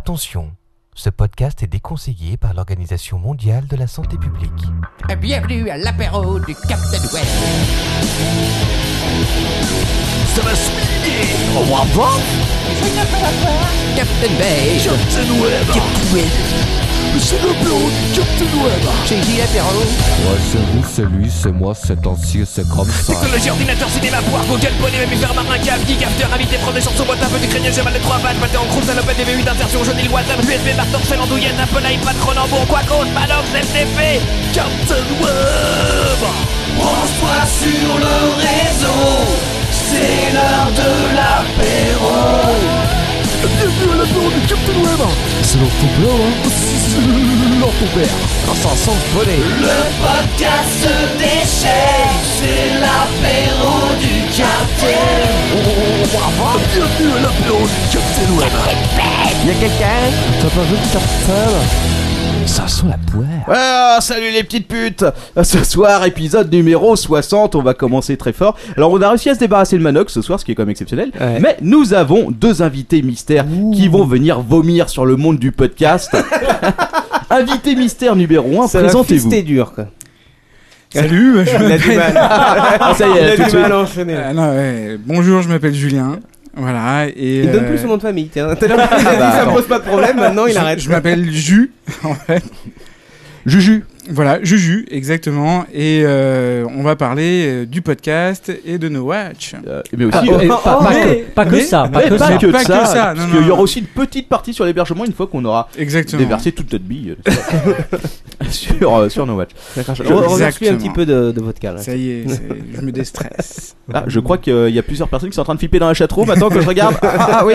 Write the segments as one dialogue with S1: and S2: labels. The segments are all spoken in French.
S1: Attention, ce podcast est déconseillé par l'Organisation mondiale de la santé publique.
S2: Bienvenue à l'apéro du Captain Web.
S3: Ça va se miner On voit pas
S2: Captain Bay.
S3: Captain Web C'est le bureau du Captain Web
S2: J'ai dit l'apéro.
S4: Moi, c'est vous, c'est lui, c'est moi, c'est ancien, c'est comme ça.
S3: Technologie, ordinateur, cinéma, poire, Google, poney, même faire marin, cave, geek, after, invité, prendre des chansons, boîte un peu du crânien, cheval de trois pattes, pâté en croûte, salopette, DV8, d'insertion, jaune, île, WhatsApp, USB, marteau, sel, andouillette, Apple, iPad, Cronenbourg, quoi qu'on, Manox, FTP, Captain Web Branche-toi sur le réseau, c'est l'heure de l'apéro Bienvenue à l'apéro du Captain Web C'est leur ton père, hein C'est leur ton père Ah, ça sent le poney
S5: podcast déchet, c'est l'apéro du capitaine.
S3: Bienvenue à l'apéro du Captain Web
S6: Ah, salut les petites putes Euh, Ce soir, épisode numéro 60, on va commencer très fort. Alors, on a réussi à se débarrasser de Manox ce soir, ce qui est quand même exceptionnel. Mais nous avons deux invités mystères qui vont venir vomir sur le monde du podcast. Invité mystère numéro 1, présentez-vous.
S7: dur quoi.
S8: Salut, moi, je m'appelle...
S6: Ah, ça y est, tout de suite.
S8: Ah, non, ouais, Bonjour, je m'appelle Julien. Voilà, et...
S7: Il
S8: euh,
S7: donne plus son nom de famille. Tiens, Tout à l'heure, il a dit,
S6: bah,
S7: ça
S6: attends.
S7: pose pas de problème, maintenant il
S8: je-
S7: arrête.
S8: Je m'appelle Ju, en fait.
S6: Juju.
S8: Voilà, Juju, exactement. Et euh, on va parler euh, du podcast et de No Watch.
S6: Euh, mais aussi,
S7: oh,
S6: euh,
S7: oh, oh,
S9: pas
S7: mais-
S9: que, pas que
S8: mais-
S9: ça, pas
S6: mais
S9: que
S6: pas
S9: ça.
S6: que de
S8: Pas que
S6: ça,
S8: ça, non,
S6: parce
S8: non.
S6: qu'il y aura aussi une petite partie sur l'hébergement une fois qu'on aura
S8: Exactement.
S6: déversé toute notre bille euh, sur, euh, sur No Watch.
S7: Je remercie un
S8: Exactement.
S7: petit peu de, de vodka là.
S8: Ça y est, c'est- je me déstresse.
S6: Ah, je crois qu'il y a plusieurs personnes qui sont en train de flipper dans la chatroom maintenant que je regarde. Ah, ah, ah, oui,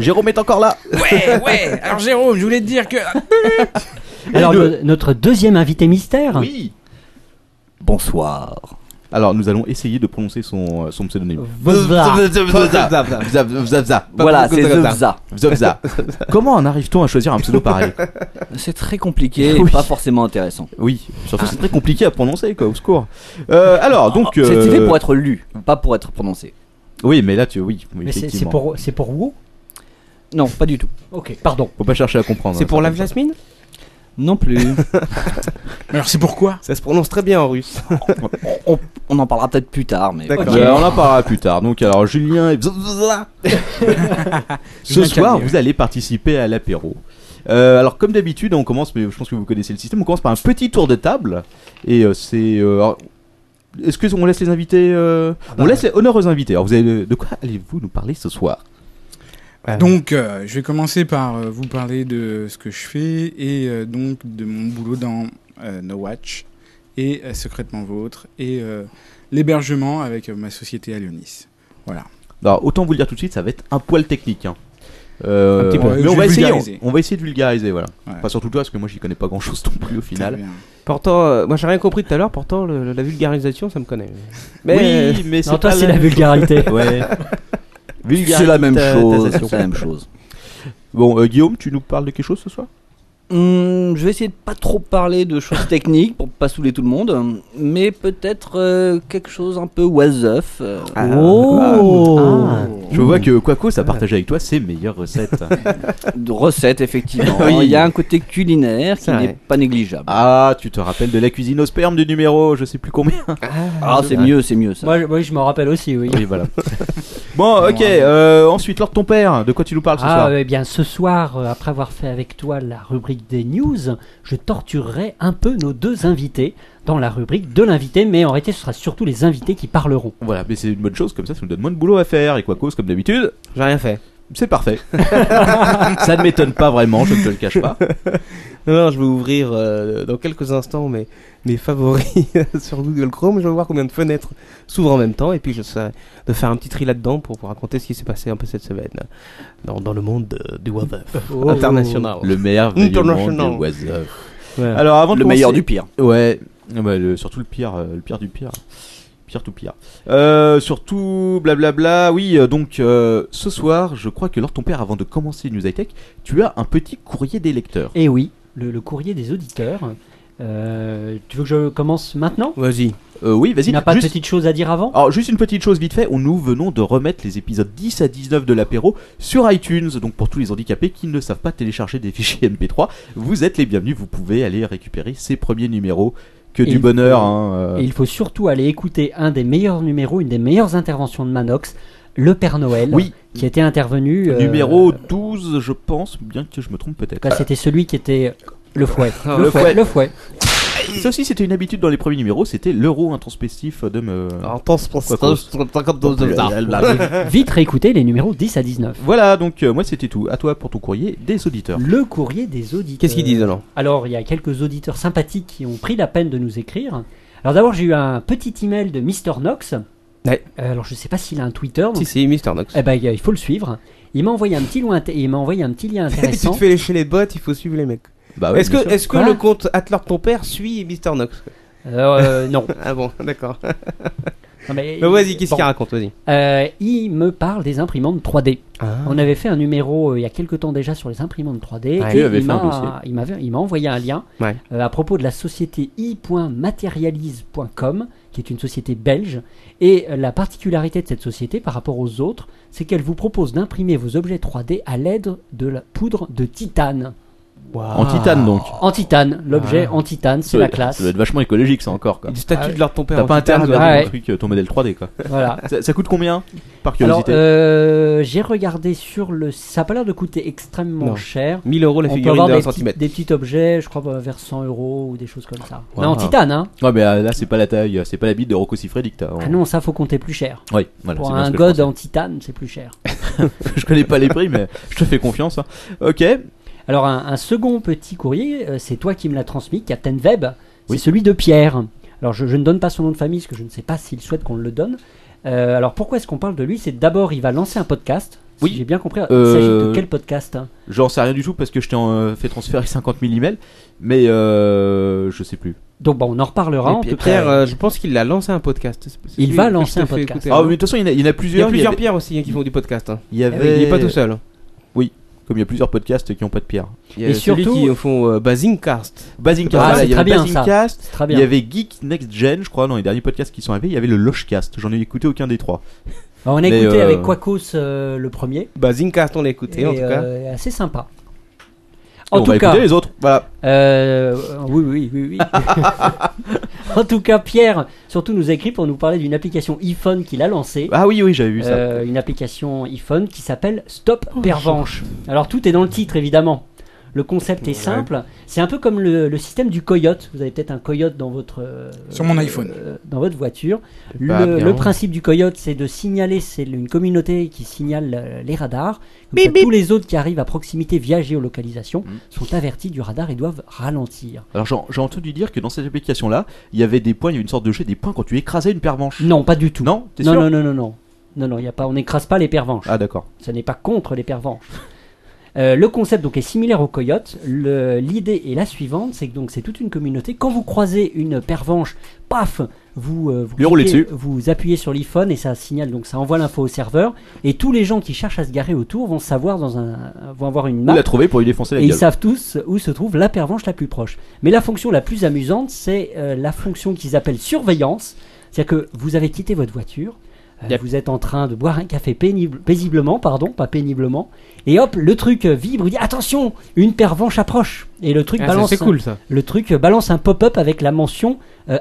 S6: Jérôme est encore là.
S8: Ouais, ouais Alors Jérôme, je voulais te dire que...
S9: Alors,
S6: Et le-
S9: no- notre deuxième invité mystère,
S6: Oui. Bonsoir. Alors, nous allons essayer de prononcer son, euh, son pseudonyme.
S9: Vozda.
S6: Vzavza.
S7: Voilà, c'est
S10: Zevza.
S6: Vzavza. Comment en arrive-t-on à choisir un pseudo pareil
S10: C'est très compliqué
S6: Oui.
S10: et pas forcément intéressant.
S6: Oui, surtout c'est très compliqué à prononcer, quoi, au secours. Euh, alors, donc.
S9: Ah,
S10: C'est
S6: euh,
S10: c'est fait pour être lu, pas pour être prononcé.
S6: Oui, mais là, tu. Oui, oui,
S9: mais c'est c'est
S6: effectivement.
S9: pour, c'est pour Wu
S10: Non, pas du tout.
S9: Ok, pardon.
S6: Faut pas chercher à comprendre.
S7: C'est
S6: hein,
S7: pour
S6: ça,
S7: la
S6: comme ça.
S7: Jasmine
S10: Non plus.
S8: Alors c'est pourquoi
S7: Ça se prononce très bien en russe.
S10: on, on en parlera peut-être plus tard, mais
S7: D'accord.
S10: Ok.
S6: Ouais, Bah, on en parlera plus tard. Donc, alors, Julien et Vzavza. Ce
S8: Julien
S6: soir,
S8: Calmier.
S6: vous allez participer à l'apéro. Euh, alors, comme d'habitude, on commence, mais je pense que vous connaissez le système, on commence par un petit tour de table. Et euh, c'est. euh, alors, Est-ce que on laisse les invités euh,
S8: Ah, bah,
S6: On laisse les honneurs aux invités. Alors, vous avez, de quoi allez-vous nous parler ce soir Ah.
S8: Donc, euh, je vais commencer par euh, vous parler de ce que je fais et euh, donc de mon boulot dans euh, No Watch et euh, Secrètement Vôtre et euh, l'hébergement avec euh, ma société Alionis. Voilà.
S6: Alors, autant vous le dire tout de suite, ça va être un poil technique. hein. Euh,
S8: Un petit peu.
S6: mais
S8: Je
S6: on
S8: vais
S6: va, essayer,
S8: vulgariser.
S6: on, on va essayer de vulgariser, voilà.
S8: Ouais.
S6: Pas surtout toi, parce que moi j'y connais pas grand chose non plus au final.
S8: Très bien.
S7: Pourtant, euh, moi j'ai rien compris tout à l'heure, pourtant le- le- la vulgarisation ça me connaît. euh,
S6: oui, mais
S9: Non,
S6: c'est
S9: toi,
S6: pas
S9: c'est la vulgarité.
S6: Ouais.
S10: C'est la même chose.
S6: Vulgarisation.
S10: C'est la même chose.
S6: Bon, euh, Guillaume, tu nous parles de quelque chose ce soir
S10: Hum, je vais essayer de pas trop parler de choses techniques pour pas saouler tout le monde, mais peut-être euh, quelque chose un peu was off. euh,
S9: oh
S8: Ah.
S6: Je vois que Quaco, ça partage avec toi ses meilleures recettes.
S10: de recettes effectivement.
S6: Oui.
S10: Il y a un côté culinaire qui
S7: C'est vrai.
S10: n'est pas négligeable. Ah,
S6: ah, tu te rappelles de la cuisine au sperme du numéro, je sais plus combien.
S10: Ah, c'est mieux, c'est mieux ça.
S9: Moi, je- moi, je m'en rappelle aussi, oui.
S6: Oui, voilà. bon, ok, euh, ensuite, Lord ton père, de quoi tu nous parles ce
S9: Ah,
S6: soir
S9: eh bien, ce soir, euh, après avoir fait avec toi la rubrique des news, je torturerai un peu nos deux invités dans la rubrique de l'invité, mais en réalité, ce sera surtout les invités qui parleront.
S6: Voilà, mais c'est une bonne chose, comme ça, ça nous donne moins de boulot à faire. Et Quaco, comme d'habitude,
S7: J'ai rien fait.
S6: c'est parfait. ça ne m'étonne pas vraiment, je ne te le cache pas.
S7: Non, non, je vais ouvrir euh, dans quelques instants mes, mes favoris sur Google Chrome. Je vais voir combien de fenêtres s'ouvrent en même temps. Et puis, je serai de faire un petit tri là-dedans pour vous raconter ce qui s'est passé un peu cette semaine euh, dans, dans le monde de- du Web
S9: Oh.
S7: international.
S6: Le meilleur monde
S7: International.
S6: des oiseaux.
S7: Voilà.
S6: Alors, avant de
S10: Le meilleur
S6: commencer-
S10: du pire.
S6: Ouais, ah bah, le- surtout le pire, euh, le pire du pire. Pire tout pire. Euh, surtout, blablabla. Oui, euh, donc euh, ce soir, je crois que lors de ton père, avant de commencer News High Tech, tu as un petit courrier des lecteurs.
S9: Eh Et oui, le, le courrier des auditeurs. Euh, tu veux que je commence maintenant
S7: Vas-y.
S6: Euh, oui, vas-y.
S9: Tu n'as pas de
S6: Juste-
S9: petite chose à dire avant
S6: Alors juste une petite chose vite fait, on nous venons de remettre les épisodes 10 à 19 de l'apéro sur iTunes, donc pour tous les handicapés qui ne savent pas télécharger des fichiers MP3, vous êtes les bienvenus, vous pouvez aller récupérer ces premiers numéros, que
S9: Et
S6: du
S9: il
S6: bonheur.
S9: faut-
S6: hein, euh.
S9: Et il faut surtout aller écouter un des meilleurs numéros, une des meilleures interventions de Manox, le Père Noël,
S6: Oui.
S9: qui était intervenu. euh,
S6: Numéro 12 je pense, bien que je me trompe peut-être.
S9: en tout cas, c'était celui qui était le fouet.
S6: Le fouet.
S9: Le fouet. Ah,
S6: Ça aussi c'était une habitude dans les premiers numéros, c'était l'euro introspectif de me...
S7: Ah,
S6: Quoi qu'on-
S9: Vite réécouter les numéros 10 à 19.
S6: Voilà, donc euh, moi c'était tout. À toi pour ton courrier des auditeurs.
S9: Le courrier des auditeurs.
S6: Qu'est-ce qu'ils disent, alors
S9: Alors, il y a quelques auditeurs sympathiques qui ont pris la peine de nous écrire. Alors d'abord, j'ai eu un petit email de Mr. Knox. Euh, alors, je sais pas s'il a un Twitter. donc-
S7: Si, si, Mister Knox.
S9: Eh ben, il faut le suivre. Il m'a envoyé un petit loin- il m'a envoyé un petit lien
S7: tu
S9: Eh, intéressant.
S7: te fais lécher les bottes, il faut suivre les mecs.
S6: Bah
S7: est-ce que, est-ce que
S9: Quoi
S7: le compte Atlord ton père suit Mister Knox
S9: Euh, non.
S7: ah bon, d'accord.
S9: Non, mais-
S7: Mais vas-y, qu'est-ce
S9: bon.
S7: qu'il raconte Vas-y.
S9: Euh, il me parle des imprimantes 3D.
S7: Ah.
S9: On avait fait un numéro euh, il y a quelques temps déjà sur les imprimantes 3D.
S7: Ouais.
S9: et
S7: Il avait
S9: il
S7: fait un
S9: m'a-
S7: dossier.
S9: il m'avait- il m'a envoyé un lien
S7: Ouais.
S9: euh, à propos de la société i.materialise.com, qui est une société belge. Et euh, la particularité de cette société par rapport aux autres, c'est qu'elle vous propose d'imprimer vos objets 3D à l'aide de la poudre de titane.
S6: En titane donc.
S7: Oh.
S9: En titane, l'objet
S6: Ah.
S9: en titane, Ah, c'est
S6: Ça
S9: la
S6: doit-
S9: classe.
S6: Ça doit être vachement écologique, ça encore. Quoi.
S7: Une statue de leur ton père
S6: T'as
S7: en
S6: pas intérêt à
S7: titane,
S6: regarder
S9: ouais.
S6: ton truc, euh, ton modèle 3D quoi.
S9: Voilà.
S6: ça, ça coûte combien Par
S9: Alors,
S6: curiosité.
S9: euh, j'ai regardé sur le. Ça a pas l'air de coûter extrêmement
S7: Non.
S9: cher.
S7: 1000 euros la
S9: On peut
S7: figurine
S9: avoir
S7: de
S9: des
S7: 1
S9: petits-
S7: centimètre.
S9: Des petits objets, je crois, euh, vers 100 euros ou des choses comme ça.
S6: Wow.
S9: Mais en titane, hein.
S6: Ouais, mais euh, là c'est pas la taille, euh, c'est pas la bite de Rocco Siffredi que t'as. en-
S9: Ah non, ça faut compter plus cher.
S6: Oui, voilà,
S9: Pour
S6: c'est bien
S9: un
S6: ce que
S9: god en titane, c'est plus cher.
S6: je connais pas les prix, mais je te fais confiance. hein. Ok.
S9: Alors, un, un second petit courrier, euh, c'est toi qui me l'as transmis, Captain Web. C'est celui de Pierre. Alors, je, je ne donne pas son nom de famille parce que je ne sais pas s'il souhaite qu'on le donne. Euh, alors, pourquoi est-ce qu'on parle de lui C'est d'abord, il va lancer un podcast. Oui. j'ai bien compris. Il s'agit de
S6: Euh,
S9: quel podcast hein
S6: J'en sais rien du tout parce que je t'ai euh, fait transférer 50 000 emails, mais euh, je sais plus.
S9: Donc, bon, on en reparlera.
S7: Et
S9: en
S7: puis
S9: tout cas.
S7: Pierre, euh, je pense qu'il a lancé un podcast. C'est- c'est
S9: Il
S7: lui
S9: va
S7: que je
S9: lancer
S7: te
S9: un
S7: fais
S9: podcast.
S7: écouter,
S6: Ah,
S7: hein.
S6: mais de toute façon, il y en a- il y en a Eh
S7: Il y
S6: plusieurs.
S7: a plusieurs
S6: avait-
S7: pierres aussi hein, qui font du podcast. hein.
S6: Il y
S7: oui,
S9: Ah
S6: avait.
S7: il est pas tout seul. hein.
S6: Oui, comme il y a plusieurs podcasts qui n'ont pas de pierre.
S7: Il y a celui qui euh, font euh, Basingcast.
S6: Basingcast,
S9: Ah,
S6: voilà,
S9: c'est
S6: il y
S9: très
S6: avait
S9: bien,
S6: Basingcast,
S9: ça. C'est très bien.
S6: il y avait Geek Next Gen, je crois, dans les derniers podcasts qui sont arrivés, il y avait le Lochcast, j'en ai écouté aucun des trois.
S9: Alors, on a
S6: Mais,
S9: écouté
S6: euh,
S9: avec Quacos euh, le premier.
S7: Basingcast, Bah, on l'a écouté en
S9: Et,
S7: tout cas.
S9: euh, assez sympa.
S6: on
S9: En tout
S6: va
S9: cas,
S6: écouter les autres, voilà.
S9: euh, oui, oui, oui, oui. en tout cas, Pierre, surtout nous a écrit pour nous parler d'une application iPhone qu'il a lancée.
S6: Ah oui, oui, j'avais vu ça.
S9: Euh, une application iPhone qui s'appelle Stop Pervenche. Alors tout est dans le titre évidemment. Le concept est simple. C'est un peu comme le, le système du coyote. Vous avez peut-être un coyote dans votre euh,
S8: Sur mon iPhone.
S9: euh, dans votre voiture.
S8: pas
S9: Le,
S8: bien.
S9: le principe du coyote, c'est de signaler. C'est une communauté qui signale euh, les radars. Comme ça, tous les autres qui arrivent à proximité via géolocalisation
S8: Mm.
S9: sont avertis du radar et doivent ralentir.
S6: Alors j'en- j'ai entendu dire que dans cette application-là, il y avait des points, il y avait une sorte de jeu des points quand tu écrasais une pervenche.
S9: Non, pas du tout.
S6: Non, t'es
S9: Non,
S6: sûr
S9: non, non, non, non, non, non. Il y a pas. On n'écrase pas les pervenches.
S6: Ah d'accord.
S9: Ce n'est pas contre les pervenches. Euh, le concept donc est similaire au coyote. Le- L'idée est la suivante, c'est que donc c'est toute une communauté. Quand vous croisez une pervenche, paf, vous euh, vous,
S6: Lui rouler
S9: cliquez,
S6: dessus.
S9: vous appuyez sur l'iPhone et ça signale donc ça envoie l'info au serveur et tous les gens qui cherchent à se garer autour vont savoir dans un vont avoir une
S6: Où
S9: map
S6: l'a trouvé pour lui défoncer la
S9: et ils
S6: gueule.
S9: savent tous où se trouve la pervenche la plus proche. Mais la fonction la plus amusante, c'est euh, la fonction qu'ils appellent surveillance. C'est-à-dire que vous avez quitté votre voiture, euh,
S7: Yep.
S9: vous êtes en train de boire un café pénible- paisiblement, pardon, pas péniblement, et hop, le truc euh, vibre, il dit attention, une pervenche approche. Et le truc
S7: Ah, ça,
S9: balance.
S7: c'est
S9: un-
S7: cool, ça.
S9: Le truc euh, balance un pop-up avec la mention euh,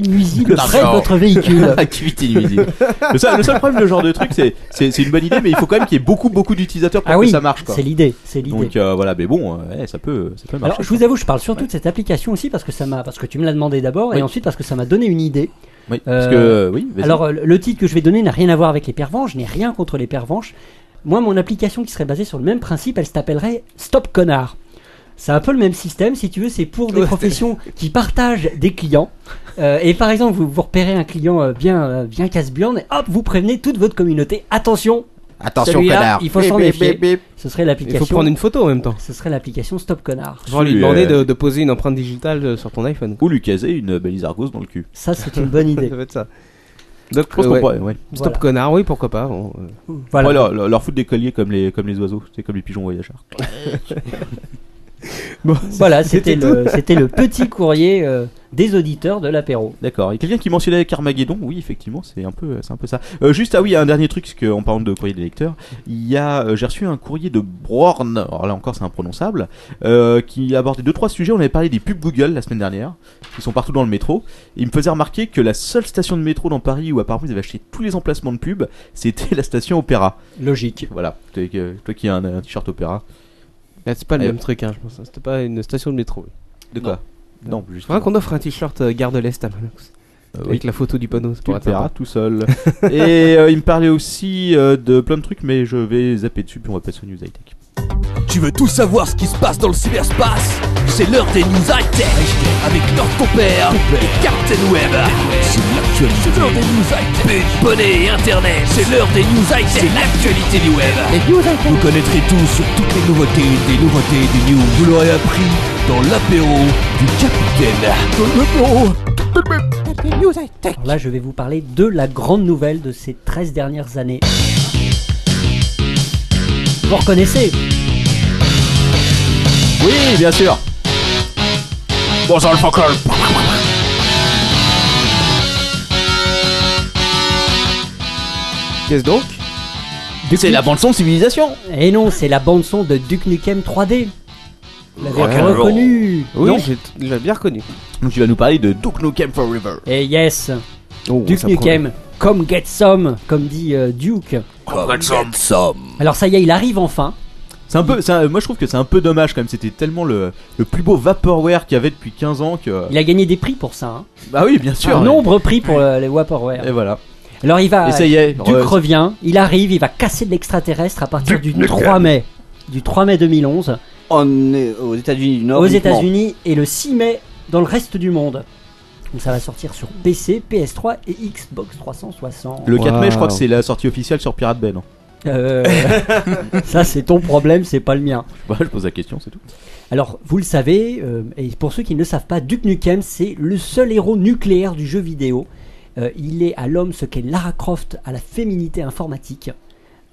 S9: nuisible près de votre véhicule.
S6: Activité nuisible. le, seul, le seul problème de ce genre de truc, c'est c'est c'est une bonne idée, mais il faut quand même qu'il y ait beaucoup beaucoup d'utilisateurs pour
S9: Ah
S6: que
S9: oui,
S6: ça marche. quoi.
S9: c'est l'idée, c'est l'idée.
S6: Donc euh, voilà, mais bon, euh, ouais, ça peut ça peut marcher.
S9: Alors, je vous avoue, je parle surtout de cette application aussi parce que ça m'a, parce que tu me l'as demandé d'abord et
S6: Oui.
S9: ensuite parce que ça m'a donné une idée.
S6: Oui, parce que,
S9: Euh,
S6: oui, vas-y.
S9: alors, euh, le titre que je vais donner n'a rien à voir avec les pervenches, je n'ai rien contre les pervenches. Moi, mon application qui serait basée sur le même principe, elle s'appellerait Stop Connard. C'est un peu le même système, si tu veux, c'est pour des professions qui partagent des clients. Euh, et par exemple, vous, vous repérez un client euh, bien, euh, bien casse-biande, et hop, vous prévenez toute votre communauté. Attention
S6: Attention,
S9: celui-là,
S6: connard.
S9: Il faut s'en
S6: Bip, bip,
S9: méfier.
S6: bip, bip.
S9: Ce serait
S7: Il faut
S9: l'application.
S7: prendre une photo en même temps.
S9: Ce serait l'application Stop Connard.
S7: On va lui
S6: Celui,
S7: demander
S6: euh,
S7: de, de poser une empreinte digitale euh, sur ton iPhone.
S6: Ou lui caser une balise argos dans le cul.
S9: Ça, c'est une bonne idée.
S7: Ça va être ça. Donc,
S6: Je pense
S7: euh,
S6: qu'on
S7: ouais.
S6: pourrait, ouais.
S7: Stop
S9: Voilà.
S7: connard, oui, pourquoi pas. on- euh,
S9: Voilà.
S6: Ouais, leur, leur- leur foutre des colliers comme les comme les oiseaux, c'est comme les pigeons voyageurs.
S9: Voilà, c'était le, c'était le petit courrier euh, des auditeurs de l'apéro.
S6: D'accord. Et quelqu'un qui mentionnait Carmageddon, oui, effectivement, c'est un peu, c'est un peu ça. Euh, juste, ah oui, un dernier truc, parce qu'en parlant de courrier des lecteurs, il y a, euh, j'ai reçu un courrier de Brorn, alors là encore c'est imprononçable, euh, qui abordait deux trois sujets. On avait parlé des pubs Google la semaine dernière, qui sont partout dans le métro. Et il me faisait remarquer que la seule station de métro dans Paris où apparemment ils avaient acheté tous les emplacements de pub, c'était la station Opéra.
S9: Logique.
S6: Voilà. Toi, euh, toi qui as un, un t-shirt Opéra.
S7: Là, c'est pas le
S6: Allez.
S7: même truc, hein, je pense. hein. C'était pas une station de métro.
S6: De quoi Non, juste.
S7: Faudra qu'on offre un t-shirt euh, Gare de l'Est à Manox.
S6: Euh, oui.
S7: Avec la photo du panneau, ça
S6: Tu
S7: pourrait
S6: le
S7: être sympa.
S6: verras tout seul. Et euh, il me parlait aussi euh, de plein de trucs, mais je vais zapper dessus, puis on va passer aux news high-tech.
S5: Tu veux tout savoir ce qui se passe dans le cyberspace C'est l'heure des news high-tech avec Lord ton père et Captain Web. C'est l'actualité. C'est l'heure des news high-tech. Bonnet et Internet. C'est l'heure des news high-tech. C'est l'actualité du web. Vous connaîtrez tout sur toutes les nouveautés, des nouveautés, des news. Vous l'aurez appris dans l'apéro du capitaine.
S9: Alors là, je vais vous parler de la grande nouvelle de ces 13 dernières années. Vous reconnaissez
S6: Oui, bien sûr.
S7: Qu'est-ce donc
S6: C'est la bande son civilisation.
S9: Et Eh non, c'est la bande son de Duke Nukem 3D. Vous l'avez reconnu
S7: Oui,
S9: Non
S7: j'ai t- je l'ai bien reconnu.
S6: Donc tu vas nous parler de Duke Nukem Forever.
S9: Et Eh yes,
S7: Oh,
S9: Duke
S7: ça prend-
S9: Nukem, come get some, comme dit euh, Duke. Alors ça y est, il arrive enfin.
S6: C'est un peu, c'est un- moi je trouve que c'est un peu dommage quand même. C'était tellement le, le plus beau vaporware qu'il y avait depuis 15 ans que.
S9: Il a gagné des prix pour ça. hein.
S6: Bah oui, bien sûr.
S9: Un nombre prix pour euh, les Vaporware.
S6: Et voilà.
S9: Alors il va.
S6: Et ça y est.
S9: Ah, Duke
S6: re-
S9: revient, il arrive, il va casser de l'extraterrestre à partir du 3 mai. Du 3 mai 2011
S10: On est aux États-Unis du Nord.
S9: aux
S10: uniquement.
S9: États-Unis et le 6 mai dans le reste du monde. Donc ça va sortir sur PC, PS3 et Xbox 360.
S6: le 4 mai, je crois que
S7: Wow.
S6: c'est la sortie officielle sur Pirate Bay. non
S9: Euh, ça c'est ton problème, c'est pas le mien.
S6: Bah, je pose la question, c'est tout.
S9: Alors vous le savez, euh, et pour ceux qui ne le savent pas, Duke Nukem c'est le seul héros nucléaire du jeu vidéo. Euh, il est à l'homme ce qu'est Lara Croft à la féminité informatique.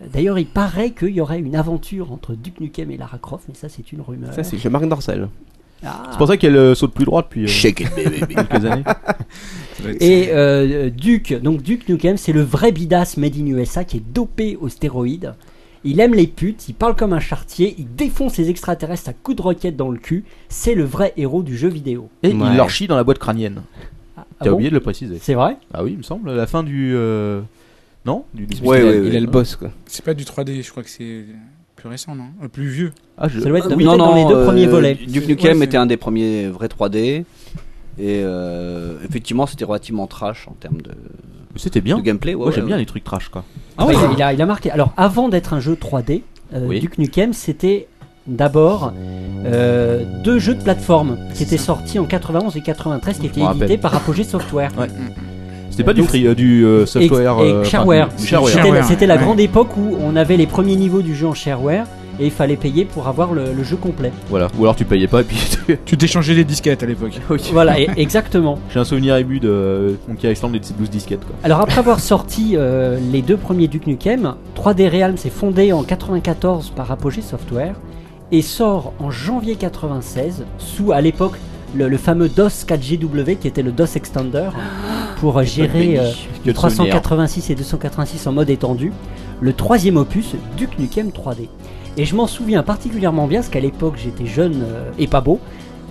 S9: Euh, D'ailleurs, il paraît qu'il y aurait une aventure entre Duke Nukem et Lara Croft, mais ça c'est une rumeur.
S7: Ça, c'est chez Marc Dorcel.
S9: Ah.
S6: C'est pour ça qu'elle euh, saute plus droit depuis euh,
S5: Shake it, baby.
S6: quelques années.
S8: Ça doit être
S9: Et euh, Duke, donc Duke Nukem, c'est le vrai bidas made in USA qui est dopé aux stéroïdes. Il aime les putes, il parle comme un chartier, il défonce les extraterrestres à coups de roquettes dans le cul. C'est le vrai héros du jeu vidéo.
S6: Et
S7: Ouais.
S6: il leur chie dans la boîte crânienne.
S9: Ah
S6: T'as
S9: bon
S6: oublié de le préciser.
S9: C'est vrai
S6: Ah oui, il me semble, à la fin du. euh, Non du, du-
S10: Ouais,
S7: il, a,
S10: ouais,
S7: il
S10: ouais.
S7: a le boss, quoi.
S8: C'est pas du 3D, je crois que c'est plus récent, non Euh, Plus vieux.
S6: Ah, je-
S9: Ça doit être
S10: Euh,
S9: dans- peut-être dans les deux
S10: euh,
S9: premiers volets.
S10: Duke Nukem
S8: Ouais, c'est-
S10: était un des premiers vrais 3D. Et euh, effectivement, c'était relativement trash en termes de,
S6: C'était bien.
S10: de gameplay. ouais,
S6: Moi j'aime
S10: ouais,
S6: bien
S10: ouais.
S6: les trucs trash quoi.
S9: Ah oui, il a- il a, il a marqué. Alors, avant d'être un jeu 3D, euh,
S6: Oui.
S9: Duke Nukem, c'était d'abord euh, deux jeux de plateforme qui étaient sortis en 91 et 93, qui étaient
S6: m'en
S9: édités
S6: rappelle.
S9: par Apogee Software.
S6: C'était pas du
S9: Donc,
S6: free, euh, du euh,
S9: Et-
S6: software.
S9: et,
S6: euh, enfin,
S9: shareware.
S6: du- du shareware.
S9: C'était la-
S8: Shareware,
S9: C'était la
S8: ouais.
S9: grande époque où on avait les premiers niveaux du jeu en shareware et il fallait payer pour avoir le, le jeu complet.
S6: Voilà. Ou alors tu payais pas et puis. tu-
S8: Tu t'échangeais des disquettes à l'époque.
S9: Voilà, et- exactement.
S6: J'ai un souvenir ému de euh, Monkey Island et de ses 12 disquettes quoi.
S9: Alors après avoir sorti euh, les deux premiers Duke Nukem, 3D Realms est fondé en 94 par Apogee Software et sort en janvier 96 sous à l'époque le, le fameux DOS 4GW qui était le DOS Extender pour euh, gérer euh,
S6: Quel
S9: 386 et 286 en mode étendu, le troisième opus Duke Nukem 3D. Et je m'en souviens particulièrement bien parce qu'à l'époque j'étais jeune euh, et pas beau.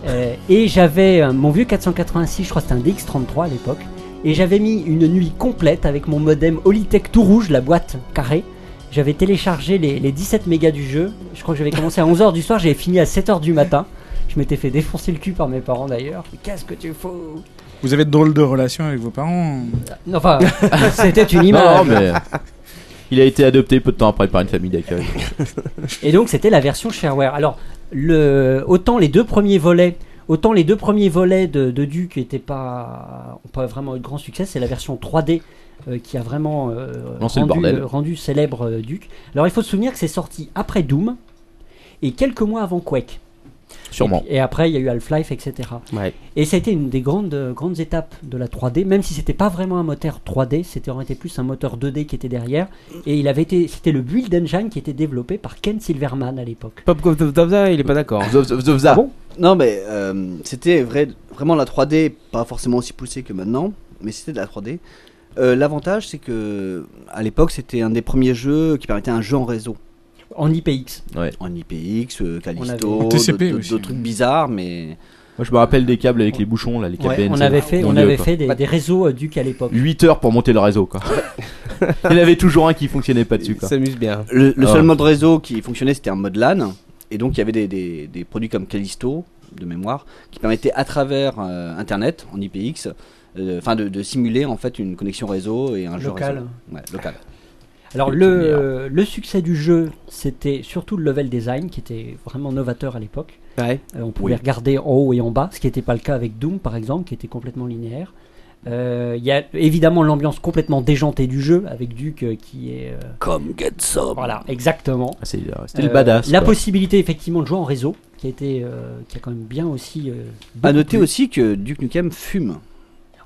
S9: Euh, et j'avais euh, mon vieux 486, je crois que c'était un DX33 à l'époque. Et j'avais mis une nuit complète avec mon modem Holitech tout rouge, la boîte carrée. J'avais téléchargé les, les 17 mégas du jeu. Je crois que j'avais commencé à 11h du soir, j'avais fini à 7h du matin. Je m'étais fait défoncer le cul par mes parents d'ailleurs. Mais Qu'est-ce que tu fous
S8: Vous avez de drôles de relations avec vos parents
S9: Non, Enfin, c'était une image.
S6: Non, mais. Il a été adopté peu de temps après par une famille d'accueil.
S9: Et donc c'était la version shareware. Alors le, autant les deux premiers volets, autant les deux premiers volets de, de Duke n'étaient pas, ont pas vraiment eu de grand succès. C'est la version 3D euh, qui a vraiment euh,
S6: Lancé le
S9: rendu,
S6: bordel.
S9: euh, rendu célèbre euh, Duke. Alors il faut se souvenir que c'est sorti après Doom et quelques mois avant Quake.
S6: Sûrement.
S9: Et après il y a eu Half-Life, etc.
S7: Ouais.
S9: Et ça a été une des grandes, euh, grandes étapes de la 3D, même si c'était pas vraiment un moteur 3D, c'était aurait été plus un moteur 2D qui était derrière. Et il avait été, c'était le build engine qui était développé par Ken Silverman à l'époque.
S7: Pop of the Dabza, il est pas d'accord.
S6: Zov- Zov- Zovza.
S9: Ah bon
S10: Non, mais euh, c'était vrai, vraiment la 3D, pas forcément aussi poussée que maintenant, mais c'était de la 3D. Euh, L'avantage, c'est que à l'époque, c'était un des premiers jeux qui permettait un jeu en réseau,
S9: En IPX.
S6: Ouais.
S10: en IPX, euh,
S9: On
S10: Callisto,
S9: avait-
S8: En
S10: d'autres
S8: TCP
S10: d'autres-
S8: aussi.
S10: d'autres trucs bizarres, mais
S6: Moi, je me rappelle des câbles avec les bouchons, là, les câbles
S9: Ouais,
S6: BNC,
S9: on
S6: là.
S9: avait fait, on
S6: y
S9: avait
S6: va,
S9: fait des, des réseaux euh, ducs à l'époque.
S6: 8 heures pour monter le réseau, quoi. Il y en avait toujours un qui fonctionnait pas dessus,
S7: Il
S6: quoi.
S7: s'amuse bien.
S10: le, le
S6: Ah.
S10: seul mode réseau qui fonctionnait, c'était un mode LAN, et donc il y avait des, des- des produits comme Callisto de mémoire qui permettaient à travers euh, Internet en IPX, euh, enfin de, de simuler en fait une connexion réseau et un jeu
S9: Local.
S10: réseau. Ouais, local.
S9: Alors
S10: Et
S9: le, euh, le succès du jeu, c'était surtout le level design qui était vraiment novateur à l'époque.
S7: Ouais.
S9: Euh, on pouvait regarder en haut et en bas, ce qui n'était pas le cas avec Doom par exemple, qui était complètement linéaire. Euh, Il y a évidemment l'ambiance complètement déjantée du jeu avec Duke euh, qui est... euh,
S10: Come get some.
S9: voilà, exactement.
S6: Ah, c'est- C'était le
S9: Euh,
S6: badass.
S9: La
S6: quoi.
S9: possibilité effectivement de jouer en réseau, qui a été, euh, qui a quand même bien aussi. euh,
S10: À
S9: beaucoup
S10: noter
S9: plu.
S10: aussi que Duke Nukem fume.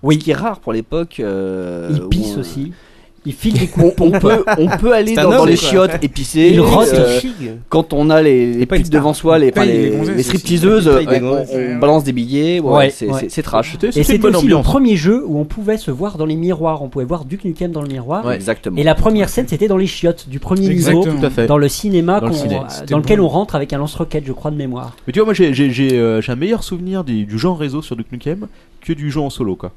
S9: Oui.
S10: Ce qui est rare pour l'époque. euh,
S9: il
S10: où
S9: pisse
S10: on-
S9: aussi, il file des
S10: On,
S9: coups.
S10: on peut, on peut aller
S7: C'est un
S10: dans, dans
S7: homme,
S10: les
S7: quoi.
S10: chiottes et pisser.
S9: Il rote.
S10: euh, quand on a les, les
S7: pas une
S10: putes
S7: star.
S10: devant soi, les, enfin,
S8: paye
S10: les,
S8: des gonzesses
S10: les
S8: aussi.
S10: stripteaseuses,
S7: Il paye des
S10: euh, on,
S7: gonzesses,
S8: ouais.
S10: on balance des billets. ouais,
S9: Ouais,
S10: c'est
S9: ouais.
S10: c'est- c'est trash.
S6: C'était
S9: Et
S6: c'était
S9: c'était
S6: une bonne
S9: aussi le
S6: ambiance.
S9: premier jeu où on pouvait se voir dans les miroirs. On pouvait voir Duke Nukem dans le miroir.
S10: Ouais, Exactement.
S9: Et la première scène, c'était dans les chiottes du premier niveau,
S8: Exactement.
S6: Tout à fait.
S9: dans le cinéma
S6: Dans
S9: qu'on- euh,
S6: le
S9: dans,
S6: ciné.
S8: C'était
S9: lequel
S8: bon.
S9: on rentre avec un lance-roquette, je crois, de mémoire.
S6: Mais tu vois, moi j'ai- j'ai j'ai, euh, j'ai un meilleur souvenir du, du jeu en réseau sur Duke Nukem que du jeu en solo, quoi.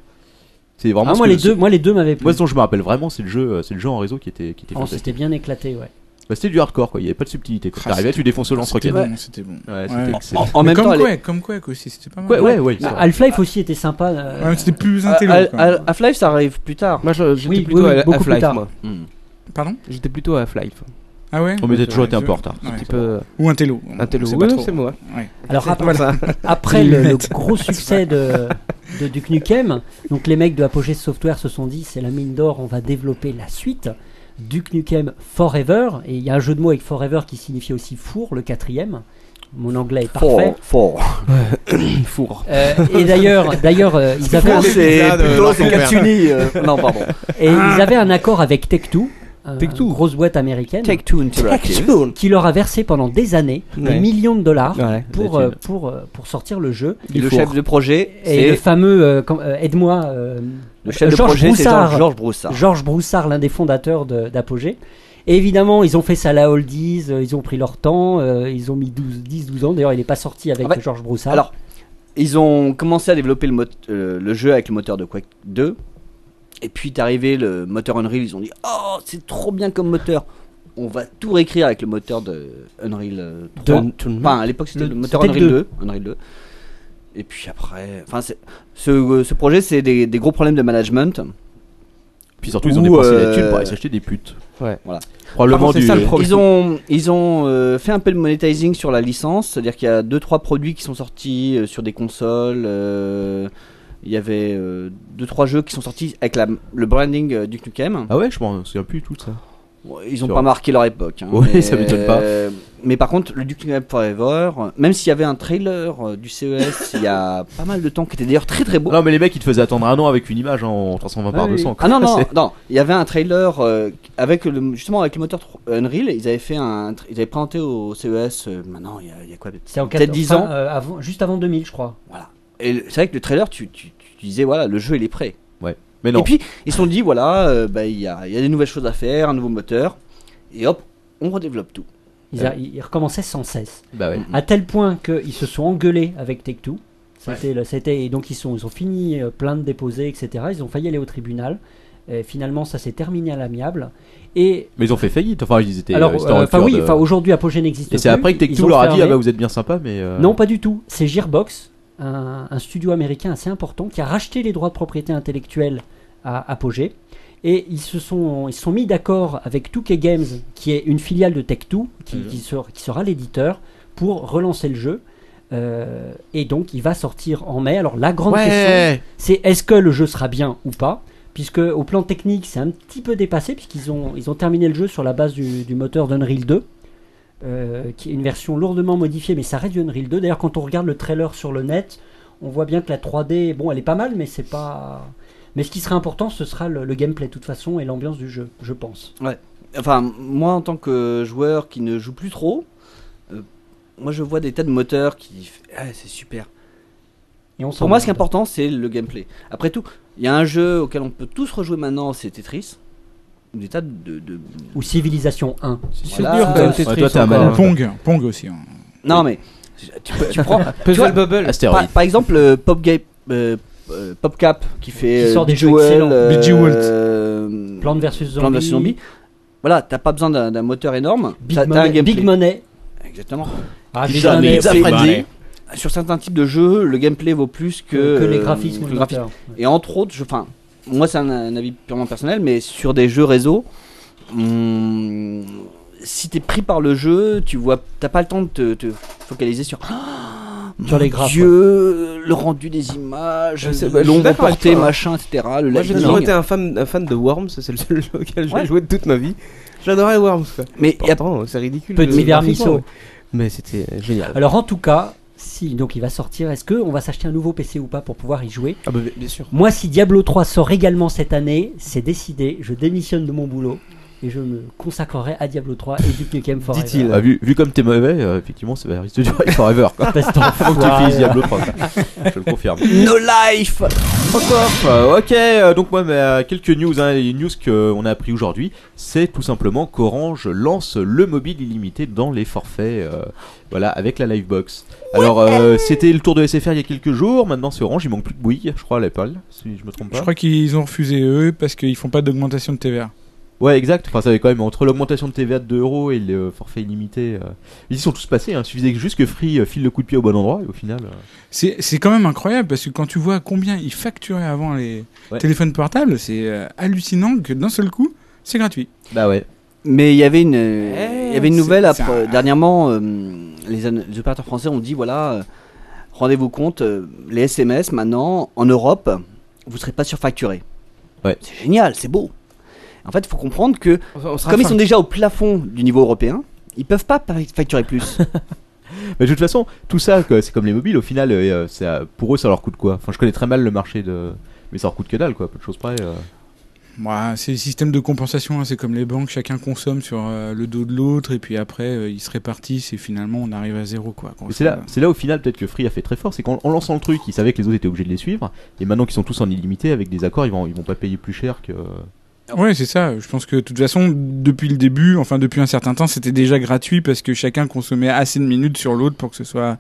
S6: C'est vraiment.
S9: Ah,
S6: ce
S9: moi,
S6: que-
S9: les deux, moi, les deux Oh, m'avaient plu.
S6: Moi, ce dont je me rappelle vraiment, c'est le jeu, euh, c'est le jeu en réseau qui était, qui était
S9: On
S6: fantastique.
S9: s'était bien éclaté, ouais.
S6: Bah, c'était du hardcore, quoi. Il y avait pas de subtilité. Quoi.
S8: Ah,
S6: T'arrivais, tu défonces le
S8: C'était
S6: lance-roquette.
S8: bon, c'était bon.
S6: Ouais, c'était
S8: Ouais.
S6: excellent.
S10: En
S8: Mais
S10: même temps,
S8: comme
S10: elle-
S8: Quake, comme Quake aussi, c'était pas mal.
S6: Ouais, ouais, ouais. ça.
S9: Bah, Half-Life aussi était sympa. euh,
S8: Ouais, mais c'était plus
S10: à-
S8: intello. quand
S10: à-
S8: même.
S10: à- Half-Life, ça arrive plus tard.
S7: Moi, je- j'étais
S9: Oui,
S7: plutôt
S9: oui, oui,
S7: à
S9: beaucoup plus
S7: Half-Life,
S9: tard.
S7: moi.
S8: Pardon
S7: J'étais plutôt à Half-Life. Un
S8: Ah ouais
S6: On mettait Oh, toujours
S8: Ouais,
S6: été un
S8: je-
S6: peu en retard.
S8: ouais.
S7: petit peu euh,
S8: Ou intello.
S7: un télo.
S8: C'est pas
S7: Ouais,
S8: trop.
S7: c'est moi.
S8: Ouais.
S9: Alors,
S7: C'est
S9: après,
S7: pas ça.
S9: Après le, le gros succès de, de Duke Nukem, donc les mecs de Apogee Software se sont dit c'est la mine d'or, on va développer la suite. Duke Nukem Forever, et il y a un jeu de mots avec Forever qui signifie aussi four, le quatrième. Mon anglais est parfait.
S10: fort.
S7: Four.
S9: Euh, et d'ailleurs, d'ailleurs, euh, ils avaient un,
S10: C'est
S7: bizarre de
S10: plutôt
S7: leur
S10: c'est Katsuni. euh, Non, pardon.
S9: et
S10: Ah.
S9: ils avaient un accord avec Tech2, euh,
S7: Tech-Two.
S9: une grosse boîte américaine,
S10: Take Two Interactive.
S9: qui leur a versé pendant des années des
S7: Ouais.
S9: millions de dollars
S10: Ah,
S7: Ouais.
S9: pour
S6: des
S9: euh,
S6: thunes.
S9: pour euh, pour sortir le jeu.
S10: Et le chef de projet,
S9: Et le
S10: c'est
S9: fameux, euh, quand- euh, aide-moi, euh,
S10: le chef de
S9: Georges
S10: projet, c'est
S9: Broussard.
S10: Georges Georges Broussard.
S9: Georges Broussard, l'un des fondateurs de- d'Apogée. Et évidemment, ils ont fait ça à la Oldies, euh, ils ont pris leur temps, euh, ils ont mis 12, 10, 12 ans. D'ailleurs, il n'est pas sorti avec
S10: Ah ouais.
S9: Georges Broussard.
S10: Alors, ils ont commencé à développer le, mot- euh, le jeu avec le moteur de Quake 2. Et puis, t'es arrivé le moteur Unreal. Ils ont dit Oh, c'est trop bien comme moteur. On va tout réécrire avec le moteur de Unreal euh, 3.
S7: Tout le
S10: Enfin, à l'époque, c'était
S9: Le-
S10: le moteur
S9: c'était
S10: Unreal
S9: le
S10: 2. Unreal 2. Et puis après, enfin, c'est- ce, euh, ce projet, c'est des, des gros problèmes de management.
S6: Puis surtout, ils ont
S10: Ou,
S6: dépensé
S10: euh,
S6: la thune pour aller s'acheter des putes.
S7: Ouais.
S10: Voilà.
S6: Probablement
S7: Par contre,
S6: du.
S7: c'est ça le problème.
S10: Ils ont, ils ont euh, fait un peu de monetizing sur la licence, c'est-à-dire qu'il y a 2-3 produits qui sont sortis euh, sur des consoles. euh, il y avait 2-3 jeux qui sont sortis avec la- le branding euh, Duke Nukem.
S6: Ah ouais, je m'en souviens plus tout ça.
S10: Ouais, Ils ont
S6: Sur-
S10: pas marqué leur époque. hein,
S6: Oui, ça m'étonne pas.
S10: euh, Mais par contre, le Duke Nukem Forever, euh, même s'il y avait un trailer euh, du CES il y a pas mal de temps, qui était d'ailleurs très très beau.
S6: Non, mais les mecs, ils te faisaient attendre un an avec une image en 320 par
S9: Ouais,
S6: 200.
S10: Ah non, non,
S6: C'est-
S10: non, il y avait un trailer euh, avec le, justement avec le moteur tro- Unreal, ils avaient fait un, tra- ils avaient présenté au CES, euh, maintenant il y, a- il y a quoi
S9: c'est en
S10: peut-être
S9: 4
S10: 10 ans.
S9: avant, juste avant 2000, je crois.
S10: Et le- c'est vrai que le trailer, tu, tu, tu disais, voilà, le jeu il est prêt.
S6: Mais non.
S10: Et puis, ils se sont dit, voilà, euh, bah, il y, a, il y a des nouvelles choses à faire, un nouveau moteur, et hop, on redéveloppe tout.
S9: Ils, a- ils recommençaient sans cesse.
S6: Bah ouais.
S10: Mm.
S9: À tel point qu'ils se sont engueulés avec Tech2. C'était le- c'était- et donc ils, sont, ils ont fini euh, plainte déposée, etc. Ils ont failli aller au tribunal. Et finalement, ça s'est terminé à l'amiable. Et
S6: Mais ils ont fait faillite. Enfin, ils étaient.
S9: alors,
S6: ils étaient en
S9: euh, enfin
S6: rupture
S9: oui,
S6: de-
S9: enfin aujourd'hui, Apogée n'existe plus.
S6: Et c'est après que
S9: Ils
S6: Tech2
S9: ont
S6: leur a dit
S9: fermé.
S6: Ah bah vous êtes bien sympa, mais. euh,
S9: Non, pas du tout. C'est Gearbox, un, un studio américain assez important qui a racheté les droits de propriété intellectuelle à Apogée. Et ils se sont, ils se sont mis d'accord avec 2K Games, qui est une filiale de Tech2, qui,
S6: Mhm.
S9: qui sera, qui sera l'éditeur, pour relancer le jeu. Euh, et donc, il va sortir en mai. Alors, la grande question,
S6: Ouais
S9: c'est est-ce que le jeu sera bien ou pas Puisque, au plan technique, c'est un petit peu dépassé, puisqu'ils ont, ils ont terminé le jeu sur la base du, du moteur d'Unreal 2 euh, qui est une version lourdement modifiée, mais ça reste du Unreal 2. D'ailleurs, quand on regarde le trailer sur le net, on voit bien que la 3D, bon, elle est pas mal, mais c'est pas. Mais ce qui sera important, ce sera le, le gameplay de toute façon et l'ambiance du jeu, je pense.
S10: Enfin, moi en tant que joueur qui ne joue plus trop, euh, moi je vois des tas de moteurs qui. Ah, c'est super.
S9: Et on s'en
S10: Pour moi,
S9: va.
S10: ce qui est important, c'est le gameplay. Après tout, il y a un jeu auquel on peut tous rejouer maintenant, c'est Tetris. Des tas de. de-
S9: Ou Civilisation 1.
S10: C'est
S7: dur, quand même, Tetris,
S6: toi, t'es un
S7: encore.
S6: malade.
S8: Bah, Pong, Pong aussi. hein.
S10: Non mais. Tu, peux- tu prends. tu vois,
S7: Puzzle Bubble.
S10: par,
S6: Astéroïde.
S10: par exemple, euh, Pop Game. euh, euh, Pop Cap qui fait
S9: Qui
S10: euh,
S9: sort des jeux
S10: Jewel,
S9: excellents.
S10: euh,
S8: Bejeweled.
S10: euh,
S9: Plante versus Zombie.
S10: Plants vs Zombies. Voilà, t'as pas besoin d'un d'un moteur énorme.
S9: Big,
S10: t'as- T'as un
S9: money,
S10: gameplay.
S9: Big Money.
S10: Exactement.
S9: Ah,
S10: Big
S9: Big Money,
S10: Money,
S9: c'est-
S10: Pizza Frenzy. Sur certains types de jeux, le gameplay vaut plus que,
S9: que, les
S10: euh,
S9: graphismes.
S10: que
S9: ou
S10: le
S9: le
S10: graphisme.
S9: moteur.
S10: Et entre autres, je, enfin, moi c'est un, un avis purement personnel, mais sur des jeux réseau, hum, si t'es pris par le jeu, tu vois, t'as pas le temps de te, te focaliser sur. Ah,
S9: Sur les
S10: mon
S9: graphes,
S10: Dieu, le rendu des images,
S7: Ouais, c'est- bah, je suis
S10: l'ombre
S7: d'accord avec
S10: portée,
S7: toi.
S10: machin, etc. Le
S7: Moi, j'ai
S10: lighting.
S7: toujours été un fan, un fan de Worms, c'est le seul jeu auquel j'ai
S10: Ouais.
S7: joué de toute ma vie. J'adorais Worms, quoi.
S10: Mais y a-
S7: Pourtant, c'est ridicule.
S9: Petit
S7: euh,
S9: vermisseau.
S7: graphiquement, Mais c'était euh, génial.
S9: Alors en tout cas, si donc il va sortir, est-ce qu'on va s'acheter un nouveau PC ou pas pour pouvoir y jouer
S7: Ah, bah, bien sûr.
S9: Moi, si Diablo 3 sort également cette année, c'est décidé, je démissionne de mon boulot et je me consacrerai à Diablo 3 et Duke Nukem Forever.
S7: Dit-il.
S6: Ah, vu, vu comme t'es mauvais, euh, effectivement, ça risque de durer forever. Quoi.
S9: Parce qu'en
S6: Faut que tu
S9: foire,
S6: finisses
S9: euh,
S6: Diablo 3. Je le confirme.
S10: No life
S6: Fuck off. Euh, ok, euh, donc moi, mais, euh, quelques news. Hein, les news qu'on a appris aujourd'hui, c'est tout simplement qu'Orange lance le mobile illimité dans les forfaits, euh, voilà, avec la Livebox. Alors, euh, c'était le tour de SFR il y a quelques jours. Maintenant, c'est Orange. Il manque plus de bouillie, je crois, à l'Apple, si je me trompe pas.
S8: Je crois qu'ils ont refusé eux parce qu'ils font pas d'augmentation de TVA.
S6: Ouais, exact. Enfin, ça avait quand même entre l'augmentation de TVA de 2 euros et le forfait illimité. euh, ils y sont tous passés. Hein. Il suffisait juste que Free euh, file le coup de pied au bon endroit et au final. euh,
S8: C'est c'est quand même incroyable parce que quand tu vois combien ils facturaient avant les
S6: Ouais.
S8: téléphones portables, c'est euh, hallucinant que d'un seul coup, c'est gratuit.
S6: Bah ouais.
S10: Mais il y avait une, euh, il y avait une
S8: c'est-
S10: nouvelle
S8: c'est
S10: après,
S8: un-
S10: dernièrement. euh, les, an- les opérateurs français ont dit voilà, euh, rendez-vous compte, euh, les SMS maintenant en Europe, vous serez pas surfacturés.
S6: Ouais.
S10: C'est génial, c'est beau. En fait, il faut comprendre que
S7: On sera
S10: comme ils
S7: fin.
S10: sont déjà au plafond du niveau européen, ils peuvent pas pa- facturer plus.
S6: Mais de toute façon, tout ça, que- c'est comme les mobiles, au final, euh, ça- pour eux, ça leur coûte quoi Enfin, je connais très mal le marché de. Mais ça leur coûte que dalle, quoi, peu de choses près. euh.
S8: Moi, Bah, c'est le système de compensation, hein, c'est comme les banques, chacun consomme sur euh, le dos de l'autre et puis après euh, ils se répartissent et finalement on arrive à zéro quoi.
S6: Mais C'est là, c'est là, au final, peut-être que Free a fait très fort, c'est qu'en en lançant le truc, ils savaient que les autres étaient obligés de les suivre, et maintenant qu'ils sont tous en illimité, avec des accords, ils vont, ils vont pas payer plus cher que.
S8: Ouais, c'est ça. Je pense que de toute façon, depuis le début, enfin depuis un certain temps, c'était déjà gratuit parce que chacun consommait assez de minutes sur l'autre pour que ce soit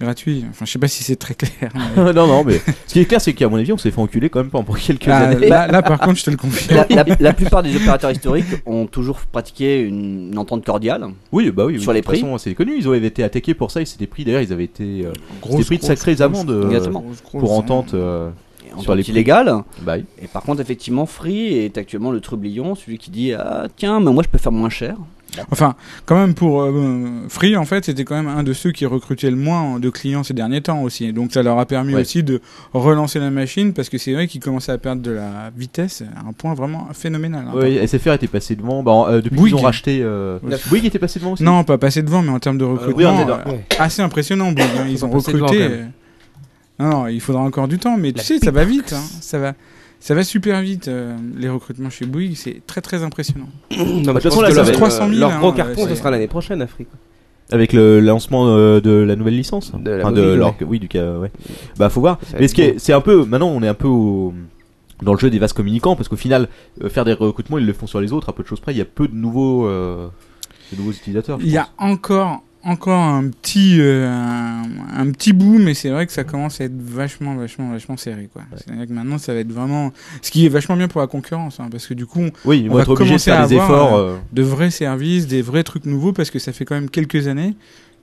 S8: gratuit. Enfin, je sais pas si c'est très clair. mais-
S6: non, non, mais ce qui est clair, c'est qu'à mon avis, on s'est fait enculer quand même pendant quelques
S8: Ah,
S6: années.
S8: là, là, par contre, je te le confirme.
S10: la, la- la plupart des opérateurs historiques ont toujours pratiqué une, une entente cordiale.
S6: Oui, bah oui, oui,
S10: Sur les
S6: de toute
S10: prix.
S6: façon, c'est connu, ils avaient été attaqués pour ça, ils s'étaient pris, d'ailleurs, ils avaient été. euh,
S8: Grosse,
S6: c'était pris de
S8: grosse,
S6: sacrées
S8: grosse,
S6: amendes, euh,
S10: Exactement.
S8: grosse, grosse,
S6: pour
S8: hein.
S6: entente. euh,
S10: et
S6: Sur
S10: Entente
S6: les prix.
S10: illégale.
S6: bye.
S10: Et par contre, effectivement, Free est actuellement le trublion, celui qui dit ah tiens, mais moi je peux faire moins cher.
S8: Enfin, quand même pour euh, Free, en fait, c'était quand même un de ceux qui recrutait le moins de clients ces derniers temps aussi. Donc ça leur a permis
S6: Ouais.
S8: aussi de relancer la machine parce que c'est vrai qu'ils commençaient à perdre de la vitesse à un point vraiment phénoménal. hein.
S7: Ah,
S6: Oui, SFR était passé devant. Bah, en- euh, depuis qu'ils ont
S8: Bouygues.
S6: racheté. Euh...
S8: Ouais.
S6: Bouygues était passé devant aussi
S8: Non, pas passer devant, mais en termes de
S6: oui, on
S8: recrutement,
S6: est d'accord.
S8: euh, assez impressionnant. Bouygues, hein. Ils
S7: Faut
S8: ont
S7: passer devant,
S8: recruté.
S7: quand
S8: euh, Non, non, il faudra encore du temps, mais tu sais, ça va vite. hein. Ça va, ça va super vite. euh, les recrutements chez Bouygues, c'est très très impressionnant.
S7: Non, mais
S6: toute
S7: je pense
S6: façon, là,
S7: que
S6: ça
S7: leur-
S6: va être,
S8: 300 000,
S7: Leur gros
S8: hein,
S7: carton,
S8: ouais,
S7: ce
S8: c'est-
S7: sera l'année prochaine, Afrique.
S6: Avec le lancement euh, de la nouvelle licence.
S7: De la
S6: Enfin,
S7: mobile, ouais.
S6: leur- Oui, du cas. euh, ouais. Bah, faut voir.
S7: Ça va
S6: Mais
S7: être
S6: ce qui est-
S7: beau.
S6: c'est un peu. Maintenant, on est un peu au- dans le jeu des vases communicants parce qu'au final, euh, faire des recrutements, ils le font sur les autres à peu de choses près. Il y a peu de nouveaux, euh, de nouveaux utilisateurs. je
S8: Il y
S6: pense.
S8: a encore, encore un petit, euh, un, un petit bout, mais c'est vrai que ça commence à être vachement, vachement, vachement serré. quoi. C'est-à-dire que maintenant, ça va être vraiment. Ce qui est vachement bien pour la concurrence, hein, parce que du coup, on-
S6: Oui, ils
S8: on
S6: vont
S8: va
S6: être obligés de
S8: commencer
S6: faire
S8: à
S6: des
S8: avoir,
S6: efforts.
S8: euh,
S6: euh,
S8: de vrais services, des vrais trucs nouveaux, parce que ça fait quand même quelques années.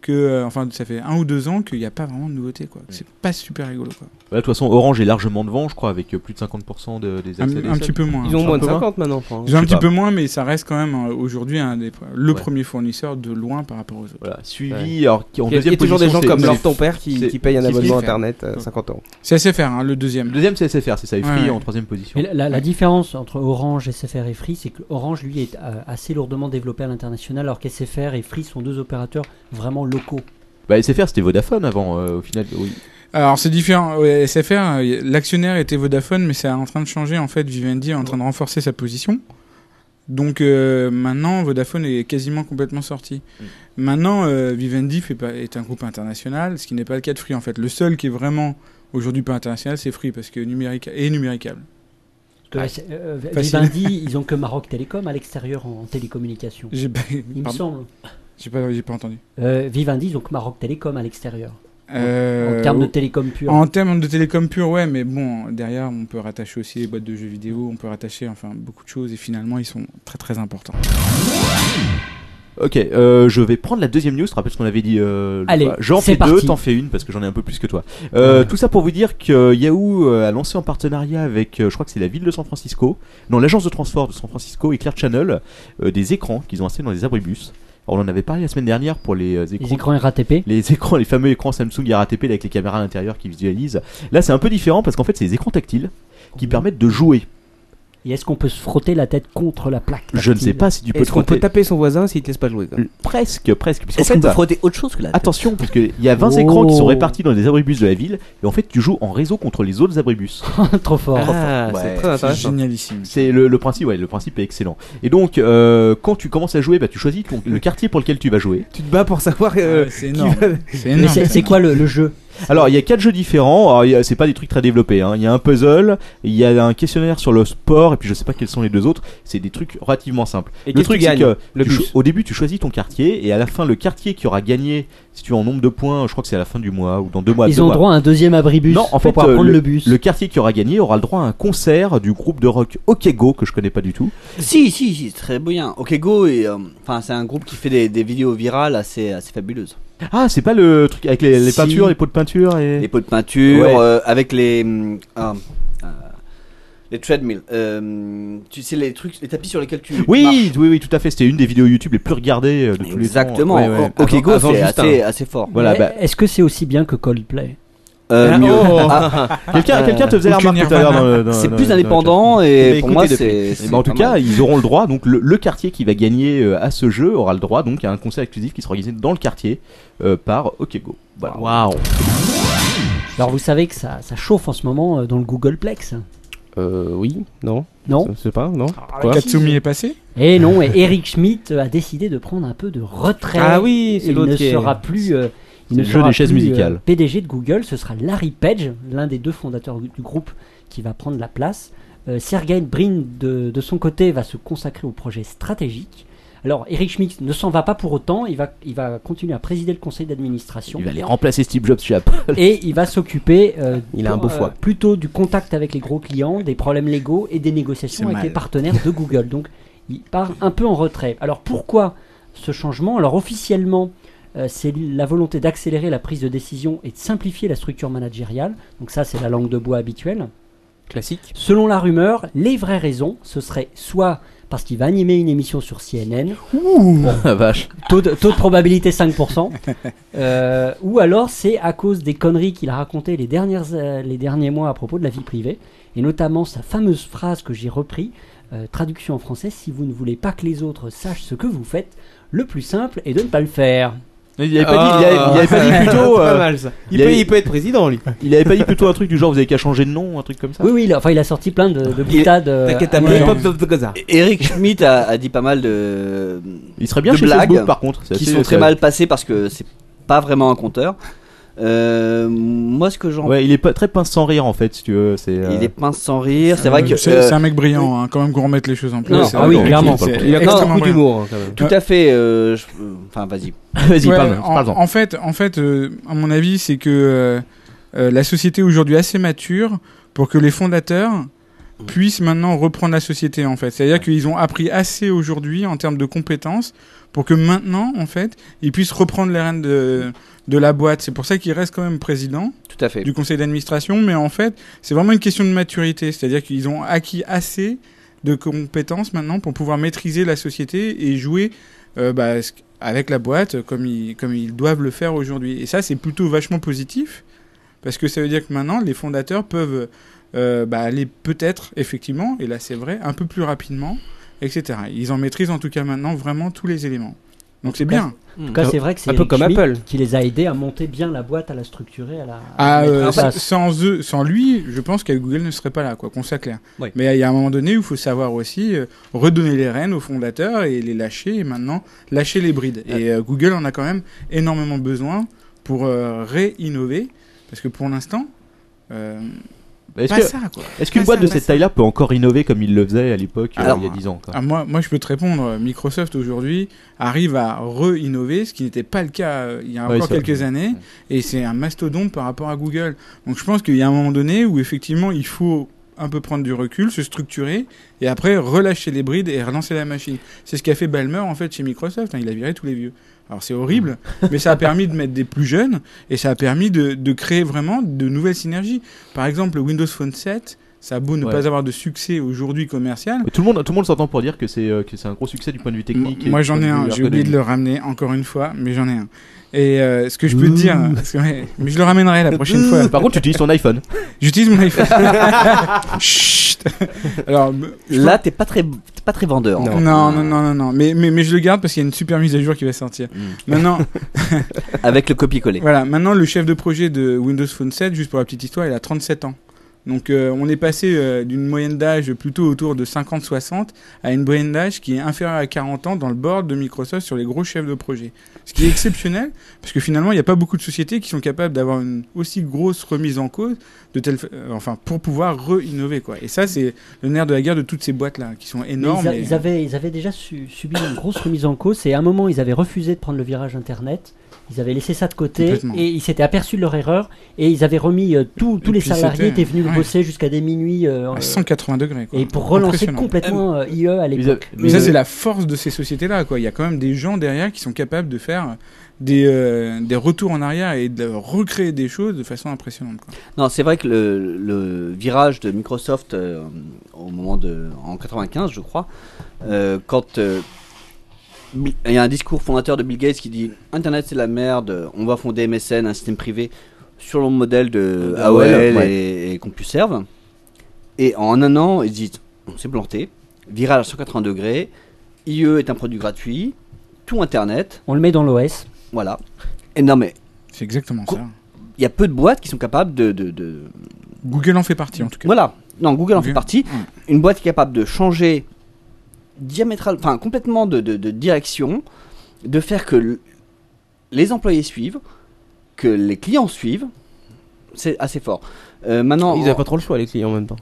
S8: Que, euh, enfin, ça fait un ou deux ans qu'il n'y a pas vraiment de nouveauté. quoi. C'est pas super rigolo. Quoi.
S6: voilà, de toute façon, Orange est largement devant, je crois, avec euh, plus de 50% de- des
S8: Un,
S6: accès à des
S8: un
S6: salles.
S8: petit peu moins. hein.
S7: Ils ont
S6: un
S7: moins de
S6: peu moins.
S7: 50 maintenant, je pense.
S8: Ils ont un
S6: je sais
S8: petit
S6: pas.
S8: peu moins, mais ça reste quand même euh, aujourd'hui un des, le
S6: Ouais.
S8: premier fournisseur de loin par rapport aux autres.
S6: Voilà, suivi.
S7: Ouais.
S6: Alors, qui- en
S7: Il y a- il
S6: deuxième
S7: y a toujours des
S6: position,
S7: gens
S6: c'est-
S7: comme
S6: c'est-
S7: leur ton père qui,
S6: c'est-
S7: qui payent un
S6: c'est
S7: abonnement
S6: Free.
S7: internet à 50 euros.
S8: C'est assez faire, hein, le deuxième.
S6: Le deuxième, c'est SFR, c'est ça. Et
S8: Ouais,
S6: Free
S8: ouais.
S6: en troisième position.
S9: Mais la, la- la différence entre Orange, SFR et Free, c'est que Orange, lui, est euh, assez lourdement développé à l'international, alors qu'SFR et Free sont deux opérateurs vraiment locaux.
S6: Bah, SFR, c'était Vodafone avant, euh, au final. Oui.
S8: Alors c'est différent. Ouais, SFR, euh, y- l'actionnaire était Vodafone, mais c'est en train de changer. En fait, Vivendi est en train de renforcer sa position. Donc euh, maintenant, Vodafone est quasiment complètement sorti. Maintenant, euh, Vivendi fait pas- est un groupe international, ce qui n'est pas le cas de Free en fait. Le seul qui est vraiment aujourd'hui pas international, c'est Free parce que numérique et numéricable.
S9: Parce que, euh, euh,
S8: facile.
S9: Vivendi, ils ont que Maroc Télécom à l'extérieur en, en télécommunication.
S8: J'ai pas-
S9: Il me
S8: pardon.
S9: semble.
S8: J'ai pas, j'ai pas entendu.
S9: Euh, Vivendi, ils ont que Maroc Télécom à l'extérieur. En-
S8: Euh,
S9: en termes de
S8: ou-
S9: télécom pure.
S8: En termes de télécom pur, ouais, mais bon, derrière, on peut rattacher aussi les boîtes de jeux vidéo, on peut rattacher enfin beaucoup de choses, et finalement, ils sont très très importants.
S6: Ok, euh, je vais prendre la deuxième news. Tu te rappelles ce qu'on avait dit euh, le-
S9: Allez,
S6: bah, J'en
S9: c'est
S6: fais deux,
S9: parti.
S6: t'en fais une parce que j'en ai un peu plus que toi. Euh, Tout ça pour vous dire que Yahoo euh, a lancé en partenariat avec, euh, je crois que c'est la ville de San Francisco, non, l'agence de transport de San Francisco et Clear Channel, euh, des écrans qu'ils ont installés dans les abribus. Alors, on en avait parlé la semaine dernière pour les euh,
S9: Les écrans RATP.
S6: les écrans, les fameux écrans Samsung RATP avec les caméras à l'intérieur qui visualisent. Là, c'est un peu différent parce qu'en fait, c'est des écrans tactiles qui permettent de jouer.
S9: Et est-ce qu'on peut se frotter la tête contre la plaque
S6: Je ne
S9: tactile
S6: sais pas si tu peux
S7: Est-ce
S6: te
S7: qu'on peut
S6: frotter.
S7: taper son voisin s'il te laisse pas jouer quoi
S6: Presque, presque. puisqu'en
S10: Est-ce qu'on
S6: fait,
S10: peut frotter autre chose que la tête
S6: Attention, parce qu'il y a 20
S9: Oh.
S6: écrans qui sont répartis dans les abribus de la ville, et en fait, tu joues en réseau contre les autres abribus.
S9: Trop fort.
S7: Ah,
S6: Ouais.
S7: c'est très
S8: C'est
S7: intéressant.
S8: génialissime.
S6: C'est le, le principe, ouais, le principe est excellent. Et donc, euh, quand tu commences à jouer, bah, tu choisis ton- le quartier pour lequel tu vas jouer.
S7: Tu te bats pour savoir. euh,
S8: Ah, c'est
S7: qui
S8: énorme.
S7: va-
S8: C'est
S9: Mais
S8: énorme.
S9: c'est-
S8: ça.
S9: c'est quoi le, le jeu
S6: Alors, il y a quatre jeux différents. Alors, il y a- c'est pas des trucs très développés. hein. Il y a un puzzle, il y a un questionnaire sur le sport, et puis je sais pas quels sont les deux autres. C'est des trucs relativement simples.
S7: Et
S6: le
S7: qu'est-ce que tu
S6: truc, c'est
S7: gagnes
S6: que
S7: Le
S6: tu cho-
S7: bus.
S6: au début, tu choisis ton quartier, et à la fin, le quartier qui aura gagné, si tu es en nombre de points, je crois que c'est à la fin du mois ou dans deux mois.
S9: Ils
S6: deux
S9: ont
S6: mois.
S9: droit à un deuxième abribus
S6: Non, en
S9: pour
S6: fait,
S9: pouvoir
S6: euh,
S9: prendre le, bus.
S6: Le quartier qui aura gagné aura le droit à un concert du groupe de rock OK Go que je connais pas du tout.
S10: Si, si, si, c'est très bien. Ok Go, et, euh, enfin, c'est un groupe qui fait des, des vidéos virales assez, assez fabuleuses.
S6: Ah, c'est pas le truc avec les, les
S8: Si.
S6: peintures, les pots de peinture et.
S10: Les pots de peinture,
S6: Ouais.
S10: euh, avec les. hum, ah, euh, les treadmills. Euh, tu sais, les trucs, les tapis sur lesquels tu. marches.
S6: Oui, oui, oui, tout à fait. C'était une des vidéos YouTube les plus regardées euh, de tous les temps.
S10: Exactement.
S6: Ouais, ouais.
S10: Ok
S7: Avant-
S10: Go,
S7: avant
S10: c'est
S7: Justin.
S10: assez, assez fort.
S6: Voilà,
S9: Mais
S6: bah.
S9: Est-ce que c'est aussi bien que Coldplay
S10: Euh, mieux.
S8: oh.
S10: Ah,
S6: Quelqu'un, quelqu'un te faisait la
S8: Aucune
S6: remarque tout à l'heure.
S8: Nirvana.
S6: dans le- dans-
S10: c'est
S6: dans-
S10: plus
S6: dans le chat.
S10: indépendant
S6: Mais
S10: et pour
S6: écoutez,
S10: moi,
S6: depuis-
S10: c'est. c'est
S6: Eh ben, en tout
S10: pas
S6: cas,
S10: mal.
S6: ils auront le droit. Donc, le, le quartier qui va gagner euh, à ce jeu aura le droit donc à un concert exclusif qui sera organisé dans le quartier euh, par OK Go. Voilà.
S10: Waouh.
S9: Alors vous savez que ça, ça chauffe en ce moment euh, dans le Googleplex.
S7: Euh, oui, non.
S9: Non.
S7: Je sais pas, non. Quoi
S8: Katsumi est passé
S9: Et non, et Eric Schmidt euh, a décidé de prendre un peu de retrait.
S7: Ah oui, c'est
S9: il
S7: l'autre
S9: ne
S7: qui est-
S9: sera plus. euh,
S6: C'est
S9: il ne
S6: le jeu
S9: sera
S6: des chaises
S9: plus, euh,
S6: musicales.
S9: PDG de Google, ce sera Larry Page, l'un des deux fondateurs du groupe, qui va prendre la place. Euh, Sergey Brin, de, de son côté, va se consacrer au projet stratégique. Alors, Eric Schmidt ne s'en va pas pour autant. Il va, il va continuer à présider le conseil d'administration
S6: Il va les remplacer Steve Jobs chez Apple.
S9: et il va s'occuper euh,
S7: Il a un beau
S9: euh,
S7: foie.
S9: plutôt du contact avec les gros clients, des problèmes légaux et des négociations
S8: C'est
S9: avec
S8: mal.
S9: les partenaires de Google. Donc il part un peu en retrait. Alors pourquoi ce changement Alors officiellement, euh, c'est la volonté d'accélérer la prise de décision et de simplifier la structure managériale. Donc ça, c'est la langue de bois habituelle.
S7: Classique.
S9: Selon la rumeur, les vraies raisons, ce serait soit parce qu'il va animer une émission sur CNN,
S6: Ah, vache.
S9: taux de, taux de probabilité 5%. Euh, ou alors c'est à cause des conneries qu'il a racontées les, dernières, euh, les derniers mois à propos de la vie privée, et notamment sa fameuse phrase que j'ai repris, euh, traduction en français, si vous ne voulez pas que les autres sachent ce que vous faites, le plus simple est de ne pas le faire.
S6: Il avait pas dit, il avait- il avait pas dit plutôt.
S7: Ah. C'est
S6: euh,
S7: pas mal ça. Il,
S6: il
S7: peut,
S6: y a-
S7: il peut être président lui.
S6: Il avait pas dit plutôt un truc du genre vous avez qu'à changer de nom, un truc comme ça
S9: Oui, oui, il a, enfin, il a sorti plein de, de boutades. euh,
S7: T'inquiète, t'as
S8: ouais.
S7: Pop of the Gaza.
S10: Eric Schmidt a, a dit pas mal de.
S6: Il serait bien
S10: De
S6: chez
S10: blagues,
S6: Facebook par contre. c'est
S10: qui
S6: assez-
S10: sont très
S6: ça-
S10: mal passés parce que c'est pas vraiment un compteur. Euh, moi, ce que j'en
S6: Ouais, il est pas très pince sans rire en fait, si tu veux. C'est. euh,
S10: Il est pince sans rire. C'est vrai que
S8: C'est
S10: euh,
S8: c'est un mec brillant, hein, quand même qu'on remette les choses en place.
S10: Non,
S8: C'est
S9: ah oui,
S8: vrai.
S9: clairement.
S8: C'est
S7: Il a quand même
S8: extrêmement
S7: beaucoup
S8: brillant.
S7: d'humour hein, quand même.
S10: tout à fait. euh, je- euh, Enfin, vas-y.
S6: Vas-y,
S8: Ouais,
S6: parle.
S8: en,
S6: parle-en.
S8: en fait, en fait euh, à mon avis, c'est que euh, euh, la société est aujourd'hui assez mature pour que les fondateurs puissent maintenant reprendre la société en fait. C'est-à-dire qu'ils ont appris assez aujourd'hui en termes de compétences pour que maintenant en fait ils puissent reprendre les rênes de, de la boîte. C'est pour ça qu'il reste quand même président
S10: Tout à fait.
S8: du conseil d'administration, mais en fait c'est vraiment une question de maturité. C'est-à-dire qu'ils ont acquis assez de compétences maintenant pour pouvoir maîtriser la société et jouer euh, bah, ce- avec la boîte euh, comme ils, comme ils doivent le faire aujourd'hui. Et ça, c'est plutôt vachement positif, parce que ça veut dire que maintenant, les fondateurs peuvent euh, bah, aller peut-être, effectivement, et là c'est vrai, un peu plus rapidement, etc. Ils en maîtrisent en tout cas maintenant vraiment tous les éléments. Donc c'est bien.
S9: En tout cas, c'est vrai que c'est
S7: Un peu
S9: Eric
S7: comme
S9: Schmidt
S7: Apple.
S9: qui les a aidés à monter bien la boîte, à la structurer, à la. à
S8: Ah,
S9: la mettre
S8: euh,
S9: en
S8: s-
S9: place.
S8: sans eux, sans lui, je pense que Google ne serait pas là, quoi, qu'on s'acclare.
S10: Oui.
S8: Mais euh, il y a un moment donné où il faut savoir aussi euh, redonner les rênes aux fondateurs et les lâcher, et maintenant lâcher les brides. Et euh, Google en a quand même énormément besoin pour euh, réinnover, parce que pour l'instant, euh,
S6: Est-ce
S8: pas
S6: que-
S8: ça, quoi.
S6: est-ce qu'une
S8: Pas
S6: boîte
S8: ça,
S6: de
S8: pas
S6: cette
S8: ça.
S6: taille-là peut encore innover comme il le faisait à l'époque, euh,
S10: Alors,
S6: il y a 10 ans quoi.
S8: Ah, moi, moi, je peux te répondre. Microsoft aujourd'hui arrive à re-innover, ce qui n'était pas le cas euh, il y a
S6: Ouais,
S8: encore
S6: c'est vrai.
S8: quelques années, et c'est un mastodonte par rapport à Google. Donc je pense qu'il y a un moment donné où effectivement il faut un peu prendre du recul, se structurer, et après relâcher les brides et relancer la machine. C'est ce qu'a fait Balmer en fait chez Microsoft. hein, il a viré tous les vieux. Alors c'est horrible, mais ça a permis de mettre des plus jeunes et ça a permis de, de créer vraiment de nouvelles synergies. Par exemple, le Windows Phone 7, ça a beau ne
S6: Ouais.
S8: pas avoir de succès aujourd'hui commercial,
S6: Mais Tout le monde, tout le monde s'entend pour dire que c'est euh, que c'est un gros succès du point de vue technique. et
S8: moi
S6: du
S8: j'en
S6: point
S8: ai
S6: de
S8: un,
S6: vue
S8: j'ai oublié de
S6: ergonomique.
S8: le ramener encore une fois, mais j'en ai un. Et euh, ce que je peux te dire, parce que, ouais, mais je le ramènerai la prochaine fois.
S6: Par contre, tu utilises ton iPhone.
S8: J'utilise mon iPhone. Chut. Alors me-
S10: Là, t'es pas très, t'es pas très vendeur. hein.
S8: non non non non non, mais mais, mais je le garde parce qu'il y a une super mise à jour qui va sortir.
S6: Mmh.
S8: Maintenant
S10: Avec le copier-coller.
S8: voilà, maintenant le chef de projet de Windows Phone 7, juste pour la petite histoire, il a 37 ans. Donc euh, on est passé euh, d'une moyenne d'âge plutôt autour de 50-60 à une moyenne d'âge qui est inférieure à 40 ans dans le board de Microsoft sur les gros chefs de projet. Ce qui est exceptionnel, parce que finalement il n'y a pas beaucoup de sociétés qui sont capables d'avoir une aussi grosse remise en cause de telle, fa- euh, enfin pour pouvoir re-innover quoi. Et ça c'est le nerf de la guerre de toutes ces boîtes là qui sont
S9: Mais
S8: énormes.
S9: ils, a-
S8: et-
S9: ils avaient, ils avaient déjà su- subi une grosse remise en cause et à un moment ils avaient refusé de prendre le virage internet. Ils avaient laissé ça de côté
S8: Complètement.
S9: et ils s'étaient aperçus de leur erreur et ils avaient remis euh, tout- tous
S8: Et
S9: les
S8: puis
S9: salariés
S8: c'était-
S9: étaient venus
S8: ouais.
S9: bosser jusqu'à des minuit euh,
S8: à 180 degrés. Quoi.
S9: et pour relancer
S8: Impressionnant.
S9: complètement euh, IE à
S6: Ils a-
S9: l'époque.
S8: Mais ça,
S7: euh,
S8: c'est la force de ces sociétés-là. quoi. Il y a quand même des gens derrière qui sont capables de faire des, euh, des retours en arrière et de recréer des choses de façon impressionnante. Quoi.
S10: Non, c'est vrai que le, le virage de Microsoft euh, au moment de en 95, je crois, euh, quand euh, Bill- il y a un discours fondateur de Bill Gates qui dit Internet c'est la merde, on va fonder MSN, un système privé sur le modèle de
S6: De
S10: AOL
S6: AOL,
S10: et-
S6: Ah ouais.
S10: et, CompuServe. Et en un an, ils disent on s'est planté, virage à 180 degrés, IE est un produit gratuit, tout Internet,
S9: On le met dans l'OS.
S10: voilà. Et non mais
S8: C'est exactement
S10: Co-
S8: ça.
S10: il y a peu de boîtes qui sont capables de- de- de,
S8: Google en fait partie, en tout cas.
S10: Voilà. Non, Google en
S8: Google.
S10: fait partie. Une boîte qui est capable de changer diamétral, enfin complètement de, de- de direction, de faire que l- les employés suivent, que les clients suivent. C'est assez fort. Euh, maintenant,
S7: Ils avaient pas trop le choix, les clients en même temps.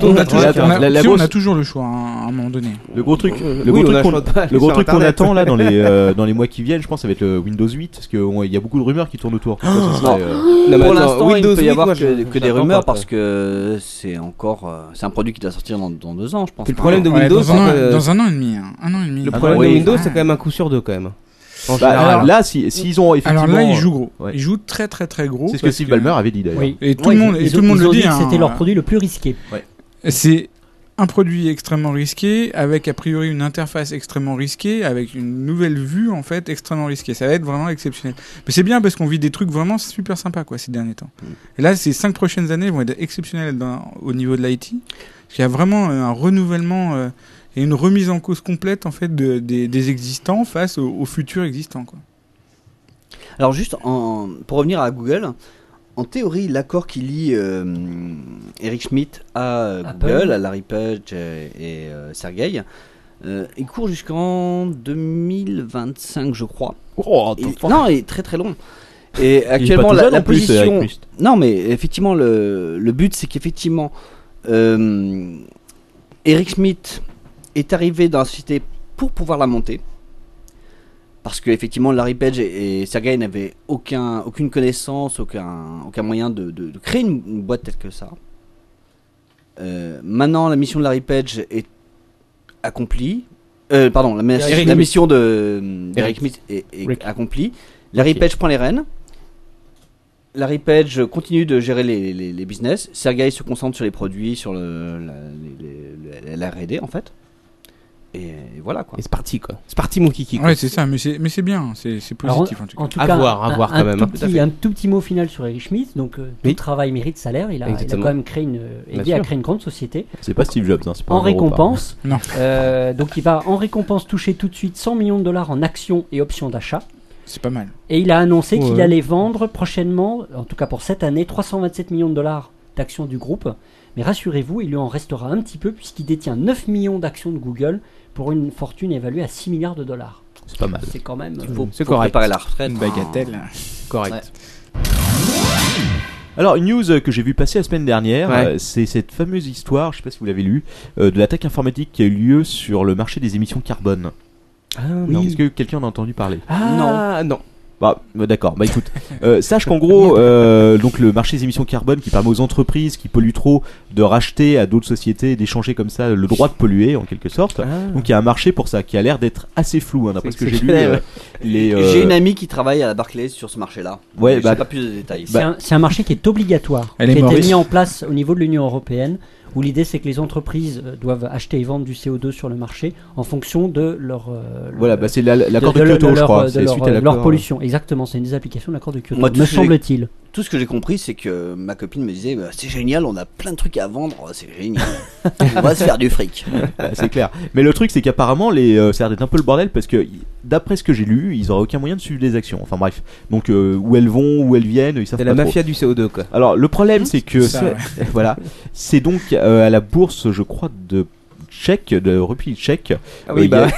S8: On a, toujours,
S6: la-
S8: on a-
S6: la- la
S8: si, on
S6: grosse-
S8: a toujours le choix hein, à un moment donné.
S6: Le gros truc,
S7: Euh,
S6: le gros
S7: oui, on
S6: truc
S7: a
S6: qu'on-
S7: le choix de-
S6: le gros
S7: sur
S6: truc qu'on
S7: Internet.
S6: attend là dans les euh, dans les mois qui viennent, je pense, ça va être le Windows 8, parce qu'il y a beaucoup de rumeurs qui tournent
S10: Oh.
S6: autour. Ça, ça serait, euh,
S7: Non, mais
S10: pour
S7: attends,
S10: l'instant, il ne
S7: Windows
S10: peut y
S7: 8,
S10: avoir
S7: moi,
S10: que,
S7: je-
S10: que des
S7: j'attends
S10: rumeurs
S7: pas, quoi.
S10: parce que c'est encore, euh, c'est un produit qui doit sortir dans, dans deux ans, je pense.
S7: C'est le problème de
S8: Ouais,
S7: Windows.
S8: dans,
S7: c'est
S8: un an,
S7: que-
S8: dans un an et demi. hein. Un an et demi.
S7: Le problème
S10: oui.
S7: de Windows, c'est quand même un coup sur deux, quand même. En
S6: bah,
S7: général.
S6: alors, là, si- s'ils ont effectivement,
S8: Alors là, ils jouent gros.
S6: Ouais.
S8: Ils jouent très, très, très gros.
S6: c'est ce que
S8: parce
S6: Steve Ballmer avait dit d'ailleurs.
S9: Oui.
S8: Et tout
S9: Ouais,
S8: le monde,
S9: ils-
S8: et
S9: ils
S8: tout
S9: ont-
S8: le monde
S9: ils
S8: le
S9: ont
S8: dit.
S9: dit que
S8: hein.
S9: C'était leur produit le plus risqué.
S8: C'est un produit extrêmement risqué, avec a priori une interface extrêmement risquée, avec une nouvelle vue en fait extrêmement risquée. Ça va être vraiment exceptionnel. Mais c'est bien parce qu'on vit des trucs vraiment super sympas quoi ces derniers temps. Et là, ces cinq prochaines années vont être exceptionnelles dans- au niveau de l'IT. Parce qu'il y a vraiment euh, un renouvellement euh, et une remise en cause complète en fait de- des, des existants face aux, aux futurs existants quoi.
S10: Alors juste en- pour revenir à Google, en théorie, l'accord qui lie euh, Eric Schmidt à euh,
S9: Apple.
S10: Google, à Larry Page euh, et, euh, Sergey, euh, il court jusqu'en 2025, je crois.
S6: Oh,
S10: Il- non, il est très très long. Et
S6: il est pas
S10: actuellement,
S6: tout
S10: la,
S6: jeune,
S10: la
S6: en plus, euh,
S10: position.
S6: Eric Christ.
S10: Non, mais effectivement, le, le but, c'est qu'effectivement, euh, Eric Schmidt est arrivé dans la société pour pouvoir la monter. Parce que, effectivement, Larry Page et, et Sergey n'avaient aucun, aucune connaissance, aucun, aucun moyen de, de- de créer une, une boîte telle que ça. Euh, maintenant, la mission de Larry Page est accomplie. Euh, pardon, la, la
S7: Eric Schmidt.
S10: mission de- d'Eric
S7: Eric.
S10: Schmidt est, est
S7: Rick.
S10: accomplie. Larry
S7: Ok.
S10: Page prend les rênes. Larry Page continue de gérer les, les- les business. Sergei se concentre sur les produits, sur le, la, les- les- la- la- la R&D en fait. Et, voilà. voilà quoi.
S7: Et c'est parti quoi. C'est parti mon kiki. quoi.
S8: Ouais, c'est ça, mais c'est mais c'est bien, c'est c'est
S9: Alors,
S8: positif en tout cas.
S7: À voir, à
S9: un-
S7: voir
S9: un
S7: quand même,
S9: tout
S7: hein. Tout à
S9: petit- un tout petit mot final sur Eric Schmidt. Donc, euh,
S7: Oui.
S9: tout travail mérite salaire. Il a, il a
S7: Exactement.
S9: quand même créé une, euh,
S7: Bien
S9: aidé à
S7: sûr.
S9: créer une grande société.
S6: C'est pas Steve Jobs, hein, c'est pas
S9: en
S6: un euro par an.
S9: récompense.
S8: Non.
S9: euh, donc, il va en récompense toucher tout de suite 100 millions de dollars en actions et options d'achat.
S8: C'est pas mal.
S9: Et il a annoncé qu'il
S7: Ouais.
S9: allait vendre prochainement, en tout cas pour cette année, 327 millions de dollars d'actions du groupe. Mais rassurez-vous, il lui en restera un petit peu puisqu'il détient 9 millions d'actions de Google pour une fortune évaluée à 6 milliards de dollars.
S10: C'est pas mal.
S9: C'est quand même... euh,
S7: C'est
S10: Faut
S7: correct.
S10: préparer la retraite.
S8: Une bagatelle.
S7: Correct.
S6: Alors, une news euh, que j'ai vu passer la semaine dernière,
S7: Ouais.
S6: euh, c'est cette fameuse histoire, je sais pas si vous l'avez lu, euh, de l'attaque informatique qui a eu lieu sur le marché des émissions carbone.
S7: Ah,
S6: Alors, Est-ce que quelqu'un en a entendu parler
S7: Ah, non.
S6: Bah, bah, d'accord. Bah écoute, euh, sache qu'en gros, euh, donc le marché des émissions carbone qui permet aux entreprises qui polluent trop de racheter à d'autres sociétés, d'échanger comme ça le droit de polluer en quelque sorte. Mm. Donc il y a un marché pour ça qui a l'air d'être assez flou, hein, d'après ce
S7: C'est
S6: que j'ai lu.
S7: exceptionnel,
S6: euh,
S7: ouais.
S6: les, euh,
S10: J'ai une amie qui travaille à la Barclays sur ce marché-là.
S6: Ouais,
S10: Mais
S6: bah-
S10: je sais pas plus de détails.
S9: C'est un- c'est un, marché qui est obligatoire,
S8: Elle est
S9: qui a été
S8: morte.
S9: mis en place au niveau de l'Union européenne, où l'idée c'est que les entreprises euh, doivent acheter et vendre du CO2 sur le marché en fonction de leur, euh,
S6: Voilà, bah c'est la- l'accord de,
S9: de- de
S6: Kyoto,
S9: leur- euh,
S6: je crois.
S9: de
S6: C'est
S9: leur-
S6: suite à
S9: leur
S6: l'accord.
S9: pollution. Exactement, c'est une des applications de l'accord de Kyoto,
S10: Moi, tout
S9: me
S10: ce-
S9: semble-t-il.
S10: Tout ce que j'ai compris, c'est que ma copine me disait bah, C'est génial, on a plein de trucs à vendre, Oh, c'est génial. on va se faire du fric.
S6: Ouais, Ah, c'est clair. Mais le truc, c'est qu'apparemment, les, euh, ça a l'air d'être un peu le bordel parce que, y- d'après ce que j'ai lu, ils auraient aucun moyen de suivre les actions. Enfin bref, donc euh, où elles vont, où elles viennent, ils savent
S7: C'est
S6: pas
S7: la
S6: trop.
S7: mafia du CO2 quoi.
S6: Alors le problème, c'est que
S8: Ça,
S6: c'est- voilà, c'est donc euh, à la bourse, je crois, de Tchèque, de Rupie Tchèque.
S7: Ah
S6: Euh,
S7: oui,
S6: il y a-
S7: bah.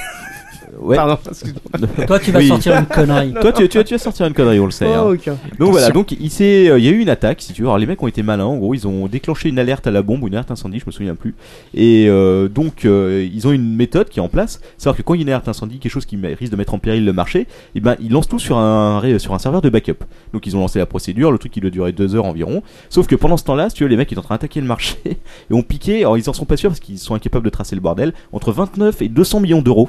S6: Ouais.
S7: Pardon, excuse-moi.
S9: Toi, tu vas
S6: Oui.
S9: sortir une connerie.
S6: Toi, tu, tu, tu vas sortir une connerie, on le sait. hein.
S7: Oh, ok.
S6: Donc voilà, donc il s'est, euh, il y a eu une attaque, si tu veux. Alors les mecs ont été malins, en gros, ils ont déclenché une alerte à la bombe, ou une alerte incendie, je me souviens plus. Et euh, donc euh, ils ont une méthode qui est en place, c'est-à-dire que quand il y a une alerte incendie, quelque chose qui met- risque de mettre en péril le marché, et ben ils lancent tout sur un ré- sur un serveur de backup. Donc ils ont lancé la procédure, le truc qui doit durer deux heures environ. Sauf que pendant ce temps-là, si tu veux, les mecs ils sont en train d'attaquer le marché et ont piqué. Alors ils en sont pas sûrs parce qu'ils sont incapables de tracer le bordel entre 29 et 200 millions d'euros.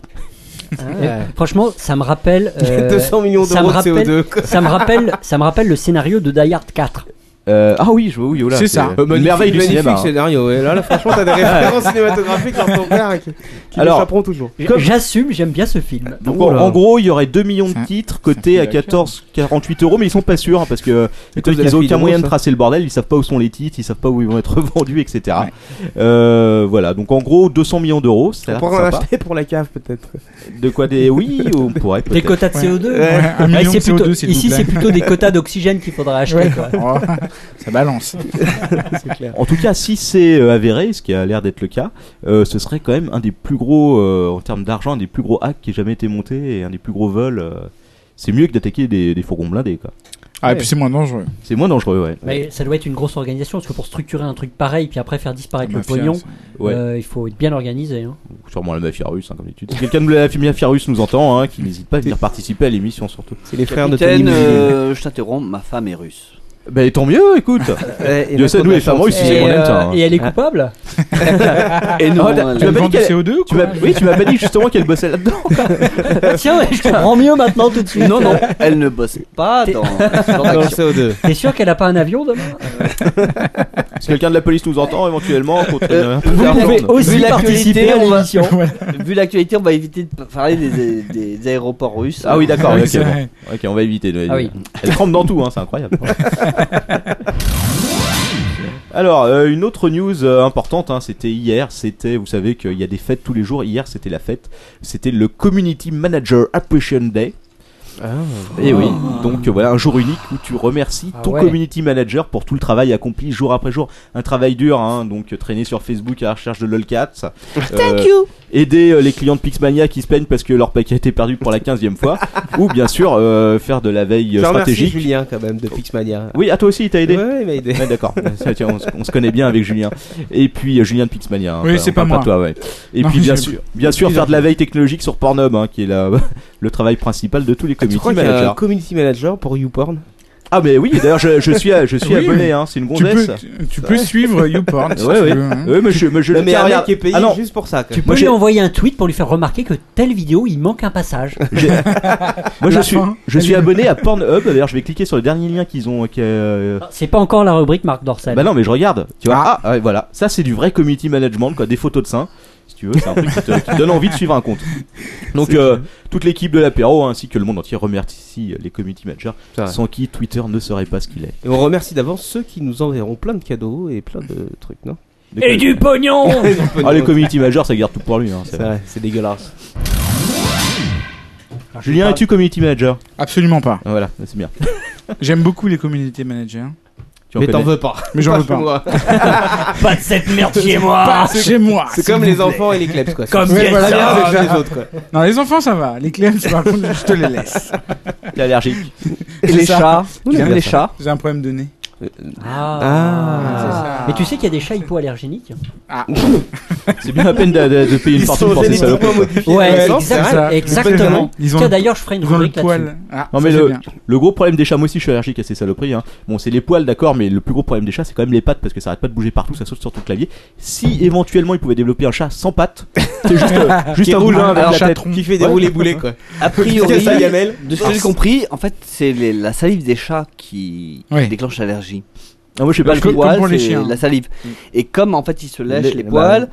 S9: Euh, Franchement, ça me rappelle. euh,
S7: 200 millions
S9: ça me
S7: d'euros de
S9: rappelle-
S7: CO2 quoi.
S9: Ça me rappelle, ça me rappelle le scénario de Die Hard 4.
S6: Euh, ah oui, je vois, oui, oh là,
S8: C'est ça.
S6: une merveille du
S7: magnifique
S6: cinéma. hein.
S7: scénario. ouais. Là, là, franchement, t'as des références cinématographiques dans ton père qui, qui
S6: Alors,
S7: m'échapperont toujours.
S6: Comme-
S9: J'assume, j'aime bien ce film.
S6: Donc
S7: Ouh
S6: en,
S7: là.
S6: en gros, il y aurait 2 millions
S8: Ça-
S6: de titres cotés
S8: ça
S6: à
S8: fait la
S6: 14, 48 euros, mais ils sont pas sûrs hein, parce que
S7: cause
S6: ils
S7: de la
S6: n'ont
S7: fille
S6: aucun
S7: de
S6: moyen de
S7: Rose,
S6: tracer le bordel. Ils savent pas où sont les titres, ils savent pas où ils vont être vendus, etc. Euh, voilà. Donc en gros, 200 millions d'euros, ça a
S7: On
S6: l'air
S7: pourrait en
S6: sympa.
S7: acheter pour la cave peut-être.
S6: De quoi des oui, on pourrait
S9: Des
S6: peut-être.
S9: quotas de
S8: Ouais.
S9: CO2
S8: Ouais,
S9: ouais.
S8: un million
S9: c'est
S8: de CO2,
S9: plutôt-
S8: s'il vous
S9: Ici,
S8: plaît.
S9: c'est plutôt des quotas d'oxygène qu'il faudra acheter.
S8: Ouais.
S9: quoi.
S8: Oh, ça balance.
S6: En tout cas, si c'est euh, avéré, ce qui a l'air d'être le cas, euh, ce serait quand même un des plus gros euh, en termes d'argent, un des plus gros hacks qui ait jamais été monté et un des plus gros vols. euh, c'est mieux que d'attaquer des, des fourgons blindés, quoi.
S8: Ah, et puis c'est moins dangereux.
S6: C'est moins dangereux, ouais.
S9: Mais ça doit être une grosse organisation parce que pour structurer un truc pareil, puis après faire disparaître le
S8: Mafia,
S9: pognon,
S8: ça.
S6: Ouais.
S9: euh, il faut être bien organisé. hein.
S6: Sûrement la mafia russe, hein, comme d'habitude. Si quelqu'un de la mafia russe nous entend, hein, qui n'hésite pas à venir participer à l'émission surtout.
S7: C'est les frères de Tony
S10: Capitaine,
S7: Mussolini.
S10: euh, je t'interromps, ma femme est russe.
S6: Bah tant mieux, écoute
S7: Ouais, euh, et
S6: Dieu
S7: la
S6: sait,
S7: faute
S6: nous
S7: de
S6: les
S7: la
S6: femmes
S7: chance.
S6: russes, ils
S9: et,
S6: sont
S9: euh,
S6: contents. hein.
S9: et elle est coupable
S10: Et non,
S6: Ah, t'as-
S10: elle-
S6: tu m'as
S8: Elle
S6: pas
S8: vend
S6: dit
S8: du
S6: qu'elle-
S8: CO2 ou
S6: tu
S8: quoi
S6: m'as- Oui, tu m'as pas dit justement qu'elle bossait là-dedans.
S9: Tiens, je comprends mieux maintenant tout de suite.
S10: non, non, elle ne bosse pas dans ce genre
S7: Dans le
S10: d'action.
S7: CO2.
S9: T'es sûr qu'elle a pas un avion demain
S6: Si quelqu'un de la police nous entend, éventuellement, contre une-
S10: Euh,
S6: une
S10: vous pouvez
S6: personne.
S10: aussi participer à l'émission.
S8: Ouais.
S10: Vu l'actualité, on va éviter de parler des, des- des aéroports russes.
S6: Ah oui, d'accord,
S8: Ouais,
S6: ok,
S8: c'est
S6: bon.
S8: vrai.
S6: ok, on va éviter. de-
S9: Ah oui.
S6: Elle trempe dans tout, hein, c'est incroyable. Alors, euh, une autre news euh, importante, hein, c'était hier, c'était, vous savez qu'il y a des fêtes tous les jours, hier c'était la fête, c'était le Community Manager Appreciation Day.
S9: Ah.
S6: Et oui, donc euh, voilà un jour unique où tu remercies
S9: Ah
S6: ton
S9: ouais.
S6: community manager pour tout le travail accompli jour après jour. Un travail dur, hein, donc euh, traîner sur Facebook à la recherche de lolcats. Thank you. Euh, Aider euh, les clients de Pixmania qui se plaignent parce que leur paquet a été perdu pour la 15e fois. ou bien sûr euh, faire de la veille euh,
S7: Je remercie
S6: stratégique.
S7: Julien quand même de Pixmania.
S6: Oui, à toi aussi, il t'a aidé.
S7: Ouais, ouais, il m'a aidé.
S6: Ouais, d'accord. Ça, tiens, on, se- on se connaît bien avec Julien. Et puis euh, Julien de Pixmania. hein,
S8: Oui,
S6: pas-
S8: c'est
S6: on
S8: pas
S6: parle
S8: moi.
S6: toi, ouais. Et
S8: Non,
S6: puis bien
S8: j'ai-
S6: sûr, bien sûr faire de la veille technologique sur Pornhub, hein, qui est la- le travail principal de tous les
S7: Tu
S6: community
S7: crois qu'il y a
S6: managers.
S7: un community manager pour YouPorn
S6: Ah mais oui, d'ailleurs je, je suis je suis
S8: Oui,
S6: abonné
S8: oui.
S6: hein, c'est une
S8: Tu
S6: gonzesse.
S8: peux, tu, tu peux suivre YouPorn si
S6: Ouais,
S8: tu
S6: ouais.
S8: veux. hein.
S6: Oui, mais je mais je
S7: Non, mais
S6: tiens,
S7: un mec
S6: regarde.
S7: qui est payé
S6: Ah non,
S7: juste pour ça. quoi.
S9: Tu
S6: Moi,
S9: peux lui
S6: j'ai-
S9: envoyer un tweet pour lui faire remarquer que telle vidéo, il manque un passage.
S6: j'ai- moi je
S8: La
S6: suis
S8: fin.
S6: je suis abonné à Pornhub d'ailleurs je vais cliquer sur le dernier lien qu'ils ont qui est, euh,
S9: C'est pas encore la rubrique Marc Dorcel.
S6: Bah non mais je regarde, tu vois. Ah, ouais, voilà, ça c'est du vrai community management quoi, des photos de seins. si tu veux. C'est un truc qui te, qui te donne envie de suivre un compte. Donc, euh, toute l'équipe de l'apéro ainsi que le monde entier remercie les community managers
S7: C'est vrai.
S6: sans qui Twitter ne serait pas ce qu'il est.
S7: Et on remercie d'avance ceux qui nous enverront plein de cadeaux et plein de trucs, non
S6: Les com-
S7: pognon
S6: Ah, les community managers, ça garde tout pour lui. hein, c'est
S7: C'est
S6: vrai.
S7: vrai, c'est dégueulasse.
S9: Ah,
S6: Julien, es-tu community manager
S8: Absolument pas.
S6: Ah, Voilà, c'est bien.
S8: J'aime beaucoup les community managers.
S6: Tu en
S7: Mais t'en
S6: connais
S7: veux pas.
S8: Mais j'en veux
S7: chez
S8: pas.
S7: moi.
S5: Pas de cette merde chez moi
S8: C'est chez moi.
S7: C'est
S8: s'il
S7: comme
S8: vous
S7: les
S8: plaît.
S7: enfants et les kleps, quoi.
S5: Comme
S7: C'est-
S5: bien
S7: voilà,
S8: ça.
S7: bien avec les autres, quoi.
S8: Non, les enfants, ça va. Les clés, par contre, je te les laisse.
S6: T'es allergique.
S10: Et
S8: C'est
S10: les
S8: ça.
S10: chats Vous
S8: J'aime
S10: aimez les
S8: ça.
S10: chats
S8: J'ai un problème de nez.
S9: Ah. Mais tu sais qu'il y a des chats hypoallergéniques
S6: C'est bien la peine de, de- de payer une fortune pour ces salopes.
S9: Ouais,
S8: c'est
S9: exact-
S8: ça.
S9: exactement.
S8: Ils ont
S9: Tiens,
S8: le-
S9: d'ailleurs, je ferai une
S8: Ils ont le
S9: rubrique là-dessus.
S8: poil. Ah,
S6: Non,
S8: ça,
S6: mais
S8: c'est
S6: le,
S8: bien.
S6: le gros problème des chats, moi aussi je suis allergique à ces saloperies. Hein. Bon, c'est les poils, d'accord, mais le plus gros problème des chats, c'est quand même les pattes parce que ça arrête pas de bouger partout, ça saute sur ton clavier. Si éventuellement ils pouvaient développer un chat sans pattes, c'est juste, euh, juste un boulin avec la tête.
S7: Qui fait des
S6: Ouais.
S7: roulés boulets, quoi.
S10: A priori,
S7: Qu'est-ce que ça, Yamel
S10: de ce que j'ai compris, en fait, c'est les- la salive des chats qui
S8: Oui.
S10: déclenche l'allergie.
S6: Ah, moi je sais pas,
S10: Pas
S8: Parce
S10: le
S8: que- comme
S10: poil,
S8: pour les
S10: c'est
S8: chiens.
S10: la salive. Et comme en fait, ils se lèchent
S6: Mm. Les-
S10: les
S6: bah,
S10: poils.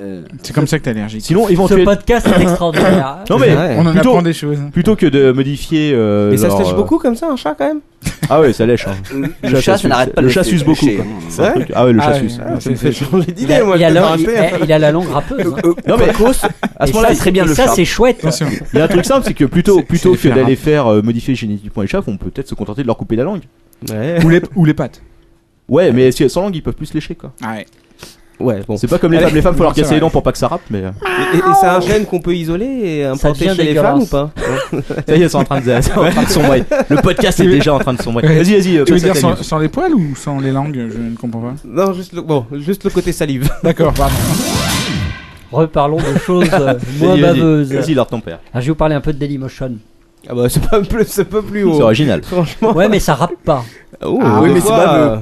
S10: euh,
S8: C'est comme ça que t'es allergique.
S6: Sinon,
S9: Ce
S6: éventuellement.
S9: podcast est extraordinaire.
S6: Non, mais
S7: Ouais.
S8: On en
S6: plutôt-
S8: apprend des choses.
S6: plutôt que de modifier. euh,
S7: Mais ça se
S6: leur,
S7: lèche
S6: euh,
S7: beaucoup comme ça, un chat, quand même
S6: Ah, ouais, ça lèche. hein.
S10: le-
S6: Le
S10: euh, le
S6: chat,
S10: chat,
S6: ça
S10: ça n'arrête pas
S6: le
S10: de
S6: chat
S10: lècher-
S6: suce beaucoup,
S10: lècher.
S6: quoi.
S7: C'est vrai
S6: Ah, ouais, le chat
S8: Ah,
S6: suce.
S8: ouais.
S7: Ah, Ça me
S8: c'est-
S7: fait changer
S9: Il
S7: d'idée,
S9: a,
S7: moi.
S9: il a
S7: je vais
S9: la,
S7: me
S9: il
S7: rappeler.
S9: a- il a la langue râpeuse. hein.
S6: Non, mais à
S9: Et
S6: ce moment-là,
S9: ça,
S6: il serait bien
S9: et
S6: le
S9: ça,
S6: chat.
S9: c'est chouette.
S8: Attention.
S6: Il y a un truc simple, c'est que plutôt,
S8: C'est-
S6: plutôt
S8: c'est
S6: que
S8: les
S6: d'aller faire euh, modifier génétiquement les chats, on peut peut-être se contenter de leur couper la langue.
S7: Ouais.
S8: Ou les, ou les pattes.
S6: Ouais, mais si elles sont langue, ils peuvent plus se lécher quoi.
S8: Ah ouais.
S7: Ouais, bon.
S6: C'est pas comme les
S7: Allez.
S6: femmes, les femmes faut leur
S8: C'est
S6: casser les
S8: vrai.
S6: dents pour pas que ça rappe, mais euh,
S7: Et, et c'est un gène qu'on peut isoler et
S9: devient
S7: implanter chez les
S9: dégueulasse.
S7: femmes ou pas Hein
S6: ça y est, elles sont en train de, elles sont en train de sombrer. Le podcast est déjà en train de sombrer.
S8: Ouais.
S6: Vas-y, vas-y, euh,
S8: Tu veux
S6: passe à
S8: dire
S6: ta
S8: sans,
S6: news.
S8: sans les poils ou sans les langues Je ne comprends pas.
S7: Non, juste le, bon, juste le côté salive.
S8: D'accord, pardon.
S9: Reparlons de choses euh, moins
S6: Vas-y, vas-y.
S9: baveuses.
S6: Vas-y, leur ton père.
S9: Alors, Ah, je vais vous parler un peu de Dailymotion.
S7: Ah bah, c'est pas plus, c'est pas plus haut.
S6: C'est original.
S7: Franchement.
S9: Ouais, mais ça rappe pas.
S7: Oh,
S8: Ah, oui,
S7: des
S8: mais
S7: fois,
S8: c'est
S6: baveux.
S7: euh,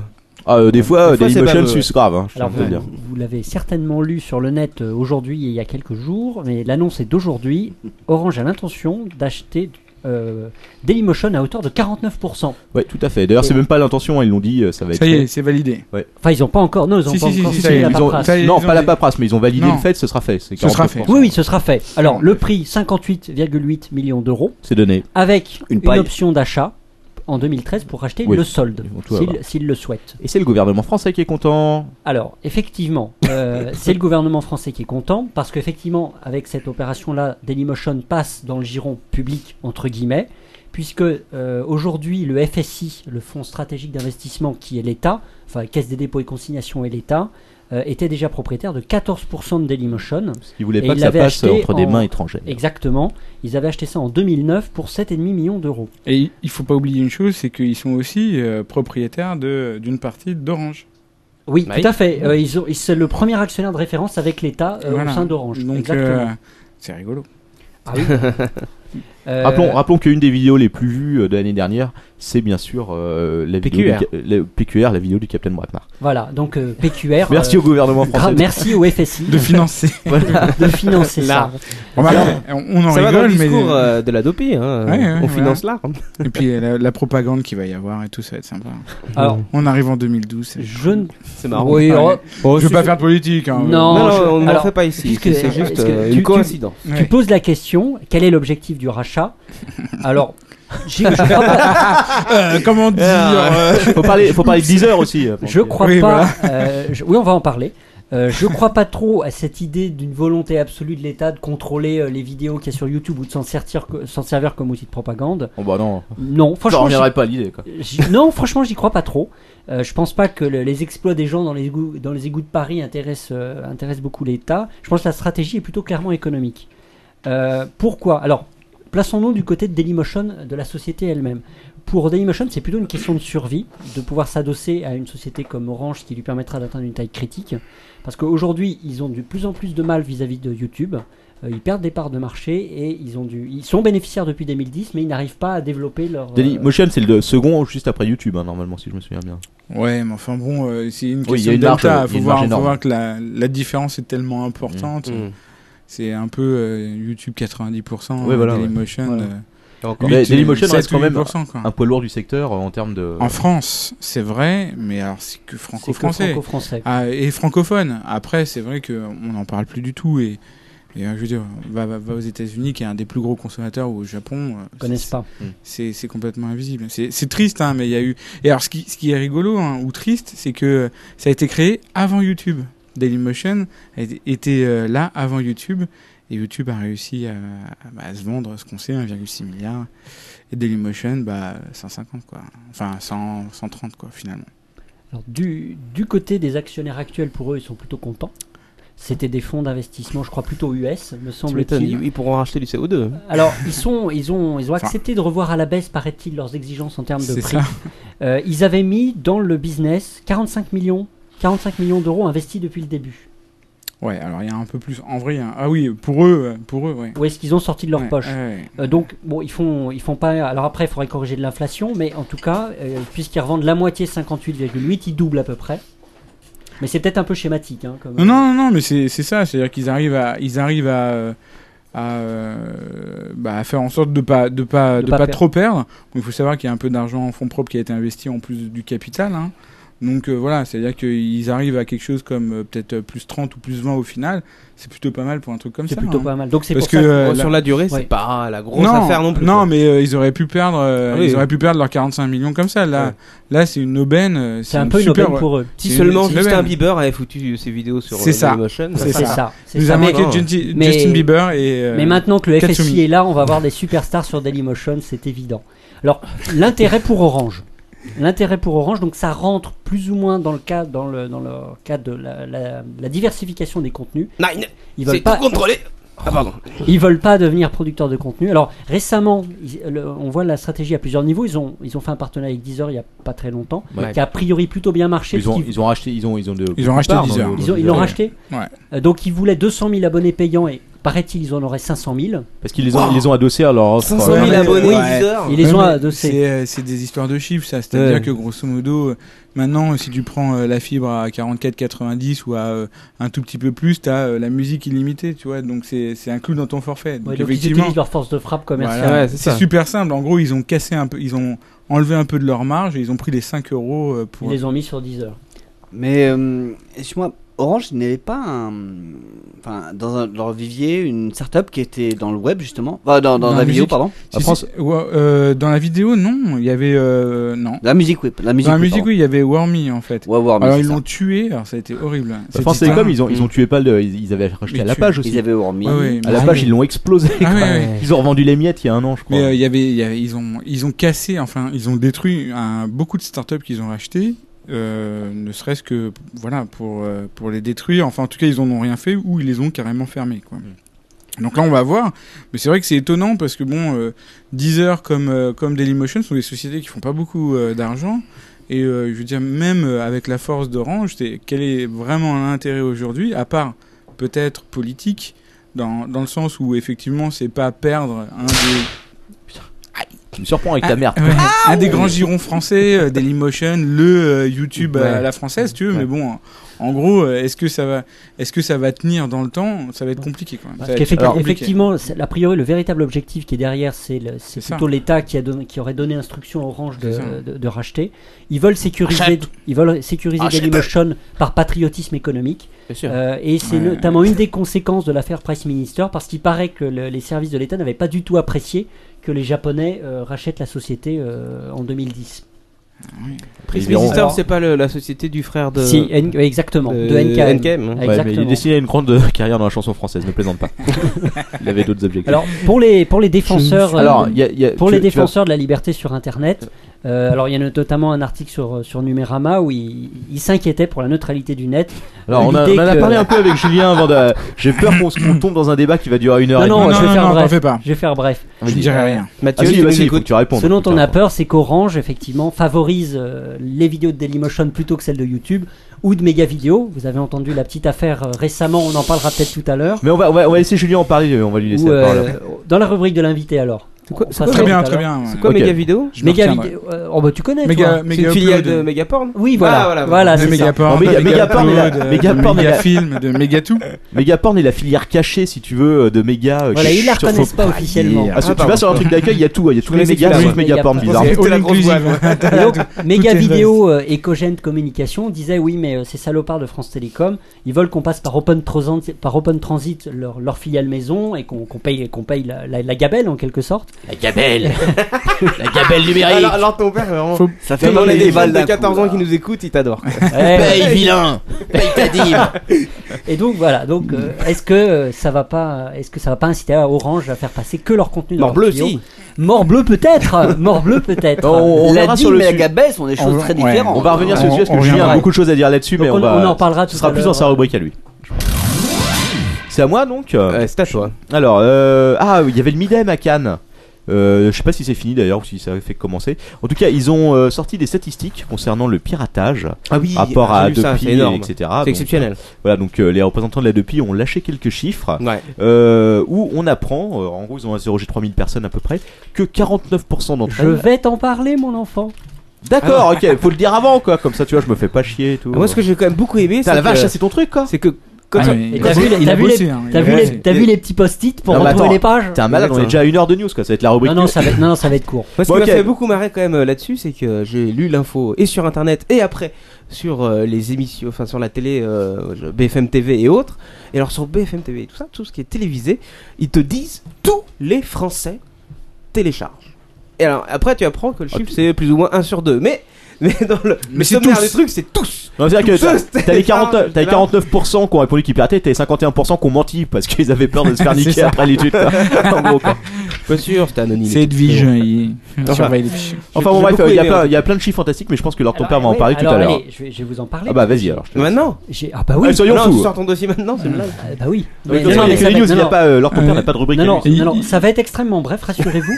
S6: Ah, euh, des fois, euh,
S7: Des fois, c'est
S6: Dailymotion
S7: baveux, ouais.
S6: suce grave, hein, je
S9: Alors,
S6: peux te le
S9: vous,
S6: dire.
S9: vous l'avez certainement lu sur le net euh, aujourd'hui et il y a quelques jours, mais l'annonce est d'aujourd'hui. Orange a l'intention d'acheter euh, Dailymotion à hauteur de 49%.
S6: Ouais, tout à fait. D'ailleurs, c'est même pas l'intention, ils l'ont dit, euh, ça va être.
S8: Ça y
S6: fait.
S8: est, c'est validé.
S9: Enfin, ils n'ont pas encore. Non, ils n'ont
S8: Si,
S9: pas
S8: si, si,
S9: encore
S8: si,
S9: signé
S8: ça y est,
S9: la
S8: ils
S6: Ils ont-
S9: paperasse.
S8: Ça y est,
S6: Non,
S8: ils
S6: pas
S8: ont
S6: la
S8: dit.
S6: paperasse, mais ils ont validé
S8: Non.
S6: le fait, ce sera fait. C'est
S8: Ce sera
S6: 40%.
S8: fait.
S9: Oui, oui, ce sera fait. Alors,
S8: Non,
S9: le prix 58,8 millions d'euros
S6: C'est donné.
S9: avec
S10: Une
S9: une,
S10: paille.
S9: option d'achat en 2013 pour acheter
S6: Oui.
S9: le solde,
S6: Ils vont tout avoir.
S9: s'il s'il le souhaite.
S6: Et c'est le gouvernement français qui est content.
S9: Alors, effectivement, euh, c'est le gouvernement français qui est content parce qu'effectivement, avec cette opération-là, Dailymotion passe dans le giron public, entre guillemets, puisque euh, aujourd'hui, le FSI, le Fonds stratégique d'investissement qui est l'État, enfin, Caisse des dépôts et consignations et l'État, euh, était déjà propriétaire de 14% de Dailymotion.
S6: Parce qu'ils voulaient
S9: Et
S6: pas
S9: ils
S6: que ça
S9: l'avaient
S6: passe euh,
S9: acheté
S6: entre des
S9: en-
S6: mains étrangères.
S9: Exactement. Ils avaient acheté ça en 2009 pour 7,5 millions d'euros.
S8: Et il faut pas oublier une chose, c'est qu'ils sont aussi euh, propriétaires de- d'une partie d'Orange.
S9: Oui,
S7: Oui.
S9: tout à fait. Euh, ils ont, ils- c'est le premier actionnaire de référence avec l'État euh,
S8: Voilà.
S9: au sein d'Orange.
S8: Donc
S9: Exactement.
S8: euh, c'est rigolo.
S9: Ah oui. Euh,
S6: Rappelons, rappelons qu'une des vidéos les plus vues euh, de l'année dernière, c'est bien sûr euh, la, vidéo
S7: PQR.
S6: du ca- la- PQR, la vidéo du Captain Bratmar.
S9: Voilà, donc euh, PQR.
S6: Merci
S9: euh,
S6: au gouvernement
S9: gra-
S6: français.
S9: merci au FSI
S8: De financer.
S9: de financer
S7: Là.
S9: ça.
S8: Bon, bah, on, on en
S7: ça va dans le
S8: rigole, mais
S7: discours euh, de la dopée. Hein.
S8: Ouais, ouais,
S7: on
S8: ouais.
S7: finance l'art.
S8: et puis euh, la, la propagande qui va y avoir et tout, ça va être sympa.
S9: Alors,
S8: On arrive en 2012. c'est-
S9: je ne.
S7: C'est marrant.
S9: Oui,
S8: Ah,
S9: oh,
S8: Je veux pas faire de politique. hein.
S7: Non,
S9: Non.
S7: non,
S9: je-
S7: on n'en
S9: alors,
S7: fait pas ici.
S9: puisque-
S7: C'est juste
S9: est-ce que
S7: euh,
S9: tu-
S7: une
S9: tu-
S7: coïncidence.
S8: Ouais.
S9: Tu poses la question quel est l'objectif du rachat Alors, j'ai- je crois pas,
S8: Euh, comment dire euh,
S6: faut parler, faut parler de 10 heures aussi. euh, pour-
S9: Je crois
S8: Oui,
S9: pas. euh, je- oui, on va en parler. Euh, je crois pas trop à cette idée d'une volonté absolue de l'État de contrôler euh, les vidéos qu'il y a sur YouTube ou de s'en servir, co- s'en servir comme outil de propagande.
S6: Oh, bah non,
S9: Non,
S6: je
S9: franchement,
S6: reviendrai pas à l'idée. quoi.
S9: j'y- j'y- non, franchement, j'y crois pas trop. Euh, je pense pas que le- les exploits des gens dans les égouts, dans les égouts de Paris intéressent, euh, intéressent beaucoup l'État. Je pense que la stratégie est plutôt clairement économique. Euh, pourquoi Alors, plaçons-nous du côté de Dailymotion, de la société elle-même. Pour Dailymotion, c'est plutôt une question de survie, de pouvoir s'adosser à une société comme Orange, ce qui lui permettra d'atteindre une taille critique. Parce qu'aujourd'hui, ils ont de plus en plus de mal vis-à-vis de YouTube. Euh, ils perdent des parts de marché et ils, ont dû, ils sont bénéficiaires depuis 2010, mais ils n'arrivent pas à développer leur. euh,
S6: Dailymotion, c'est le second juste après YouTube, hein, normalement, si je me souviens bien.
S8: Ouais, mais enfin bon, euh, c'est une
S6: Oui, il y
S8: question
S6: a une
S8: de
S6: marge,
S8: delta.
S6: euh, il y a
S8: faut
S6: une
S8: voir,
S6: marge
S8: faut
S6: énorme.
S8: voir que la, la différence est tellement importante.
S7: Mm.
S8: C'est un peu euh, YouTube 90%,
S6: Oui, voilà,
S8: Dailymotion.
S9: Voilà.
S8: euh,
S6: Encore.
S8: Huit,
S6: Mais Dailymotion
S8: euh,
S6: reste
S8: sept,
S6: quand même
S8: huit% quoi.
S6: un poids lourd du secteur euh, en termes de.
S8: En France, c'est vrai, mais alors c'est que franco-français.
S9: franco-français.
S8: Ah, et francophone. Après, c'est vrai qu'on n'en parle plus du tout. Et, et, euh, je veux dire, va, va- va aux États-Unis, qui est un des plus gros consommateurs, ou au Japon. euh,
S9: connaissent pas.
S8: c'est c'est complètement invisible. C'est c'est triste, hein, mais il y a eu. Et alors, ce qui, ce qui est rigolo hein, ou triste, c'est que euh, ça a été créé avant YouTube. Dailymotion a été- était euh, là avant YouTube. Et YouTube a réussi à, à- bah, à se vendre ce qu'on sait, 1,6 milliard. Et Dailymotion, bah, 150, quoi. Enfin, 100, 130, quoi, finalement.
S9: Alors, du, du côté des actionnaires actuels, pour eux, ils sont plutôt contents. C'était des fonds d'investissement, je crois plutôt US, me
S7: Tu m'étonnes,
S9: semble-t-il.
S7: ils, ils pourront racheter du CO2.
S9: Alors, ils, sont, ils, ont, ils ont
S8: Enfin.
S9: accepté de revoir à la baisse, paraît-il, leurs exigences en termes de
S8: C'est
S9: prix.
S8: ça.
S9: Euh, ils avaient mis dans le business 45 millions, 45 millions d'euros investis depuis le début.
S8: Ouais, alors il y a un peu plus. En vrai, hein. ah oui, pour eux, euh, pour eux, ouais.
S9: Où est-ce qu'ils ont sorti de leur
S8: Ouais,
S9: poche
S8: ouais, ouais.
S9: Euh, donc, bon, ils font, ils font pas. Alors après, il faudrait corriger de l'inflation, mais en tout cas, euh, puisqu'ils revendent la moitié 58,8, ils doublent à peu près. Mais c'est peut-être un peu schématique. Hein, comme-
S8: Non, non, non, non, mais c'est c'est ça, c'est-à-dire qu'ils arrivent à, ils arrivent à, euh, à, euh, bah, à faire en sorte de pas, de pas,
S9: De
S8: de
S9: pas
S8: pas,
S9: perdre.
S8: trop perdre. Donc, il faut savoir qu'il y a un peu d'argent en fonds propres qui a été investi en plus du capital. hein. Donc euh, voilà, c'est-à-dire qu'ils arrivent à quelque chose comme euh, peut-être euh, plus 30 ou plus 20 au final. C'est plutôt pas mal pour un truc comme
S9: c'est
S8: ça.
S9: plutôt
S8: hein.
S9: pas mal. Donc c'est
S8: Parce
S9: pour ça
S8: que,
S9: que-
S8: euh,
S7: Bon,
S8: la-
S7: Oh, Sur la durée,
S9: Ouais.
S7: c'est pas la grosse affaire non plus. quoi.
S8: non, mais euh, ils auraient pu perdre, euh,
S7: Ah oui.
S8: ils auraient pu perdre leurs 45 millions comme ça. Là,
S7: Ouais.
S8: là, c'est une aubaine. euh,
S9: c'est un
S8: une
S9: peu une
S8: super-
S9: aubaine pour eux.
S7: Si
S8: c'est-
S7: seulement
S8: c'est
S7: Justin
S8: même.
S7: Bieber avait foutu ses vidéos sur
S8: C'est
S7: euh,
S8: ça.
S7: Dailymotion.
S8: C'est
S9: C'est
S8: ça.
S9: ça. c'est
S8: Nous
S9: ça.
S8: avons
S9: Mais,
S8: manqué
S7: non.
S8: Junti-
S9: Mais-
S8: Justin Bieber et. euh,
S9: mais maintenant que le FSI
S8: Katsumi.
S9: est là, on va voir des superstars sur Dailymotion, c'est évident. Alors, l'intérêt pour Orange. L'intérêt pour Orange, donc ça rentre plus ou moins dans le cadre, dans le, dans le cadre de la, la- la diversification des contenus.
S7: Nine,
S9: Ils
S7: c'est
S9: veulent pas
S7: tout contrôlé. Ah pardon.
S9: ils veulent pas devenir producteurs de contenu. Alors récemment, ils- le- on voit la stratégie à plusieurs niveaux. Ils ont, ils ont fait un partenariat avec Deezer il y a pas très longtemps,
S10: Ouais.
S9: qui a a priori plutôt bien marché.
S1: Ils ont,
S9: puisqu'ils-
S1: ils ont racheté, ils ont, ils ont de.
S8: Ils ont racheté
S1: parts dans
S8: 10 heures.
S1: le-
S9: ils ont- ils
S1: dans
S9: l'ont
S1: le-
S9: racheté.
S8: Ouais.
S9: Euh, donc ils voulaient 200 000 abonnés payants et paraît-il ils en auraient 500 000.
S1: Parce qu'ils les ont, ils les ont adossés à leur offre.
S7: 500
S8: Ouais,
S7: 000
S8: mais-
S7: abonnés,
S8: ouais.
S7: Deezer.
S9: Ils les
S8: Ouais,
S9: ont
S8: mais
S9: adossés.
S8: C'est euh, c'est des histoires de chiffres, ça. C'est-à-dire
S7: Ouais.
S8: que grosso modo, euh, maintenant, si tu prends euh, la fibre à 44,90 ou à euh, un tout petit peu plus, t'as euh, la musique illimitée, tu vois. Donc c'est c'est inclus dans ton forfait. Donc
S9: Ouais, donc ils
S8: effectivement,
S9: utilisent leur force de frappe commerciale.
S8: voilà,
S7: Ouais, c'est
S8: c'est
S7: ça.
S8: super simple. En gros, ils ont cassé un peu, ils ont enlevé un peu de leur marge et ils ont pris les 5 euros euh,
S9: Ils
S8: pour.
S9: les ont mis sur Deezer.
S10: Mais, euh, excuse-moi, Orange n'avait pas un. Enfin, dans un- leur vivier, une startup qui était dans le web, justement. Enfin, dans, dans
S8: Dans
S10: la,
S8: la
S10: vidéo,
S8: musique.
S10: pardon.
S8: Si, si, ouais, euh, dans la vidéo, non. Il y avait euh, non.
S10: La musique, oui. La musique,
S8: Dans la
S10: oui,
S8: musique,
S10: pardon.
S8: oui, il y avait Warmy en fait.
S10: Ouais, Warm,
S8: Alors
S10: c'est
S8: ils
S10: ça.
S8: l'ont tué. Alors ça a été horrible. C'était
S1: France
S8: un-
S1: Télécom, ils ont, ils ont tué pas le. Ils ils avaient
S8: Ils
S1: racheté à la
S8: tuent.
S1: page aussi.
S10: Ils avaient Warmi.
S8: Ouais, ouais,
S1: À la
S8: mais-
S1: page, ils l'ont explosé.
S8: Ah
S1: quoi.
S8: ouais, ouais.
S1: Ils ont revendu les miettes il y a un an, je crois.
S8: Mais euh, il y avait, il y avait- ils ont, ils ont cassé, enfin, ils ont détruit un- beaucoup de startups qu'ils ont rachetées, euh, ne serait-ce que, voilà, pour euh, pour les détruire. Enfin, en tout cas, ils en ont rien fait ou ils les ont carrément fermés, quoi.
S1: Mm.
S8: Donc là, on va voir. Mais c'est vrai que c'est étonnant parce que bon, euh, Deezer comme euh, comme Dailymotion sont des sociétés qui font pas beaucoup euh, d'argent. Et euh, je veux dire, même euh, avec la force d'Orange, c'est- quel est vraiment l'intérêt aujourd'hui, à part peut-être politique, dans, dans le sens où effectivement, c'est pas perdre un des,
S1: Tu me surprends avec ta merde.
S8: Ah, Ouais. un
S7: Ah,
S8: des grands girons français, euh, Dailymotion, le euh, YouTube euh,
S7: Ouais.
S8: à la française, tu veux,
S7: Ouais.
S8: mais bon, en- en gros, euh, est-ce que ça va, est-ce que ça va tenir dans le temps Ça va être compliqué quand même. Ça
S9: Parce
S8: va être
S9: qu'effecti-
S8: super compliqué.
S9: effectivement, c'est- a priori, le véritable objectif qui est derrière, c'est le- c'est
S8: C'est
S9: plutôt l'État qui, a donné- qui aurait donné instruction à Orange de,
S8: C'est ça.
S9: de- de racheter. Ils veulent sécuriser, ils veulent sécuriser Dailymotion par patriotisme économique.
S7: Bien sûr.
S9: Euh, et c'est
S8: Ouais.
S9: notamment une des conséquences de l'affaire Price Minister, parce qu'il paraît que le- les services de l'État n'avaient pas du tout apprécié que les Japonais euh, rachètent la société euh, en 2010.
S7: Prism
S1: verront.
S7: Exister,
S9: Alors-
S7: c'est pas le- la société du frère de.
S9: Si, eh, N- ouais, exactement,
S7: de-
S9: de NKM.
S7: NKM, hein.
S1: Ouais, mais il est
S9: Exactement.
S1: destiné à une grande euh, carrière dans la chanson française, ne plaisante pas. il avait d'autres objectifs.
S9: Alors pour les pour les défenseurs, euh,
S1: Alors, il y a- il y a-
S9: pour
S1: tu-
S9: les
S1: tu vas-
S9: défenseurs de la liberté sur Internet, euh, alors il y a notamment un article sur sur Numérama où ils il s'inquiétaient pour la neutralité du net.
S1: Alors, on, a-
S9: l'idée
S1: on en a
S9: que-
S1: parlé un peu avec Julien avant de. J'ai peur qu'on se- qu'on tombe dans un débat qui va durer une heure
S9: Non,
S1: et
S9: non,
S1: demie.
S9: je vais
S8: non,
S9: faire
S8: non,
S9: bref.
S8: t'en fais pas.
S9: Je vais faire bref.
S8: Je ne dirais rien.
S1: Ah
S7: Mathieu,
S1: si,
S7: tu
S1: vas-y,
S7: nous
S1: il faut que
S7: écoutes.
S1: tu répondes.
S9: Ce dont on a
S1: Putain.
S9: peur, c'est qu'Orange, effectivement, favorise euh, les vidéos de Dailymotion plutôt que celles de YouTube ou de méga vidéos. Vous avez entendu la petite affaire euh, récemment, on en parlera peut-être tout à l'heure.
S1: Mais on va, on, va, on va laisser Julien en parler, on va lui laisser
S9: Ou,
S1: la parole.
S9: euh, dans la rubrique de l'invité alors.
S7: quoi-
S9: On
S7: c'est
S9: passe
S7: quoi
S8: Très
S9: tout
S8: bien,
S9: à
S8: très
S9: l'heure.
S8: bien.
S7: C'est
S8: ouais.
S7: quoi
S6: Ok.
S7: Mega Vidéo
S8: Je me
S9: Méga
S8: retiendrai.
S9: vidéo. euh, Oh bah tu connais
S8: Méga-
S9: toi.
S8: méga
S7: C'est une filiale
S8: upload.
S7: de Megaporn
S9: Oui voilà.
S7: Ah, voilà,
S9: voilà,
S8: de
S9: c'est ça.
S8: Megaporn,
S6: Méga-
S8: de
S6: Mégaporn et la-
S8: Megaupload,
S6: Mégaporn
S8: de
S6: et la-
S8: Megafilm, de Megatou.
S6: Megaporn est la filière cachée, si tu veux, de méga. euh,
S9: Voilà, ils la
S6: sur-
S9: reconnaissent
S6: sur-
S9: pas officiellement.
S6: Ah, si
S7: Ah,
S6: tu vas sur un truc d'accueil, il y a tout, il y a tous les
S7: connaissais
S6: mégas,
S7: que la
S6: sauf
S9: voix.
S6: Megaporn,
S9: Mégaporn.
S6: bizarre.
S7: C'est
S8: All
S7: la grosse
S8: inclusive.
S7: voix,
S9: Et donc, Méga
S8: est
S9: Vidéo euh, et Cogent Communication disaient oui, mais euh, ces salopards de France Télécom, ils veulent qu'on passe par Open Transit, par Open Transit leur, leur filiale maison et qu'on qu'on paye, qu'on paye la, la- la gabelle en quelque sorte.
S2: La gabelle La gabelle
S10: Ah,
S2: numérique
S7: alors, alors ton père, vraiment.
S8: Faut-
S10: Ça fait
S7: Comme on a
S10: mal
S7: des
S10: des
S7: jeunes
S10: balles
S7: de
S10: d'un
S7: 14
S10: coup,
S7: ans
S10: là.
S7: qui nous écoutent, ils t'adorent. quoi.
S9: Ouais,
S2: Paye vilain Paye ta dîme
S9: et donc voilà, donc euh, est-ce que euh, ça va pas, est-ce que ça va pas inciter à Orange à faire passer que leur contenu dans
S10: Mort
S9: leur
S10: bleu,
S9: tuyau
S10: si.
S9: Mort bleu peut-être, mort bleu peut-être.
S10: Bah, On
S6: verra
S10: l'a dit,
S6: sur le
S10: mais la
S6: sujet.
S10: gabelle sont des choses
S8: On-
S10: très
S8: ouais.
S10: différentes.
S6: On va revenir sur
S8: On-
S6: le sujet parce
S8: on
S6: que Julien a
S8: reviendra.
S6: beaucoup de choses à dire là-dessus,
S9: Donc
S6: mais
S9: on,
S6: on va.
S9: on en parlera tout
S6: Ce sera
S9: à
S6: plus
S9: l'heure.
S6: dans sa rubrique à lui. C'est à moi donc euh,
S7: Ouais, c'est à toi.
S6: Alors, euh, ah, il y avait le Midem à Cannes. Euh, je sais pas si c'est fini d'ailleurs ou si ça a fait commencer. En tout cas, ils ont euh, sorti des statistiques concernant le piratage,
S7: Ah oui,
S6: rapport à
S7: j'ai vu ça,
S6: Adopi,
S7: c'est énorme.
S6: etc.
S7: C'est
S6: Donc,
S7: exceptionnel.
S6: Voilà, donc euh, les représentants de la Depi ont lâché quelques chiffres
S7: Ouais.
S6: euh, où on apprend, euh, en gros, ils ont interrogé 3000 personnes à peu près, que 49% d'entre
S9: Je
S6: elles.
S9: vais t'en parler, mon enfant.
S6: D'accord, ok, faut le dire avant quoi, comme ça tu vois, je me fais pas chier et tout.
S7: Ah, Moi, ce que j'ai quand même beaucoup aimé,
S6: Putain,
S7: c'est
S6: la vache, ça,
S7: que-
S6: c'est ton truc quoi.
S7: c'est que quand
S8: Ah,
S7: ça-
S8: mais
S9: Et
S8: il
S9: t'as
S8: a
S9: vu
S8: bossé,
S9: les-
S8: il
S9: t'as
S8: a
S9: vu les-
S8: bossé, hein, il
S9: T'as
S8: a
S9: vu,
S8: bossé.
S9: les- t'as vu les petits post-it pour
S6: Non, mais
S9: retrouver
S6: attends,
S9: les pages
S6: T'es un malade, on est déjà à une heure de news quoi, ça va être la rubrique.
S9: Non, non,
S6: news.
S9: ça va être, non, non, ça va être court.
S7: Moi, ce
S6: Bon,
S7: qui
S6: ok.
S7: m'a fait beaucoup marrer quand même euh, là-dessus, c'est que euh, j'ai lu l'info et sur internet et après sur euh, les émissions, enfin sur la télé, euh, je- BFM TV et autres. Et alors sur BFM TV et tout ça, tout ce qui est télévisé, ils te disent tous les Français téléchargent. Et alors après, tu apprends que le chiffre c'est plus ou moins 1 sur 2. Mais, mais dans le,
S8: Mais
S7: le
S8: c'est
S7: sommaire
S8: tous.
S7: du truc, c'est tous.
S6: Non, c'est-à-dire que
S7: Tout
S6: t'as-
S7: ça, c'était
S6: t'as les,
S7: ça,
S6: 40 t'as les
S7: là.
S6: 49% qui ont répondu qu'ils pirataient, t'as les 51% qui ont menti parce qu'ils avaient peur de se faire
S8: C'est
S6: niquer
S8: ça.
S6: après l'étude. quoi. en gros, quoi.
S7: Bien sûr, c'était anonyme.
S8: C'est Edwige, hein, il il
S7: Enfin,
S8: surveille les fichiers.
S6: Enfin, bon,
S7: j'ai
S6: bref,
S7: beaucoup
S6: il y, a
S7: aimé,
S6: plein-
S7: en fait.
S6: il y a plein de chiffres fantastiques, mais je pense que leur ton
S9: Alors,
S6: père va en
S9: ouais,
S6: parler tout
S9: alors,
S6: à l'heure.
S9: allez, je vais, je vais vous en parler.
S6: Ah bah, vas-y alors. je te laisse.
S7: Maintenant,
S9: J'ai- Ah bah oui.
S6: Ouais, soyons
S7: non, tu
S6: fous.
S7: sors ton dossier maintenant, c'est une blague.
S9: Ah bah oui.
S6: Donc,
S9: Mais non, non, mais ça
S6: les
S9: va
S6: news,
S9: être-
S6: il y a
S9: non,
S6: pas, euh, leur ton père
S8: Ouais.
S6: n'a pas de rubrique.
S9: non, non,
S6: à lui.
S8: il-
S9: non, non,
S8: il-
S9: ça va être extrêmement bref, rassurez-vous.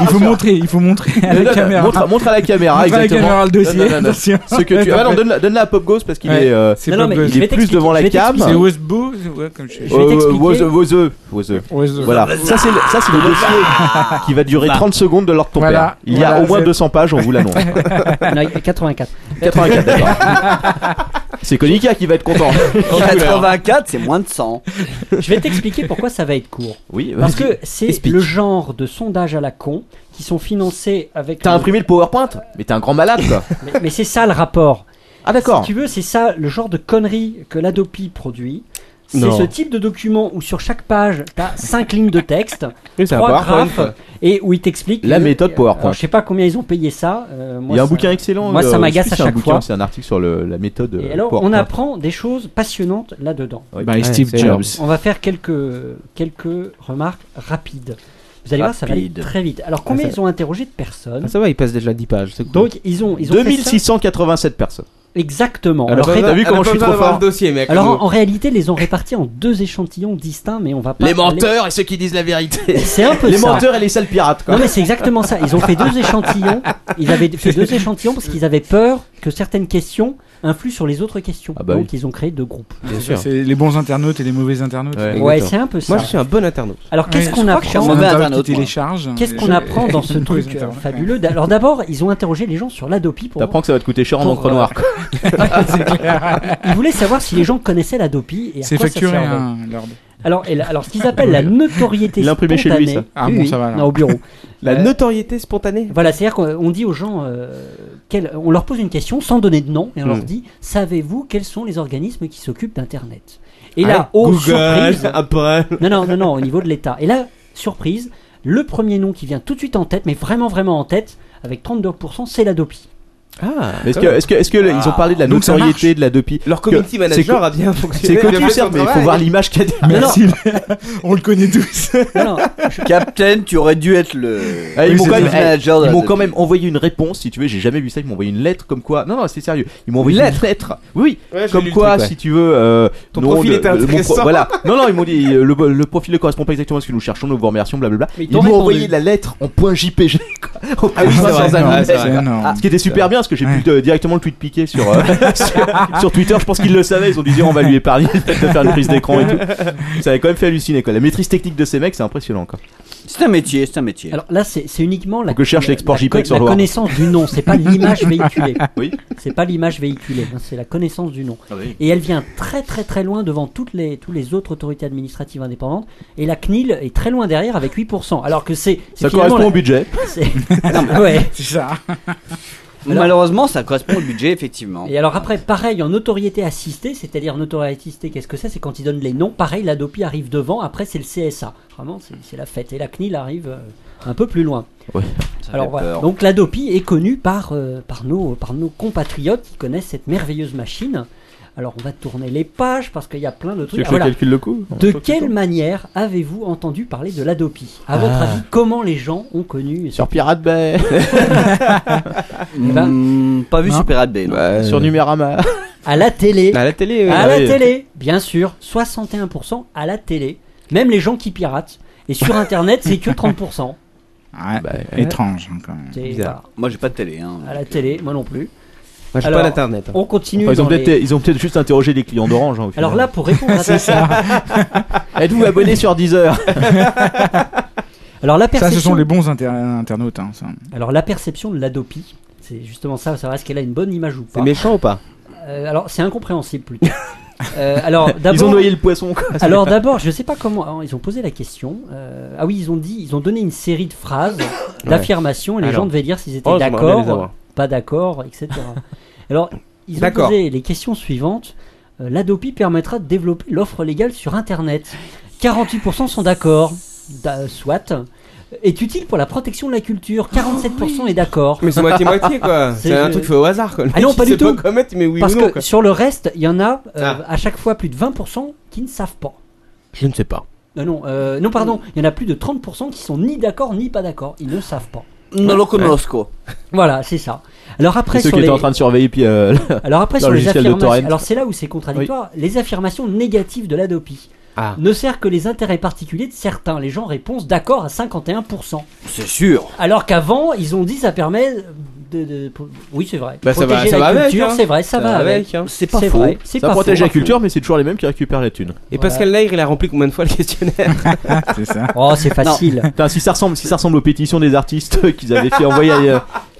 S8: Il faut montrer, il faut montrer à
S6: Non,
S8: la
S6: non,
S8: caméra.
S6: Montre, montre à la caméra,
S8: Montre à la
S6: exactement.
S8: caméra le dossier.
S6: Non, non, non, non.
S8: attention.
S6: Ce que
S8: bah
S6: tu. Ah, non, donne-la donne-la à Pop Ghost parce qu'il
S8: Ouais.
S6: est. euh,
S8: C'est
S9: Non, non,
S8: Bob
S9: mais
S8: Buzz.
S9: je
S6: Il
S9: vais
S6: est plus
S9: t'expliquer,
S6: devant
S9: je
S6: la
S9: vais
S6: cam.
S9: t'expliquer.
S8: C'est Wozbo, ouais, comme je
S9: Je vais t'expliquer.
S6: Wozeux. Wozeux. Voilà, ça c'est le, ça, c'est le dossier qui va durer 30 secondes de l'ordre de ton
S8: Voilà.
S6: père. Il y a
S8: Voilà,
S6: au moins
S8: c'est-
S6: 200 pages, on vous l'annonce.
S9: Non, il y a 84.
S6: 84 d'accord. C'est Konica qui va être content.
S10: 84, c'est moins de 100.
S9: Je vais t'expliquer pourquoi ça va être court.
S6: Oui,
S9: Parce
S6: vas-y.
S9: que c'est
S6: Explique.
S9: le genre de sondage à la con qui sont financés avec.
S6: T'as
S9: le-
S6: imprimé le PowerPoint Mais t'es un grand malade quoi.
S9: Mais, mais c'est ça le rapport.
S6: Ah d'accord.
S9: Si tu veux, c'est ça le genre de conneries que l'Adopi produit. C'est
S7: Non.
S9: ce type de document où sur chaque page, t'as 5 lignes de texte,
S7: Oui, c'est un
S9: trois
S7: PowerPoint,
S9: graphes, et où il t'explique.
S6: La
S9: que-
S6: méthode PowerPoint.
S9: Alors, je sais pas combien ils ont payé ça. euh,
S6: Il
S9: moi,
S6: y a un
S9: ça-
S6: bouquin excellent.
S9: moi,
S6: euh,
S9: ça
S6: je sais
S9: m'agace
S6: plus
S9: à
S6: si c'est un
S9: chaque
S6: bouquin
S9: fois.
S6: ou C'est un article sur le- la méthode.
S9: Et
S6: euh,
S9: alors, on
S6: PowerPoint.
S9: apprend des choses passionnantes là-dedans.
S6: bah,
S8: By Steve
S7: c'est
S8: Jobs.
S9: On va faire quelques, quelques remarques rapides. Vous allez voir, ça va aller
S10: Rapide.
S9: très vite. Alors, combien
S7: Ah, ça-
S9: ils ont interrogé de personnes
S7: Ah, ça va, il passe déjà 10 pages. c'est cool.
S9: Donc, ils ont, ils ont fait ça-
S6: 2687 personnes. Ah,
S9: Exactement.
S7: Elle a
S9: Alors,
S7: pas
S9: ré-
S7: besoin-
S6: vu
S7: elle a
S6: comment
S7: pas
S6: je suis
S7: besoin
S6: trop
S7: d'avoir
S6: fort
S7: le dossier, mec.
S9: alors, en, en réalité, les ont répartis en deux échantillons distincts, mais on va pas.
S6: Les
S9: aller-
S6: menteurs et ceux qui disent la vérité.
S9: C'est un peu
S6: Les
S9: ça.
S6: menteurs et les sales pirates quoi.
S9: Non mais c'est exactement ça. Ils ont fait deux échantillons. Ils avaient fait deux échantillons parce qu'ils avaient peur que certaines questions influent sur les autres questions.
S6: Ah bah
S9: Donc ils ont créé deux groupes.
S7: Bien sûr.
S8: C'est les bons internautes et les mauvais internautes.
S6: Ouais.
S9: Ouais, c'est un peu ça.
S7: Moi, je suis un bon internaute.
S9: Alors qu'est-ce
S8: Ouais,
S9: qu'on
S8: je crois
S10: suis un
S9: apprend
S10: mauvais
S8: Les internautes
S10: internaute,
S8: qui
S10: moi.
S8: téléchargent.
S9: Qu'est-ce
S8: Les-
S9: qu'on apprend dans ce
S8: euh, les mauvais
S9: truc euh,
S8: internautes.
S9: fabuleux Alors d'abord, ils ont interrogé les gens sur l'Adopi pour
S6: T'apprends que ça va te coûter cher en
S9: Pour,
S6: encre
S9: euh,
S6: noire quoi.
S9: ils voulaient savoir si les gens connaissaient l'Adopi et à
S8: C'est
S9: quoi ça
S8: facturé,
S9: servait.
S8: hein, Lord.
S9: Alors, et la- alors ce qu'ils appellent la notoriété
S6: Il l'imprimait
S9: spontanée.
S6: chez lui,
S8: ça. Ah
S9: Oui,
S8: bon,
S9: oui,
S8: ça va, alors.
S9: non, au bureau.
S7: La
S9: Euh,
S7: notoriété spontanée.
S9: Voilà, c'est-à-dire qu'on on dit aux gens, euh, quel- on leur pose une question sans donner de nom et
S6: Hmm.
S9: on leur dit Savez-vous quels sont les organismes qui s'occupent d'Internet Et
S6: Ah,
S9: là, oh surprise
S7: Apple.
S9: Non, non, non, non, au niveau de l'État. Et là, surprise, le premier nom qui vient tout de suite en tête, mais vraiment, vraiment en tête, avec 32%, c'est l'Adopi.
S7: Ah.
S6: Mais Est-ce que, est-ce que, est-ce que ils ont parlé de la
S8: Ah, Donc ça marche.
S6: notoriété de la Depi
S7: Leur
S6: Que-
S7: community
S6: c'est co-
S7: manager a bien
S6: C'est
S7: fonctionné. il a
S6: connu
S7: fait
S6: certes,
S7: son
S6: mais il faut
S7: travail.
S6: voir l'image qu'il y a derrière.
S8: Merci. On le connaît tous.
S9: Non, non,
S10: Captain, tu aurais dû être le.
S6: Ah, ils
S10: le
S6: m'ont quand, même,
S10: business manager de
S6: ils
S10: la
S6: m'ont
S10: Depi.
S6: quand même envoyé une réponse, si tu veux. J'ai jamais vu ça. Ils m'ont envoyé une lettre comme quoi. Non, non, c'est sérieux. Ils m'ont envoyé une lettre. Oui, oui.
S7: Ouais, j'ai
S6: comme
S7: lu le
S6: quoi,
S7: truc, ouais.
S6: si tu veux. euh,
S7: Ton
S6: non,
S7: profil
S6: le-
S7: était
S6: le- mon
S7: intéressant.
S6: voilà. Non, non, ils m'ont dit euh, le, le profil ne correspond pas exactement à ce que nous cherchons. Nous vous remercions, blablabla.
S9: Mais ils
S6: Ils
S9: t'ont
S6: m'ont
S9: répondu.
S6: envoyé la lettre en point JPG. quoi. En point
S7: c'est vrai.
S6: 500
S7: Ah,
S6: amis.
S7: c'est vrai.
S8: énorme.
S6: Ce qui était super bien parce que j'ai pu euh, directement le tweet piqué sur, euh, sur, sur Twitter. Je pense qu'ils le savaient. Ils ont dû dire on va lui épargner peut-être de faire une prise d'écran et tout. Ça avait quand même fait halluciner quoi. La maîtrise technique de ces mecs, c'est impressionnant quoi.
S10: C'est un métier, c'est un métier.
S9: Alors là, c'est c'est uniquement la,
S6: Faut que je cherche
S9: la-
S6: l'export
S9: la
S6: JPEG
S9: con-
S6: sur
S9: la
S6: Loire.
S9: connaissance du nom. C'est pas l'image véhiculée.
S6: Oui.
S9: C'est pas l'image véhiculée. hein, C'est la connaissance du nom.
S6: Ah oui.
S9: Et elle vient très très très loin devant toutes les tous les autres autorités administratives indépendantes. Et la CNIL est très loin derrière avec 8%. Alors que c'est c'est
S6: Ça
S9: finalement
S6: correspond
S9: la- Ah,
S6: au budget.
S9: c'est- Non, mais ouais.
S8: C'est ça.
S9: alors-
S10: Malheureusement, ça correspond au budget, effectivement.
S9: Et alors après, pareil, en notoriété assistée, c'est-à-dire en notoriété assistée, qu'est-ce que c'est C'est quand ils donnent les noms. Pareil, l'ADOPI arrive devant, après c'est le CSA. Vraiment, c'est c'est la fête. Et la CNIL arrive euh, un peu plus loin.
S10: Ça fait
S9: Alors voilà.
S10: peur.
S9: Donc l'Adopi est connue par, euh, par, nos, par nos compatriotes qui connaissent cette merveilleuse machine. Alors on va tourner les pages parce qu'il y a plein de
S6: Tu veux que
S9: trucs. Ah,
S6: je
S9: voilà.
S6: calcule le coût
S9: De quelle manière avez-vous entendu parler de l'Adopi À votre avis, comment les gens ont connu
S6: Sur Pirate Bay
S9: Eh ben-
S10: Hmm, pas vu
S8: Non.
S10: Super Ad Bay, non.
S6: Sur Numérama
S9: À la télé.
S7: À la télé, oui.
S9: À Ah, la
S6: Ah oui.
S9: télé, bien sûr. 61% à la télé. Même les gens qui piratent. Et sur Internet, c'est que 30%.
S8: Ouais, Bah,
S6: Bah,
S8: étrange hein, quand même.
S9: C'est-
S7: Bizarre.
S10: Moi, j'ai pas de télé. hein.
S9: voilà. À la télé, moi non plus.
S7: Moi, j'ai
S9: Alors-
S7: pas l'internet. hein.
S9: On continue.
S6: Enfin, ils, ont
S9: dans
S6: peut-être,
S9: les-
S6: ils ont peut-être juste interrogé les clients d'Orange. hein, au
S9: Alors
S6: final.
S9: là, pour répondre à ta
S6: êtes-vous abonné sur Deezer
S9: Alors la
S8: Ça,
S9: perception.
S8: ce sont les bons inter- internautes. Hein, ça.
S9: Alors la perception de l'Adopi, c'est justement ça, savoir est-ce qu'elle a une bonne image ou pas.
S7: C'est méchant ou pas
S9: Euh, alors c'est incompréhensible plutôt. Euh, alors
S6: Ils ont
S9: d'abord,
S6: noyé le poisson. quoi.
S9: alors d'abord, je sais pas comment alors, ils ont posé la question. Euh, ah oui, ils ont dit, ils ont donné une série de phrases, d'affirmations, et les
S7: Alors.
S9: gens devaient dire s'ils étaient
S7: Oh, j'aimerais bien les
S9: d'accord,
S7: avoir.
S9: pas d'accord, etc. alors ils ont
S7: D'accord.
S9: posé les questions suivantes. Euh, L'Adopi permettra de développer l'offre légale sur Internet. 48% sont d'accord, Da- soit. Est utile pour la protection de la culture. 47%
S7: Ah
S9: est d'accord.
S7: Mais c'est moitié-moitié, quoi.
S9: C'est-
S7: C'est un truc fait au hasard, quoi. Le
S9: Ah non,
S7: mec,
S9: pas
S7: il
S9: du
S7: sait
S9: tout.
S7: Pas comment tu mets oui
S9: Parce
S7: ou non,
S9: que
S7: quoi.
S9: sur le reste, il y en a euh,
S7: Ah.
S9: à chaque fois plus de 20% qui ne savent pas.
S7: Je ne sais pas.
S9: Non, non, euh, non, pardon, il y en a plus de 30% qui sont ni d'accord ni pas d'accord. Ils ne savent pas.
S10: Non lo conosco.
S9: Voilà, c'est ça. Alors après,
S6: C'est ceux
S9: sur
S6: qui
S9: les,
S6: étaient en train de surveiller puis, euh,
S9: alors après,
S6: dans
S9: sur
S6: le
S9: les
S6: logiciel de
S9: affirmations.
S6: Torrent.
S9: Alors c'est là où c'est contradictoire. Les affirmations négatives de l'Adopi
S7: Ah.
S9: ne servent que les intérêts particuliers de certains. Les gens répondent d'accord à 51%.
S10: C'est sûr.
S9: Alors qu'avant, ils ont dit ça permet de. de- pour- Oui, c'est vrai.
S7: Bah, ça va-
S9: Protéger
S7: ça
S9: la
S7: va avec,
S9: culture,
S7: hein.
S9: c'est vrai, ça, va avec.
S7: hein.
S10: C'est pas
S9: C'est
S10: faux.
S9: vrai, c'est
S6: ça
S9: pas faux.
S6: protège la culture, mais c'est toujours les mêmes qui récupèrent la thune.
S7: Et
S9: Voilà.
S7: Pascal Lair, il a rempli combien de fois le questionnaire
S8: C'est ça.
S9: Oh, c'est facile.
S6: Putain, si ça ressemble, si ça ressemble aux pétitions des artistes qu'ils avaient fait euh, envoyer à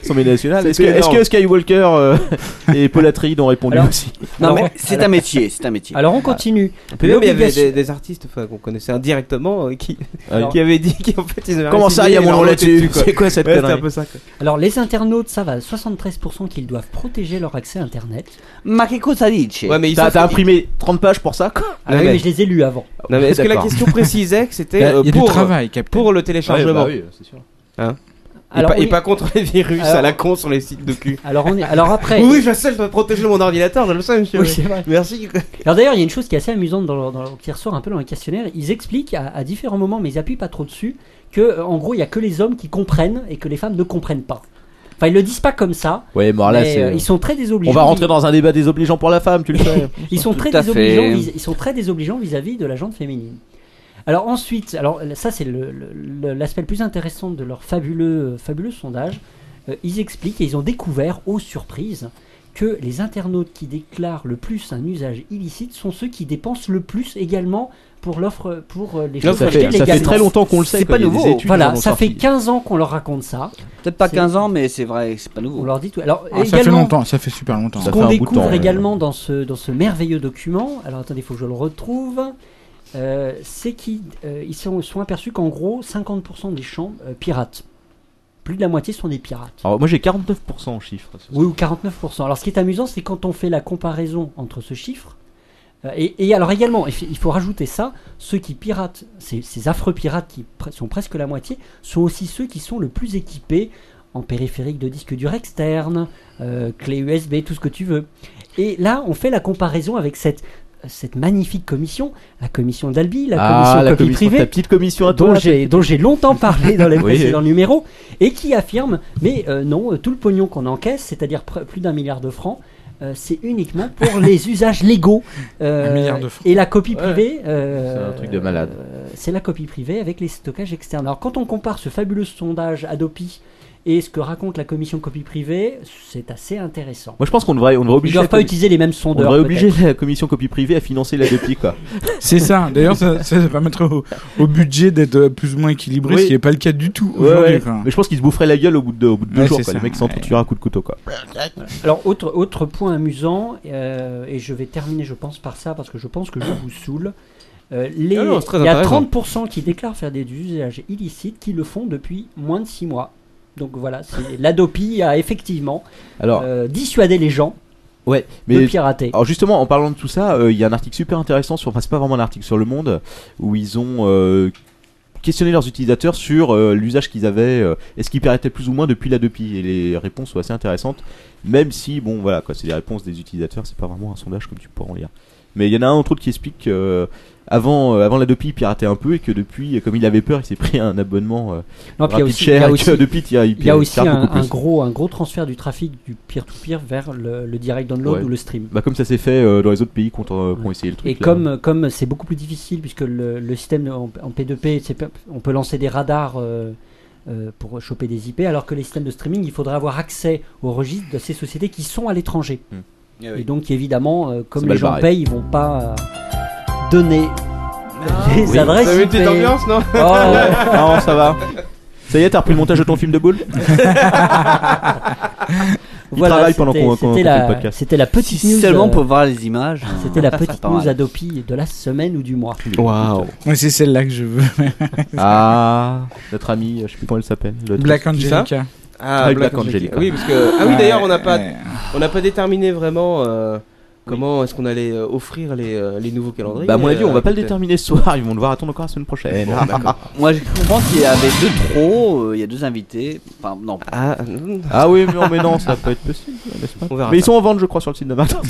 S6: l'Assemblée nationale, est-ce que,
S7: C'était
S6: est-ce que Skywalker euh, et Paul Atreides ont répondu
S9: Alors-
S6: aussi
S10: Non,
S9: Alors,
S10: mais c'est un métier, c'est un métier.
S9: Alors on continue.
S7: Mais même, il y avait
S9: L'obligation-
S7: des, des artistes enfin, qu'on connaissait indirectement euh, qui,
S6: Alors-
S7: qui avaient dit qu'en fait ils avaient
S6: Comment ça, il y a mon nom là-dessus
S7: C'est
S6: C'est quoi cette
S7: ouais, c'était un
S6: connerie
S7: peu ça. Quoi.
S9: Alors les internautes, ça va, 73% qu'ils doivent protéger leur accès à Internet.
S10: Ma che cosa dice
S7: Ouais, mais ils
S6: T'as
S7: sont-
S6: t'as imprimé 30 pages pour ça quoi
S9: Ah oui, mais je les ai lus avant.
S7: Non, mais est-ce que la
S6: D'accord.
S7: question précisait que c'était
S8: Il y a,
S7: euh,
S8: il y a du
S7: pour,
S8: travail, Captain.
S7: pour
S6: Ah
S7: le
S6: bah
S7: téléchargement et,
S9: Alors,
S7: pas, et
S9: oui.
S7: pas contre les virus
S9: Alors-
S7: à la con sur les sites de cul.
S9: Alors on est... alors après.
S7: Oui, je sais, je dois protéger mon ordinateur, je le sais, monsieur.
S9: Oui, c'est vrai.
S7: Merci.
S9: Alors d'ailleurs, il y a une chose qui est assez amusante dans leur- dans leur- qui ressort un peu dans le questionnaire. Ils expliquent à, à différents moments, mais ils appuient pas trop dessus, que euh, en gros, il y a que les hommes qui comprennent et que les femmes ne comprennent pas. Enfin, ils le disent pas comme ça,
S6: Ouais, mais alors là,
S9: mais,
S6: c'est-
S9: euh, ils sont très désobligeants.
S6: On va rentrer dans un débat désobligeant pour la femme, tu le sais.
S9: Ils sont très
S10: à fait.
S9: désobligeants. vis- Ils sont très désobligeants vis-à-vis de la gente féminine. Alors ensuite, alors ça c'est le- le- le- l'aspect le plus intéressant de leur fabuleux euh, fabuleux sondage. Euh, ils expliquent et ils ont découvert, aux surprises, que les internautes qui déclarent le plus un usage illicite sont ceux qui dépensent le plus également pour l'offre pour euh, les choses
S6: ça fait,
S9: achetées
S6: ça fait
S9: légalement.
S6: très longtemps qu'on le sait.
S10: C'est
S6: quoi,
S10: pas
S6: il y a des
S10: nouveau.
S6: études qui en
S9: Voilà,
S6: ont
S9: ça fait
S6: sorti.
S9: 15 ans qu'on leur raconte ça.
S10: Peut-être pas
S9: C'est-
S10: 15 ans, mais c'est vrai, que c'est pas
S9: On
S10: nouveau.
S9: leur dit tout. Alors
S8: Ah, ça fait
S9: également,
S8: longtemps, ça fait super longtemps.
S9: Ce
S6: Ça
S9: qu'on
S6: fait un bout de
S9: découvre
S6: temps, ouais.
S9: également dans, ce, dans ce merveilleux document, alors attendez, il faut que je le retrouve, euh, c'est qu'ils euh, ils sont, sont aperçus qu'en gros, 50% des champs euh, pirates. Plus de la moitié sont des pirates.
S6: Alors, moi j'ai 49% en chiffres.
S9: Oui, ou 49%. Alors ce qui est amusant, c'est quand on fait la comparaison entre ce chiffre. euh, Et, et alors également, il f- il faut rajouter ça, ceux qui piratent, ces, ces affreux pirates qui pre- sont presque la moitié, sont aussi ceux qui sont le plus équipés en périphérique de disque dur externe, euh, clé USB, tout ce que tu veux. Et là, on fait la comparaison avec cette, cette magnifique commission, la commission d'Albi, Ah, la commission copie privée,
S6: ta petite Ah, commission à
S9: dont
S6: toi.
S9: j'ai dont j'ai longtemps parlé dans les
S6: Oui.
S9: précédents numéros et qui affirme mais euh, non euh, tout le pognon qu'on encaisse c'est-à-dire pr- plus d'un milliard de francs euh, c'est uniquement pour les usages légaux euh,
S8: Un milliard de francs.
S9: et la copie privée euh,
S6: C'est un truc de malade.
S9: euh, c'est la copie privée avec les stockages externes alors quand on compare ce fabuleux sondage Adopi Et ce que raconte la commission copie privée, c'est assez intéressant.
S6: Moi, je pense qu'on devrait, on devrait
S9: Ils ne
S6: obliger.
S9: doivent
S6: la
S9: pas
S6: commi-
S9: utiliser les mêmes
S6: on
S9: sondeurs.
S6: devrait
S9: peut-être.
S6: obliger la commission copie privée à financer la DPI, quoi.
S8: C'est ça. D'ailleurs, ça, ça va permettre au, au budget d'être euh, plus ou moins équilibré,
S6: Oui.
S8: ce qui n'est pas le cas du tout
S6: Ouais,
S8: aujourd'hui.
S6: ouais.
S8: quoi.
S6: Mais je pense qu'ils se boufferaient la gueule au bout de, au bout de deux
S8: Ouais,
S6: jours,
S8: c'est
S6: quoi.
S8: ça.
S6: Les mecs s'entretueraient à coups de couteau, quoi.
S9: Alors, autre, autre point amusant, euh, et je vais terminer, je pense, par ça, parce que je pense que je vous saoule. Euh, les-
S7: Ah non, c'est très
S9: il y a
S7: intéressant.
S9: 30% qui déclarent faire des usages illicites qui le font depuis moins de 6 mois. Donc voilà, c'est- l'Adopi a effectivement
S6: Alors,
S9: euh, dissuadé les gens
S6: ouais.
S9: de
S6: Mais Oh,
S9: pirater.
S6: Alors justement, en parlant de tout ça, euh, il y a un article super intéressant sur, enfin c'est pas vraiment un article sur Le Monde, où ils ont euh, questionné leurs utilisateurs sur euh, l'usage qu'ils avaient, euh, est-ce qu'ils pirataient plus ou moins depuis la Depi, et les réponses sont assez intéressantes, même si bon voilà quoi, c'est les réponses des utilisateurs, c'est pas vraiment un sondage comme tu pourras en lire. Mais il y en a un entre autres qui explique que euh, avant, euh, avant la Depi, il piratait un peu et que depuis, euh, comme il avait peur, il s'est pris un abonnement euh,
S9: Non, Ah, puis il y a
S6: rapide
S9: aussi- il y
S6: cher
S9: a
S6: et
S9: aussi-
S6: que depuis, il,
S9: il y a aussi
S6: pirate
S9: un,
S6: beaucoup
S9: un
S6: plus.
S9: gros, un gros transfert du trafic du peer-to-peer vers le, le direct download
S6: Ouais.
S9: ou le stream.
S6: Bah, comme ça s'est fait euh, dans les autres pays qui ont, euh, qui ont essayé le truc.
S9: Et
S6: là.
S9: comme comme c'est beaucoup plus difficile puisque le, le système de- en, en P2P, c'est pas- on peut lancer des radars euh, euh, pour choper des IP, alors que les systèmes de streaming, il faudra avoir accès au registre de ces sociétés qui sont à l'étranger.
S10: Eh
S9: Et donc évidemment, euh,
S6: C'est
S9: comme
S6: mal
S9: les gens
S6: barré.
S9: payent, ils vont pas euh, donner les
S6: oui.
S9: adresses.
S7: Vous avez une petite
S9: IP.
S7: ambiance, non
S9: Oh, ouais.
S6: Non, ça va. Ça y est, t'as repris le montage de ton film de boule Il travaille pendant
S9: c'était-
S6: qu'on- qu'on- qu'on fait
S9: c'était la-
S6: le podcast.
S9: C'était la petite
S10: Si
S9: news.
S10: seulement
S9: euh,
S10: pour voir les images. hein,
S9: C'était la petite
S10: Pas mal.
S9: news Adopi de la semaine ou du mois.
S7: Waouh.
S8: Ouais, c'est celle-là que je veux.
S6: Ah, notre ami, je sais plus comment elle s'appelle. le-
S8: Black
S7: Qui ça
S8: Angelica.
S7: Ah,
S6: Ah, Black Angelica.
S7: Oui, parce que. Ah oui, d'ailleurs, on n'a pas,
S8: Ouais, ouais.
S7: on n'a pas déterminé vraiment euh, comment est-ce qu'on allait euh, offrir les, euh, les nouveaux calendriers.
S6: Bah, à mon avis, on
S7: euh,
S6: va pas le
S7: écoutez.
S6: déterminer ce soir. Ils vont devoir attendre encore la semaine prochaine.
S10: Moi, je comprends qu'il y avait deux trop, euh, il y a deux invités. Enfin, non.
S7: Ah, mm,
S6: ah oui, mais non, mais non, ça peut être possible, n'est-ce pas
S7: On verra
S6: Mais ils
S7: ça.
S6: sont en vente, je crois, sur le site de Martin.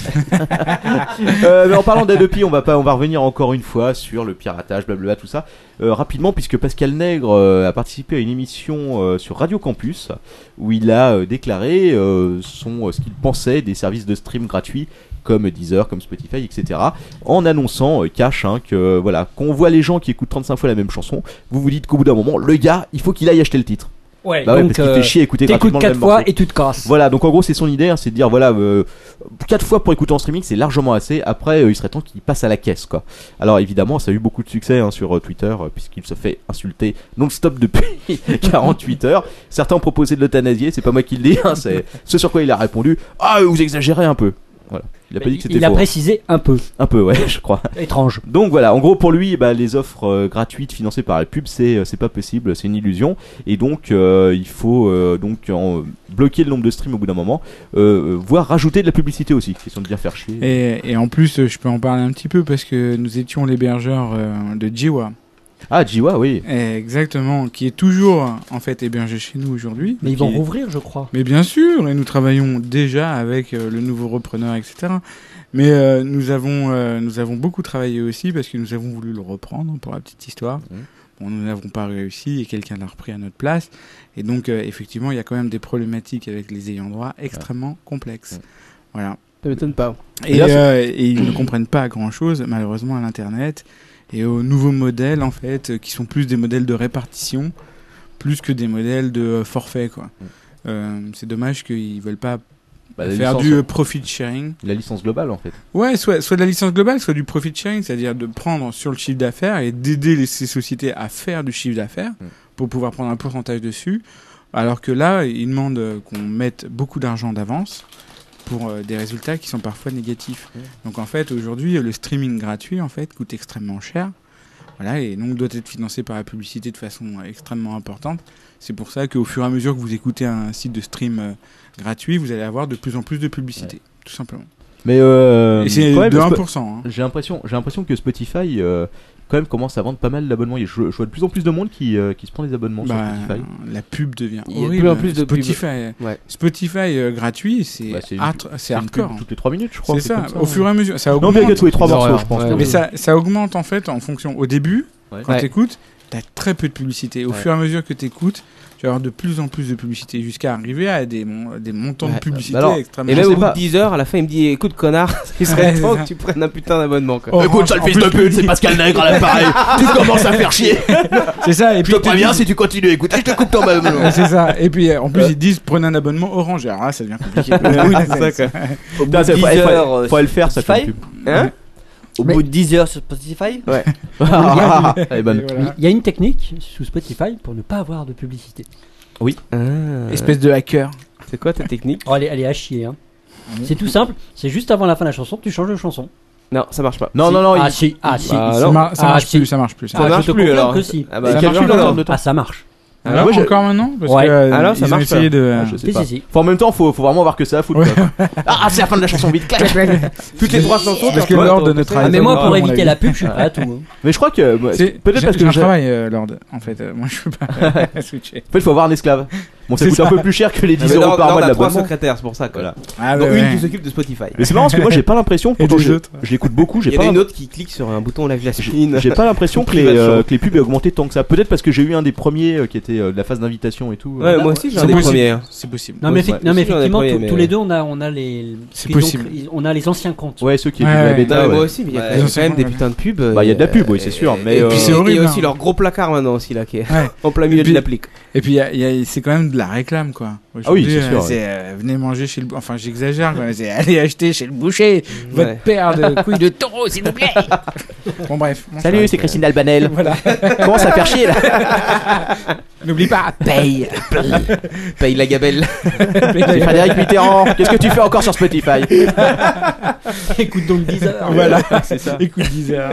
S6: Euh, mais en parlant d'Adopi, on va pas, on va revenir encore une fois sur le piratage, blabla, tout ça, Euh, rapidement, puisque Pascal Nègre euh, a participé à une émission euh, sur Radio Campus où il a euh, déclaré euh, son, euh, ce qu'il pensait des services de stream gratuits comme Deezer, comme Spotify, etc. En annonçant euh, cash hein, que voilà, qu'on voit les gens qui écoutent 35 fois la même chanson, vous vous dites qu'au bout d'un moment, le gars, il faut qu'il aille acheter le titre.
S9: Ouais,
S6: Bah ouais,
S9: donc
S6: parce qu'il
S9: euh,
S6: fait chier à écouter
S9: t'écoutes
S6: gratuitement le
S9: quatre
S6: même
S9: fois
S6: morceau.
S9: et tu te casses.
S6: Voilà, donc en gros, c'est son idée, hein, c'est de dire voilà, euh, quatre fois pour écouter en streaming, c'est largement assez. Après, euh, il serait temps qu'il passe à la caisse, quoi. Alors évidemment, ça a eu beaucoup de succès hein, sur euh, Twitter, euh, puisqu'il se fait insulter non-stop depuis 48 heures. Certains ont proposé de l'euthanasier, c'est pas moi qui le dis, hein, c'est ce sur quoi il a répondu Ah, vous exagérez un peu. Voilà. Il a pas dit que
S9: Bah, il
S6: c'était
S9: a
S6: faux. hein.
S9: précisé un peu.
S6: Un peu, ouais, je crois.
S9: Étrange.
S6: Donc voilà, en gros pour lui, bah, les offres euh, gratuites financées par la pub, c'est euh, c'est pas possible, c'est une illusion. Et donc euh, il faut euh, donc en- bloquer le nombre de streams au bout d'un moment, euh, euh, voire rajouter de la publicité aussi, question de bien faire chier.
S8: Et, et en plus, euh, je peux en parler un petit peu parce que nous étions l'hébergeur euh, de Jiwa.
S6: Ah Jiwa, oui.
S8: Eh, Exactement, qui est toujours en fait hébergé chez nous aujourd'hui.
S9: Mais ils vont
S8: Qui-
S9: rouvrir, je crois.
S8: Mais bien sûr, et nous travaillons déjà avec euh, le nouveau repreneur, etc. Mais euh, nous, avons, euh, nous avons beaucoup travaillé aussi parce que nous avons voulu le reprendre pour la petite histoire.
S9: Mmh.
S6: Mhm.
S8: Bon, nous n'avons pas réussi et quelqu'un l'a repris à notre place. Et donc, euh, effectivement, il y a quand même des problématiques avec les ayants droit extrêmement complexes. Voilà.
S7: Ça m'étonne pas.
S8: Et,
S6: là,
S8: euh, et ils ne comprennent pas grand-chose, malheureusement, à l'Internet et aux nouveaux modèles, en fait, euh, qui sont plus des modèles de répartition, plus que des modèles de euh, forfait, quoi. Euh, c'est dommage qu'ils veulent pas
S6: Mm. Bah, la,
S8: faire
S6: licence,
S8: du euh, profit sharing.
S6: la licence globale en fait.
S8: Ouais, soit, soit de la licence globale, soit du profit sharing, c'est-à-dire de prendre sur le chiffre d'affaires et d'aider les- ces sociétés à faire du chiffre d'affaires pour pouvoir prendre un pourcentage dessus. Alors que là, ils demandent euh, qu'on mette beaucoup d'argent d'avance pour euh, des résultats qui sont parfois négatifs. Donc en fait, aujourd'hui, euh, le streaming gratuit en fait coûte extrêmement cher. Voilà, et donc doit être financé par la publicité de façon euh, extrêmement importante. C'est pour ça qu'au fur et à mesure que vous écoutez un site de stream euh, gratuit, vous allez avoir de plus en plus de publicité, tout simplement.
S6: Mais euh,
S8: Et c'est
S6: quand même,
S8: de
S6: Spo-
S8: 1%. hein.
S6: j'ai l'impression, j'ai l'impression que Spotify euh, quand même commence à vendre pas mal d'abonnements. Je, je vois de plus en plus de monde qui, euh, qui se prend des abonnements
S8: Bah,
S6: sur Spotify.
S8: la pub devient
S7: Il y a de
S8: horrible.
S7: plus en plus de pubs.
S8: Spotify, euh,
S7: Ouais.
S8: Spotify euh, gratuit, c'est
S6: Bah, c'est une-
S8: art- c'est
S6: C'est une pub
S8: hardcore. hein.
S6: toutes les 3 minutes, je crois.
S8: C'est
S6: un
S8: ça.
S6: truc comme
S8: Au fur et à mesure, ça
S6: Non,
S8: augmente.
S6: bien que tous les 3
S7: Des
S6: morceaux,
S7: horreurs,
S6: je pense.
S7: ouais.
S6: quand
S8: Mais
S6: même.
S8: ça, ça augmente en fait en fonction. Au début,
S6: Ouais.
S8: quand
S7: Ouais.
S8: t'écoutes, t'as très peu de publicité. Au
S7: Ouais.
S8: fur et à mesure que t'écoutes, tu vas avoir de plus en plus de publicité jusqu'à arriver à des, mon- des montants de
S7: Ouais.
S8: publicité
S7: Bah alors,
S8: extrêmement
S7: Et même au bout
S8: importants.
S7: de 10 heures, à la fin, il me dit écoute, connard, il serait
S8: Ouais,
S7: temps
S8: c'est Oh.
S7: que tu prennes un putain d'abonnement. quoi.
S2: Écoute, sale fils de pute, c'est Pascal Nègre à l'appareil. tu commences à faire chier.
S8: C'est ça, et puis
S2: Je te
S8: ils te
S2: préviens,
S8: disent-
S2: si tu continues à écouter, je te coupe ton
S8: Ouais,
S2: même.
S8: c'est ça. Et puis euh, en plus ils disent prenez un abonnement Orange. Alors là ça devient compliqué.
S7: C'est ça, quoi.
S10: Au bout
S6: Putain,
S10: de
S6: c'est- faut,
S10: 10
S6: eh, faut-
S10: heures, euh,
S6: faut le faire, ça fait
S10: Spotify.
S6: une pub.
S7: Hein
S10: Au bout de 10 heures sur Spotify
S6: Ah, elle est
S8: Et
S6: bonne.
S8: voilà.
S9: Il y a une technique sous Spotify pour ne pas avoir de publicité.
S7: Ah.
S8: Espèce de hacker.
S7: C'est quoi ta technique
S9: Oh, elle, est, elle est à chier. hein. C'est tout simple, c'est juste avant la fin de la chanson, tu changes de chanson.
S7: Non, ça marche pas.
S6: Non, non, non,
S9: ah,
S6: il-
S9: si, ah, si.
S7: Bah,
S9: si.
S8: ça,
S7: alors,
S8: mar- ça
S9: ah,
S8: marche
S9: si.
S8: plus, ça marche plus. ça
S9: Ah,
S7: ça marche
S8: marche
S9: je te
S7: plus,
S9: confirme
S7: alors.
S9: que si.
S7: Ah
S8: Et
S7: bah,
S8: ça
S7: quel
S8: marche
S7: genre
S8: plus,
S7: de-
S8: alors.
S6: de temps.
S9: Ah, ça marche.
S7: Ah,
S8: Alors,
S7: moi, je-
S8: encore maintenant parce
S9: Ouais.
S8: que euh,
S7: Alors, ça
S8: ils ont
S7: marche
S8: essayé de.
S6: Je sais
S9: Ah, Si,
S6: pas.
S9: si, si.
S6: Enfin, en même temps, faut, faut vraiment avoir que ça à foutre.
S8: Ouais.
S6: quoi.
S2: Ah, c'est la fin de la chanson, vite, claque.
S7: Toutes les trois chansons,
S8: Parce
S7: t'es
S8: que
S7: en train
S8: lors de
S7: t'en-
S8: notre
S7: t'en-
S9: Ah, mais
S8: ça
S9: moi,
S8: marche,
S9: pour
S8: à mon
S9: éviter
S8: avis.
S9: la pub, je suis prêt à tout. hein.
S6: Mais je crois que euh,
S8: C'est-
S6: peut-être parce
S8: j'ai
S6: que
S8: un
S6: j'ai-
S8: travail euh, Lord. En fait, Euh, moi je peux pas switcher.
S6: En fait, faut avoir un esclave. Bon, ça
S8: C'est
S6: coûte
S8: ça.
S6: un peu plus cher que les 10
S7: Mais
S6: euros
S7: Lord-
S6: par
S7: Lord
S6: mois de
S7: a trois
S6: l'abonnement.
S7: secrétaires, c'est pour ça. quoi.
S6: Voilà.
S8: Ah,
S7: Dont
S8: ouais,
S7: une
S8: ouais.
S7: qui s'occupe de Spotify.
S6: Mais c'est marrant parce que moi, j'ai pas l'impression.
S8: Et
S6: Pourtant,
S8: des
S6: je,
S8: autres.
S6: je l'écoute beaucoup. J'ai
S7: Il y en
S6: pas.
S7: a une autre qui clique sur un bouton lave
S6: J'ai
S7: glacière.
S6: j'ai pas l'impression que les,
S7: Privation.
S6: euh, que les pubs aient augmenté tant que ça. Peut-être parce que j'ai eu un des premiers euh, qui était euh, de la phase d'invitation et tout. euh.
S7: Ouais, moi aussi, j'ai
S8: C'est
S7: un des
S8: possible.
S7: premiers. hein.
S8: C'est possible.
S9: Non, mais,
S6: Ouais,
S9: effe-
S7: c'est sûr,
S9: non, mais
S7: on est
S9: effectivement,
S7: premier,
S9: tous
S7: mais-
S9: tous les deux, on a, on a les.
S8: C'est
S9: ils ont
S8: possible.
S9: cr- ils- On a les anciens comptes.
S6: Ouais, ceux qui
S8: Ouais,
S6: étaient de la bêta.
S7: Non, mais
S8: ouais.
S7: moi
S6: Ah ouais.
S7: aussi, mais il y
S10: Ouais,
S7: a quand même-
S8: ils ont
S7: quand même des
S8: sûrement-
S7: putains de pubs.
S6: Bah, il y a de la
S7: euh,
S6: pub, oui, c'est sûr,
S7: et-
S6: mais,
S7: Et
S6: euh,
S7: puis
S8: C'est horrible,
S7: Et aussi
S8: hein.
S7: leur gros placard maintenant aussi, là, qui est
S8: Ouais.
S7: en plein milieu
S8: puis-
S7: de l'appli. quoi.
S8: Et puis il y a- il y a- c'est quand même de la réclame quoi.
S6: Ah oui, c'est
S8: Aujourd'hui, euh,
S6: sûr, ouais.
S8: euh, venez manger chez le bou- enfin j'exagère quoi, mais c'est allez acheter chez le boucher votre
S7: Ouais.
S8: paire de couilles de taureau s'il vous plaît. bon bref. Bon,
S2: Salut, c'est Christine Albanel.
S8: Voilà.
S2: Comment ça faire chier là
S8: N'oublie pas.
S2: Paye.
S7: Paye la gabelle.
S2: C'est Frédéric Mitterrand. Qu'est-ce que tu fais encore sur Spotify
S9: Écoute donc 10 heures.
S8: Voilà.
S6: C'est ça.
S8: Écoute 10 heures.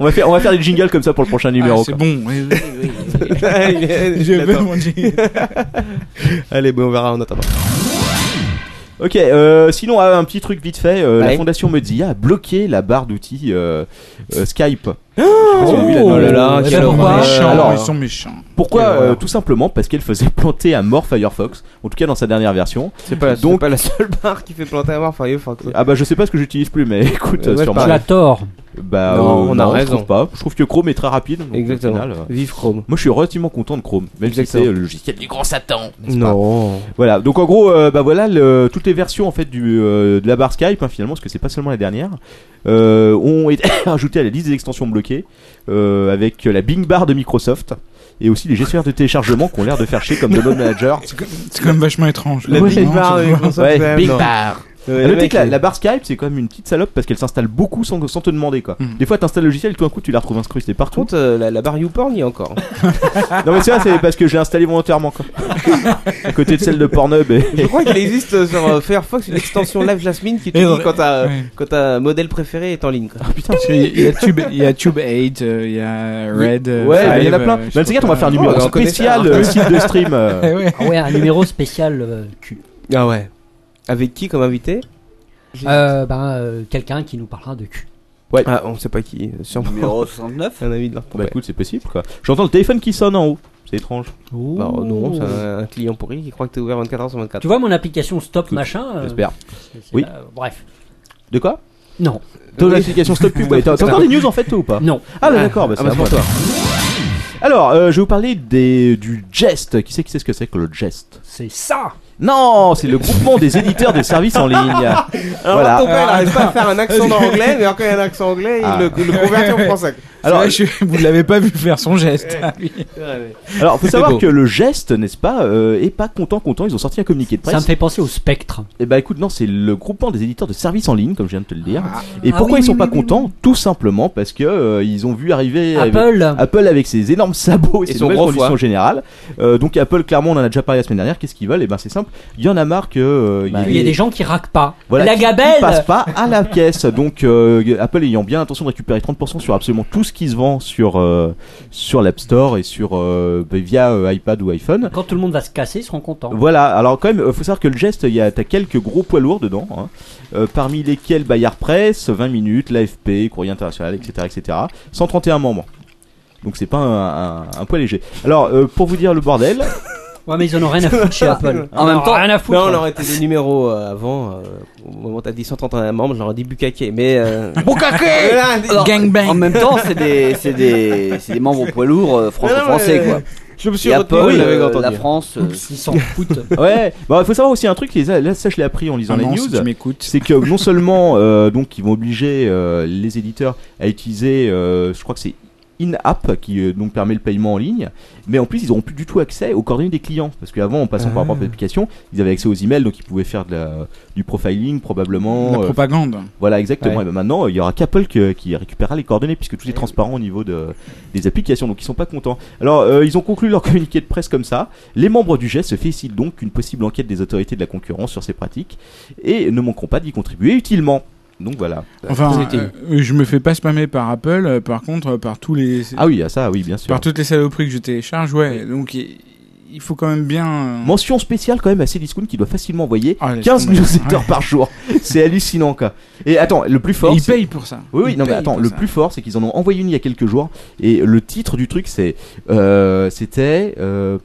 S6: On va faire, on va faire des jingles comme ça pour le
S7: Ah,
S6: prochain numéro.
S8: Ah, c'est
S6: quoi.
S8: bon. oui, oui. Je
S7: Je
S8: veux manger.
S7: Allez, bon, on verra en attendant.
S6: Ok, euh, sinon euh, un petit truc vite fait, euh, la
S7: Ouais.
S6: fondation Mozilla a bloqué la barre d'outils euh, euh, Skype.
S7: Oh là là,
S9: Ouais,
S7: quelle
S9: c'est
S8: Ils sont
S9: pourquoi
S7: horreur.
S8: méchants,
S6: alors,
S8: ils sont méchants.
S6: Pourquoi
S7: Quelle
S6: euh,
S7: horreur.
S6: Tout simplement parce qu'elle faisait planter à mort Firefox, en tout cas dans sa dernière version.
S7: C'est pas,
S6: Donc-
S7: donc... pas la seule barre qui fait planter à mort Firefox.
S6: Ah bah je sais pas ce que j'utilise plus, mais écoute,
S7: Ouais,
S6: euh,
S7: ouais,
S6: sûrement.
S9: Tu as tort.
S6: Bah
S7: Non,
S6: euh,
S7: on a
S6: je
S7: raison.
S6: trouve pas. Je trouve que Chrome est très rapide. donc, au
S7: Exactement.
S6: final, euh,
S7: Vive Chrome.
S6: moi je suis relativement content de Chrome, même
S7: Exactement.
S6: si c'est euh, le logiciel du
S2: gros Satan.
S7: Non.
S6: Voilà, donc en gros, euh, bah voilà, le- toutes les versions en fait du, euh, de la barre Skype, hein, finalement, parce que c'est pas seulement la dernière, euh, ont été ajoutées à la liste des extensions bloquées euh, avec la Bing Bar de Microsoft et aussi les gestionnaires de téléchargement qui ont l'air de faire chier comme Download Manager.
S8: C'est quand même vachement étrange.
S7: La
S8: Ouais,
S7: Big
S8: non,
S7: Bar,
S8: c'est-
S7: les consoles,
S6: Ouais,
S7: quand même,
S6: Big
S7: non.
S2: Bar.
S7: Ouais,
S6: À
S7: le
S6: noter
S7: mec,
S6: Ah,
S7: euh.
S6: que la,
S7: il-
S6: la barre Skype, c'est quand même une petite salope parce qu'elle s'installe beaucoup sans, sans te demander quoi.
S7: Mm.
S8: Mhm.
S6: Des fois, t'installes le logiciel et tout d'un coup, tu la retrouves inscrite. Et par
S7: Par
S6: contre,
S7: contre, euh, la, la barre YouPorn y est encore.
S6: non mais c'est vrai, c'est parce que j'ai installé volontairement quoi. à côté de celle de Pornhub. Et...
S7: Je crois qu'il existe euh, sur euh, Firefox une extension Live Jasmine qui te
S8: Et
S7: dit
S8: ouais.
S7: quand ta
S8: Ouais.
S7: quand ta modèle préféré est en ligne. quoi.
S8: Putain, parce qu'il y a Tube, il y a Tube 8, euh, il y a Red. euh,
S6: Ouais,
S8: Five,
S6: mais Ah, il y en a
S8: euh,
S6: plein.
S8: je sais
S6: Dans ces
S8: pas
S6: cas, on va faire un
S8: quoi.
S7: Oh,
S6: numéro
S7: on en connaît
S6: spécial
S7: ça, hein.
S6: euh, site de stream. euh,
S8: Eh ouais.
S9: Ah ouais, un numéro spécial euh, cul.
S7: Ah ouais. Avec qui comme invité
S9: Euh, ben, euh, quelqu'un qui nous parlera de cul.
S7: Ah, on sait pas qui. euh, Sûrement.
S10: Numéro 69
S7: Un ami de leur
S6: Bah écoute, c'est possible quoi. J'entends le téléphone qui sonne en haut. C'est étrange.
S7: Bah, non, c'est un, un client pourri qui croit que t'es ouvert 24 h sur 24.
S9: Tu vois mon application stop
S6: Tout-
S9: machin euh,
S6: J'espère.
S9: c'est- c'est-
S6: Oui.
S9: euh, bref.
S6: De quoi
S9: Non,
S6: Ton
S7: Oui.
S6: application Stop Pub. ouais, T'as t'as encore des news en fait toi, ou pas
S9: non.
S6: Ah bah d'accord, bah, c'est
S7: Ah, bah,
S6: à
S7: c'est
S6: moi.
S7: pour
S6: Alors, euh, je vais vous parler des, du Jest. Qui c'est qui sait ce que c'est que le Jest
S9: C'est ça
S6: Non, c'est le groupement des éditeurs de services en ligne.
S7: Alors là,
S6: Voilà.
S7: ton père,
S9: Ah,
S7: il arrive pas à faire un accent en anglais, mais alors quand il y a un accent anglais,
S6: Ah.
S7: il le, il le convertit en français.
S6: Alors,
S8: C'est vrai, je- vous l'avez pas vu faire son geste.
S6: Alors, faut
S7: C'est
S6: savoir
S7: beau.
S6: que le Jest, n'est-ce pas, euh, est pas content, content. Ils ont sorti un communiqué de
S9: Ça me
S6: presse.
S9: fait penser au spectre.
S6: Et bah écoute, non, c'est le groupement des éditeurs de services en ligne, comme je viens de te le dire. Et
S9: Ah
S6: pourquoi
S9: oui,
S6: ils sont
S9: oui,
S6: pas
S9: oui, oui,
S6: contents Tout simplement parce que euh, ils ont vu arriver avec-
S9: Apple,
S6: Apple avec ses énormes sabots et
S7: Et
S6: ses
S7: son
S6: nouvelles
S7: gros
S6: conditions
S7: foie.
S6: générales. Euh, donc Apple, clairement, on en a déjà parlé la semaine dernière. Qu'est-ce qu'ils veulent Et ben c'est simple. Il y en a marre que euh,
S9: Bah, il y a des gens qui raquent pas.
S6: Voilà,
S9: la
S6: qui- qui
S9: gabelle
S6: passent pas à la caisse. Donc euh, Apple ayant bien l'intention de récupérer 30% sur absolument tout ce qui se vend sur euh, sur l'App Store et sur euh, bah, via euh, iPad ou iPhone.
S9: Quand tout le monde va se casser, ils seront contents.
S6: Hein. Voilà, alors quand même, euh, faut savoir que le geste, il y a, t'as quelques gros poids lourds dedans, hein. Euh, parmi lesquels Bayard Press, 20 minutes, l'AFP, Courrier International, etc., etc. 131 membres. Donc c'est pas un, un- un poids léger. Alors, euh, pour vous dire le bordel,
S9: Ouais, mais ils en ont rien à foutre chez Apple.
S10: En même
S9: Ils en ont
S10: temps-
S9: rien à foutre.
S7: Non, on leur était des numéros euh, avant. euh, au moment où t'as dit 131 membres, j'aurais dit Bukake. Mais. euh,
S9: Ah,
S7: Voilà, des-
S10: Alors,
S8: Gangbang.
S10: Euh, En même temps, c'est des, c'est des, c'est des membres poids lourds euh, franco-français,
S7: Non, non,
S10: quoi.
S7: Je me suis
S10: Et Apple,
S7: retenu, oui, j'avais
S10: euh,
S7: entendu.
S10: la France, euh,
S9: Ils s'en foutent.
S6: Ouais, bah faut savoir aussi un truc, les- là ça je l'ai appris en lisant les
S8: Maman, Ah si
S6: news.
S8: tu m'écoutes.
S6: c'est que non seulement euh, donc ils vont obliger euh, les éditeurs à utiliser, euh, je crois que c'est in-app qui euh, donc permet le paiement en ligne, mais en plus ils n'auront plus du tout accès aux coordonnées des clients parce qu'avant en passant par leur propre application, ils avaient accès aux emails donc ils pouvaient faire de la- du profiling
S8: La
S6: probablement. euh,
S8: propagande.
S6: voilà exactement.
S7: Ouais.
S6: Et ben maintenant il y aura qu'Apple que- qui récupérera les coordonnées puisque
S8: Eh
S6: tout est transparent au niveau de, des applications donc ils sont pas contents. Alors euh, ils ont conclu leur communiqué de presse comme ça. Les membres du GES se félicitent donc qu'une possible enquête des autorités de la concurrence sur ces pratiques et ne manqueront pas d'y contribuer utilement. Donc voilà.
S8: Enfin,
S7: utile.
S8: euh, je me fais pas spammer par Apple, euh, par contre, euh, par tous les,
S6: Ah oui, à ça oui bien sûr.
S8: par toutes les saloperies que je télécharge, ouais. Donc, il il faut quand même bien. euh,
S6: Mention spéciale quand même à Cdiscount qui doit facilement envoyer
S8: Ah, laisse
S6: 15
S8: tomber.
S6: newsletters
S8: Ouais.
S6: par jour. C'est hallucinant quoi. Et attends, le plus
S8: Et
S6: fort.
S8: ils
S6: c'est-
S8: payent pour ça.
S6: Oui, oui,
S8: Ils
S6: non, mais
S8: payent
S6: attends,
S8: pour
S6: le
S8: ça.
S6: plus euh, fort, c'est qu'ils en ont envoyé une il y a quelques jours. Et le titre du truc, c'est. euh, C'était. euh,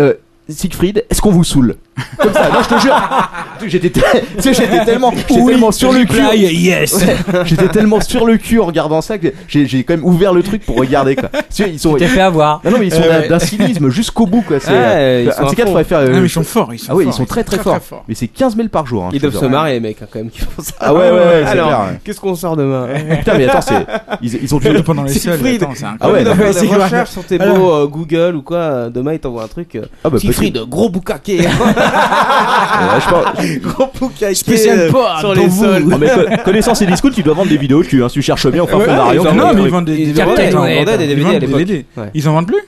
S6: euh, Siegfried, est-ce qu'on vous saoule Comme ça, non, je te jure. J'étais te- tu sais, j'étais tellement, j'étais tellement sur le cul.
S5: yes.
S6: Ouais, J'étais tellement sur le cul en regardant ça que j'ai j'ai quand même ouvert le truc pour regarder quoi. Tu sais, Ils sont,
S9: T'es fait avoir.
S6: non, non, mais ils sont d'un d'un cynisme jusqu'au bout quoi. C'est,
S7: Ouais,
S6: euh,
S7: ils
S6: un
S7: sont
S6: de ces
S7: à
S6: quatre
S7: fond.
S6: faudrait faire. euh,
S8: Ah, mais ils sont forts, ils sont
S6: ah oui, ils
S8: forts,
S6: sont très très, forts. Mais c'est 15 000 par jour. hein,
S7: Ils
S6: je
S7: doivent
S6: te
S7: se
S6: jure.
S7: marrer, les mecs, hein, quand même, qui font ça.
S6: Ah ouais, ouais, ouais, c'est
S7: Alors,
S6: clair, ouais.
S7: qu'est-ce qu'on sort demain
S6: Putain, mais attends, c'est ils, ils ont dû.
S8: Surtout pendant les
S7: Siegfried.
S8: soldes, attends, c'est
S6: Ah
S8: incroyable.
S6: ouais,
S7: On a
S6: non.
S7: fait
S8: c'est
S7: des
S8: grave.
S7: recherches sur tes
S8: Alors-
S7: mots euh, Google ou quoi. euh, Demain, ils t'envoient un truc. euh,
S6: Ah bah,
S7: Siegfried, gros boucaquet.
S6: peut-être. Ouais, je pense-
S7: gros boucaquet.
S5: Spécial
S7: euh,
S5: pas
S7: sur
S5: pour
S7: les
S5: vous.
S7: sols.
S6: Non, mais co- connaissant ces discours, tu dois vendre des vidéos cul, hein, si tu cherches bien, enfin,
S8: Ouais,
S6: fond d'Arion,
S8: ils en-
S6: tu vois,
S8: non, mais
S6: oui.
S8: ils vendent des
S7: Ils
S8: DVD.
S7: vendaient,
S8: ils en
S7: ils vendaient des
S8: ils
S7: DVD à
S8: vendent
S7: l'époque.
S8: DVD.
S7: Ouais.
S8: Ils en vendent plus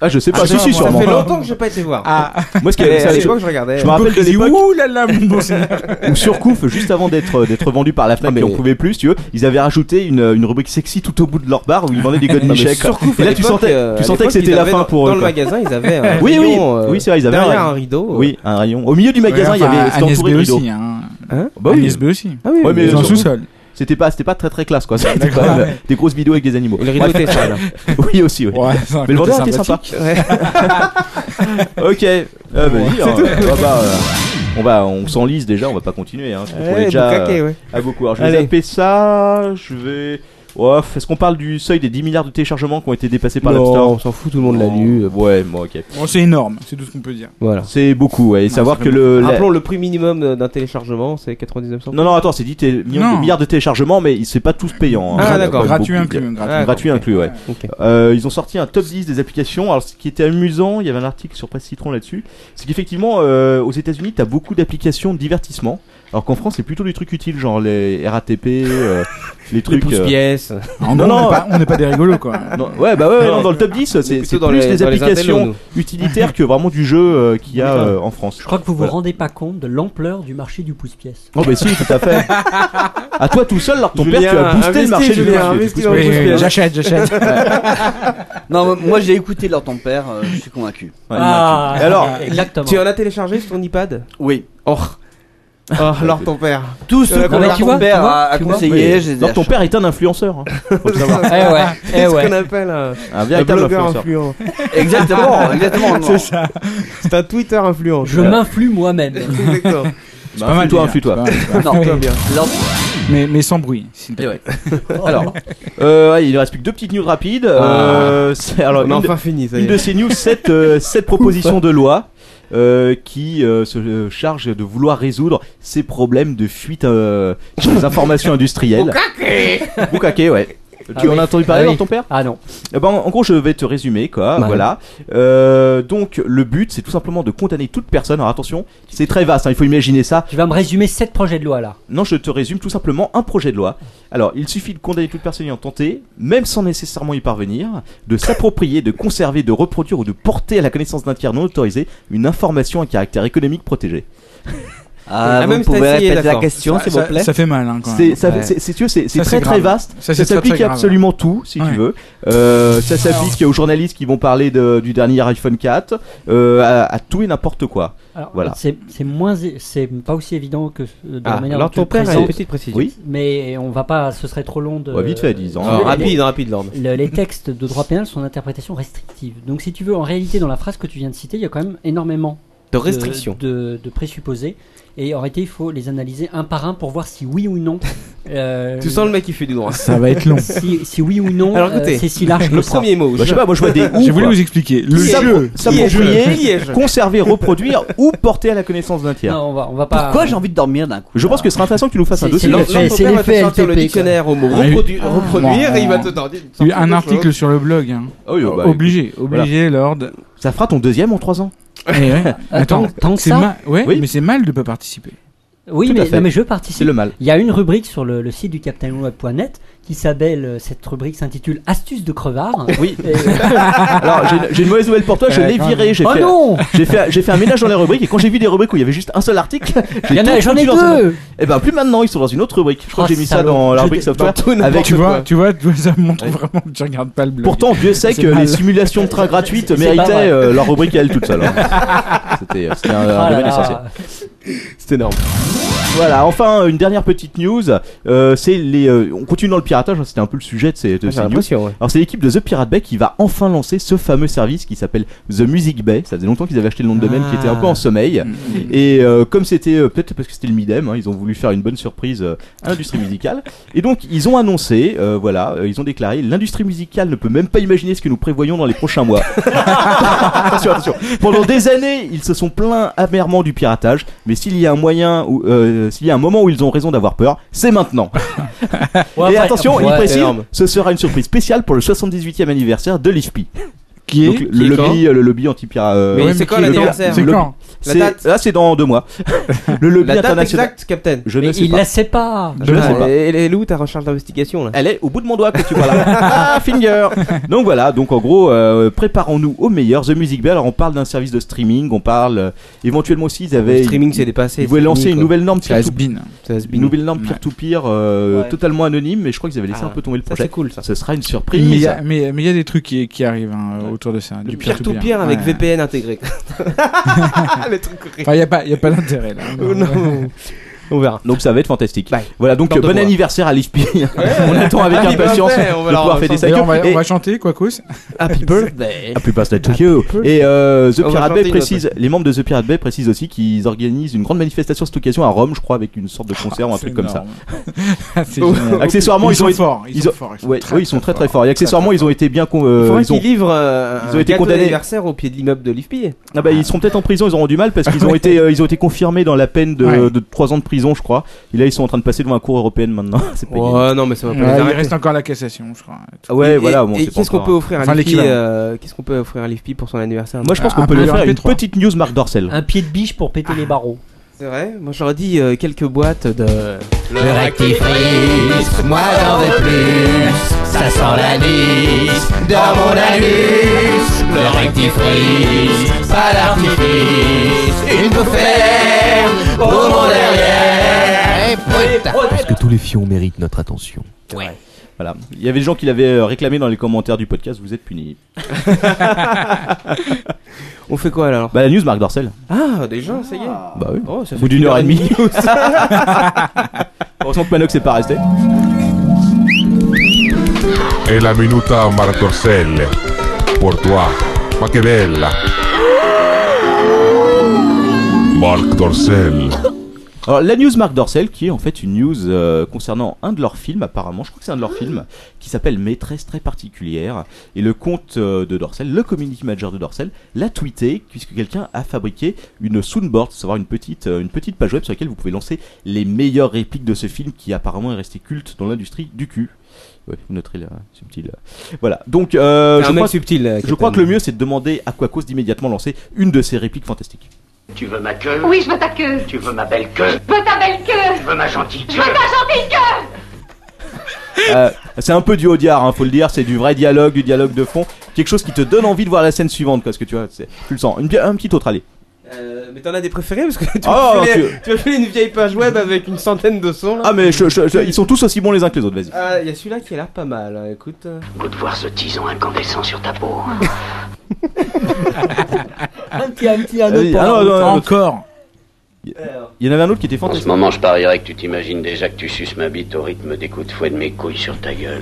S6: Ah, je sais pas,
S8: Ah,
S6: si,
S8: ça,
S6: si,
S8: ça
S7: Ça
S6: sûrement.
S7: fait longtemps que j'ai pas été voir.
S8: Ah,
S6: Moi, ce qui
S7: Mais
S6: est,
S7: à
S6: ça,
S7: l'époque, je regardais.
S6: je me rappelle de l'époque
S8: Ouh là là, mon bon seigneur.
S6: où Surcouf, juste avant d'être d'être vendu par la Fnac,
S7: mais-
S6: et on pouvait plus, tu veux, ils avaient rajouté une, une rubrique sexy tout au bout de leur bar où ils vendaient des Golden Shake.
S7: Surcouf,
S6: Et
S7: à
S6: là, tu
S7: l'époque,
S6: sentais,
S7: euh, à
S6: tu sentais que
S7: l'époque,
S6: c'était
S7: ils
S6: la
S7: avaient
S6: fin
S7: dans-
S6: pour
S7: Dans
S6: eux.
S7: le
S6: quoi.
S7: magasin, ils avaient un
S6: Oui, oui,
S7: rayon, euh,
S6: oui, c'est vrai, ils avaient
S7: derrière
S6: un
S7: un rideau. euh,
S6: Oui, un rayon. Au milieu du magasin, il y avait c'était
S8: Agnès B
S6: entouré de rideaux.
S8: aussi. Hein.
S6: Bah oui,
S8: Agnès B aussi.
S7: Ah oui,
S6: Ouais,
S7: oui,
S6: mais
S7: oui.
S8: Ils sont en
S6: surtout-
S8: sous-sol.
S6: c'était pas, c'était pas très très classe quoi. C'était quand même euh, des grosses vidéos avec des animaux.
S7: Et le rideau
S6: Bref,
S7: était sale.
S6: oui aussi, oui.
S8: Ouais, c'est un
S6: Mais le
S8: côté
S6: vendeur était sympa. ok, euh, bah, dis, hein, bah, bah, euh, on va, on s'enlise déjà, on va pas continuer. Hein, parce qu'on est
S7: Ouais,
S6: déjà
S7: boucaquet,
S6: euh,
S7: ouais.
S6: à beaucoup. Alors, je vais
S7: Allez.
S6: zapper ça. Je vais. Ouais, f- est-ce qu'on parle du seuil des 10 milliards de téléchargements qui ont été dépassés par l'App
S7: Non,
S6: Store
S7: on s'en fout, tout le monde l'a lu. euh,
S6: Ouais, bon, ok.
S8: Bon, c'est énorme, c'est tout ce qu'on peut dire.
S7: Voilà.
S6: C'est beaucoup, ouais. Et
S8: Non,
S6: savoir
S8: c'est
S6: que le. la-
S7: Rappelons le prix minimum euh, d'un téléchargement, c'est 99 centimes.
S6: Non, non, attends, c'est 10 té- millions-
S8: Non.
S6: milliards de téléchargements, mais c'est pas tous payants. hein.
S7: Ah,
S6: Il y en a
S7: d'accord.
S6: pas
S8: Gratuit
S6: beaucoup.
S8: inclus. gratuit.
S7: Ah,
S6: Gratuit inclus, ouais.
S7: Ok.
S6: Euh, ils ont sorti un top 10 des applications. Alors, ce qui était amusant, il y avait un article sur Presse Citron là-dessus, c'est qu'effectivement, euh, aux États-Unis, t'as beaucoup d'applications de divertissement, alors qu'en France, c'est plutôt des trucs utiles, genre les RATP, euh, les
S7: Les
S6: trucs. euh,
S7: pouces-pièces.
S8: En
S6: Non,
S8: gros, on
S6: non.
S8: n'est pas- on n'est pas des rigolos, quoi.
S6: non, ouais, bah ouais,
S7: Non,
S6: non, dans le top 10, c'est c'est plus
S7: plutôt dans les-
S6: les
S7: dans les
S6: applications
S7: intellos,
S6: utilitaires que vraiment du jeu euh, qu'il y a euh, en France.
S9: Je crois que vous vous
S6: Voilà.
S9: rendez pas compte de l'ampleur du marché du pouce-pièce.
S6: Oh, bah si, tout à fait. à toi tout seul, alors ton père, tu
S7: Julien,
S6: as boosté le
S7: investis,
S6: marché du
S7: Julien,
S6: jeu.
S7: investis dans le
S8: Oui, oui,
S7: pouce-pièce.
S8: J'achète, j'achète.
S10: Non, moi j'ai écouté leur ton père, euh, je suis convaincu.
S9: Ah,
S6: Et alors,
S9: exactement.
S7: Tu en as téléchargé sur ton iPad
S10: Oui.
S7: Or. Oh, alors ton père.
S10: Tous ceux
S7: Non,
S10: que
S7: mais
S10: leur
S9: tu
S10: ton
S9: vois,
S10: père
S9: tu vois,
S10: a a
S9: tu vois.
S10: conseillé, j'ai
S6: alors, ton père est un influenceur. hein. Faut le savoir.
S9: Eh ouais, eh
S7: C'est ce qu'on
S9: ouais.
S7: appelle un,
S6: Un
S7: un
S6: véritable
S7: blogueur
S6: influenceur.
S7: influent.
S10: Exactement, exactement.
S7: C'est ça. C'est un Twitter influent.
S9: Je m'influe moi-même.
S7: Exactement.
S6: Bah,
S8: Pas mal,
S6: influe-toi,
S8: déjà.
S6: influe-toi.
S8: Pas mal, pas mal.
S10: Non,
S7: Toi, bien.
S10: leur-
S8: Mais mais sans bruit, s'il te plaît.
S6: Alors, euh, ouais, il reste plus que deux petites news rapides. Euh, c'est- alors,
S7: On
S6: une,
S7: a
S6: de-
S7: enfin fini, ça
S6: une
S7: y
S6: de
S7: est.
S6: ces news, cette, euh, cette proposition de loi euh, qui euh, se euh, charge de vouloir résoudre ces problèmes de fuite euh, sur les informations industrielles. Bukake, ouais.
S9: Ah
S6: Tu en
S9: oui.
S6: as entendu parler
S9: Ah
S6: dans
S9: oui.
S6: ton père
S9: Ah non.
S6: Eh ben, en en gros, je vais te résumer, quoi.
S7: Bah,
S6: voilà. Euh, donc, le but, c'est tout simplement de condamner toute personne. Alors, attention, c'est très vaste. hein, il faut imaginer ça.
S9: Tu vas me résumer sept projets de loi là.
S6: Non, je te résume tout simplement un projet de loi. Alors, il suffit de condamner toute personne ayant tenté, même sans nécessairement y parvenir, de s'approprier, de conserver, de reproduire ou de porter à la connaissance d'un tiers non autorisé une information à caractère économique protégé.
S10: Ah,
S7: Ah,
S10: vous
S7: même si
S10: pouvez
S7: t'as essayé,
S10: répéter la
S7: d'accord.
S10: question,
S8: Ça-
S10: s'il vous
S8: ça-
S10: plaît
S8: Ça fait mal, hein, quand
S6: C'est,
S8: même.
S6: ça,
S7: Ouais.
S6: c'est- c'est- tu vois, c'est, c'est
S8: Ça,
S6: très
S8: c'est
S6: très
S8: grave.
S6: vaste.
S8: Ça,
S6: Ça,
S8: c'est très,
S6: s'applique
S8: très
S6: à
S8: grave.
S6: absolument tout, si
S8: Ouais.
S6: tu veux. Euh, ça s'applique aux journalistes qui vont parler de- du dernier iPhone 4, euh, à, à tout et n'importe quoi.
S9: Alors,
S6: Voilà.
S9: C'est c'est moins, é- c'est pas aussi évident que euh, de la
S6: Ah,
S9: manière
S7: Alors
S9: dont tu
S7: ton
S9: le
S7: père a une
S9: présentes,
S7: petite précision.
S6: Oui.
S9: mais on va pas, ce serait trop long de.
S6: Ouais, vite fait, Ah, disons.
S10: euh,
S7: Alors,
S9: Oui, mais-
S7: rapide, hein, rapide, Lord.
S9: Le- les textes de droit pénal sont d'interprétation restrictive. Donc, si tu veux, en réalité, dans la phrase que tu viens de citer, il y a quand même énormément
S7: De
S9: de-
S7: restriction.
S9: de, de présupposés. Et en réalité, il faut les analyser un par un pour voir si oui ou non. euh,
S7: Tu sens le mec qui fait du droit.
S8: Ça va être long.
S9: si, si oui ou non,
S7: Alors,
S9: euh,
S7: écoutez,
S9: c'est si large
S7: Le
S9: que ça.
S7: premier mot.
S6: Bah, je sais pas, moi je vois des ou,
S8: J'ai voulu
S6: quoi.
S8: vous expliquer. Le
S7: Qui est-
S8: jeu.
S7: Qui est-
S6: s'approprier,
S7: Qui est-
S6: conserver, reproduire ou porter à la connaissance d'un tiers.
S9: Non, on va, on va pas.
S10: Pourquoi j'ai envie de dormir d'un coup
S6: Je pense que ce serait intéressant que tu nous fasses un
S9: C'est-
S6: dossier.
S9: c'est-
S7: Lord,
S9: l'effet-
S7: ton
S9: c'est
S7: père va te
S9: l'effet
S7: sortir le
S9: LTP,
S7: dictionnaire au mot
S8: Ah oui.
S7: reprodu-
S8: Ah.
S7: reproduire et il va te sortir
S8: Il y a eu
S7: sortir
S8: un
S7: de
S8: article
S7: choses.
S8: sur le blog. hein.
S6: Ah
S9: Oh,
S6: oui, bah,
S8: obligé, obligé, Lord.
S6: Ça fera ton deuxième en 3 ans.
S8: Eh ouais.
S9: Attends,
S8: Attends,
S9: tant que
S8: c'est
S9: ça
S8: ma- ouais,
S6: Oui.
S8: mais c'est mal de pas participer.
S9: Oui,
S6: Tout à
S9: mais,
S6: fait.
S9: non, mais je
S6: C'est
S9: participe.
S6: le mal.
S9: Il y a une rubrique sur le, le site du CaptainWeb.net qui s'appelle, euh, cette rubrique s'intitule Astuces de crevard.
S6: Oui.
S9: Et- euh,
S6: Ah, Alors j'ai une- j'ai une mauvaise nouvelle pour toi, je
S8: Euh,
S6: l'ai
S8: quand
S6: viré. J'ai
S9: oh
S6: fait,
S9: non
S6: j'ai fait, j'ai fait un ménage dans les rubriques et quand j'ai vu des rubriques où il y avait juste un seul article,
S9: Il y en a-
S6: tout
S9: J'en ai
S6: foutu dans une-
S9: deux
S6: Eh ben plus maintenant, ils sont dans une autre rubrique. Je crois
S9: Oh,
S6: que j'ai mis ça
S9: salaud.
S6: dans la
S9: Je
S6: rubrique
S9: dé-
S6: software.
S8: Avec,
S6: Avec
S8: tu, vois, tu vois, tu vois, ça montre vraiment que tu regardes pas le blog. Mm.
S6: Pourtant, Dieu sait
S8: C'est
S6: que
S8: mal.
S6: les simulations de trains gratuites
S9: C'est- c'est pas
S6: méritaient
S9: vrai.
S6: euh, leur rubrique à elles toutes seules. hein. C'était euh, c'était un, un
S9: Ah là
S6: domaine
S9: là.
S6: essentiel.
S7: C'est énorme.
S6: Voilà, enfin, une dernière petite news. euh, c'est les, euh, on continue dans le piratage, hein, c'était un peu le sujet de ces,
S9: Ah,
S6: de
S7: J'ai
S6: ces news.
S7: l'impression, ouais.
S6: Alors c'est l'équipe de The Pirate Bay qui va enfin lancer ce fameux service qui s'appelle The Music Bay. Ça faisait longtemps qu'ils avaient acheté le nom de domaine
S9: Ah.
S6: qui était un peu en sommeil.
S8: Mm.
S6: Et euh, comme c'était euh, peut-être parce que c'était le Midem, hein, ils ont voulu faire une bonne surprise euh, à l'industrie musicale. Et donc ils ont annoncé, euh, voilà, euh, ils ont déclaré, l'industrie musicale ne peut même pas imaginer ce que nous prévoyons dans les prochains mois. attention, attention. Pendant des années, ils se sont plaints amèrement du piratage, mais s'il y a un moyen, où- euh, s'il y a un moment où ils ont raison d'avoir peur, c'est maintenant.
S9: Ouais,
S6: Et
S9: après-
S6: attention,
S9: après-
S6: il précise,
S7: énorme.
S6: ce sera une surprise spéciale pour le 78e anniversaire de l'IFPI.
S8: qui est.
S6: Donc, le lobby, euh, le lobby anti-piratage.
S7: Mais
S8: Ouais,
S7: c'est
S8: mais
S7: quand
S8: qui est-
S7: l'anniversaire
S8: C'est
S6: Le-
S8: quand
S7: La
S6: C'est-
S7: date.
S6: Là, c'est dans deux mois. le lobby
S7: La date
S6: international.
S7: exacte, Captain.
S6: Je
S9: Mais
S6: ne sais
S9: il
S6: pas.
S9: la sait pas
S6: Je ne sais pas.
S7: Elle est où ta recherche d'investigation là
S6: Elle est au bout de mon doigt que tu vois là. ah, finger Donc voilà, donc en gros, euh, préparons-nous au meilleur. The Music Bell, alors on parle d'un service de streaming, on parle euh, éventuellement aussi, ils avaient.
S7: Le streaming c'est dépassé.
S6: Ils voulaient lancer une nouvelle norme
S8: C'est has
S6: peer-to-peer.
S8: been.
S6: Une nouvelle norme
S8: Ouais.
S6: peer-to-peer euh,
S9: Ouais.
S6: totalement anonyme, mais je crois qu'ils avaient laissé
S7: Ah.
S6: un peu tomber le
S7: Ça c'est
S6: projet.
S7: cool ça.
S6: Ce sera une surprise.
S8: Mais il y a- mais mais il y a des trucs qui, qui arrivent hein, autour de ça.
S7: Du
S8: Du
S7: pire tout
S8: peer-to-peer.
S7: pire avec
S8: Ouais.
S7: VPN intégré. Le truc horrible.
S8: Enfin, il n'y a pas, il y a pas d'intérêt là.
S7: Oh, non. On verra.
S6: Donc ça va être fantastique.
S7: Bye.
S6: Voilà, donc
S7: Dans
S6: euh,
S7: deux
S6: bon
S7: mois.
S6: anniversaire à l'IFPI. on attend avec
S7: Happy
S6: impatience
S7: birthday, on va
S6: de
S7: leur
S6: pouvoir fêter ça.
S8: Et on, va,
S6: Et-
S8: on va chanter, quoi cause.
S7: Happy birthday.
S6: Ah, plus pas Slide to You. Et euh, The
S7: On va
S6: Pirate
S7: chanter
S6: Bay
S7: une
S6: précise, les membres de The Pirate Bay précisent aussi qu'ils organisent une grande manifestation cette occasion à Rome, je crois, avec une sorte de concert ou un truc comme ça. Oh.
S8: ça. Ah, C'est génial.
S6: Accessoirement,
S8: ils,
S6: ils,
S8: sont
S6: ont été.
S8: forts. Ils,
S6: ils
S8: sont
S6: ont-
S8: forts. Ils sont
S6: Ouais,
S8: très,
S6: oui, ils sont très très forts. Et
S8: Très, très
S6: accessoirement, ils ont été bien. con-
S7: Il
S6: euh,
S7: faudrait
S6: ils, ont...
S7: qu'ils livrent euh,
S6: ils ont
S7: un
S6: été
S7: gâteau
S6: condamnés.
S7: d'anniversaire au pied de l'immeuble de l'IFPI.
S6: Ah bah, ils seront peut-être en prison, ils auront du mal parce qu'ils ont, été, euh, ils ont été confirmés dans la peine de,
S8: Ouais.
S6: de 3 ans de prison, je crois. Et là, ils sont en train de passer devant la cour européenne maintenant. C'est pas gagné.
S7: Ouais, non mais ça va
S8: Ouais,
S7: pas les
S8: il
S7: arrêter.
S8: reste encore la cassation, je crois.
S6: Ah ouais,
S7: Et-
S6: voilà. bon,
S7: et
S6: c'est pas
S7: qu'est-ce qu'on
S6: encore-
S7: peut offrir
S8: Enfin,
S7: à l'IFPI
S8: l'équivalent.
S7: euh, Qu'est-ce qu'on peut offrir à l'IFPI pour son anniversaire
S6: Moi, je pense qu'on
S8: Un
S6: peut lui faire une
S8: MP3.
S6: petite news Marc Dorcel.
S9: Un pied de biche pour péter les barreaux.
S7: C'est vrai Moi j'aurais dit euh, quelques boîtes de.
S5: Le rectifrice, moi j'en veux plus, ça sent l'anis dans mon anus. Le rectifrice, pas d'artifice, il me fait pour mon derrière. Et putain.
S1: Parce que tous les fions méritent notre attention.
S6: Voilà. Il y avait des gens qui l'avaient euh, réclamé dans les commentaires du podcast, vous êtes punis.
S7: On fait quoi alors
S6: Bah, la news Marc Dorcel.
S7: Ah, déjà, ça y est.
S6: Bah oui. Au
S7: Oh, ça fait
S6: bout d'une heure et demie. Heureusement que Manox n'est pas resté.
S11: È la minuta Martorcelle. Pour toi. Ma che bella. Marc Dorcel.
S6: Alors la news Marc Dorcel qui est en fait une news euh, concernant un de leurs films apparemment, je crois que c'est un de leurs films qui s'appelle Maîtresse très particulière et le compte euh, de Dorcel, le community manager de Dorcel l'a tweeté puisque quelqu'un a fabriqué une soundboard, savoir une petite euh, une petite page web sur laquelle vous pouvez lancer les meilleures répliques de ce film qui apparemment est resté culte dans l'industrie du cul. Ouais, vous noterez là, subtil. euh, Voilà. Donc euh,
S7: C'est
S6: je
S7: un mec
S6: crois,
S7: subtil. euh,
S6: je crois
S7: Captain.
S6: que le mieux c'est de demander à Quacos d'immédiatement lancer une de ces répliques fantastiques.
S5: Tu veux ma queue
S12: Oui, je veux ta queue.
S5: Tu veux ma belle queue
S12: Je veux ta belle queue.
S5: Tu veux ma gentille
S12: Je veux ta gentille queue.
S6: Euh, c'est un peu du audiard, hein, faut le dire, c'est du vrai dialogue, du dialogue de fond, quelque chose qui te donne envie de voir la scène suivante, quoi, parce que tu vois, c'est- tu le sens. Une bi- un petit autre, allez.
S7: Euh, mais t'en as des préférés parce que tu
S6: Ah,
S7: vas filer-
S6: tu-
S7: tu vas filer une vieille page web avec une centaine de sons. là.
S6: Ah, mais je- je- je- ils sont tous aussi bons les uns que les autres, vas-y.
S7: Ah, il y a celui-là qui a l'air pas mal, hein, écoute. Goûte voir ce tison incandescent sur ta peau.
S9: Un petit, un petit, un
S6: Vas-y,
S9: autre. pour
S6: ah,
S9: la
S6: non,
S9: route.
S6: non, non, Encore. Il y en avait un autre qui était
S13: En ce
S6: fantastique.
S13: moment, je parierais que tu t'imagines déjà que tu suces ma bite au rythme des coups de fouet de mes couilles sur ta gueule.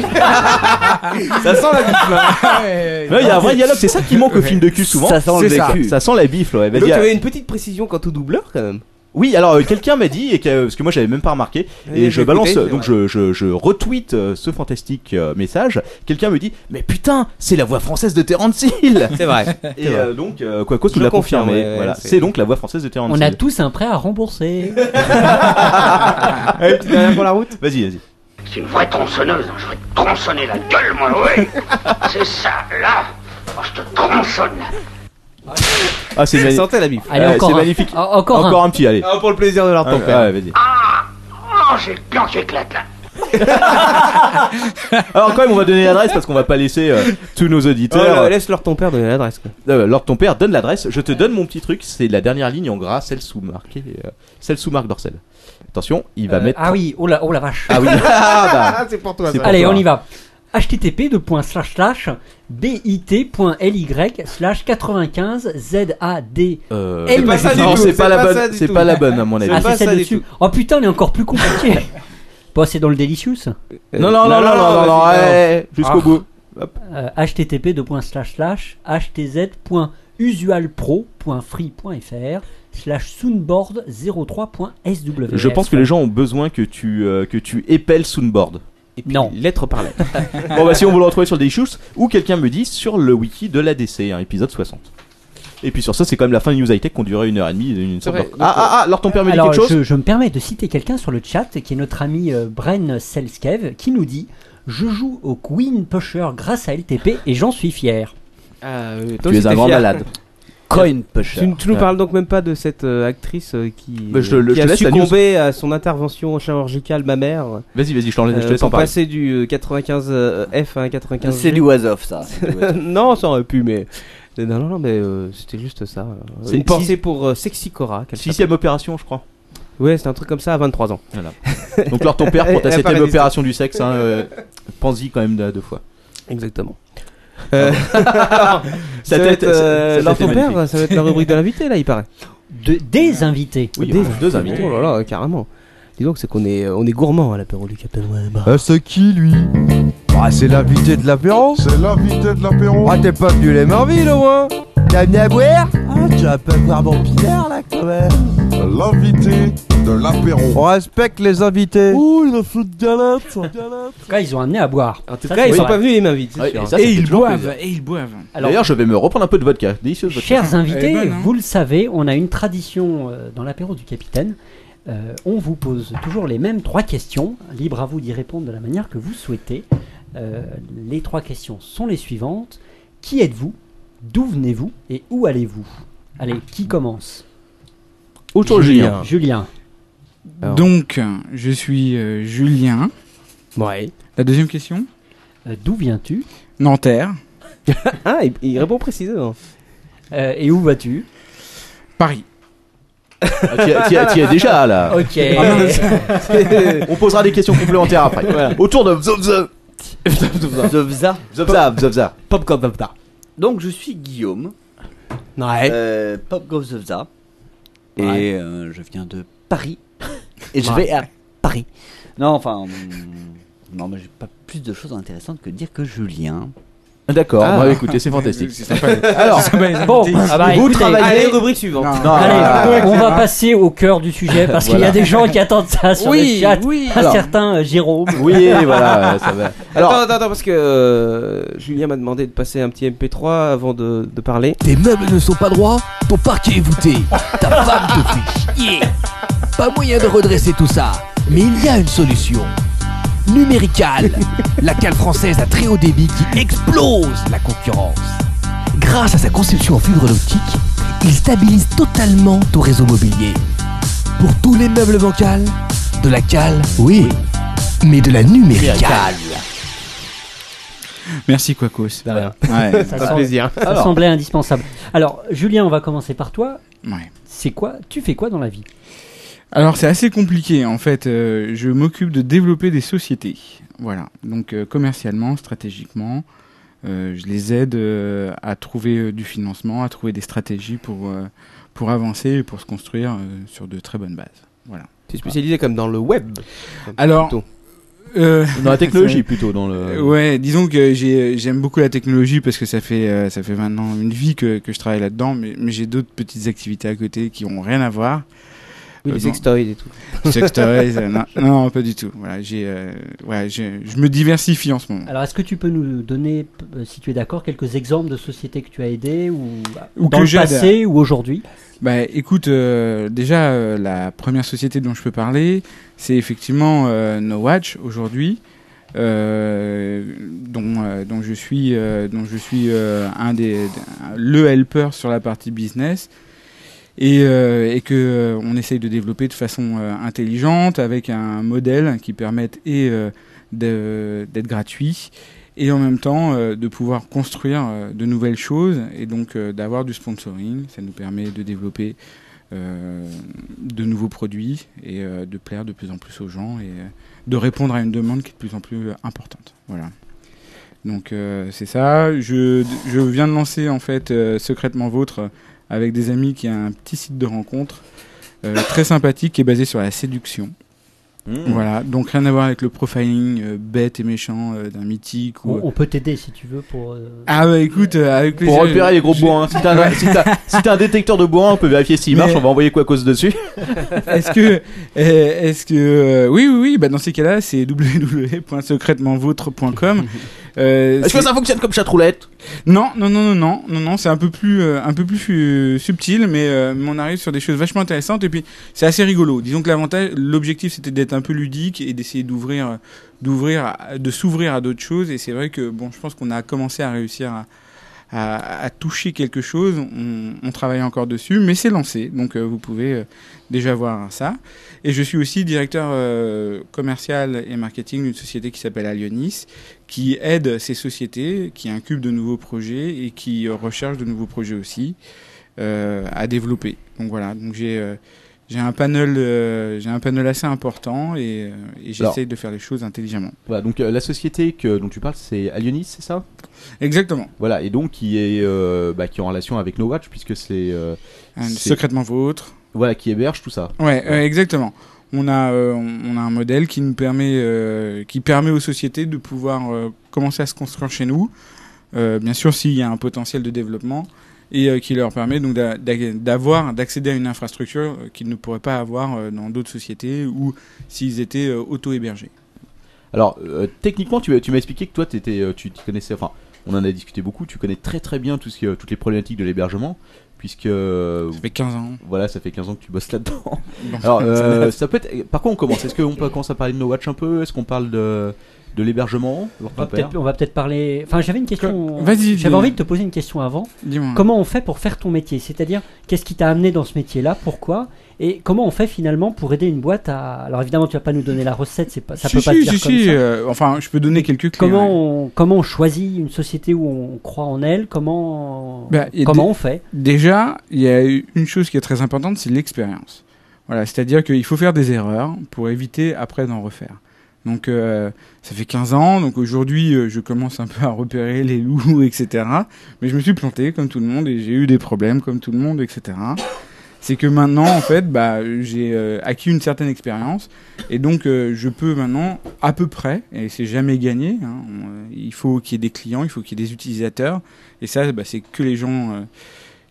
S6: Ça sent la bifle. Là, il y a un vrai dialogue, c'est ça qui manque au film de cul souvent.
S7: Ça sent le
S6: C'est
S7: vécu.
S6: Ça sent la bifle, ouais. vas-y,
S7: L'autre, il y
S6: à-
S7: avait une petite précision quant au doubleur quand même.
S6: Oui, alors euh, quelqu'un m'a dit, et que, euh, parce que moi j'avais même pas remarqué,
S7: Oui,
S6: et
S7: j'ai
S6: je
S7: écouté,
S6: balance,
S7: c'est
S6: euh, donc je, je, je retweet euh, ce fantastique euh, message. Quelqu'un me dit, mais putain, c'est la voix française de Terence Hill
S7: C'est vrai.
S6: Et
S7: C'est vrai.
S6: euh, donc, euh, Quacos
S7: Je
S6: nous l'a
S7: le confirme,
S6: confirmé.
S7: ouais, ouais,
S6: voilà.
S7: c'est-
S6: C'est donc la voix française de Terence
S9: On
S6: Hill.
S9: a tous un prêt à rembourser.
S6: Allez, petite dernière pour la route Vas-y, vas-y.
S13: C'est une vraie tronçonneuse, hein. je vais te tronçonner la gueule, moi, oui C'est ça, là Moi, je te tronçonne
S6: Ah, c'est magnifique.
S7: Sentez la bifle.
S6: Allez, Ouais, encore c'est un. magnifique. En- encore Encore un. un petit, allez.
S7: Ah, pour le plaisir de leur
S6: Ah,
S7: tempère.
S6: ouais, vas-y.
S13: Oh, j'ai le plan qui éclate, là
S6: Alors quand même, on va donner l'adresse parce qu'on va pas laisser euh, tous nos auditeurs.
S7: Oh là, laisse leur ton père donner l'adresse.
S6: Euh, Lord ton père donne l'adresse. Je te donne mon petit truc. C'est la dernière ligne en gras, celle sous marquée, euh, celle sous marque Dorcel. Attention, il va
S9: Euh,
S6: mettre.
S9: Ah oui, oh la, oh la vache.
S6: Ah oui. Ah bah. C'est pour toi, C'est ça. pour
S9: Allez,
S6: toi.
S9: on y va. http de point slash slash bit.ly slash 95 zad
S6: Euh, C'est pas ça du tout, c'est pas la bonne- c'est pas la bonne, à mon avis.
S9: Ah,
S6: C'est pas ça
S9: c'est celle
S6: du
S9: dessus.
S6: tout.
S9: Oh putain, on est encore plus compliqué. Bon, c'est dans le Delicious
S6: Non, non, non, non, non, non, non, Ah. ouais, jusqu'au bout.
S9: Euh, http de point slash slash httz.usualpro.free.fr slash soundboard 03.sw
S6: Je pense que les gens ont besoin que tu euh, que tu épelles Soundboard.
S9: non.
S7: Lettre par lettre.
S6: bon bah si on veut le retrouver sur des shoots ou quelqu'un me dit sur le wiki de l'ADC, hein, épisode 60. Et puis sur ça, c'est quand même la fin de News High Tech qu'on durait une heure et demie. Une sorte
S9: vrai.
S6: de- Ah ah ah, alors ton père me dit
S9: Alors,
S6: quelque chose
S9: je, je me permets de citer quelqu'un sur le chat, qui est notre ami euh, Bren Selskev, qui nous dit Je joue au Queen Pusher grâce à LTP et j'en suis fier.
S7: Toi aussi, t'es fier. Tu, ne- tu nous
S9: Ouais.
S7: parles donc même pas de cette euh, actrice euh, qui,
S6: Bah, je te le-
S7: qui
S6: je te
S7: a
S6: laisse la
S7: succombé à son intervention chirurgicale mammaire.
S6: Vas-y, vas-y, je t'en- je te
S7: Euh,
S6: laisse
S7: pour
S6: en parler.
S7: passer du euh, 95 euh, F à un euh, 95.
S10: C'est du was-off, ça. C'est du was-off.
S7: non, ça aurait pu, mais. Non, non, non, mais euh, c'était juste ça. Euh,
S6: C'est
S7: Une
S6: une
S7: pensée
S6: six-
S7: pour euh, Sexy Cora. qu'elle
S6: Sixième
S7: s'appelle.
S6: opération, je crois.
S7: Ouais, c'est un truc comme ça à 23 ans.
S6: Donc leur ton père pour ta
S7: Elle
S6: septième
S7: paralyse.
S6: opération du sexe, hein, euh, pense-y quand même deux, deux fois.
S7: Exactement. Ah
S6: Euh,
S7: ça
S6: Sa
S7: va
S6: tête,
S7: être,
S6: sa-
S7: euh,
S6: sa
S7: alors
S6: tête
S7: ton
S6: est
S7: père,
S6: magnifique.
S7: ça va être la rubrique de l'invité là, il paraît.
S9: des invités.
S6: Oui,
S7: des,
S6: on a deux invités.
S7: Oh là là, carrément. Dis donc, c'est qu'on est, on est gourmand à l'apéro du Captain Web.
S14: Euh, c'est qui lui Bah c'est l'invité de l'apéro C'est l'invité de l'apéro Ah t'es pas venu les Marvilles au moins T'as venu à boire Ah tu vas pas boire mon pinard là quand même L'invité de l'apéro On respecte les invités Ouh la flotte galette
S9: En tout cas, ils ont amené à boire.
S7: En tout
S9: Ça,
S7: cas,
S9: c'est
S7: ils sont
S9: vrai.
S7: pas venus, ils m'invitent. c'est
S6: Ouais,
S7: sûr.
S6: et ça, ça fait toujours plaisir.
S8: Et ils boivent.
S9: Alors-
S6: D'ailleurs, je vais me reprendre un peu de vodka. Délicieuse vodka.
S9: Chers invités,
S8: Elle est bonne, hein.
S9: vous le savez, on a une tradition euh, dans l'apéro du capitaine. Euh, on vous pose toujours les mêmes trois questions. Libre à vous d'y répondre de la manière que vous souhaitez. Euh, les trois questions sont les suivantes. Qui êtes-vous D'où venez-vous Et où allez-vous Allez, qui commence
S8: Autour de Julien.
S9: Julien.
S8: Donc, je suis euh, Julien.
S7: Ouais.
S8: La deuxième question
S9: Euh, D'où viens-tu
S8: Nanterre.
S7: ah, il, il répond précisément.
S9: Euh, et où vas-tu
S8: Paris.
S6: Ah, tu y as- tu y as- tu y as déjà là.
S9: Ok.
S6: Ah, mince. On posera des questions complémentaires après. Autour de Zobza. Zobza.
S10: Zobza.
S6: Zobza. Zobza.
S7: Popcorn Zobza.
S10: Donc, je suis Guillaume.
S7: Ouais.
S10: Euh, Pop Goes Zobza. Et euh, je viens de Paris. Et je
S7: Ouais.
S10: vais à Paris. Non, enfin. hum, Non, mais j'ai pas plus de choses intéressantes que de dire que Julien.
S6: D'accord,
S10: Ah.
S6: bah, écoutez, c'est fantastique.
S10: C'est sympa.
S6: Alors,
S10: C'est sympa, les
S9: Bon,
S10: invités.
S9: ah bah,
S6: vous
S9: écoutez,
S6: travaillez.
S9: allez,
S7: rubrique suivante.
S6: Non.
S9: Allez,
S6: Ah.
S9: on va passer au cœur du sujet parce qu'il y
S6: Voilà.
S9: a des gens qui attendent ça sur
S7: Oui,
S9: le chat.
S7: oui.
S9: Un
S7: Alors.
S9: certain euh, Jérôme.
S7: Alors, attends, attends, attends, parce que euh, Julien m'a demandé de passer un petit MP3 avant de, de parler.
S5: Tes meubles ne sont pas droits, ton parquet est voûté, ta femme te fait chier. Pas moyen de redresser tout ça, mais il y a une solution. Numérical, la cale française à très haut débit qui explose la concurrence. Grâce à sa conception en fibre optique, il stabilise totalement ton réseau mobilier. Pour tous les meubles bancals, de la cale, oui, mais de la numéricale.
S8: Merci Quacos.
S7: Ouais.
S9: Ça, semble- ça semblait indispensable. Alors, Julien, on va commencer par toi.
S8: Ouais.
S9: c'est quoi Tu fais quoi dans la vie
S8: Alors c'est assez compliqué en fait. Euh, je m'occupe de développer des sociétés. Voilà. Donc euh, commercialement, stratégiquement, euh, je les aide euh, à trouver euh, du financement, à trouver des stratégies pour, euh, pour avancer et pour se construire euh, sur de très bonnes bases. Voilà.
S7: T'es spécialisé comme dans le web.
S8: Alors,
S7: Plutôt.
S8: euh,
S7: Dans la technologie,
S8: c'est-
S7: plutôt, dans le-
S8: Euh, Ouais, disons que j'ai- j'aime beaucoup la technologie parce que ça fait euh, ça fait maintenant une vie que, que je travaille là-dedans, mais, mais j'ai d'autres petites activités à côté qui ont rien à voir.
S7: Oui, les
S8: donc-
S7: sextoys et tout.
S8: Les sextoys, euh, non, non, pas du tout. Voilà, j'ai euh, ouais, j'ai- je me diversifie en ce moment.
S9: Alors, est-ce que tu peux nous donner, p- euh, si tu es d'accord, quelques exemples de sociétés que tu as aidées ou,
S8: Ou
S9: dans
S8: que
S9: le
S8: j'aide.
S9: passé ou aujourd'hui
S8: Bah écoute, euh, déjà euh, la première société dont je peux parler, c'est effectivement euh, No Watch aujourd'hui, euh, dont, euh, dont je suis, euh, dont je suis euh, un des le helper sur la partie business et, euh, et que euh, on essaye de développer de façon euh, intelligente avec un modèle qui permette et euh, de- d'être gratuit et en même temps euh, de pouvoir construire euh, de nouvelles choses et donc euh, d'avoir du sponsoring. Ça nous permet de développer euh, de nouveaux produits et euh, de plaire de plus en plus aux gens et euh, de répondre à une demande qui est de plus en plus euh, importante. Voilà. Donc euh, c'est ça. Je, je viens de lancer en fait euh, secrètement vôtre avec des amis qui a un petit site de rencontre euh, très sympathique qui est basé sur la séduction.
S6: Mmh.
S8: Voilà, donc rien à voir avec le profiling euh, bête et méchant euh, d'un mythique ou
S9: On, on peut t'aider si tu veux pour. euh,
S8: ah bah écoute, euh, avec
S6: Pour
S8: plaisir.
S6: repérer les gros
S8: Je-
S6: bourrins. Si t'as un,
S8: Ouais.
S6: si t'as- si t'as un détecteur de bourrins, on peut vérifier s'il
S8: Mais-
S6: marche, on va envoyer quoi cause dessus.
S8: est-ce que, euh, est-ce que, euh, oui, oui, oui, bah dans ces cas-là, c'est www.secrètementvôtre.com. Euh,
S6: Est-ce que
S8: c'est-
S6: ça fonctionne comme chatroulette
S8: Non, non, non, non, non, non, non, c'est un peu plus, euh, un peu plus euh, subtil, mais, euh, mais on arrive sur des choses vachement intéressantes et puis c'est assez rigolo. Disons que l'avantage, l'objectif, c'était d'être un peu ludique et d'essayer d'ouvrir, euh, d'ouvrir, à- de s'ouvrir à d'autres choses. Et c'est vrai que, bon, je pense qu'on a commencé à réussir à, à, à toucher quelque chose. On, on travaille encore dessus, mais c'est lancé, donc euh, vous pouvez euh, déjà voir ça. Et je suis aussi directeur euh, commercial et marketing d'une société qui s'appelle Alionis, qui aide ces sociétés, qui incube de nouveaux projets et qui euh, recherche de nouveaux projets aussi euh, à développer. Donc voilà, donc j'ai euh, j'ai un panel, euh, j'ai un panel assez important et, euh, et j'essaye
S6: Alors.
S8: de faire les choses intelligemment.
S6: Voilà, donc euh, la société que, dont tu parles, c'est Alionis, c'est ça
S8: Exactement.
S6: Voilà, et donc qui est, euh, bah, qui est en relation avec No Watch, puisque c'est. euh,
S8: Un-
S6: c'est-
S8: secrètement vôtre.
S6: Voilà, qui héberge tout ça.
S8: Ouais, euh, exactement. On a, euh, on on a un modèle qui nous permet, euh, qui permet aux sociétés de pouvoir euh, commencer à se construire chez nous, euh, bien sûr s'il y a un potentiel de développement, et euh, qui leur permet donc d'a- d'a- d'avoir, d'accéder à une infrastructure euh, qu'ils ne pourraient pas avoir euh, dans d'autres sociétés ou s'ils étaient euh, auto-hébergés.
S6: Alors, euh, techniquement, tu, m'as- tu m'as expliqué que toi, t'étais, euh, tu t'y connaissais, enfin, on en a discuté beaucoup, tu connais très très bien tout ce qui, euh, toutes les problématiques de l'hébergement, puisque... ça
S8: fait 15 ans.
S6: Voilà, ça fait 15 ans que tu bosses là-dedans.
S8: Bon,
S6: Alors, euh,
S8: ça-
S6: ça peut être... Par quoi on commence Est-ce qu'on peut commencer à parler de No Watch un peu Est-ce qu'on parle de, de l'hébergement voir
S9: On va
S6: ton père
S9: peut-être- on va peut-être parler. Enfin, j'avais une question.
S8: Que- vas-y,
S9: J'avais
S8: dis-
S9: envie de te poser une question avant.
S8: Dis-moi.
S9: Comment on fait pour faire ton métier C'est-à-dire, qu'est-ce qui t'a amené dans ce métier-là Pourquoi Et comment on fait finalement pour aider une boîte à Alors évidemment, tu vas pas nous donner la recette. C'est pas. Ça
S8: Si,
S9: peut pas
S8: si,
S9: te dire
S8: si,
S9: comme
S8: si,
S9: ça.
S8: euh, enfin, je peux donner quelques clés.
S9: Comment
S8: ouais.
S9: on, comment on choisit une société où on croit en elle Comment
S8: Bah, il y a
S9: comment
S8: dé-
S9: on fait
S8: Déjà, il y a une chose qui est très importante, c'est l'expérience. Voilà, c'est-à-dire qu'il faut faire des erreurs pour éviter après d'en refaire. Donc, euh, ça fait 15 ans, donc aujourd'hui, euh, je commence un peu à repérer les loups, etc. Mais je me suis planté comme tout le monde et j'ai eu des problèmes comme tout le monde, etc. C'est que maintenant, en fait, bah, j'ai euh, acquis une certaine expérience et donc euh, je peux maintenant, à peu près, et c'est jamais gagné, hein, on, euh, il faut qu'il y ait des clients, il faut qu'il y ait des utilisateurs, et ça, bah, c'est que les gens euh,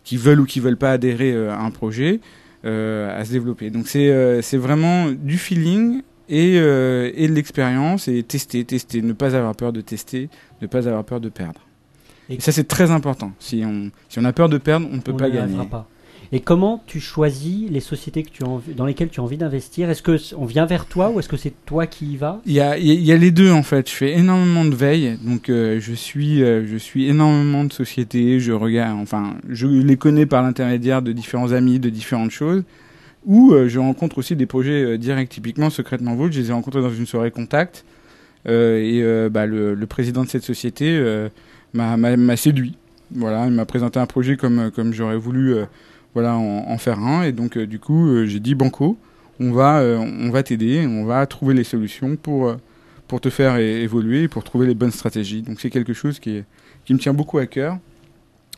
S8: qui veulent ou qui veulent pas adhérer euh, à un projet euh, à se développer. Donc c'est euh, c'est vraiment du feeling et, euh, et de l'expérience et tester, tester, ne pas avoir peur de tester, ne pas avoir peur de perdre.
S9: Et-
S8: Et ça, c'est très important. Si on, si on a peur de perdre, on ne peut
S9: On
S8: pas
S9: n'y
S8: gagner.
S9: arrivera pas. Et comment tu choisis les sociétés que tu as envie- dans lesquelles tu as envie d'investir Est-ce que c- on vient vers toi ou est-ce que c'est toi qui y vas
S8: Il y a, il y a- il y a les deux en fait. Je fais énormément de veille, donc euh, je suis, euh, je suis énormément de sociétés. Je regarde, enfin, je les connais par l'intermédiaire de différents amis, de différentes choses. Ou euh, je rencontre aussi des projets euh, directs, typiquement secrètement vôtre. Je les ai rencontrés dans une soirée contact, Euh, et euh, bah, le, le président de cette société euh, m'a- m'a m'a séduit. Voilà, il m'a présenté un projet comme comme j'aurais voulu. euh, voilà, en, en faire un. Et donc, euh, du coup, euh, j'ai dit Banco, on va, euh, on va t'aider, on va trouver les solutions pour, euh, pour te faire é- évoluer, et pour trouver les bonnes stratégies. Donc, c'est quelque chose qui, est- qui me tient beaucoup à cœur.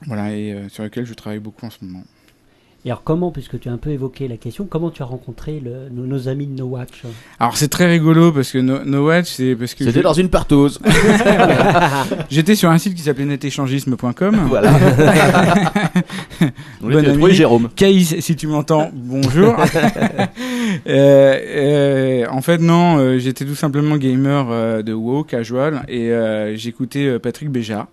S8: Voilà, et euh, sur lequel je travaille beaucoup en ce moment.
S9: Et alors comment, puisque tu as un peu évoqué la question, comment tu as rencontré le- nos, nos amis de No Watch
S8: Alors c'est très rigolo parce que No, No Watch, c'est parce que
S6: C'était dans une partouze.
S8: J'étais sur un site qui s'appelait netéchangisme.com.
S6: Voilà. On l'a trouvé, Jérôme.
S8: Caïs, si tu m'entends, bonjour. Euh, euh, en fait, non, euh, j'étais tout simplement gamer euh, de WoW casual et euh, j'écoutais euh, Patrick Béja.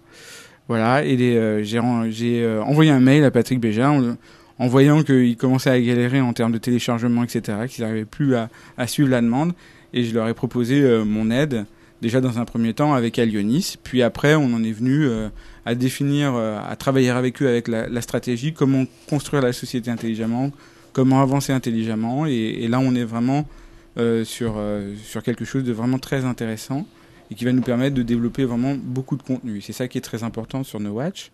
S8: Voilà, et les, euh, j'ai ren- j'ai euh, envoyé un mail à Patrick Béja en, en voyant qu'il commençait à galérer en termes de téléchargement, etc., qu'il n'arrivait plus à, à suivre la demande. Et je leur ai proposé euh, mon aide, déjà dans un premier temps avec Alionis, puis après on en est venu euh, à définir, euh, à travailler avec eux avec la, la stratégie, comment construire la société intelligemment, comment avancer intelligemment. Et, et là, on est vraiment euh, sur, euh, sur quelque chose de vraiment très intéressant et qui va nous permettre de développer vraiment beaucoup de contenu. C'est ça qui est très important sur No Watch,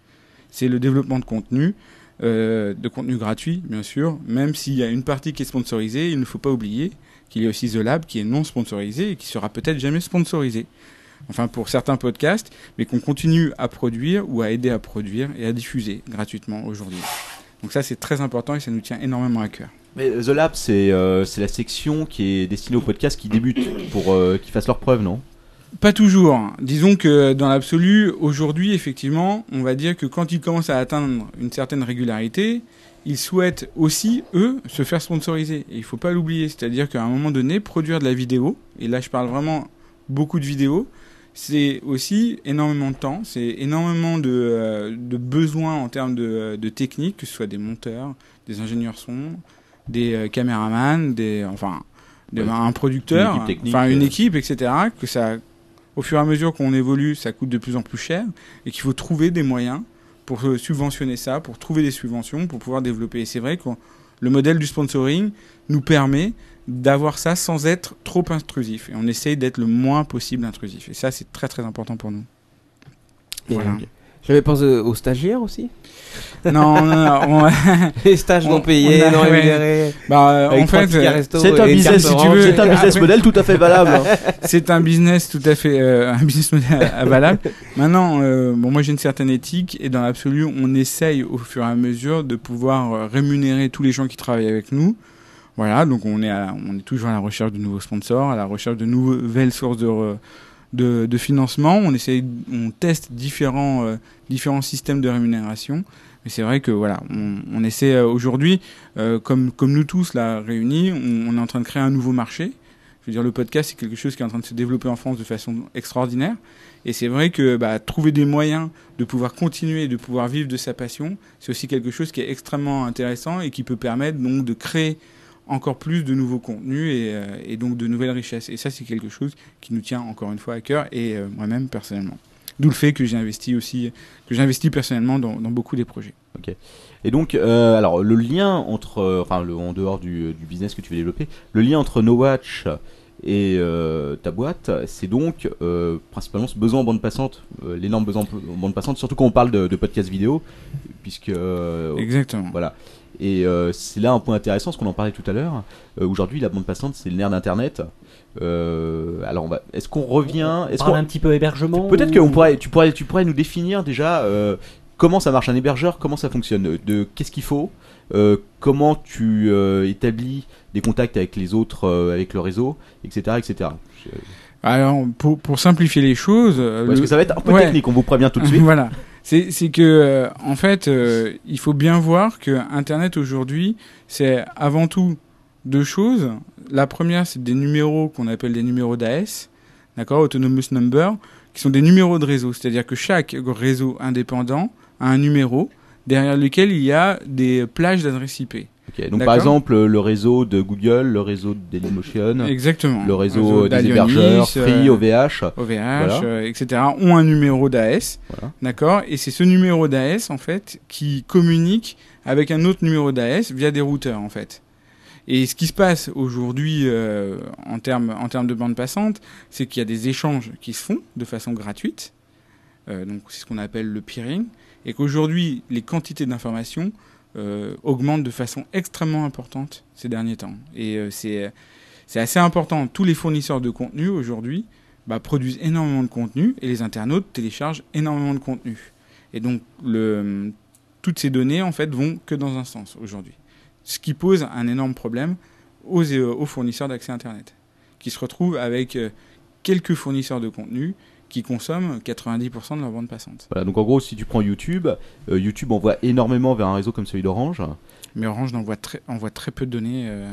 S8: c'est le développement de contenu, euh, de contenu gratuit, bien sûr, même s'il y a une partie qui est sponsorisée, il ne faut pas oublier qu'il y a aussi The Lab qui est non sponsorisé et qui sera peut-être jamais sponsorisé enfin pour certains podcasts, mais qu'on continue à produire ou à aider à produire et à diffuser gratuitement aujourd'hui. Donc ça c'est très important et ça nous tient énormément à cœur.
S6: Mais The Lab, c'est euh, c'est la section qui est destinée aux podcasts qui débutent pour euh, qu'ils fassent leurs preuves, non
S8: Pas toujours. hein. Disons que dans l'absolu, aujourd'hui, effectivement, on va dire que quand ils commencent à atteindre une certaine régularité, ils souhaitent aussi, eux, se faire sponsoriser. Et il faut pas l'oublier. C'est-à-dire qu'à un moment donné, produire de la vidéo, et là je parle vraiment beaucoup de vidéos, c'est aussi énormément de temps, c'est énormément de, euh, de besoins en termes de, euh, de technique, que ce soit des monteurs, des ingénieurs son, des euh, caméramans, des, enfin, des-
S6: Ouais.
S8: un producteur,
S6: Une équipe technique,
S8: enfin une
S6: euh.
S8: équipe, etc. Que ça, au fur et à mesure qu'on évolue, ça coûte de plus en plus cher et qu'il faut trouver des moyens pour euh, subventionner ça, pour trouver des subventions, pour pouvoir développer. Et c'est vrai que le modèle du sponsoring nous permet d'avoir ça sans être trop intrusif. Et on essaye d'être le moins possible intrusif. Et ça, c'est très très important pour nous.
S7: Et,
S8: Voilà.
S7: euh, J'avais pensé aux stagiaires aussi.
S8: Non, non, non, on-
S7: Les stages non
S8: on-
S7: payés,
S8: on a-
S7: non
S8: ouais.
S7: rémunérés.
S8: Bah, euh,
S7: Avec
S8: en
S7: trois
S8: fait,
S7: tickets resto
S8: c'est un
S7: et une
S8: business,
S7: carte
S8: si tu
S7: orange. Ah,
S8: veux.
S6: C'est un business model tout à fait valable.
S8: c'est un business tout à fait, euh, un business model à- à valable. Maintenant, euh, bon, moi j'ai une certaine éthique et dans l'absolu, on essaye au fur et à mesure de pouvoir euh, rémunérer tous les gens qui travaillent avec nous. Voilà, donc on est, à- on est toujours à la recherche de nouveaux sponsors, à la recherche de nouvelles sources de, re- de, de financement. On essaye, on teste différents, euh, différents systèmes de rémunération. Mais c'est vrai que voilà, on, on essaie euh, aujourd'hui, euh, comme, comme nous tous là réunis, on, on est en train de créer un nouveau marché. Je veux dire, le podcast, c'est quelque chose qui est en train de se développer en France de façon extraordinaire. Et c'est vrai que bah, trouver des moyens de pouvoir continuer, de pouvoir vivre de sa passion, c'est aussi quelque chose qui est extrêmement intéressant et qui peut permettre donc de créer encore plus de nouveaux contenus et, euh, et donc de nouvelles richesses. Et ça, c'est quelque chose qui nous tient encore une fois à cœur et euh, moi-même personnellement. D'où le fait que j'ai investi aussi, que j'investis personnellement dans, dans beaucoup des projets.
S6: Ok. Et donc, euh, alors le lien entre, euh, enfin, le, en dehors du, du business que tu veux développer, le lien entre No Watch et euh, ta boîte, c'est donc euh, principalement ce besoin en bande passante, euh, l'énorme besoin en bande passante, surtout quand on parle de, de podcast vidéo, puisque euh,
S8: Exactement.
S6: Voilà. Et euh, c'est là un point intéressant, parce qu'on en parlait tout à l'heure. Euh, Aujourd'hui, la bande passante, c'est le nerf d'Internet. Euh, alors, on va- est-ce qu'on revient
S9: On
S6: est-ce
S9: parle
S6: qu'on-
S9: un petit peu hébergement
S6: Peut-être
S9: ou-
S6: que pourrait, tu, pourrais, tu pourrais nous définir déjà euh, comment ça marche un hébergeur, comment ça fonctionne, euh, de qu'est-ce qu'il faut, euh, comment tu euh, établis des contacts avec les autres, euh, avec le réseau, etc. etc. Je-
S8: Alors, pour, pour simplifier les choses. euh,
S6: Euh, Parce
S8: le-
S6: que ça va être un peu
S8: Ouais.
S6: technique, on vous prévient tout de suite.
S8: voilà. C'est c'est que, euh, en fait, euh, il faut bien voir que Internet aujourd'hui, c'est avant tout deux choses. La première, c'est des numéros qu'on appelle des numéros d'AS, d'accord, Autonomous Number, qui sont des numéros de réseau. C'est-à-dire que chaque réseau indépendant a un numéro derrière lequel il y a des plages d'adresses IP.
S6: Ok, Donc par
S8: D'accord
S6: exemple, euh, le réseau de Google, le réseau de Dailymotion,
S8: Exactement.
S6: le réseau,
S8: Réseau
S6: des
S8: d'Alionis,
S6: hébergeurs, Free,
S8: euh,
S6: OVH.
S8: OVH,
S6: Voilà.
S8: euh, etc., ont un numéro d'AS. D'accord Et c'est ce numéro d'AS, en fait, qui communique avec un autre numéro d'AS via des routeurs, en fait. Et ce qui se passe aujourd'hui euh, en termes en termes de bande passante, c'est qu'il y a des échanges qui se font de façon gratuite. Euh, donc c'est ce qu'on appelle le peering. Et qu'aujourd'hui, les quantités d'informations euh, augmente de façon extrêmement importante ces derniers temps. Et euh, c'est c'est assez important. Tous les fournisseurs de contenu aujourd'hui bah, produisent énormément de contenu et les internautes téléchargent énormément de contenu. Et donc le, toutes ces données en fait vont que dans un sens aujourd'hui. Ce qui pose un énorme problème aux, aux fournisseurs d'accès Internet, qui se retrouvent avec euh, quelques fournisseurs de contenu qui consomment 90% de leur bande passante.
S6: Voilà, donc en gros, si tu prends YouTube, euh, YouTube envoie énormément vers un réseau comme celui d'Orange.
S8: Mais Orange envoie très, envoie très peu de données. euh,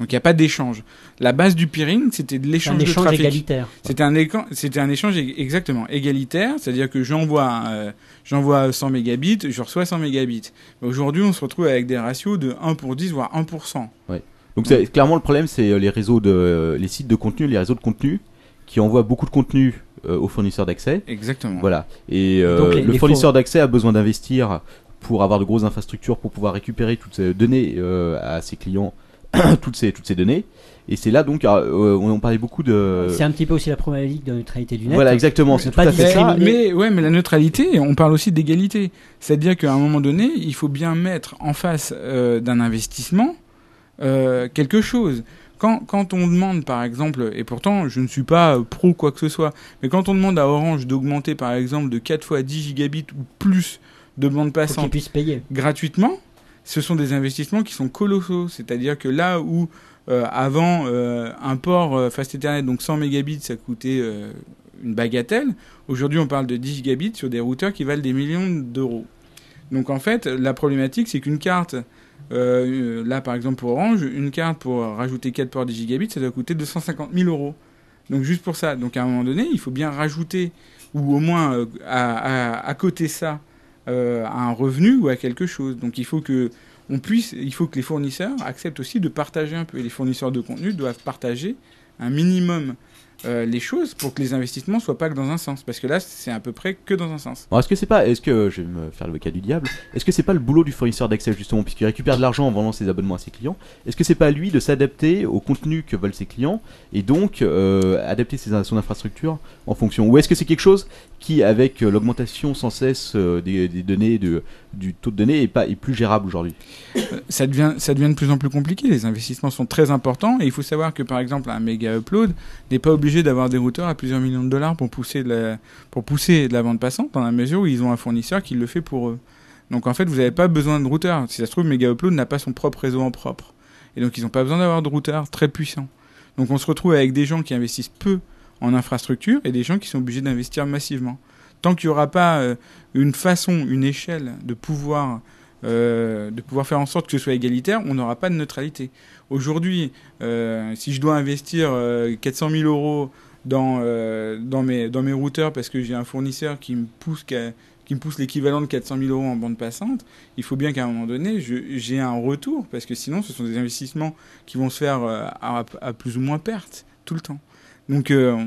S8: Donc il n'y a pas d'échange. La base du peering, c'était de l'échange
S9: Un
S8: de
S9: échange
S8: trafic.
S9: égalitaire.
S8: C'était un, écan- c'était un échange ég- exactement égalitaire, c'est-à-dire que j'envoie euh, j'envoie 100 mégabits, je reçois 100 mégabits. Mais Aujourd'hui, on se retrouve avec des ratios de 1 pour 10, voire 1 pour 100.
S6: Ouais. Donc c'est- clairement le problème c'est euh, les réseaux de euh, les sites de contenu, les réseaux de contenu qui envoient beaucoup de contenu euh, aux fournisseurs d'accès.
S8: Exactement.
S6: Voilà. Et euh,
S8: Donc, les-
S6: le
S8: les
S6: fournisseur
S8: four-
S6: d'accès a besoin d'investir pour avoir de grosses infrastructures pour pouvoir récupérer toutes ces données euh, à ses clients toutes ces toutes ces données et c'est là donc euh, on, on parlait beaucoup
S8: Euh,
S6: de
S9: Ah, C'est un petit peu aussi la problématique de la neutralité du net.
S6: Voilà, exactement,
S9: Ne
S6: c'est
S9: pas
S6: tout à fait ça.
S9: discriminer.
S8: Mais ouais, mais la neutralité, on parle aussi d'égalité. C'est-à-dire qu'à un moment donné, il faut bien mettre en face euh, d'un investissement euh, quelque chose. Quand, quand on demande, par exemple, et pourtant je ne suis pas euh, pro quoi que ce soit, mais quand on demande à Orange d'augmenter, par exemple, de 4 fois 10 gigabits ou plus de bande passante gratuitement, ce sont des investissements qui sont colossaux. C'est-à-dire que là où euh, avant euh, un port euh, fast Ethernet, donc 100 mégabits, ça coûtait euh, une bagatelle, aujourd'hui on parle de 10 gigabits sur des routeurs qui valent des millions d'euros. Donc en fait, la problématique, c'est qu'une carte, euh, là par exemple pour Orange, une carte pour rajouter 4 ports 10 gigabits, ça doit coûter 250 000 euros. Donc juste pour ça. Donc à un moment donné, il faut bien rajouter, ou au moins euh, à, à, à côté ça, euh, à un revenu ou à quelque chose. Donc il faut que on puisse, il faut que les fournisseurs acceptent aussi de partager un peu. Et les fournisseurs de contenu doivent partager un minimum euh, les choses pour que les investissements soient pas que dans un sens. Parce que là, c'est à peu près que dans un sens.
S6: Alors, est-ce que c'est pas, est-ce que je vais me faire l'avocat du diable, est-ce que c'est pas le boulot du fournisseur d'accès justement, puisqu'il récupère de l'argent en vendant ses abonnements à ses clients, est-ce que c'est pas à lui de s'adapter au contenu que veulent ses clients et donc euh, adapter ses, son infrastructure en fonction, ou est-ce que c'est quelque chose qui, avec euh, l'augmentation sans cesse euh, des, des données, de, du taux de données, est pas est plus gérable aujourd'hui
S8: ça devient, ça devient de plus en plus compliqué. Les investissements sont très importants et il faut savoir que par exemple un méga upload n'est pas obligé d'avoir des routeurs à plusieurs millions de dollars pour pousser de la, pour pousser de la vente passante dans la mesure où ils ont un fournisseur qui le fait pour eux. Donc en fait vous n'avez pas besoin de routeurs. Si ça se trouve méga upload n'a pas son propre réseau en propre et donc ils n'ont pas besoin d'avoir de routeurs très puissants. Donc on se retrouve avec des gens qui investissent peu en infrastructure et des gens qui sont obligés d'investir massivement. Tant qu'il n'y aura pas euh, une façon, une échelle de pouvoir, euh, de pouvoir faire en sorte que ce soit égalitaire, on n'aura pas de neutralité. Aujourd'hui, euh, si je dois investir euh, 400 000 euros dans, euh, dans, mes, dans mes routeurs parce que j'ai un fournisseur qui me pousse qu'à- qui me pousse l'équivalent de 400 000 euros en bande passante, il faut bien qu'à un moment donné, je- j'ai un retour, parce que sinon, ce sont des investissements qui vont se faire euh, à, à plus ou moins perte, tout le temps. Donc, euh,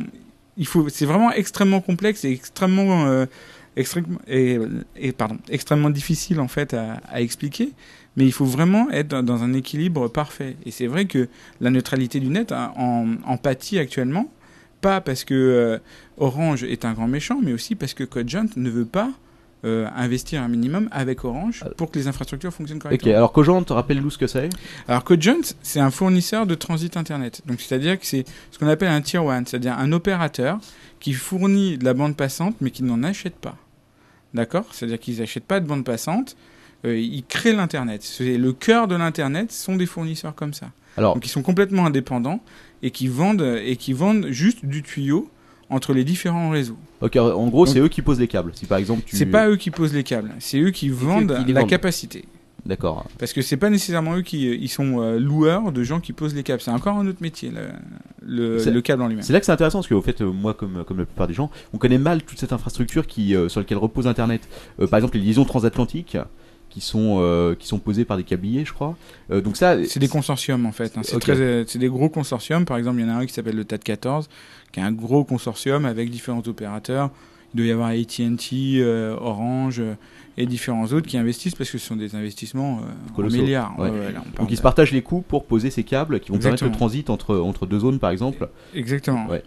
S8: il faut, c'est vraiment extrêmement complexe et extrêmement, euh, extrêmement- et, et, pardon, extrêmement difficile en fait à, à expliquer. Mais il faut vraiment être dans- dans un équilibre parfait. Et c'est vrai que la neutralité du net hein, en, en pâtit actuellement, pas parce que euh, Orange est un grand méchant, mais aussi parce que CodeJunt ne veut pas euh, investir un minimum avec Orange pour que les infrastructures fonctionnent correctement.
S6: Ok, alors Cogent, rappelle-nous ce que c'est
S8: Alors CodeJunt, c'est un fournisseur de transit internet. Donc c'est-à-dire que c'est ce qu'on appelle un tier one, c'est-à-dire un opérateur qui fournit de la bande passante mais qui n'en achète pas. D'accord C'est-à-dire qu'ils n'achètent pas de bande passante, euh, ils créent l'internet. C'est le cœur de l'internet sont des fournisseurs comme ça.
S6: Alors-
S8: Donc ils sont complètement indépendants et qui vendent et qui vendent juste du tuyau entre les différents réseaux.
S6: Ok, en gros,
S8: Donc-
S6: c'est eux qui posent les câbles. Si par exemple tu.
S8: C'est pas eux qui posent les câbles, c'est eux qui vendent
S6: qui les
S8: la
S6: vendent.
S8: capacité.
S6: D'accord.
S8: Parce que c'est pas nécessairement eux qui ils sont euh, loueurs de gens qui posent les câbles. C'est encore un autre métier, le, le-
S6: C'est-
S8: le câble en lui-même.
S6: C'est là que c'est intéressant parce que, au fait, euh, moi, comme, comme la plupart des gens, on connaît mal toute cette infrastructure qui, euh, sur laquelle repose Internet. Euh, par exemple, les liaisons transatlantiques qui sont, euh, qui sont posées par des câbliers, je crois. Euh, donc ça,
S8: C'est des consortiums en fait. hein. C'est
S6: Ok.
S8: très, euh, c'est des gros consortiums. Par exemple, il y en a un qui s'appelle le TAD 14, qui est un gros consortium avec différents opérateurs. Il doit y avoir AT&T, euh, Orange euh, et différents autres qui investissent parce que ce sont des investissements euh, en
S6: Colossaux.
S8: milliards.
S6: Ouais.
S8: Ouais, ouais, là, on parle
S6: Donc ils se
S8: de-
S6: partagent les coûts pour poser ces câbles qui vont permettre le
S8: Exactement.
S6: transit entre, entre deux zones par exemple.
S8: Exactement.
S6: Ouais.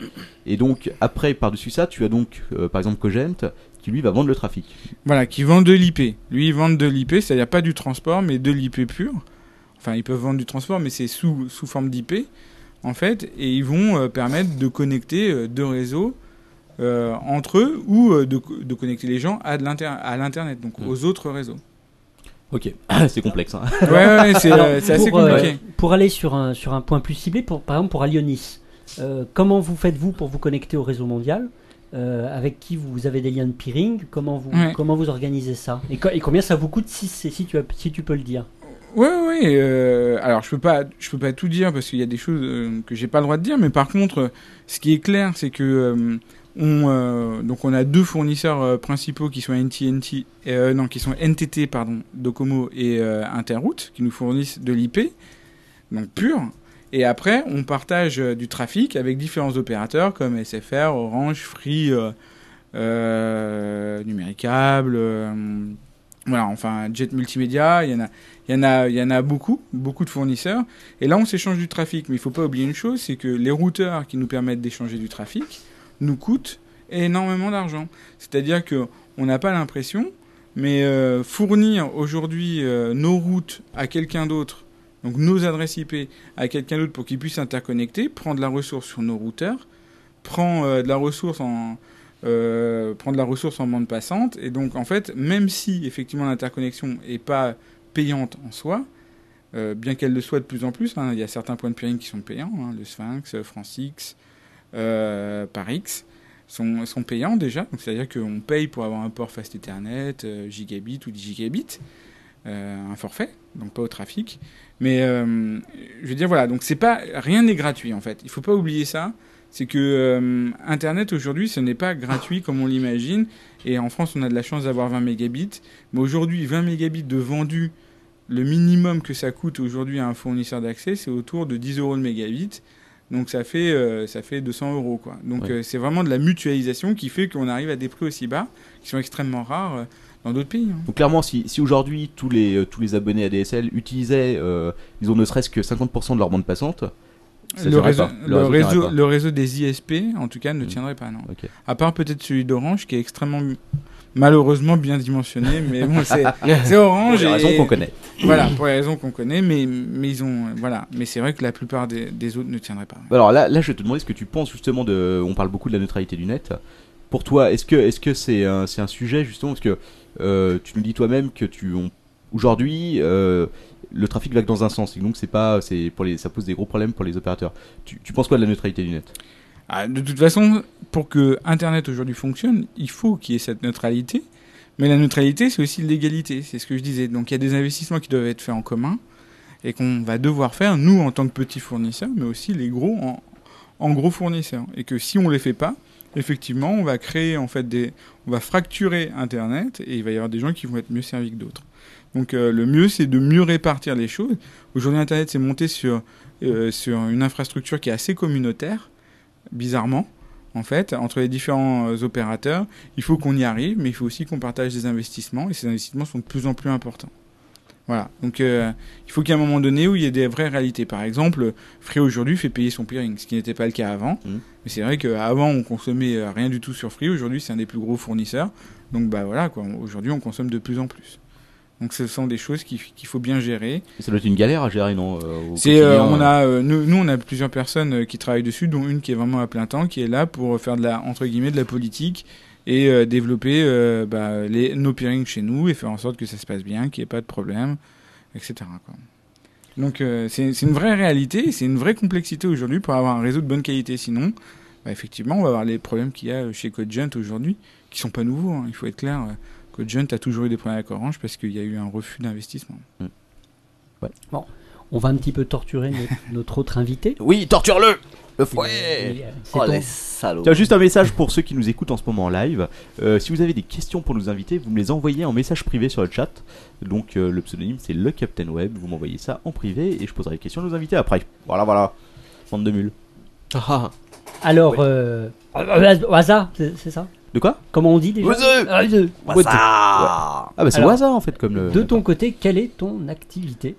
S6: Et donc après par-dessus ça, tu as donc euh, par exemple Cogent qui lui va vendre le trafic.
S8: Voilà, qui vendent de l'IP. Lui, il vend de l'IP, c'est-à-dire pas du transport, mais de l'IP pur. Enfin, ils peuvent vendre du transport, mais c'est sous, sous forme d'IP, en fait. Et ils vont euh, permettre de connecter euh, deux réseaux euh, entre eux ou euh, de, co- de connecter les gens à, de l'inter- à l'Internet, donc aux autres réseaux.
S6: Ok, c'est complexe. hein.
S8: Ouais, ouais, c'est,
S9: Alors,
S8: euh, c'est assez
S9: pour, euh,
S8: compliqué.
S9: pour aller sur un, sur un point plus ciblé, pour, par exemple pour Alionis, euh, comment vous faites-vous pour vous connecter au réseau mondial Euh, Avec qui vous avez des liens de peering Comment vous,
S8: Ouais.
S9: comment vous organisez ça et, co- et combien ça vous coûte si, c'est- si, tu, as- si tu peux le dire
S8: Ouais, ouais. euh, alors, je peux pas, je peux pas tout dire parce qu'il y a des choses euh, que j'ai pas le droit de dire. Mais par contre, euh, ce qui est clair, c'est que euh, on, euh, donc on a deux fournisseurs euh, principaux qui sont NTNT, euh, non, qui sont NTT pardon, Docomo et euh, Interroute, qui nous fournissent de l'IP, donc pur. Et après, on partage euh, du trafic avec différents opérateurs comme SFR, Orange, Free, euh, euh, Numéricable. euh, voilà, enfin, Jet Multimédia, il y en a, il y en a, il y en a beaucoup, beaucoup de fournisseurs. Et là, on s'échange du trafic. Mais il faut pas oublier une chose, c'est que les routeurs qui nous permettent d'échanger du trafic nous coûtent énormément d'argent. C'est-à-dire que on n'a pas l'impression, mais euh, fournir aujourd'hui euh, nos routes à quelqu'un d'autre, donc nos adresses IP à quelqu'un d'autre pour qu'il puisse interconnecter, prendre de la ressource sur nos routeurs, prend euh, de la ressource en euh, prend de la ressource en bande passante et donc en fait même si effectivement l'interconnexion est pas payante en soi euh, bien qu'elle le soit de plus en plus hein, il y a certains points de peering qui sont payants hein, le Sphinx, euh, France X, euh, Parix sont, sont payants déjà donc c'est à dire qu'on paye pour avoir un port fast Ethernet euh, gigabit ou 10 gigabits euh, un forfait, donc pas au trafic. Mais euh, je veux dire, voilà, donc c'est pas rien n'est gratuit en fait. Il faut pas oublier ça. C'est que euh, Internet aujourd'hui, ce n'est pas gratuit comme on l'imagine. Et en France, on a de la chance d'avoir 20 mégabits. Mais aujourd'hui, 20 mégabits de vendus, le minimum que ça coûte aujourd'hui à un fournisseur d'accès, c'est autour de 10 euros le mégabit. Donc ça fait, euh, ça fait 200 euros. Quoi. Donc
S6: Ouais.
S8: euh, c'est vraiment de la mutualisation qui fait qu'on arrive à des prix aussi bas, qui sont extrêmement rares euh, dans d'autres pays. hein.
S6: Donc clairement, si, si aujourd'hui tous les, euh, tous les abonnés ADSL utilisaient, euh, disons ne serait-ce que 50% de leur bande passante, ça
S8: le
S6: tiendrait
S8: réseau,
S6: pas.
S8: le,
S6: tiendrait
S8: réseau,
S6: pas. Mmh.
S8: le réseau des ISP, en tout cas, ne tiendrait pas, non. À part peut-être celui d'Orange, qui est extrêmement, malheureusement, bien dimensionné, mais bon, c'est c'est
S6: Pour
S8: Orange.
S6: les
S8: et-
S6: raisons qu'on connaît.
S8: Voilà, pour les raisons qu'on connaît, mais, mais ils ont, euh, voilà. Mais c'est vrai que la plupart des, des autres ne tiendraient pas.
S6: Alors là, là, je vais te demander ce que tu penses justement de. On parle beaucoup de la neutralité du net. Pour toi, est-ce que est-ce que c'est un, c'est un sujet justement parce que euh, tu nous dis toi-même que tu on- aujourd'hui euh, le trafic va que dans un sens et donc c'est pas c'est pour les ça pose des gros problèmes pour les opérateurs. Tu, tu penses quoi de la neutralité du net
S8: Ah, de toute façon, pour que Internet aujourd'hui fonctionne, il faut qu'il y ait cette neutralité. Mais la neutralité, c'est aussi l'égalité, c'est ce que je disais. Donc il y a des investissements qui doivent être faits en commun et qu'on va devoir faire, nous, en tant que petits fournisseurs, mais aussi les gros en, en gros fournisseurs. Et que si on ne les fait pas, effectivement, on va créer, en fait, des, on va fracturer Internet et il va y avoir des gens qui vont être mieux servis que d'autres. Donc euh, le mieux, c'est de mieux répartir les choses. Aujourd'hui, Internet s'est monté sur, euh, sur une infrastructure qui est assez communautaire bizarrement, en fait, entre les différents euh, opérateurs. Il faut qu'on y arrive, mais il faut aussi qu'on partage des investissements, et ces investissements sont de plus en plus importants. Voilà, donc euh, il faut qu'à un moment donné où il y ait des vraies réalités. Par exemple, Free aujourd'hui fait payer son peering, ce qui n'était pas le cas avant. Mais c'est vrai qu'avant, on consommait euh, rien du tout sur Free, aujourd'hui c'est un des plus gros fournisseurs. Donc bah voilà, quoi. aujourd'hui on consomme de plus en plus. Donc ce sont des choses qu'il f- qu'il faut bien gérer.
S6: Ça doit être une galère à gérer non euh, au
S8: C'est, euh,
S6: quotidien,
S8: on
S6: euh.
S8: a, euh, nous, nous, on a plusieurs personnes euh, qui travaillent dessus, dont une qui est vraiment à plein temps, qui est là pour euh, faire de la, entre guillemets, de la politique et euh, développer euh, bah, les, nos peerings chez nous et faire en sorte que ça se passe bien, qu'il n'y ait pas de problème, etc. quoi. Donc euh, c'est c'est une vraie réalité, c'est une vraie complexité aujourd'hui pour avoir un réseau de bonne qualité. Sinon, bah, effectivement, on va avoir les problèmes qu'il y a euh, chez Cogent aujourd'hui, qui sont pas nouveaux, hein, il faut être clair. euh, Cogent a toujours eu des problèmes avec Orange parce qu'il y a eu un refus d'investissement.
S9: Bon, on va un petit peu torturer notre, notre autre invité. Euh,
S6: Oui, torture-le Le
S9: foyer
S10: Oh, les salauds.
S6: Tiens, juste un message pour ceux qui nous écoutent en ce moment en live. Euh, si vous avez des questions pour nous inviter, vous me les envoyez en message privé sur le chat. Donc euh, le pseudonyme c'est le Captain Web. Vous m'envoyez ça en privé et je poserai les questions à nos invités après. Voilà, voilà. Bande de mules.
S7: Ah,
S9: Alors, euh, au hasard, c'est c'est ça
S6: De quoi
S9: Comment on dit déjà
S6: Oiseux.
S9: Ah, oiseux.
S6: Oiseux.
S9: Ouais.
S6: Ah bah c'est
S9: Alors,
S6: Waza en fait comme le.
S9: De ton côté, quelle est ton activité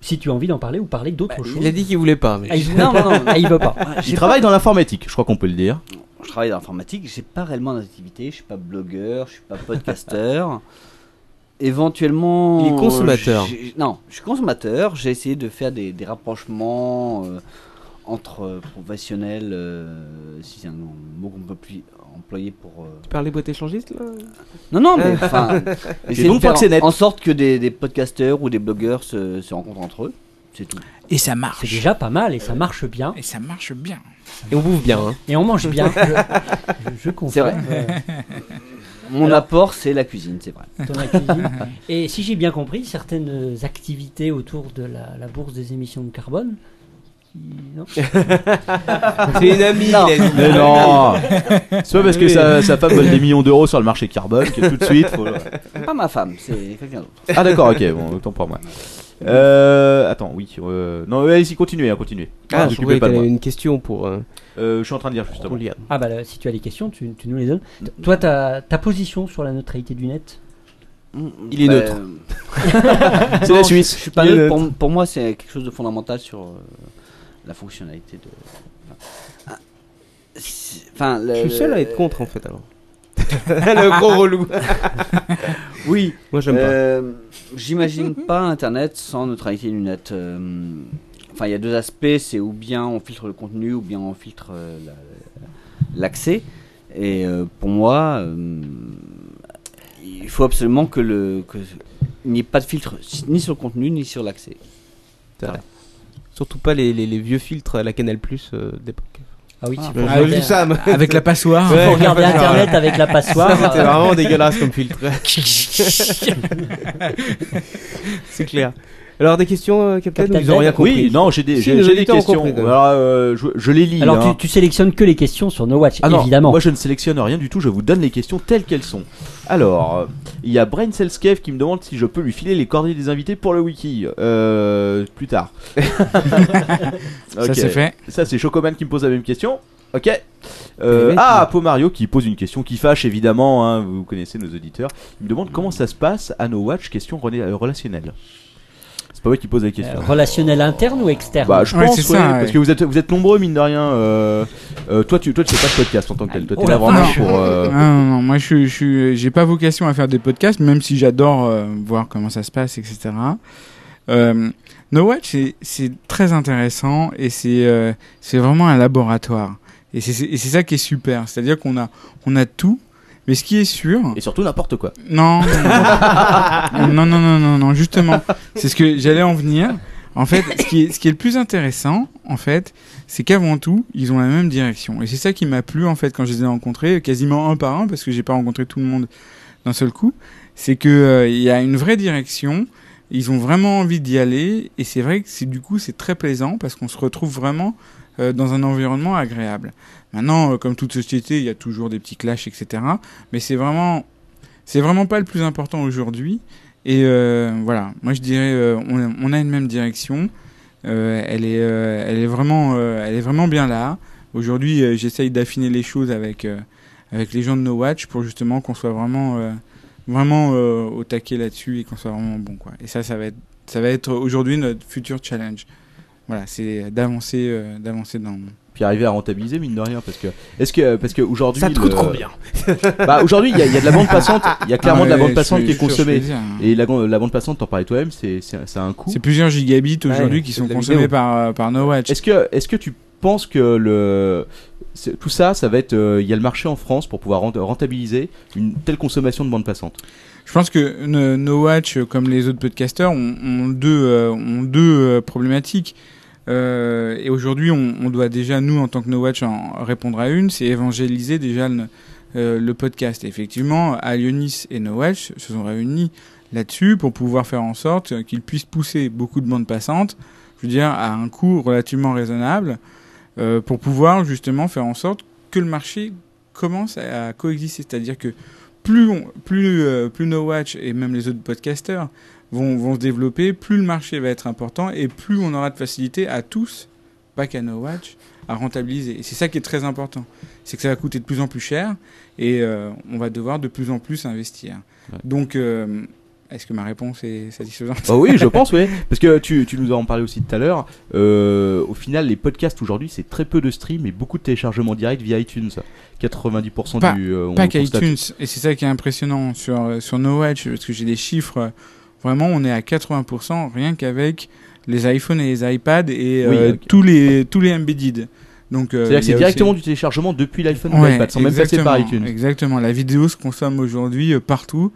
S9: Si tu as envie d'en parler ou parler d'autre chose.
S7: il a dit qu'il voulait pas, mais-
S9: Ah, il- Non, non, non, ah, il veut pas.
S6: Il travaille dans l'informatique, je crois qu'on peut le dire.
S10: Je travaille dans l'informatique, j'ai pas réellement d'activité, je suis pas blogueur, je suis pas podcasteur. Éventuellement.
S7: Il est consommateur.
S10: j'ai- Non, je suis consommateur, j'ai essayé de faire des, des rapprochements euh, entre professionnels, euh, si c'est un mot qu'on peut plus employer pour. euh,
S7: Tu parlais boîte échangiste là
S10: Non, non, mais enfin.
S7: Et
S10: essayer
S7: donc,
S10: de faire
S7: pas que c'est net.
S10: en sorte que des, des podcasteurs ou des blogueurs se, se rencontrent entre eux, c'est tout.
S8: Et ça marche.
S9: C'est déjà pas mal et ça marche bien.
S8: Et ça marche bien.
S7: Et on bouffe bien. hein.
S9: Et on mange bien. Je, je, je confirme.
S10: C'est vrai.
S9: Euh,
S10: Mon
S9: Alors-
S10: apport, c'est la cuisine, c'est vrai.
S9: euh, ton activité. Et si j'ai bien compris, certaines activités autour de la, la bourse des émissions de carbone. qui- Non.
S7: C'est une amie, Non. il a dit.
S6: Mais non
S7: Oui.
S6: C'est pas parce que sa, sa femme vole des millions d'euros sur le marché carbone que tout de suite faut.
S10: C'est Pas ma femme, c'est quelqu'un d'autre.
S6: Ah d'accord, ok, bon, autant pour moi. Euh, attends, oui. euh, non, allez-y, continuez, hein, continuez.
S7: Ah,
S6: Vous
S7: je
S6: occupez
S7: trouvais
S6: pas de
S7: qu'il y
S6: moi.
S7: avait une question pour. euh,
S6: Euh, je suis en train de dire justement.
S9: Ah bah là, si tu as des questions, tu, tu nous les donnes. T- Toi, ta, ta position sur la neutralité du net
S10: Il est neutre.
S9: C'est
S10: Non, je-
S9: la Suisse.
S10: Je, suis pas
S9: Il est
S10: neutre.
S9: neutre.
S10: Pour, pour moi, c'est quelque chose de fondamental sur euh, la fonctionnalité de. enfin, ah, si- Enfin,
S7: Je suis
S10: le-
S7: le seul à
S10: le-
S7: être contre en fait alors. le gros relou. oui, moi j'aime pas.
S10: Euh, J'imagine pas Internet sans neutralité du net. Euh, Enfin, il y a deux aspects, c'est ou bien on filtre le contenu, ou bien on filtre euh, la- l'accès. Et euh, pour moi, euh, il faut absolument que le que- il n'y ait pas de filtre ni sur le contenu ni sur l'accès.
S7: C'est vrai. Surtout pas les, les, les vieux filtres à la Canal Plus euh, d'époque.
S9: Ah oui, Ah,
S7: Bon,
S9: faut
S7: je le
S9: regarder-
S7: dis ça, mais-
S8: Avec la passoire. Faut
S7: avec la
S8: regarder
S7: passoire.
S8: Internet avec la passoire.
S7: Ça, C'était vraiment dégueulasse comme filtre. C'est clair. Alors des questions, euh, Captain, ou ils ont rien compris
S6: Oui, non, j'ai des,
S7: Si,
S6: j'ai-
S7: nos
S6: j'ai des
S7: auditeurs ont
S6: questions.
S7: compris, quand même.
S6: Alors, euh, je, je les lis.
S9: Alors,
S6: hein.
S9: tu, tu sélectionnes que les questions sur No Watch,
S6: Ah non,
S9: évidemment.
S6: Moi je ne sélectionne rien du tout, je vous donne les questions telles qu'elles sont. Alors, euh, il y a Brain Cells Cave qui me demande si je peux lui filer les coordonnées des invités pour le wiki. Euh, plus tard. Ok.
S8: c'est fait.
S6: Ça c'est Chocoman qui me pose la même question. Ok. Euh, ah, Pomario qui pose une question qui fâche évidemment, hein, vous connaissez nos auditeurs. Il me demande comment ça se passe à No Watch, question rela- euh, relationnelle. C'est pas moi qui pose la question.
S9: Euh, relationnel interne ou externe
S6: Bah, je pense, ouais, parce que vous êtes, vous êtes nombreux, mine de rien. euh, euh, toi, tu, toi, tu fais pas de podcast en tant que tel. Toi, t'es là vraiment pour. euh,
S8: Ah, non, non, moi je suis- je suis- j'ai pas vocation à faire des podcasts, même si j'adore euh, voir comment ça se passe, etc. Euh, no Watch, c'est- c'est très intéressant et c'est euh, c'est vraiment un laboratoire. Et c'est c'est- et c'est ça qui est super. C'est-à-dire qu'on a, on a tout, mais ce qui est sûr.
S6: Et surtout n'importe quoi.
S8: Non, non, non, non, non, non, non, justement. C'est ce que j'allais en venir. En fait, ce qui est, ce qui est le plus intéressant, en fait, c'est qu'avant tout, ils ont la même direction. Et c'est ça qui m'a plu, en fait, quand je les ai rencontrés, quasiment un par un, parce que j'ai pas rencontré tout le monde d'un seul coup. C'est que euh, il y a une vraie direction. Ils ont vraiment envie d'y aller. Et c'est vrai que c'est, du coup, c'est très plaisant parce qu'on se retrouve vraiment euh, dans un environnement agréable. Maintenant, euh, comme toute société, il y a toujours des petits clashs, etc. Mais c'est vraiment, c'est vraiment pas le plus important aujourd'hui. Et euh, voilà, moi je dirais, euh, on, a- on a une même direction. Euh, elle est, euh, elle est vraiment, euh, elle est vraiment bien là. Aujourd'hui, euh, j'essaye d'affiner les choses avec euh, avec les gens de No Watch pour justement qu'on soit vraiment, euh, vraiment euh, au taquet là-dessus et qu'on soit vraiment bon quoi. Et ça, ça va être, ça va être aujourd'hui notre futur challenge. Voilà, c'est d'avancer, euh, d'avancer dans.
S6: puis arriver à rentabiliser mine de rien parce que est-ce que parce que aujourd'hui
S8: Ça te
S6: le-
S8: coûte combien
S6: bah aujourd'hui il y, a- il y a de la bande passante il y a clairement
S8: Ah
S6: de la
S8: ouais,
S6: bande
S8: je
S6: passante
S8: suis-
S6: qui est
S8: je suis sûr,
S6: consommée
S8: je veux dire. hein.
S6: et la, gon- la bande passante t'en parlais toi-même c'est c'est c'est un coût
S8: C'est plusieurs gigabits aujourd'hui qui sont consommés par euh, par No Watch
S6: est-ce que est-ce que tu penses que le c'est- tout ça ça va être euh, il y a le marché en France pour pouvoir rent- rentabiliser une telle consommation de bande passante
S8: Je pense que No- No Watch, euh, comme les autres podcasters, ont, ont deux, euh, ont deux euh, problématiques. Euh, et aujourd'hui, on, on doit déjà, nous, en tant que No Watch, en répondre à une, c'est évangéliser déjà le, euh, le podcast. Et effectivement, Alionis et No Watch se sont réunis là-dessus pour pouvoir faire en sorte qu'ils puissent pousser beaucoup de bandes passantes, je veux dire, à un coût relativement raisonnable, euh, pour pouvoir justement faire en sorte que le marché commence à, à coexister. C'est-à-dire que plus, on, plus, euh, plus No Watch et même les autres podcasters vont, vont se développer, plus le marché va être important et plus on aura de facilité à tous pas qu'Anno Watch, à rentabiliser. Et c'est ça qui est très important. C'est que ça va coûter de plus en plus cher et euh, on va devoir de plus en plus investir. Donc, euh, est-ce que ma réponse est satisfaisante
S6: Bah oui, je pense, oui. Parce que tu, tu nous en parlais aussi tout à l'heure. euh, au final, les podcasts aujourd'hui, c'est très peu de stream et beaucoup de téléchargements directs via iTunes. 90%
S8: pas,
S6: du. euh, on
S8: pas
S6: le constate.
S8: qu'iTunes, et c'est ça qui est impressionnant sur, euh, sur No Watch, parce que j'ai des chiffres, euh, vraiment on est à 80% rien qu'avec les iPhones et les iPads et
S6: Oui,
S8: euh,
S6: ok.
S8: tous, les, tous les embedded. Donc, euh,
S6: C'est-à-dire que
S8: il y
S6: c'est
S8: a
S6: directement
S8: aussi-
S6: du téléchargement depuis l'iPhone ou
S8: Ouais,
S6: l'iPad, sans même passer par
S8: exactement,
S6: iTunes.
S8: Exactement, la vidéo se consomme aujourd'hui euh, partout.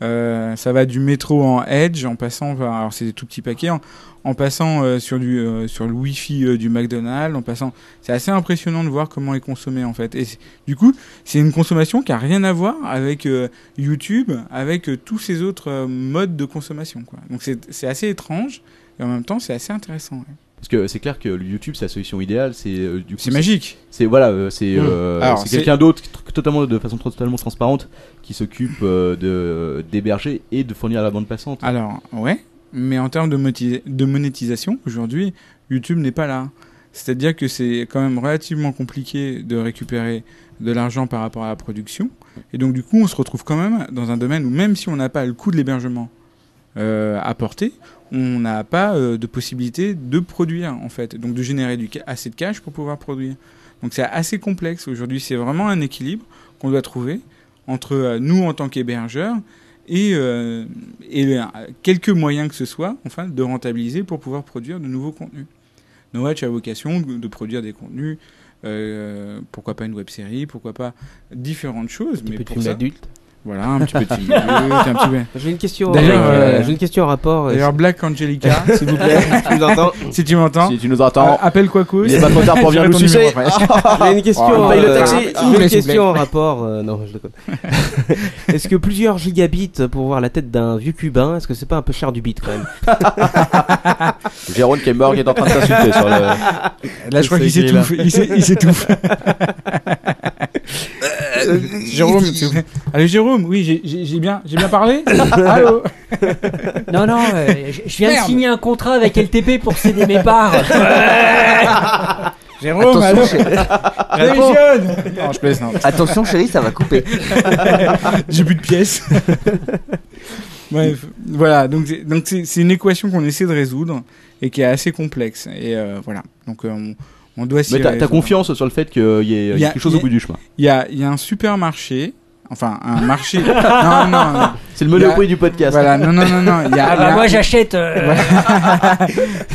S8: Euh, ça va du métro en Edge, en passant par. Alors, c'est des tout petits paquets, en, en passant euh, sur, du, euh, sur le Wi-Fi euh, du McDonald's, en passant. C'est assez impressionnant de voir comment est consommé, en fait. Et c'est- du coup, c'est une consommation qui a rien à voir avec euh, YouTube, avec euh, tous ces autres euh, modes de consommation, quoi. Donc, c'est c'est assez étrange, et en même temps, c'est assez intéressant. ouais.
S6: Parce que c'est clair que le YouTube, c'est la solution idéale. C'est euh, du coup,
S8: C'est magique.
S6: C'est voilà, euh, c'est
S8: Mm.
S6: euh,
S8: Alors,
S6: c'est
S8: c'est-
S6: quelqu'un d'autre, tr- totalement de façon totalement transparente, qui s'occupe euh, de d'héberger et de fournir la bande passante.
S8: Alors, ouais, mais en termes de, moti- de monétisation, aujourd'hui, YouTube n'est pas là. C'est-à-dire que c'est quand même relativement compliqué de récupérer de l'argent par rapport à la production. Et donc, du coup, on se retrouve quand même dans un domaine où, même si on n'a pas le coût de l'hébergement euh, apporté, on n'a pas euh, de possibilité de produire, en fait. Donc, de générer du ca- assez de cash pour pouvoir produire. Donc, c'est assez complexe. Aujourd'hui, c'est vraiment un équilibre qu'on doit trouver entre euh, nous en tant qu'hébergeurs et, euh, et euh, quelques moyens que ce soit, enfin, de rentabiliser pour pouvoir produire de nouveaux contenus. No Watch a vocation de, de produire des contenus, euh, pourquoi pas une web série, pourquoi pas différentes choses. mais
S7: peu de
S8: pour
S7: films
S8: ça-
S7: adultes.
S8: Voilà, un petit peu de film adulte, un petit peu.
S7: J'ai une question,
S8: D'ailleurs,
S7: euh, j'ai une question en rapport, euh,
S8: D'ailleurs,
S7: si-
S8: Black Angelica, s'il vous plaît.
S7: Si tu nous entends.
S8: Si tu m'entends.
S6: Si tu nous entends.
S8: Euh, appelle quoi
S6: Il est pas trop tard pour venir nous sucer. Ah.
S7: J'ai une question,
S6: On paye le
S7: Ah, euh,
S6: taxi.
S7: j'ai
S6: Ah, s'il vous
S7: une
S6: plaît.
S7: question en rapport. euh, non, je déconne. est-ce que plusieurs gigabits pour voir la tête d'un vieux cubain, est-ce que c'est pas un peu cher du bit quand même
S6: Jérôme qui est mort, qui est en train de s'insulter sur le-
S8: Là, je crois qu'il s'étouffe. Il s'é- il s'étouffe. Jérôme, s'il vous plaît. Allez, Jérôme, oui, j'ai- j'ai j'ai bien, j'ai bien parlé Allô
S9: Non, non, euh, je je viens
S8: Merde.
S9: de signer un contrat avec LTP pour céder mes parts.
S8: Jérôme, allô Démissionne Non, je plaisante.
S10: Attention, chérie, ça va couper.
S8: J'ai plus de pièces. Bref, voilà, donc c'est- donc c'est c'est une équation qu'on essaie de résoudre et qui est assez complexe. Et euh, voilà, donc euh, on, on doit s'y
S6: Mais t'as- t'as
S8: résoudre.
S6: confiance sur le fait qu'il y ait il y ait quelque chose au bout du chemin.
S8: Il y a, il y a un supermarché. Enfin, un marché. non, non, non.
S6: C'est le
S8: Il y a-
S6: monopoly du podcast.
S8: Voilà, non, non, non, non. il Y a,
S9: Ah bah
S8: il y a-
S9: moi j'achète. euh, moi,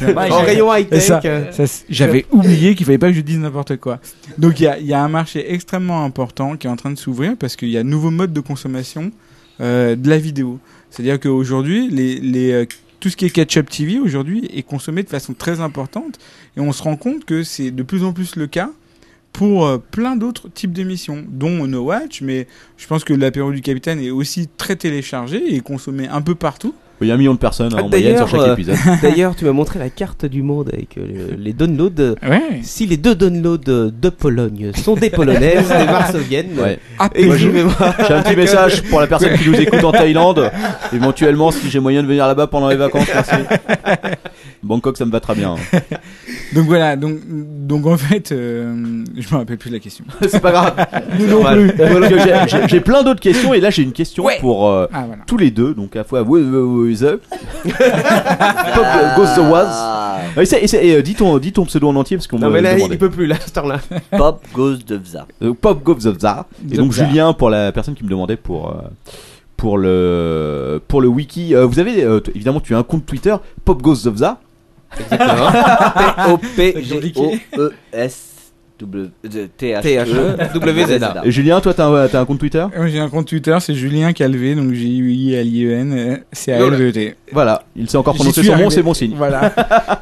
S8: En
S9: j'achète.
S8: rayon high-tech, Et ça, euh, ça, c'est- J'avais oublié qu'il fallait pas que je dise n'importe quoi. Donc il y a, il y a un marché extrêmement important qui est en train de s'ouvrir parce qu'il y a un nouveau mode de consommation euh, de la vidéo. C'est-à-dire qu'aujourd'hui, les, les, euh, tout ce qui est catch-up TV aujourd'hui est consommé de façon très importante et on se rend compte que c'est de plus en plus le cas pour euh, plein d'autres types d'émissions, dont No Watch, mais je pense que l'apéro du capitaine est aussi très téléchargé et consommé un peu partout.
S6: Il y a un million de personnes hein, en moyenne sur chaque
S7: euh,
S6: épisode.
S7: D'ailleurs, tu m'as montré la carte du monde avec euh, les downloads. euh,
S8: Ouais.
S7: Si les deux downloads euh, de Pologne sont des Polonaises, des Varsoviennes,
S6: Ouais.
S7: Ah,
S6: Moi, je-
S7: écrivez-moi.
S6: J'ai un petit message pour la personne qui nous écoute en Thaïlande. Éventuellement, si j'ai moyen de venir là-bas pendant les vacances, merci. Bangkok, ça me va très bien.
S8: Donc voilà, donc, donc en fait, euh, je me rappelle plus de la question.
S6: C'est pas grave.
S8: Nous
S6: C'est
S8: non
S6: normal.
S8: plus.
S6: Parce que j'ai- j'ai- J'ai plein d'autres questions et là j'ai une question
S8: Ouais.
S6: pour euh,
S8: Ah, voilà.
S6: tous les deux. Donc à la fois Who is the Pop euh, goes the
S10: Ah.
S6: was. Et, c'est- et c'est- et, euh, dis ton dis ton pseudo en entier parce qu'on
S7: Non,
S6: me
S7: mais là,
S6: demandait.
S7: il peut plus, là, à ce temps-là.
S10: Pop goes de Vza.
S6: Euh, Pop Goes the Tsar. Et donc
S10: Tsar.
S6: Julien pour la personne qui me demandait pour euh, pour le pour le wiki. Euh, vous avez euh, t- évidemment tu as un compte Twitter Pop Goes the Tsar.
S10: P-O-P-G-O-E-S-T-H-E-W-Z-A.
S6: Et Julien, toi t'as un, t'as un compte Twitter
S8: Euh, J'ai un compte Twitter, c'est Julien Calvé, donc j u i l i e n euh, c a l v e t
S6: Voilà, il s'est encore
S8: J'y
S6: prononcé
S8: suis
S6: son nom,
S8: arrivé.
S6: c'est bon signe.
S8: Voilà.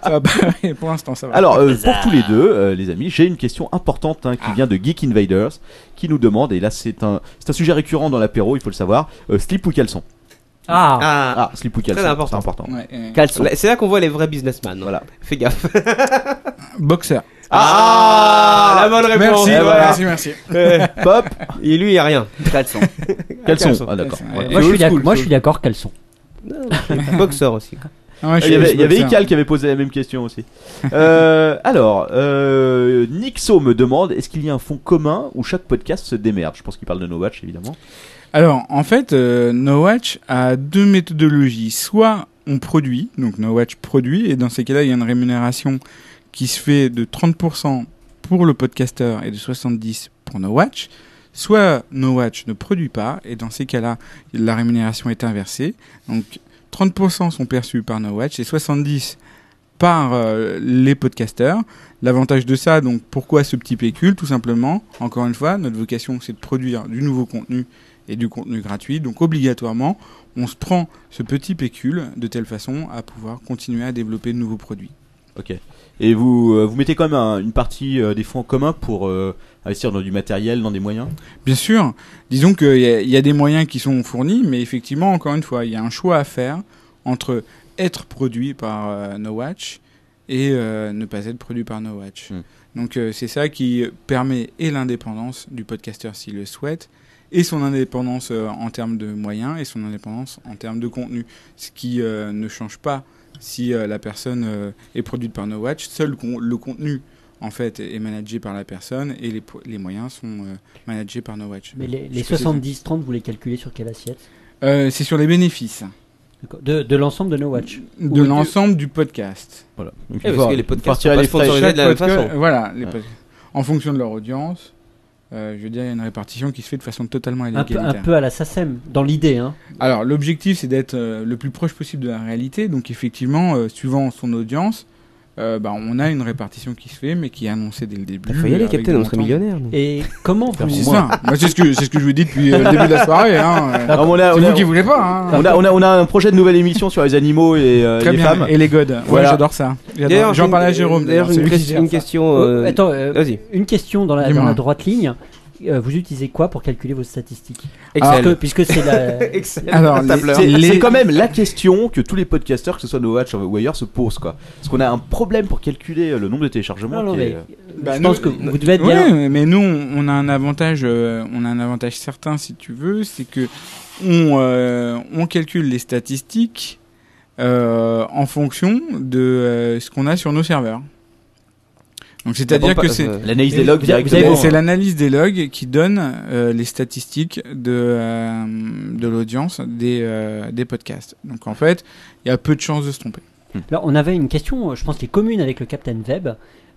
S8: Ça va pas- pour l'instant, ça va.
S6: Alors, euh, pour tous les deux, euh, les amis, j'ai une question importante hein, qui vient de Geek Invaders, qui nous demande, et là c'est un, c'est un sujet récurrent dans l'apéro, il faut le savoir, euh, slip ou caleçon
S9: Ah.
S6: Ah, slip ou caleçon,
S7: Très important.
S6: c'est important.
S8: Ouais, euh, ouais.
S7: Là, C'est là qu'on voit les vrais businessmen. Voilà. Fais gaffe.
S8: Boxeur.
S7: Ah, la bonne réponse.
S8: Merci,
S7: Eh, voilà.
S8: merci, merci.
S7: Euh,
S6: Pop.
S7: Et lui, il a rien.
S10: Caleçon.
S6: Caleçon, ah, d'accord.
S7: Caleçon.
S6: Ouais.
S9: Moi je suis d'ac- moi, je suis d'accord, qu'elles sont.
S7: Boxeur aussi.
S8: Ah ouais, je
S6: il y
S8: suis-
S6: avait,
S8: je
S6: il y
S8: vois
S6: avait
S8: ça.
S6: Ical qui avait posé la même question aussi. Euh, alors, euh, Nixo me demande est-ce qu'il y a un fond commun où chaque podcast se démerde Je pense qu'il parle de No Watch évidemment.
S8: Alors, en fait, euh, No Watch a deux méthodologies. Soit on produit, donc No Watch produit, et dans ces cas-là, il y a une rémunération qui se fait de 30% pour le podcasteur et de 70% pour No Watch. Soit No Watch ne produit pas, et dans ces cas-là, la rémunération est inversée. Donc, 30% sont perçus par No Watch et 70% par euh, les podcasteurs. L'avantage de ça, donc pourquoi ce petit pécule Tout simplement, encore une fois, notre vocation c'est de produire du nouveau contenu et du contenu gratuit. Donc obligatoirement, on se prend ce petit pécule de telle façon à pouvoir continuer à développer de nouveaux produits.
S6: Ok. Et vous, euh, vous mettez quand même un- une partie euh, des fonds en commun pour euh, investir dans du matériel, dans des moyens
S8: Bien sûr, disons qu'il y, a- il y a des moyens qui sont fournis, mais effectivement, encore une fois, il y a un choix à faire entre être produit par euh, No Watch et euh, ne pas être produit par No Watch. Donc euh, c'est ça qui permet et l'indépendance du podcasteur s'il le souhaite, et son indépendance euh, en termes de moyens, et son indépendance en termes de contenu, ce qui euh, ne change pas si euh, la personne euh, est produite par No Watch, seul con- le contenu en fait est managé par la personne et les, po- les moyens sont euh, managés par No Watch.
S9: Mais les,
S8: Je
S9: les
S8: sais pas si-
S9: 70-30, vous les calculez sur quelle assiette
S8: Euh, c'est sur les bénéfices.
S9: De, de l'ensemble de No Watch Ou
S8: De
S9: du-
S8: l'ensemble du podcast.
S6: Voilà.
S9: Donc, Eh, il faut parce que les
S8: faut
S9: podcasts
S8: partir
S9: sont
S8: à
S9: pas
S8: les frais.
S9: sponsorisés
S8: Chaque
S9: de la même
S8: podcast-
S9: façon.
S8: Voilà, les
S9: Ouais.
S8: podcasts. en fonction de leur audience, euh, je veux dire, il y a une répartition qui se fait de façon totalement
S9: un peu,
S8: inégalitaire.
S9: un peu à la SACEM, dans l'idée. Hein.
S8: Alors, l'objectif, c'est d'être euh, le plus proche possible de la réalité. Donc, effectivement, euh, suivant son audience, euh, bah, on a une répartition qui se fait, mais qui est annoncée dès le début.
S7: faut y aller,
S8: avec
S7: Captain,
S8: des
S7: on serait
S8: montants.
S7: millionnaire, nous.
S9: Et comment
S8: Alors,
S9: vous-
S8: C'est ça. Moi, c'est ce que c'est ce que je vous dis depuis euh, le début de la soirée. Hein.
S6: Non,
S8: Euh,
S6: mais Ah, on a-
S8: c'est
S6: on a-
S8: vous qui voulez pas. Hein.
S6: On a, on, a, on a un projet de nouvelle émission sur les animaux et euh,
S8: Très
S6: les
S8: bien,
S6: femmes.
S8: et les godes. Ouais,
S6: Voilà.
S8: j'adore ça. J'adore.
S7: D'ailleurs,
S8: J'en
S7: j'ai
S8: parlais à
S7: une-
S8: Jérôme.
S7: d'ailleurs,
S8: d'ailleurs,
S7: j'ai une
S8: celui qui
S7: question-
S8: gère
S7: une
S8: ça.
S7: question,
S9: Oh,
S7: euh,
S9: attends, euh,
S7: vas-y.
S9: une question dans la,
S7: Dis-moi.
S9: dans la droite ligne. Euh, vous utilisez quoi pour calculer vos statistiques
S6: Excel.
S9: Puisque- Puisque c'est la.
S6: Alors, les- c'est c'est quand même la question que tous les podcasteurs, que ce soit No Watch ou ailleurs, se posent quoi. Parce qu'on a un problème pour calculer euh, le nombre de téléchargements.
S9: Non, non,
S6: qui est,
S9: mais-
S6: euh,
S8: Bah,
S9: je pense
S8: nous-
S9: que vous devez être
S8: Ouais,
S9: bien.
S8: mais nous, on a un avantage, euh, on a un avantage certain, si tu veux, c'est que on, euh, on calcule les statistiques euh, en fonction de euh, ce qu'on a sur nos serveurs. Donc
S6: La
S8: c'est-à-dire
S6: bande
S8: que
S6: pa-
S8: c'est
S6: euh, l'analyse des logs
S8: Vous- vous-
S6: directement.
S8: vous- C'est l'analyse des logs qui donne euh, les statistiques de euh, de l'audience des euh, des podcasts. Donc en fait, il y a peu de chances de se tromper.
S9: Alors, on avait une question, euh, je pense, qui est commune avec le Captain Web.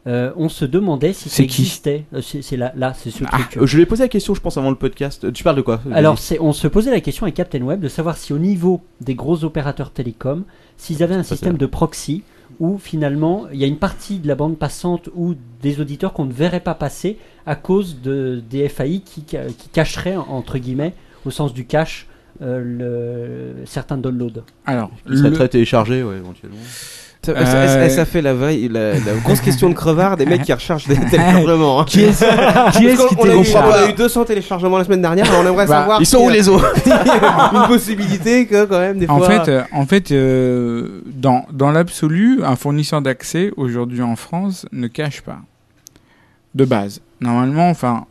S9: Euh, on se demandait si ça
S8: C'est qui Ah,
S9: existait. Euh, C'est c'est là, là c'est ce truc.
S6: euh, Je lui ai posé la question, je pense, avant le podcast. Euh, Tu parles de quoi
S9: Alors, c'est- on se posait la question avec Captain Web de savoir si au niveau des gros opérateurs télécoms, s'ils
S8: Ah,
S9: avaient un système de proxy où finalement il y a une partie de la bande passante ou des auditeurs qu'on ne verrait pas passer à cause de, des FAI qui, ca- qui cacheraient, entre guillemets, au sens du cache, euh, le- certains downloads.
S8: Alors,
S6: Il serait très téléchargé, ouais, éventuellement.
S7: Ça, ça- ça- ça fait la, vraie, la, la grosse question de crevard des mecs qui rechargent des téléchargements. hein.
S8: Qui est-ce-
S7: Parce
S8: qui est-ce
S7: qu'on-
S8: qui
S7: on a eu-
S8: télécharge
S7: On a eu 200 téléchargements la semaine dernière, mais on aimerait
S8: Bah,
S7: savoir.
S8: ils sont
S7: si,
S8: où,
S7: euh,
S8: les autres
S7: Une possibilité que, quand même, des
S8: en
S7: fois.
S8: fait, euh, en fait, euh, dans, dans l'absolu, un fournisseur d'accès aujourd'hui en France ne cache pas de base. Normalement, enfin,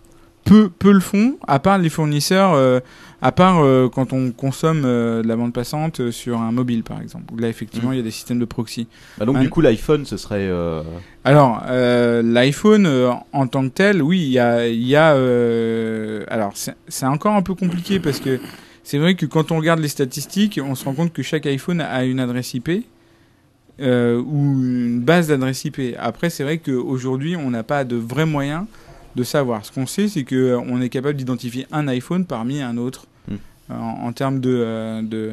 S8: peu, peu le font, à part les fournisseurs, euh, à part euh, quand on consomme euh, de la bande passante euh, sur un mobile, par exemple. Où là, effectivement,
S7: Mmh.
S8: il y a des systèmes de proxy.
S6: Bah donc,
S8: Un-
S6: du coup, l'iPhone, ce serait. euh,
S8: alors, euh, l'iPhone euh, en tant que tel, oui, il y a, il y a, euh, alors c'est c'est encore un peu compliqué parce que c'est vrai que quand on regarde les statistiques, on se rend compte que chaque iPhone a une adresse IP euh, ou une base d'adresse IP. Après, c'est vrai qu'aujourd'hui, on n'a pas de vrais moyens de savoir. Ce qu'on sait, c'est que euh, on est capable d'identifier un iPhone parmi un autre.
S6: Mm.
S8: euh, En, en termes de, euh, de,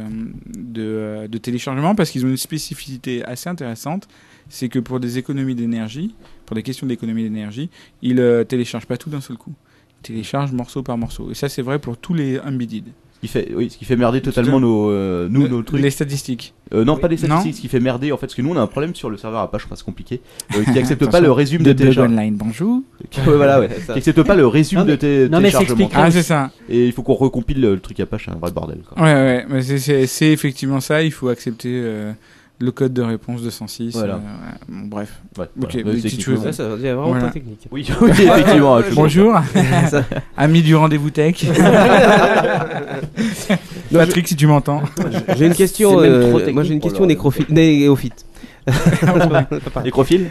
S8: de, euh, de téléchargement, parce qu'ils ont une spécificité assez intéressante, c'est que pour des économies d'énergie, pour des questions d'économie d'énergie, ils ne téléchargent pas tout d'un seul coup. Ils téléchargent morceau par morceau. Et ça, c'est vrai pour tous les embedded.
S6: Ce qui fait, oui, ce qui fait merder totalement nos, euh, nous, nos trucs.
S8: les statistiques.
S6: Euh, non, pas les
S8: Non.
S6: statistiques, ce qui fait merder en fait, parce que nous on a un problème sur le serveur Apache, enfin, c'est compliqué, euh, qui accepte pas
S8: Attention,
S6: le résumé
S8: des
S6: de
S8: bugs
S6: téléchargement.
S8: online, bonjour.
S6: Qui, ouais, voilà, ouais. Qui accepte pas le résumé
S8: Non, mais-
S6: de tes
S8: non, mais ça
S6: téléchargements.
S8: explique Ah, c'est ça.
S6: Et il faut qu'on recompile le, le truc Apache, c'est un vrai bordel. Quoi.
S8: Ouais, ouais, mais c'est- c'est c'est effectivement ça. Il faut accepter euh, le code de réponse 206.
S6: Voilà.
S8: euh, ouais. Bon, bref.
S6: Ouais,
S8: Ah. ok,
S6: voilà.
S8: des
S6: Ouais,
S8: petites
S6: techniquement,
S8: choses.
S6: ouais. Ça, ça veut dire
S7: vraiment pas technique.
S6: Oui, oui, effectivement, hein, absolument.
S8: Bonjour,
S6: Ça-
S8: amis du rendez-vous tech. Patrick, si tu m'entends.
S7: J'ai une question. euh, moi, j'ai une question nécrophile, néophyte.
S8: Nécrophile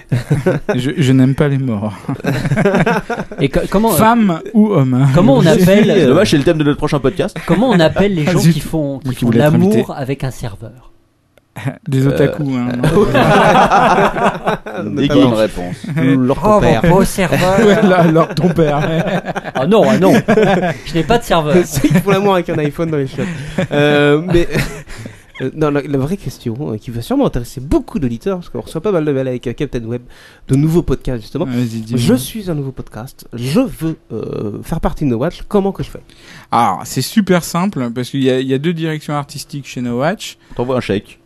S8: je, je n'aime pas les morts.
S9: Et co- comment, euh,
S8: Femme ou homme
S9: comment on appelle, euh,
S6: Dommage, c'est le thème de notre prochain podcast.
S9: Comment on appelle les gens qui font, qui
S6: Vous qui
S9: font
S6: voulez être
S9: l'amour avec un serveur
S8: Des otaku, hein, non
S9: Des
S8: Ah, Pas
S9: geeks.
S8: bonne
S9: Leur ton père.
S8: Ouais, leur- leur ton père.
S9: Oh, Ah non, ah non. Je n'ai pas de serveur.
S7: Ceux qui font l'amour avec un iPhone dans les chiottes. Euh, mais. euh, non, la, la vraie question euh, qui va sûrement intéresser beaucoup d'auditeurs, parce qu'on reçoit pas mal de mails avec euh, Captain Web, de nouveaux podcasts justement.
S8: dis-moi.
S7: Je suis un nouveau podcast, je veux euh, faire partie de No Watch, comment que je fais
S8: Alors, c'est super simple parce qu'il y, a- il y a deux directions artistiques chez No Watch.
S6: T'envoies un chèque.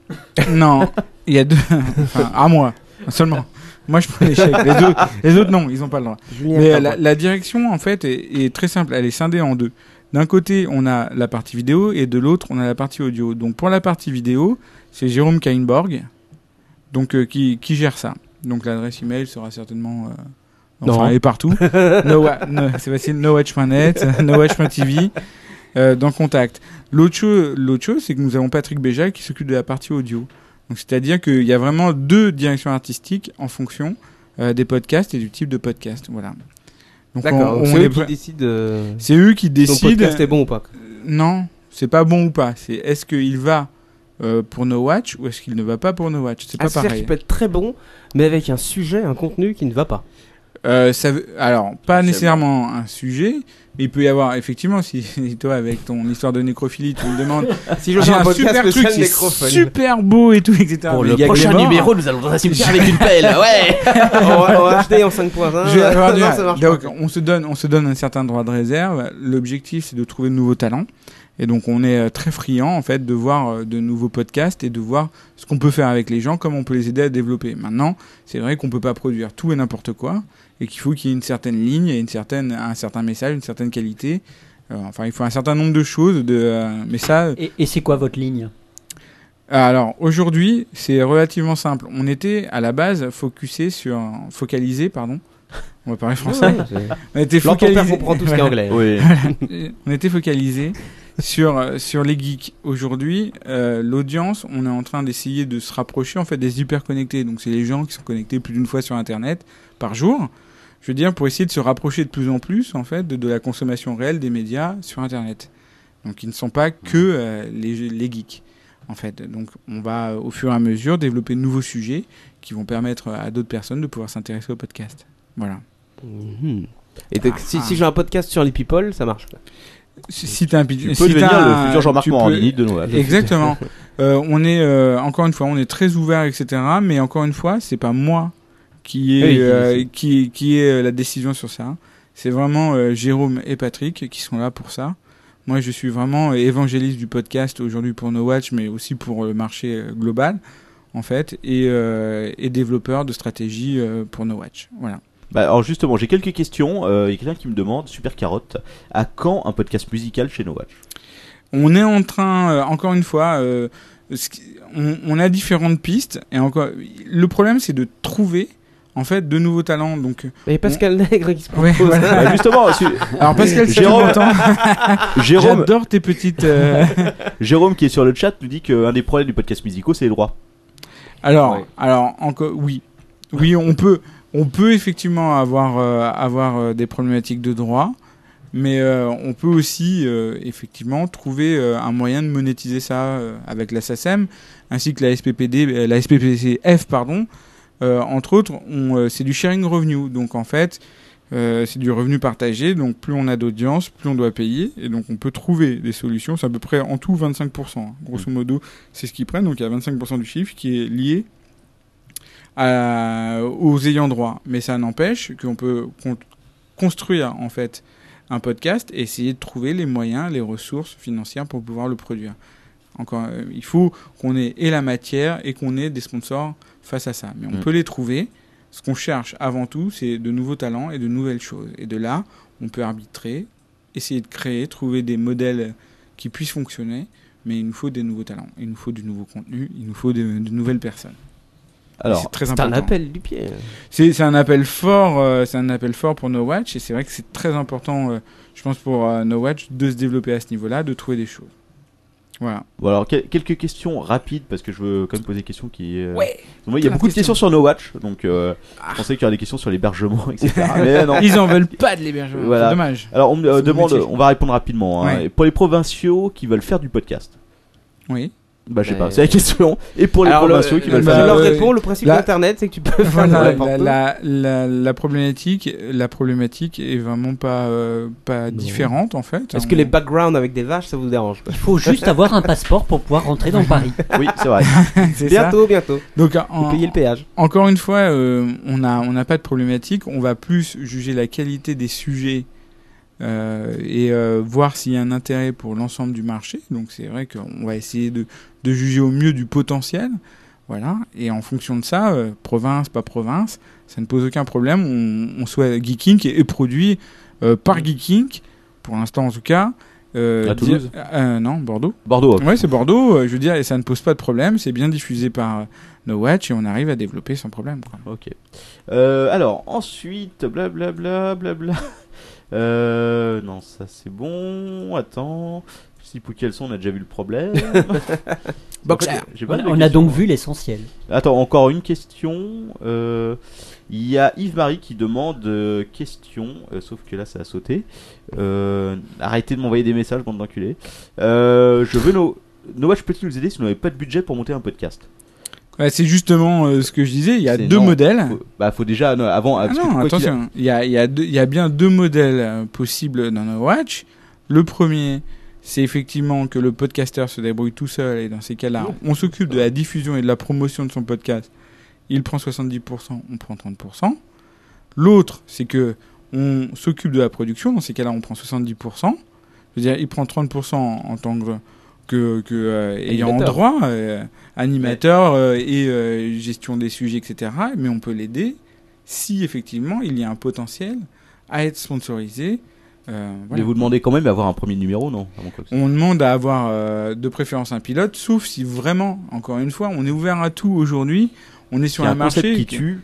S8: Non, il y a deux. Enfin, à moi seulement. Moi, je prends les chèques. Les autres, les autres, non, ils n'ont pas le droit.
S7: Julien,
S8: Mais
S7: t'as
S8: euh,
S7: le
S8: la,
S7: droit.
S8: la direction, en fait, est, est très simple. Elle est scindée en deux. D'un côté, on a la partie vidéo et de l'autre, on a la partie audio. Donc, pour la partie vidéo, c'est Jérôme Kainborg, donc euh, qui, qui gère ça. Donc, l'adresse email sera certainement. euh, Enfin,
S7: Non.
S8: elle est partout. no, wa- no, c'est facile, nowatch.net, nowatch.tv, euh, dans Contact. L'autre chose, l'autre chose, c'est que nous avons Patrick Béja qui s'occupe de la partie audio. Donc, c'est-à-dire qu'il y a vraiment deux directions artistiques en fonction euh, des podcasts et du type de podcast. Voilà. Donc,
S7: D'accord,
S8: on-
S7: donc
S8: on
S7: c'est eux
S8: est
S7: qui
S8: pre-
S7: décident, euh,
S8: C'est eux qui
S7: si ton
S8: décident.
S7: podcast est bon ou pas.
S8: Non, c'est pas bon ou pas. C'est est-ce qu'il va euh, pour No Watch ou est-ce qu'il ne va pas pour No Watch C'est
S7: Ah,
S8: pas
S7: c'est-à-dire
S8: pareil.
S7: qu'il peut être très bon, mais avec un sujet, un contenu qui ne va pas.
S8: Euh, ça veut- alors, pas nécessairement un sujet, mais il peut y avoir, effectivement, si toi, avec ton histoire de nécrophilie, tu me demandes
S7: Si je
S8: j'ai
S7: fais Ah, un
S8: Ah, un
S7: podcast
S8: super
S7: spécial
S8: truc, c'est
S7: nécrophone.
S8: super beau et tout, etc.
S7: Pour
S8: Mais
S7: le
S8: il y a que
S7: prochain
S8: les morts.
S7: numéro, nous allons dans un cimetière avec une pelle, ouais. On va- on va acheter en 5.1.
S8: Je vais avoir
S7: Ah, Non,
S8: du mal.
S7: ça marche
S8: Donc, on se donne, on se donne un certain droit de réserve. L'objectif, c'est de trouver de nouveaux talents. Et donc, on est euh, très friand, en fait, de voir euh, de nouveaux podcasts et de voir ce qu'on peut faire avec les gens, comment on peut les aider à développer. Maintenant, c'est vrai qu'on peut pas produire tout et n'importe quoi et qu'il faut qu'il y ait une certaine ligne et une certaine, un certain message, une certaine qualité. Euh, enfin, il faut un certain nombre de choses, de, euh, mais ça.
S9: Et, et c'est quoi votre ligne
S8: alors aujourd'hui, c'est relativement simple. On était à la base focusé sur focalisé, pardon. On va parler français.
S7: Ouais, ouais, c'est-
S8: On était
S7: Leur ton
S8: focalisé.
S7: père comprend tout ce qui est anglais.
S8: Voilà.
S7: Oui.
S8: on était focalisé sur euh, sur les geeks. Aujourd'hui, euh, l'audience, on est en train d'essayer de se rapprocher en fait des hyper connectés. Donc c'est les gens qui sont connectés plus d'une fois sur Internet par jour. Je veux dire pour essayer de se rapprocher de plus en plus en fait de, de la consommation réelle des médias sur Internet. Donc ils ne sont pas que euh, les, les geeks, en fait. Donc on va euh, au fur et à mesure développer de nouveaux sujets qui vont permettre à d'autres personnes de pouvoir s'intéresser au podcast. Voilà.
S7: Et donc, si, si j'ai un podcast sur les people, ça marche.
S8: Si, si t'as un pid-
S7: Tu
S8: si
S7: peux
S8: t'as
S7: devenir
S8: un-
S7: le futur Jean-Marc
S8: tu
S7: Morandini de nos âges.
S8: Exactement. Euh, on est euh, encore une fois, on est très ouvert, etc. Mais encore une fois, c'est pas moi qui est
S7: Oui, qui-
S8: qui qui est euh, la décision sur ça. C'est vraiment euh, Jérôme et Patrick qui sont là pour ça. Moi, je suis vraiment euh, évangéliste du podcast aujourd'hui pour No Watch, mais aussi pour le marché euh, global, en fait, et, euh, et développeur de stratégie euh, pour No Watch. Voilà.
S6: Bah, alors justement, j'ai quelques questions. Euh, Il y a quelqu'un qui me demande, Super Carotte, à quand un podcast musical chez No Watch
S8: On est en train, euh, encore une fois, euh, ce qui- on, on a différentes pistes. Et encore, le problème, c'est de trouver, en fait, de nouveaux talents. Donc,
S7: Et Pascal Nègre qui se
S8: Ouais,
S7: propose.
S8: voilà.
S6: Bah,
S8: Alors, Pascal, si tu
S6: Jérôme-
S8: m'entends,
S6: Jérôme-
S8: j'adore tes petites. euh,
S6: Jérôme qui est sur le chat nous dit qu'un des problèmes du podcast musicaux, c'est les droits.
S8: Alors, alors encore, oui, oui, on peut, on peut effectivement avoir euh, avoir euh, des problématiques de droit, mais euh, on peut aussi euh, effectivement trouver euh, un moyen de monétiser ça euh, avec la SACEM ainsi que la SPPD, euh, la SPPCF pardon. Euh, entre autres, on, euh, c'est du sharing revenue, donc en fait. euh, c'est du revenu partagé, donc plus on a d'audience, plus on doit payer, et donc on peut trouver des solutions. C'est à peu près en tout 25%. hein. Grosso modo, c'est ce qu'ils prennent, donc il y a 25% du chiffre qui est lié à- aux ayants droit. Mais ça n'empêche qu'on peut con- construire en fait un podcast et essayer de trouver les moyens, les ressources financières pour pouvoir le produire. Encore, euh, il faut qu'on ait et la matière et qu'on ait des sponsors face à ça. Mais on
S6: Mm.
S8: peut les trouver. Ce qu'on cherche avant tout, c'est de nouveaux talents et de nouvelles choses. Et de là, on peut arbitrer, essayer de créer, trouver des modèles qui puissent fonctionner. Mais il nous faut des nouveaux talents, il nous faut du nouveau contenu, il nous faut de- de nouvelles personnes.
S6: Alors,
S8: c'est très
S7: c'est un
S8: important.
S7: appel du pied.
S8: C'est c'est un appel fort, euh, c'est un appel fort pour No Watch et c'est vrai que c'est très important, euh, je pense pour euh, No Watch de se développer à ce niveau-là, de trouver des choses. Voilà.
S6: Bon, alors, que- quelques questions rapides, parce que je veux quand même poser des questions qui. euh,
S8: Ouais.
S6: Vous voyez, il y a
S8: Plein de
S6: beaucoup de
S8: questions. Ah.
S6: questions sur No Watch, donc euh, je pensais qu'il y aurait des questions sur l'hébergement, etc. Mais non.
S8: Ils en veulent pas de l'hébergement,
S6: Voilà.
S8: c'est dommage.
S6: Alors, on me euh,
S8: C'est mon
S6: demande,
S8: métier.
S6: on va répondre rapidement. hein.
S8: Ouais.
S6: Et Pour les provinciaux qui veulent faire du podcast.
S8: Oui.
S6: Bah, je sais pas, c'est la question. Et pour les
S7: Alors, le-
S6: provinciaux qui
S7: le-
S6: veulent
S7: je
S6: faire
S7: leur
S6: du
S7: réponds, le principe
S8: La-
S7: d'Internet, c'est que tu peux faire
S8: Voilà,
S7: n'importe
S8: la,
S7: où.
S8: la, la, la problématique, la problématique est vraiment pas euh, pas différente en fait. hein.
S7: Est-ce que les backgrounds avec des vaches, ça vous dérange Il
S8: faut juste avoir un passeport
S9: pour pouvoir rentrer dans Paris.
S6: Oui, c'est vrai.
S8: C'est
S7: bientôt,
S8: ça.
S7: bientôt.
S8: Donc,
S7: Vous payez le péage.
S8: Encore une fois, euh, on n'a on n'a pas de problématique. On va plus juger la qualité des sujets euh, et euh, voir s'il y a un intérêt pour l'ensemble du marché. Donc, c'est vrai qu'on va essayer de, de juger au mieux du potentiel. Voilà. Et en fonction de ça, euh, province, pas province, ça ne pose aucun problème. On, on soit Geeking et, et produit euh, par Geeking, pour l'instant en tout cas. Euh,
S6: À Toulouse
S8: dire- euh, Non, Bordeaux.
S6: Bordeaux.
S8: Ouais, c'est Bordeaux. euh, je veux dire, et ça ne pose pas de problème. C'est bien diffusé par euh, No Watch et on arrive à développer sans problème. Quoi.
S6: Ok. Euh, alors, ensuite, blablabla, blabla. Euh, non, ça c'est bon. Attends. Si pour quels sont, on a déjà vu le problème.
S9: Boxer.
S6: J'ai pas
S9: On-
S6: de
S9: on a
S6: questions.
S9: donc vu l'essentiel.
S6: Attends, encore une question. Euh, Il y a Yves-Marie qui demande euh, question, euh, sauf que là ça a sauté. Euh, arrêtez de m'envoyer des messages, bande d'enculés. Euh, je veux nos. No Watch peut-il nous aider si nous n'avons pas de budget pour monter un podcast
S8: Ouais, c'est justement euh, ce que je disais. Il y a
S6: C'est
S8: deux
S6: non.
S8: modèles.
S6: Faut- Bah, faut déjà. non, avant,
S8: Ah
S6: parce que
S8: non,
S6: quoi qu'il a-
S8: attention. Il y a, il y a deux- il y a bien deux modèles euh, possibles dans No Watch. Le premier, c'est effectivement que le podcasteur se débrouille tout seul et dans ces cas-là, on s'occupe de la diffusion et de la promotion de son podcast. Il prend 70%, on prend 30%. L'autre, c'est que on s'occupe de la production. Dans ces cas-là, on prend 70%. Je veux dire, il prend 30% en tant que que, que euh, ayant
S7: Animateur.
S8: droit, euh, animateur euh, et euh, gestion des sujets, etc. Mais on peut l'aider si effectivement il y a un potentiel à être sponsorisé. Euh,
S6: Mais
S8: voilà.
S6: vous demandez quand même d'avoir un premier numéro, non Avant quoi que ce-
S8: On demande à avoir euh, de préférence un pilote, sauf si vraiment, encore une fois, on est ouvert à tout aujourd'hui. On est sur
S6: Il y a
S8: un,
S6: un
S8: marché
S6: concept qui
S8: que-
S6: tue.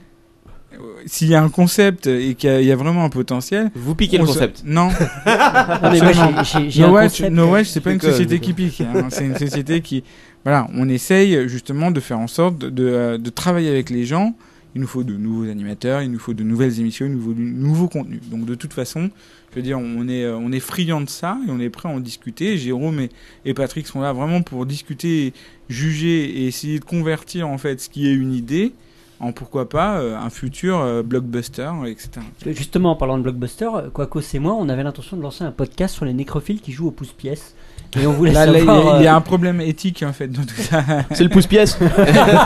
S8: Euh, S'il y a un concept et qu'il y a- il y a vraiment un potentiel,
S7: vous piquez le
S8: on se-
S7: concept.
S8: Non.
S7: mais moi,
S8: Absolument.
S7: j'ai- j'ai- j'ai
S8: No
S7: un
S8: Watch-
S7: concept,
S8: No
S7: euh,
S8: Watch, c'est pas
S7: je
S8: une
S7: déconne,
S8: société
S7: je
S8: qui
S7: déconne.
S8: pique. hein. C'est une société qui, voilà, on essaye justement de faire en sorte de, de, de travailler avec les gens. Il nous faut de nouveaux animateurs, il nous faut de nouvelles émissions, il nous faut de nouveaux contenus. Donc de toute façon, je veux dire, on est, euh, on est friand de ça et on est prêt à en discuter. Jérôme et, et Patrick sont là vraiment pour discuter, juger et essayer de convertir en fait ce qui est une idée en pourquoi pas euh, un futur euh, blockbuster, etc.
S9: Parce que Euh, Justement, en parlant de blockbuster, euh, Quacos et moi, on avait l'intention de lancer un podcast sur les nécrophiles qui jouent au pouce-pièce. Et on voulait
S8: Là, là, il y a-
S9: savoir.
S8: il y, a
S9: euh,
S8: un problème éthique en fait dans tout ça.
S6: C'est le pouce-pièce. Le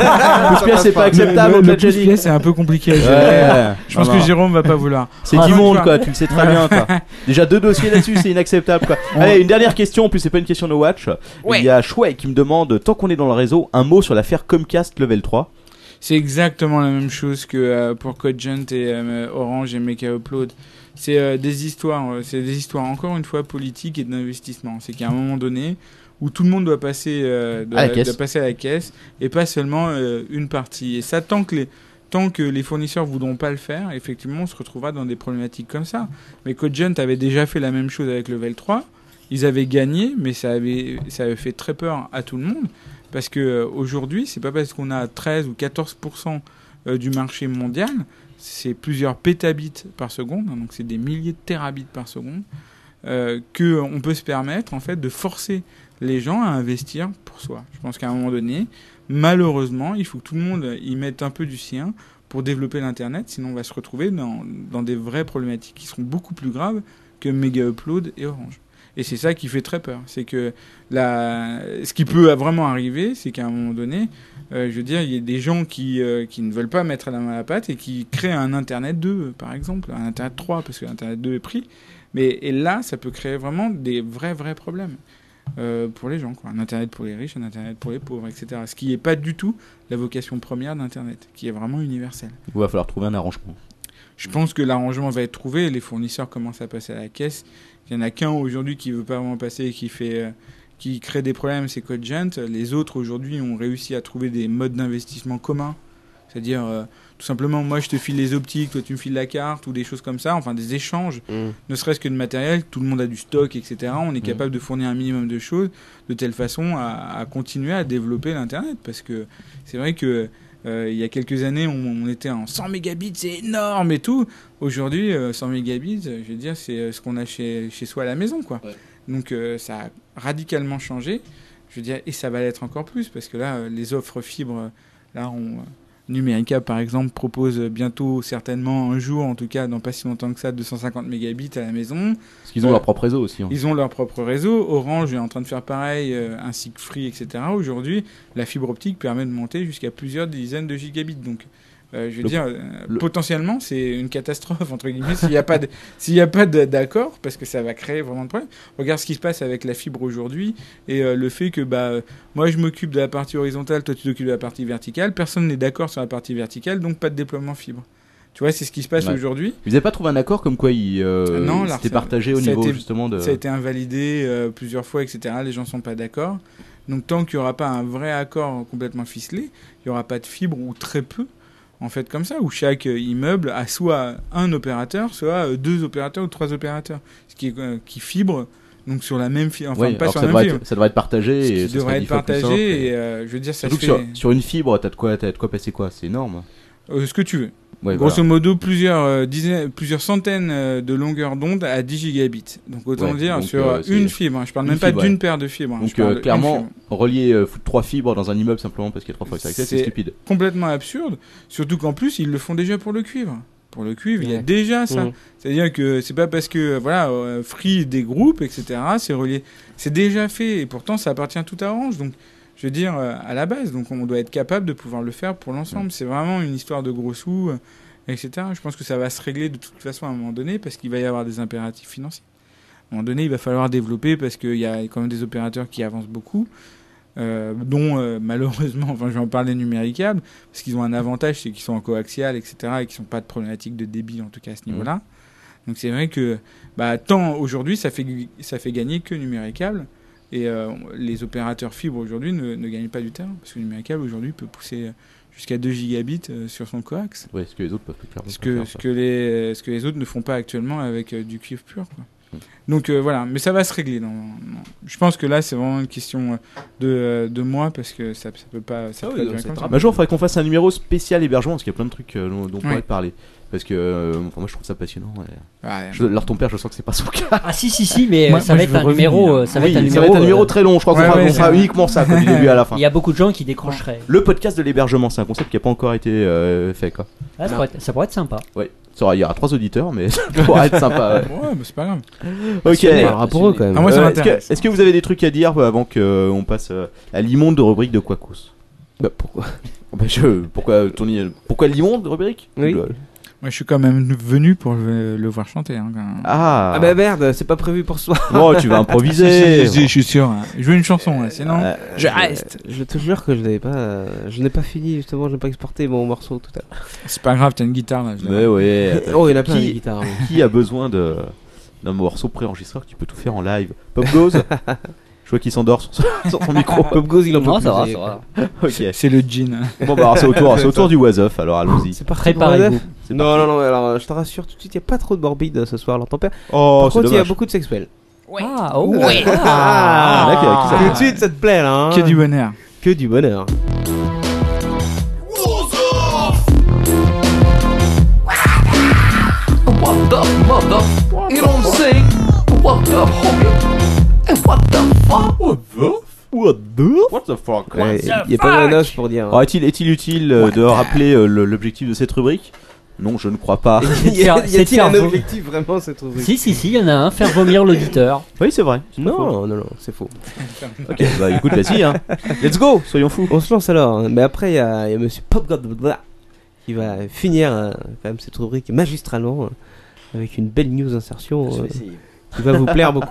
S6: pouce-pièce, c'est pas acceptable,
S8: Le,
S6: on te
S8: le
S6: l'a déjà dit.
S8: pouce-pièce, c'est un peu compliqué. à
S6: Ouais.
S8: gérer. Je pense
S6: Non, non.
S8: que Jérôme va pas vouloir.
S6: C'est
S8: Ah,
S6: immonde,
S8: donc,
S6: quoi, tu le sais très bien, quoi. Déjà deux dossiers là-dessus, c'est inacceptable, quoi. Allez, une dernière question, en plus c'est pas une question No Watch.
S8: Ouais.
S6: Il y a Chouet qui me demande, tant qu'on est dans le réseau, un mot sur l'affaire Comcast Level 3.
S8: C'est exactement la même chose que euh, pour Cogent et euh, Orange et Mecha Upload. C'est euh, des histoires, euh, c'est des histoires encore une fois politiques et d'investissement. C'est qu'à un moment donné où tout le monde doit passer, euh, doit,
S6: À la caisse.
S8: doit passer à la caisse et pas seulement euh, une partie. Et ça tant que les Tant que les fournisseurs voudront pas le faire, effectivement, on se retrouvera dans des problématiques comme ça. Mais Cogent avait déjà fait la même chose avec Level 3. Ils avaient gagné, mais ça avait, ça avait fait très peur à tout le monde. Parce que euh, aujourd'hui, c'est pas parce qu'on a 13 ou 14 euh, du marché mondial, c'est plusieurs pétabits par seconde, hein, donc c'est des milliers de terabits par seconde, euh, que euh, on peut se permettre en fait de forcer les gens à investir pour soi. Je pense qu'à un moment donné, malheureusement, il faut que tout le monde euh, y mette un peu du sien pour développer l'internet, sinon on va se retrouver dans, dans des vraies problématiques qui seront beaucoup plus graves que Mega Upload et Orange. Et c'est ça qui fait très peur. C'est que la... ce qui peut vraiment arriver, c'est qu'à un moment donné, euh, je veux dire, il y a des gens qui, euh, qui ne veulent pas mettre la main à la pâte et qui créent un Internet 2, par exemple, un Internet 3, parce que l'Internet 2 est pris. Mais et là, ça peut créer vraiment des vrais, vrais problèmes euh, pour les gens. Quoi. Un Internet pour les riches, un Internet pour les pauvres, etc. Ce qui n'est pas du tout la vocation première d'Internet, qui est vraiment universelle.
S6: Il va falloir trouver un arrangement.
S8: Je pense que l'arrangement va être trouvé. Les fournisseurs commencent à passer à la caisse. Il y en a qu'un aujourd'hui qui veut pas vraiment passer et qui fait, euh, qui crée des problèmes, c'est Cogent. Les autres aujourd'hui ont réussi à trouver des modes d'investissement communs. C'est-à-dire, euh, tout simplement, moi je te file les optiques, toi tu me files la carte ou des choses comme ça, enfin des échanges, ne serait-ce que de matériel, tout le monde a du stock, etc. On est capable de fournir un minimum de choses de telle façon à, à continuer à développer l'Internet. Parce que c'est vrai que euh, il y a quelques années, on, on était en 100 mégabits, c'est énorme et tout. Aujourd'hui, euh, 100 mégabits, euh, je veux dire, c'est euh, ce qu'on a chez, chez soi à la maison, quoi. Donc euh, ça a radicalement changé, je veux dire, et ça va l'être encore plus, parce que là, euh, les offres fibres, euh, là, on... euh, Numérica, par exemple, propose euh, bientôt, certainement un jour, en tout cas dans pas si longtemps que ça, 250 mégabits à la maison.
S6: Parce qu'ils ont leur propre réseau aussi, hein.
S8: Ils ont leur propre réseau. Orange est en train de faire pareil, euh, ainsi que Free, etc. Aujourd'hui, la fibre optique permet de monter jusqu'à plusieurs dizaines de gigabits. Donc, euh, je veux
S6: Le-
S8: dire, euh, potentiellement, c'est une catastrophe, entre guillemets, s'il n'y a pas de- s'il n'y a pas de- d'accord, parce que ça va créer vraiment de problèmes. Regarde ce qui se passe avec la fibre aujourd'hui et euh, le fait que bah, euh, moi, je m'occupe de la partie horizontale, toi, tu t'occupes de la partie verticale. Personne n'est d'accord sur la partie verticale, donc pas de déploiement fibre. Tu vois, c'est ce qui se passe
S6: Ouais.
S8: aujourd'hui.
S6: Vous n'avez pas trouvé un accord comme quoi il euh,
S8: Ah Non,
S6: c'était
S8: l'Arcep-
S6: partagé au
S8: ça a
S6: niveau
S8: été-
S6: justement de.
S8: Ça a été invalidé euh, plusieurs fois, etc. Les gens sont pas d'accord. Donc tant qu'il n'y aura pas un vrai accord complètement ficelé, il n'y aura pas de fibre ou très peu, en fait, comme ça, où chaque euh, immeuble a soit un opérateur, soit euh, deux opérateurs ou trois opérateurs, ce qui, est, euh, qui fibre donc sur la même fibre, enfin
S6: Ouais,
S8: pas
S6: alors
S8: sur
S6: ça
S8: la même
S6: devrait,
S8: fibre.
S6: être, ça devrait être partagé.
S8: Ce qui
S6: et ça
S8: devrait
S6: serait
S8: être
S6: dix fois plus
S8: partagé
S6: simple.
S8: et, euh, je veux dire, ça
S6: Surtout
S8: se
S6: que
S8: fait-
S6: sur, sur une fibre, t'as de quoi, t'as de quoi passer quoi C'est énorme.
S8: Euh, ce que tu veux.
S6: Ouais,
S8: Grosso
S6: voilà.
S8: modo, plusieurs, euh, dizaines- plusieurs centaines euh, de longueurs d'onde à 10 gigabits. Donc autant
S6: Ouais,
S8: dire
S6: donc,
S8: sur
S6: euh, c'est-
S8: une fibre. hein. Je parle
S6: une
S8: même pas
S6: fibre,
S8: d'une
S6: ouais.
S8: paire de fibres. hein. Je
S6: Donc
S8: parle
S6: euh,
S8: d'une
S6: clairement,
S8: fibre.
S6: relier euh, foutre trois fibres dans un immeuble simplement parce qu'il y a trois fois que ça accède, c'est stupide.
S8: complètement absurde. Surtout qu'en plus, ils le font déjà pour le cuivre. Pour le cuivre, il y a
S6: Ouais.
S8: déjà ça.
S6: Mhm.
S8: C'est-à-dire que c'est pas parce que euh, voilà, euh, Free des groupes, etc. C'est relié, c'est déjà fait. Et pourtant, ça appartient tout à Orange. Donc, je veux dire euh, à la base. Donc, on doit être capable de pouvoir le faire pour l'ensemble. C'est vraiment une histoire de gros sous, euh, etc. Je pense que ça va se régler de toute façon à un moment donné parce qu'il va y avoir des impératifs financiers. À un moment donné, il va falloir développer parce qu'il y a quand même des opérateurs qui avancent beaucoup, euh, dont euh, malheureusement, enfin je vais en parler numéricable, parce qu'ils ont un avantage, c'est qu'ils sont en coaxial, etc., et qu'ils n'ont pas de problématique de débit, en tout cas à ce niveau-là. Donc c'est vrai que bah, tant aujourd'hui, ça fait, gu- ça fait gagner que numéricable, et euh, les opérateurs fibres aujourd'hui ne, ne gagnent pas du terrain, parce que numéricable aujourd'hui peut pousser jusqu'à 2 gigabits euh, sur son coax
S6: Ouais, ce que les autres peuvent clairement
S8: ce
S6: pas
S8: que,
S6: faire,
S8: ce,
S6: ça.
S8: que les, ce que les autres ne font pas actuellement avec euh, du cuivre pur. quoi.
S6: Mm.
S8: Donc euh, voilà, mais ça va se régler. normalement. Je pense que là, c'est vraiment une question euh, de, euh, de mois parce que ça, ça peut pas.
S6: Ah
S8: Ça peut pas durer comme ça.
S6: Un jour, il faudrait qu'on fasse un numéro spécial hébergement parce qu'il y a plein de trucs euh, dont dont on pourrait
S8: Ouais.
S6: parler. Parce que euh, enfin, moi, je trouve ça passionnant. ouais.
S8: Ah, Ouais.
S6: Je- alors, ton père, je sens que c'est pas son cas.
S9: Ah si si si, mais
S6: Moi-
S9: euh, ça,
S6: moi, je
S9: va être
S6: veux
S9: un
S6: revenir.
S9: numéro, euh, ça va
S6: Oui,
S9: être un
S6: ça
S9: numéro.
S6: va être un
S9: euh,
S6: numéro très long, je crois qu'on
S9: ouais,
S6: fera-
S9: ouais,
S6: on fera
S9: c'est-
S6: uniquement ça, quoi, du début à la fin.
S9: Il y a beaucoup de gens qui décrocheraient. Ah,
S6: Le podcast de l'hébergement, c'est un concept qui a pas encore été euh, fait, quoi.
S9: Ah, ça, pourrait être, ça pourrait être sympa.
S6: Ouais. Ça aura- Il y aura trois auditeurs, mais ça pourra être sympa. ouais.
S8: Ouais, mais c'est pas grave.
S6: Ok.
S7: pour eux quand même.
S8: Ah, moi, ça
S6: Euh, est-ce,
S8: m'intéresse.
S6: que, est-ce que vous avez des trucs à dire euh, avant que euh, on passe euh, à l'immonde rubrique de Quacos Bah pourquoi pourquoi Tony Pourquoi l'immonde rubrique
S7: Oui.
S8: Moi, je suis quand même venu pour le, le voir chanter. hein, quand même.
S6: Ah.
S7: Ah bah merde, c'est pas prévu pour soi.
S6: Oh, tu vas improviser.
S8: Si, si, si, je suis sûr. hein. Je veux une chanson, là, sinon
S6: Euh,
S8: je reste.
S7: Je te jure que je n'ai pas, euh, je n'ai pas fini justement, je n'ai pas exporté mon morceau tout à l'heure.
S8: C'est pas grave, t'as une guitare là. je l'ai.
S6: euh, Mais ouais. attends.
S7: Oh, il y en a plein,
S6: Qui-
S7: les guitares, oui.
S6: Qui a besoin de d'un morceau préenregistreur qui peut tout faire en live Pop Goes Je vois qu'il s'endort sur, son- sur son micro.
S7: Pop Goes, il en peut
S6: Non,
S7: plus,
S6: ça va,
S7: j'ai-
S6: ça va. Ok.
S8: C'est le jean.
S6: Bon bah alors, c'est au tour, c'est au tour du Wasoff. Alors allons-y. C'est
S7: Parti pour Adolphe Non, non, non, alors euh, je te rassure tout de suite, il n'y a pas trop de morbide euh, ce soir, alors ton père.
S6: Oh,
S7: Par
S6: c'est
S7: contre, il y a
S6: dommage.
S7: beaucoup de sexuels.
S9: Ah, oh.
S7: Ouais.
S9: Ah.
S6: mec, avec qui ça va
S7: tout de suite, ça te plaît là. hein.
S8: Que du bonheur.
S7: Que du bonheur.
S5: What the mother? You don't say what the homie? And what the fuck? What the?
S6: What the? What the fuck? Oh,
S7: Ouais, Il n'y a pas de noce pour dire. hein.
S6: Alors, est-il est-il utile euh, de rappeler euh, le- l'objectif de cette rubrique Non, je ne crois pas.
S7: Il y a- y
S9: C'est
S7: a-t-il
S9: faire
S7: un
S9: vo-
S7: objectif vraiment cette rubrique
S9: Si si si, il y en a un, faire vomir l'auditeur.
S6: Oui c'est vrai.
S7: Non, non, non, c'est faux.
S6: Ok, bah écoute, vas-y, hein. Let's go, soyons fous.
S7: On se lance alors. hein. Mais après, il y, a il y a Monsieur Pop God Blablabla qui va finir hein, quand même cette rubrique magistralement hein, avec une belle news insertion
S10: Je vais
S7: euh,
S10: essayer.
S7: qui va vous plaire beaucoup.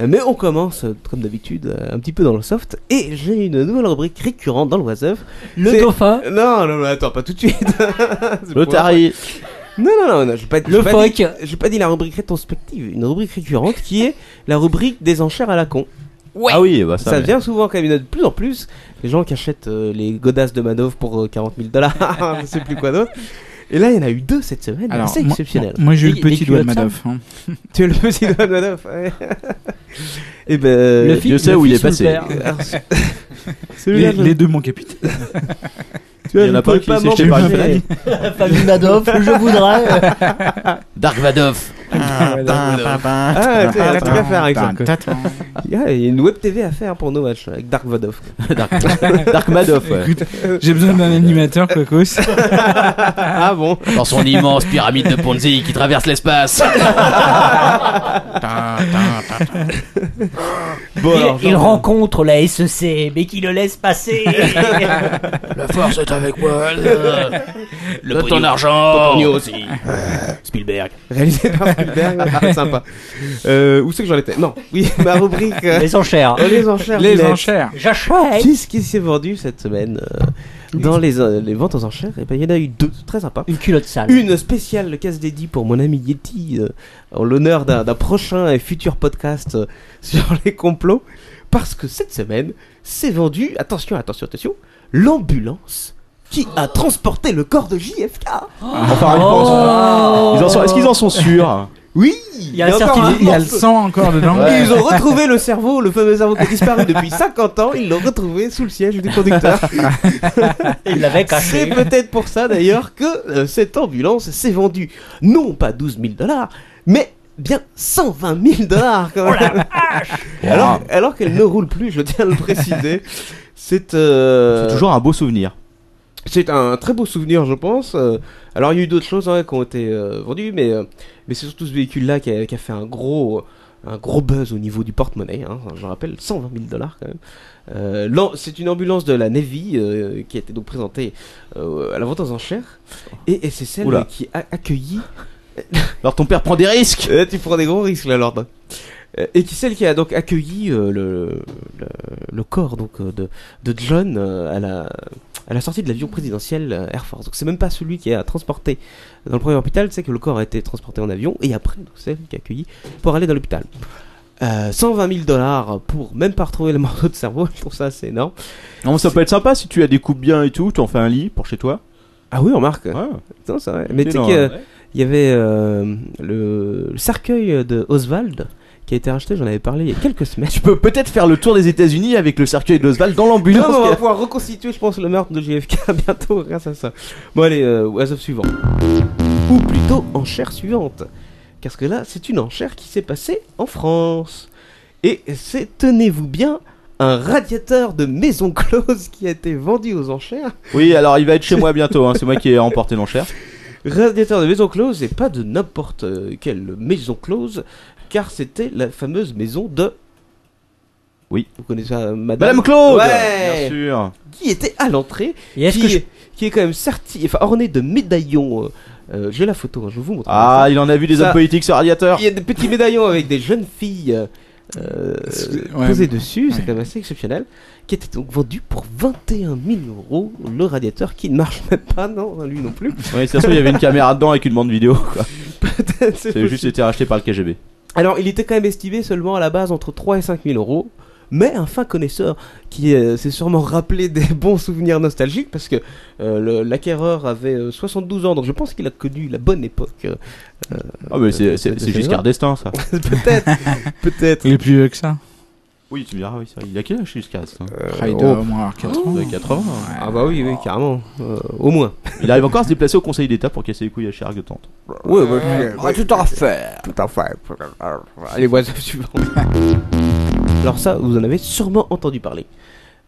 S7: Euh, Mais on commence, euh, comme d'habitude, euh, un petit peu dans le soft. Et j'ai une nouvelle rubrique récurrente dans le Oiseuf.
S9: Le
S7: C'est-
S9: dauphin.
S7: Euh, Non, non, non, attends, pas tout de suite. C'est pour
S6: tari.
S7: après. Non, non, non, non, j'ai pas, j'ai
S9: Le
S7: pas
S9: phoque.
S7: dit- J'ai pas dit la rubrique rétrospective, une rubrique récurrente qui est la rubrique des enchères à la con.
S3: Ouais.
S6: Ah oui, bah ça,
S7: ça,
S6: mais-
S7: devient souvent quand même, il y en a de plus en plus, les gens qui achètent euh, les godasses de Madoff pour euh, 40 000 dollars, je sais plus quoi d'autre. Et là, il y en a eu deux cette semaine,
S8: Alors,
S7: c'est
S8: moi-
S7: exceptionnel.
S8: moi, j'ai eu
S7: Les-
S8: le petit
S7: les
S8: doigt de
S7: culottes,
S8: Madoff,
S7: ça
S8: hein.
S7: tu as le petit doigt de Madoff, ouais. Et ben,
S8: Le fils-
S7: je
S8: le fils ou le
S9: hein.
S8: père.
S7: Alors, ce-
S8: les,
S7: celui-là, je-
S8: les deux, mon capitaine.
S7: Tu vois, je pourrais m'en passer.
S15: Famille Madoff, je voudrais.
S6: Dark Madoff.
S7: Ah,
S15: Ah,
S7: tu sais, il y a un truc à faire avec ça. quoi. Il y a il y a une web TV à faire pour nos matchs avec Dark Madoff.
S6: Dark Madoff, ouais.
S8: Écoute, j'ai besoin d'un animateur, Quacos.
S7: Ah bon
S2: Dans son immense pyramide de Ponzi qui traverse l'espace.
S15: il,
S2: alors,
S15: il
S2: j'en-
S15: rencontre la
S9: E
S15: SEC, mais qui le laisse passer. La
S2: force est avec moi. euh, Le de ton argent.
S7: Ton pognon
S2: aussi. Spielberg.
S7: Réalisé par Spielberg, ah, sympa. Euh, où c'est que j'en étais Non, oui, ma rubrique. euh,
S15: Les enchères.
S7: Les enchères.
S15: Les
S7: Roulette.
S15: enchères. J'achète.
S7: Qu'est-ce qui s'est vendu cette semaine euh, dans les, euh, les ventes aux enchères Eh ben, Il y en a eu deux, très sympa.
S15: Une culotte sale.
S7: Une spéciale le casse dédiée pour mon ami Yeti, euh, en l'honneur d'un d'un prochain et futur podcast euh, sur les complots. Parce que cette semaine, s'est vendu, attention, attention, attention, l'ambulance qui a transporté le corps de JFK.
S6: Enfin, ils
S9: Oh.
S6: pensent- ils en sont- est-ce qu'ils en sont sûrs
S7: Oui
S6: y a un
S7: encore
S6: certificat-
S7: un
S6: il y a le
S7: morceau.
S6: sang encore dedans.
S7: Et Ils ont
S6: Ouais.
S7: retrouvé le cerveau, le fameux cerveau qui a disparu depuis 50 ans, ils l'ont retrouvé sous le siège du conducteur.
S15: Il l'avait
S7: C'est
S15: caché.
S7: peut-être pour ça d'ailleurs que euh, cette ambulance s'est vendue non pas 12 000 dollars, mais bien 120 000 dollars quand même. alors alors qu'elle ne roule plus, je tiens à le préciser. C'est euh,
S6: C'est toujours un beau souvenir.
S7: c'est un très beau souvenir, je pense. Euh, alors, il y a eu d'autres choses hein, qui ont été euh, vendues, mais, euh, mais c'est surtout ce véhicule-là qui a, qui a fait un gros, un gros buzz au niveau du porte-monnaie. hein. je rappelle, 120 000 dollars quand même. Euh, l'am- c'est une ambulance de la Navy euh, qui a été donc présentée euh, à la vente aux enchères. Et, et c'est celle
S6: Oula.
S7: qui a accueilli Euh,
S6: Alors ton père prend des risques
S7: Tu prends des gros risques là, Lord. Euh, Et qui celle qui a donc accueilli euh, le, le, le corps donc euh, de, de John euh, à la à la sortie de l'avion présidentiel euh, Air Force. Donc c'est même pas celui qui a transporté dans le premier hôpital, c'est que le corps a été transporté en avion et après donc celle qui a accueilli pour aller dans l'hôpital. Euh, 120 000 dollars pour même pas retrouver le morceau de cerveau, je trouve ça assez énorme.
S6: Non, ça peut être sympa si tu la découpes bien et tout, tu en fais un lit pour chez toi.
S7: Ah oui, remarque.
S6: Ouais.
S7: Non, c'est vrai. Mais tu sais
S6: non,
S7: qu'il y a-
S6: ouais.
S7: il y avait euh, le, le cercueil de Oswald qui a été racheté, j'en avais parlé il y a quelques semaines.
S6: Tu peux peut-être faire le tour des États-Unis avec le cercueil de Oswald dans l'ambulance.
S7: Non, mais on va pouvoir reconstituer, je pense, le meurtre de JFK bientôt grâce à ça. Bon, allez, euh, oiseau suivant. Ou plutôt enchère suivante. Parce que là, c'est une enchère qui s'est passée en France. Et c'est, tenez-vous bien, un radiateur de maison close qui a été vendu aux enchères.
S6: Oui, alors il va être chez moi bientôt, hein, c'est moi qui ai remporté l'enchère.
S7: Radiateur de maison close et pas de n'importe euh, quelle maison close, car c'était la fameuse maison de.
S6: Oui.
S7: Vous connaissez ça, madame
S6: Madame Claude Bien
S7: Ouais
S6: sûr
S7: Qui était à l'entrée,
S6: Et est-ce
S7: qui,
S6: que je-
S7: qui est quand même sorti, enfin, orné de médaillons. euh, euh, J'ai la photo, hein, je vous montre.
S6: Ah, il en a vu des
S7: Ça-
S6: hommes politiques sur radiateur
S7: Il y a des petits médaillons avec des jeunes filles euh, euh,
S6: ouais,
S7: posées
S6: mais-
S7: dessus, c'est quand même assez exceptionnel. Qui était donc vendu pour 21 000 euros le radiateur qui ne marche même pas, non, hein, lui non plus.
S6: Oui, c'est sûr, il y avait une caméra dedans avec une bande vidéo, quoi.
S7: c'est
S6: C'est juste
S7: possible.
S6: été racheté par le KGB.
S7: Alors, il était quand même estimé seulement à la base entre 3 et 5 000 euros. Mais un fin connaisseur qui euh, s'est sûrement rappelé des bons souvenirs nostalgiques parce que euh, le- l'acquéreur avait euh, 72 ans, donc je pense qu'il a connu la bonne époque. euh,
S6: Ah, mais
S7: de- de-
S6: c'est- c'est
S7: de
S6: c'est
S7: ces
S6: Giscard
S7: gens.
S6: d'Estaing, ça.
S7: peut-être, peut-être.
S8: Il est plus vieux que ça.
S6: Oui, tu me diras, oui, c'est vrai. Il a quel âge Giscard d'Estaing
S11: Euh,
S8: Ah, il doit au moins avoir 80.
S6: Il hein. doit 80.
S7: Ah, bah oui, oui, carrément. Euh, au moins.
S6: Il arrive encore à se déplacer au Conseil d'État pour casser les couilles à Chirac de Tente.
S14: Oh.
S7: Ouais, ouais, ouais,
S10: Ah,
S7: ouais.
S5: tout à fait.
S7: Tout à fait. Allez, voici le suivant. Alors ça, vous en avez sûrement entendu parler.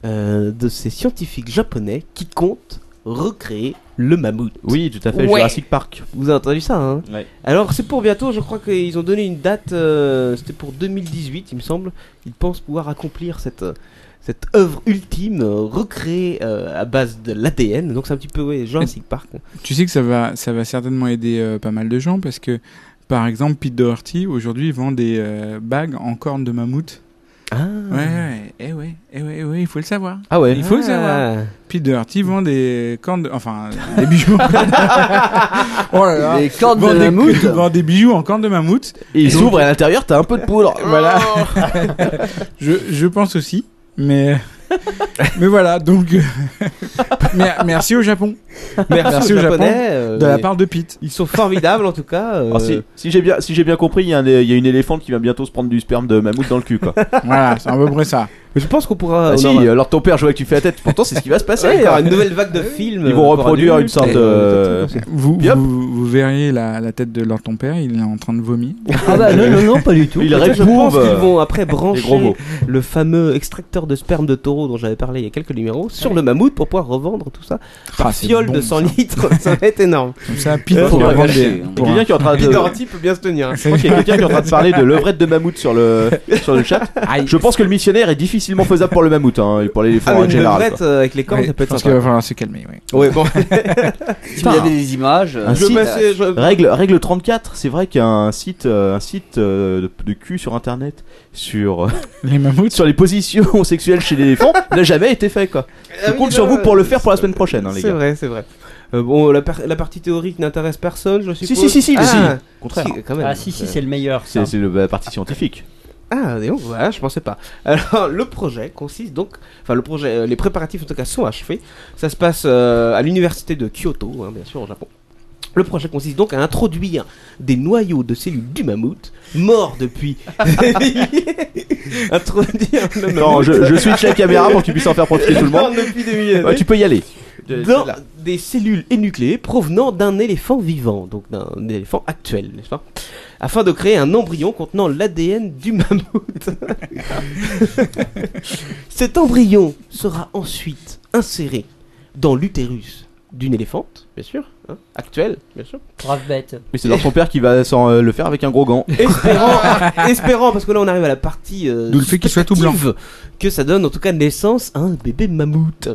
S7: Euh, de ces scientifiques japonais qui comptent recréer le mammouth.
S6: Oui, tout à fait, Jurassic Park.
S7: Vous avez entendu ça, hein
S6: Ouais.
S7: Alors c'est pour bientôt, je crois qu'ils ont donné une date, euh, c'était pour 2018 il me semble. Ils pensent pouvoir accomplir cette, euh, cette œuvre ultime, euh, recréée euh, à base de l'ADN. Donc c'est un petit peu ouais, Jurassic Park.
S8: Tu sais que ça va, ça va certainement aider euh, pas mal de gens parce que, par exemple, Pete Doherty, aujourd'hui, vend des euh, bagues en cornes de mammouth.
S7: Ah.
S8: Ouais, ouais, eh ouais, eh ouais, eh ouais, il faut le savoir.
S6: Ah ouais.
S8: Il faut le
S6: Ah.
S8: savoir. Puis Dirt, ils vendent des cornes, de- enfin, des bijoux. oh là là.
S6: Des cornes de
S8: Vendent des-
S6: mammouth.
S8: vendent des bijoux en cornes de mammouth.
S6: Et ils
S8: donc-
S6: s'ouvrent et à l'intérieur, t'as un peu de poudre. Voilà.
S8: je, je pense aussi, mais mais voilà. Donc, euh, mer- merci au Japon.
S7: Merci aux Japonais, euh,
S8: de la
S7: mais-
S8: part de Pete.
S7: Ils sont formidables en tout cas. euh,
S6: Alors, Ah, si si j'ai bien, si j'ai bien compris, il y, a un- il y a une éléphante qui va bientôt se prendre du sperme de mammouth dans le cul, quoi.
S8: voilà, c'est à peu près ça.
S7: Je pense qu'on pourra.
S6: Ah si,
S7: on aura-
S6: alors ton père jouait que tu fais la tête, pourtant c'est ce qui va se passer.
S7: Ouais, il y aura
S6: quoi.
S7: une nouvelle vague de films.
S6: Ah Ils vont
S7: euh, pour
S6: reproduire une
S7: adultes.
S6: sorte euh,
S7: Et,
S6: de.
S8: Vous, vous, vous verriez la, la tête de Lord ton père, il est en train de vomir.
S7: Ah bah non, non, non, pas du tout.
S8: Il
S7: Peut-être je pense
S8: réprouve,
S7: qu'ils
S8: euh,
S7: vont après
S8: les gros
S7: brancher
S8: mots.
S7: le fameux extracteur de sperme de taureau dont j'avais parlé il y a quelques numéros sur le mammouth pour pouvoir revendre tout ça.
S6: Ah,
S7: Par
S8: Ah, c'est
S7: fiole
S8: bon,
S7: de 100
S8: ça.
S7: litres, ça va être énorme.
S8: Comme ça,
S6: Pete pourra vendre des- pour un- Pete Doherty
S7: peut bien se tenir.
S6: Je crois qu'il y a quelqu'un qui est en train de parler de levrette de mammouth sur le, sur le chat. Je pense que le missionnaire est difficilement faisable pour le mammouth hein, et pour l'éléphant
S7: Ah, mais
S6: en
S7: une
S6: général.
S7: levrette,
S6: quoi.
S7: euh, avec les cornes, ça peut être
S8: Je pense
S7: sympa.
S8: qu'il va falloir se calmer, oui.
S7: Ouais, bon.
S10: Si vous avez des images, euh,
S6: Un
S10: je
S6: site-
S10: passais- je-
S6: règle, règle 34, c'est vrai qu'il y a un site, euh, un site euh, de, de cul sur internet sur euh,
S8: les
S6: sur les positions sexuelles chez l'éléphant n'a jamais été fait quoi.
S7: Ah
S6: Je compte sur vous pour
S7: euh,
S6: le faire pour la semaine prochaine, hein, les
S7: C'est
S6: gars.
S7: vrai, c'est vrai. Euh, bon, la, par- la partie théorique n'intéresse personne, je suppose.
S6: si, si, si,
S7: ah,
S6: si.
S7: si,
S6: Contraire.
S7: quand même.
S9: Ah, si, si, c'est le meilleur.
S6: C'est c'est le- la partie scientifique.
S7: Ah, dis donc, voilà, je pensais pas. Alors, le projet consiste donc, enfin, le projet, euh, les préparatifs en tout cas sont achevés. Ça se passe euh, à l'université de Kyoto, hein, bien sûr, au Japon. Le projet consiste donc à introduire des noyaux de cellules du mammouth mort depuis. introduire le
S6: Non,
S7: mammouth.
S6: je, je switch la caméra pour que tu puisses en faire profiter tout le monde.
S7: Mort depuis des milliers d'années.
S6: Ouais, tu peux y aller.
S7: dans des cellules énucléées provenant d'un éléphant vivant, donc d'un éléphant actuel, n'est-ce pas Afin de créer un embryon contenant l'ADN du mammouth. Cet embryon sera ensuite inséré dans l'utérus d'une éléphante, bien sûr, hein, actuelle, bien sûr.
S9: Brave bête.
S6: Mais c'est dans son père qui va s'en, euh, le faire avec un gros gant.
S7: espérant, espérant, parce que là on arrive à la partie euh,
S6: D'où le fait qu'il soit tout blanc.
S7: spectative, que ça donne en tout cas naissance à un bébé mammouth.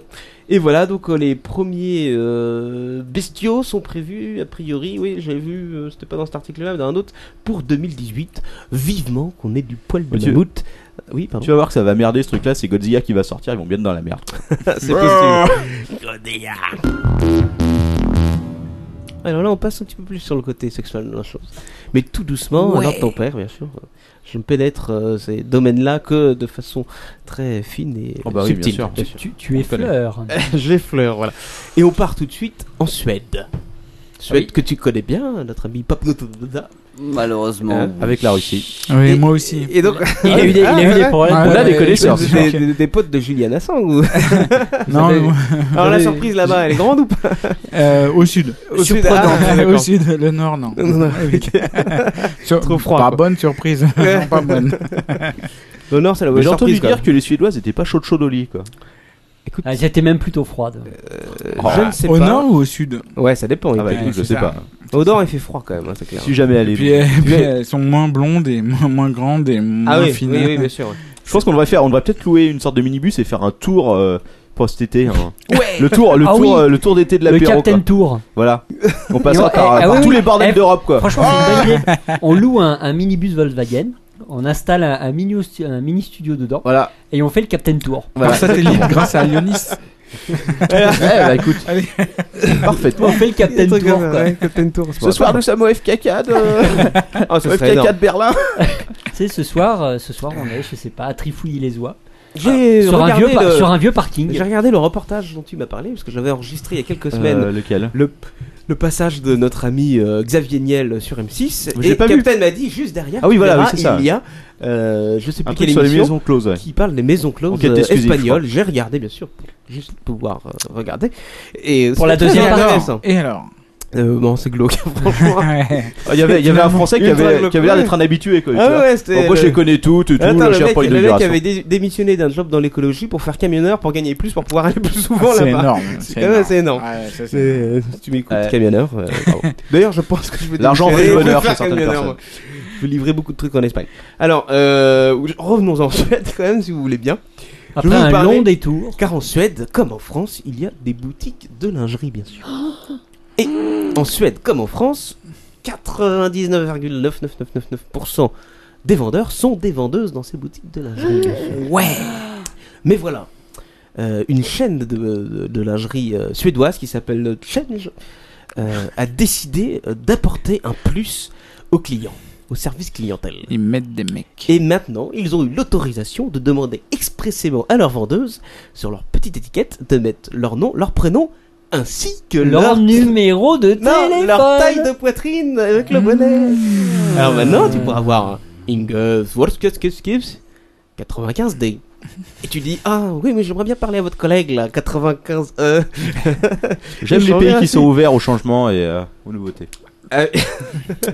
S7: Et voilà, donc euh, les premiers euh, bestiaux sont prévus, a priori, oui, j'ai vu, euh, c'était pas dans cet article-là, mais dans un autre, pour 2018. Vivement qu'on ait du poil de
S6: Mathieu.
S7: mammouth. Euh, Oui, pardon.
S6: Tu vas voir que ça va merder ce truc là, c'est Godzilla qui va sortir, ils vont bien être dans la merde.
S7: C'est possible. Alors là, on passe un petit peu plus sur le côté sexuel de la chose. Mais tout doucement,
S5: Ouais.
S7: alors ton père, bien sûr. Je me pénètre euh, ces domaines-là que de façon très fine et
S6: Oh bah oui,
S7: subtile.
S6: bien sûr. Tu- tu- tu
S7: On connaît.
S6: effleures.
S7: J'effleure, voilà. Et on part tout de suite en Suède.
S6: Ah
S7: Suède que tu connais bien, notre ami Papnotoda.
S10: Malheureusement.
S6: Avec la Russie. Ah,
S8: Oui, moi aussi.
S7: Euh, Et donc,
S8: Il a eu des- il a eu
S9: Ah,
S8: des problèmes.
S7: On a
S8: Ouais,
S7: des
S8: ouais,
S7: connaisseurs,
S8: je me suis
S7: des,
S8: marqué.
S7: des- des potes de Julian Assange. ou-
S8: Non, mais moi-
S7: Alors la surprise là-bas, elle est grande ou pas
S8: Euh, au sud.
S7: Au sud,
S8: Surprenant.
S7: ah, d'accord.
S8: au sud, le nord, non.
S7: Non, non,
S8: Oui. Sur-
S7: Trop froid,
S8: Pas
S7: quoi.
S8: bonne surprise. non, pas bonne.
S7: Le nord, c'est la
S6: Mais
S7: bonne
S6: J'ai entendu
S7: surprise. quoi.
S6: dire que les Suédoises étaient pas chaudes chaudes au lit quoi.
S9: Ah, elles étaient même plutôt froides.
S6: Oh.
S7: Je ne sais
S8: Au
S7: pas.
S8: nord ou au sud
S7: Ouais, ça dépend.
S6: Ah bah, écoute, je sais pas.
S7: Au nord, il fait froid quand même, hein, c'est clair.
S6: Je suis jamais allé.
S8: Puis,
S6: donc.
S8: euh, puis elles sont moins blondes et moins, moins grandes et moins
S7: Ah oui,
S8: fines.
S7: oui, oui, bien sûr.
S6: Je pense qu'on devrait faire, on devrait peut-être louer une sorte de minibus et faire un tour euh, pour cet été. hein. Le tour, le
S9: Ah
S6: tour,
S9: oui.
S6: euh, le tour d'été de
S9: Le
S6: l'apéro.
S9: Captain
S6: quoi.
S9: Tour.
S6: Voilà. On passera
S9: Et on-
S6: par,
S9: eh, ah
S6: par
S9: oui,
S6: tous
S9: oui.
S6: les bordels
S9: Eh,
S6: d'Europe quoi.
S9: Franchement, c'est
S7: Ah
S9: une bonne idée. On loue un, un minibus Volkswagen, on installe un, un mini, stu- un mini studio dedans,
S6: voilà.
S9: et on fait le Captain Tour.
S8: Par satellite, grâce à Ionis.
S6: bah, écoute.
S8: Allez.
S6: Parfaitement.
S9: On fait le Captain Tour. quoi.
S6: Ce soir nous sommes au FKK de,
S7: Ah, ça
S6: au
S7: serait
S6: FKK
S7: énorme.
S6: de Berlin.
S9: Tu sais, ce soir, euh, ce soir, on est, je sais pas, à Trifouilly-les-Oies.
S6: Ah,
S7: J'ai
S9: sur, un
S7: regardé
S9: vieux par-
S7: le-
S9: sur un vieux parking.
S7: J'ai regardé le reportage dont tu m'as parlé, parce que j'avais enregistré il y a quelques semaines
S6: Euh, lequel
S7: le, le passage de notre ami euh, Xavier Niel sur M6.
S6: Mais j'ai
S7: et
S6: pas
S7: Captain m'a dit juste derrière.
S6: Ah oui,
S7: tu
S6: voilà,
S7: verras,
S6: oui, c'est ça.
S7: Il y a, euh, je sais
S6: Un
S7: plus
S6: truc
S7: quelle
S6: sur les
S7: émission
S6: maisons closes, ouais.
S7: qui parle des maisons closes
S6: Enquête
S7: euh,
S6: exclusive,
S7: espagnoles.
S6: je
S7: J'ai regardé, bien sûr, pour juste pouvoir euh, regarder. Et
S9: Pour la
S7: c'était
S9: deuxième
S7: très
S9: partie.
S7: intéressant.
S8: Et alors
S7: Euh, bon, c'est glauque,
S6: Ah
S7: franchement.
S6: Il y avait, il y avait un Français qui
S7: Ultra
S6: avait,
S7: glauque.
S6: qui avait l'air d'être un habitué quoi. tu
S7: Ah
S6: vois.
S7: ouais, c'était
S6: Bon, moi je
S7: le-
S6: les connais toutes et tout.
S7: Attends,
S6: le
S7: le,
S6: chien
S7: mec,
S6: pour
S7: le mec
S6: l'inauguration.
S7: avait dé- démissionné d'un job dans l'écologie pour faire camionneur, pour gagner plus, pour pouvoir aller plus
S6: Ah,
S7: souvent
S8: Ah, C'est
S7: là-bas.
S8: énorme, c'est
S7: C'est quand même- c'est énorme.
S8: énorme. Ouais, ça, c'est
S7: C'est- euh, si tu m'écoutes,
S6: Ouais.
S7: camionneur. euh, bravo. D'ailleurs, je pense que je vais
S6: L'argent
S7: démissionner
S6: fait le
S7: et
S6: bonheur
S7: faire
S6: chez certaines
S7: camionneur,
S6: personnes.
S7: moi. Je vais livrer beaucoup de trucs en Espagne. Alors, euh, revenons en Suède quand même, si vous voulez bien.
S9: Après
S7: vais vous
S9: un
S7: parler-
S9: long détour.
S7: Car en Suède, comme en France, il y a des boutiques de lingerie, bien sûr. Et en Suède, comme en France, 99,99999% des vendeurs sont des vendeuses dans ces boutiques de lingerie. Ouais Mais voilà, euh, une chaîne de, de- de lingerie euh, suédoise qui s'appelle Change euh, a décidé euh, d'apporter un plus aux clients, au service clientèle.
S8: Ils mettent des mecs.
S7: Et maintenant, ils ont eu l'autorisation de demander expressément à leur vendeuse, sur leur petite étiquette, de mettre leur nom, leur prénom, ainsi que
S9: Leur
S7: leur,
S9: numéro de téléphone. Mmh.
S7: leur taille de poitrine avec le bonnet. Alors maintenant, tu pourras voir Inge Swarskeskeskis 95D. Et tu dis ah oui mais j'aimerais bien parler à votre collègue là 95 e
S6: J'aime les pays qui sont ouverts au changement et euh, aux nouveautés.
S7: Euh,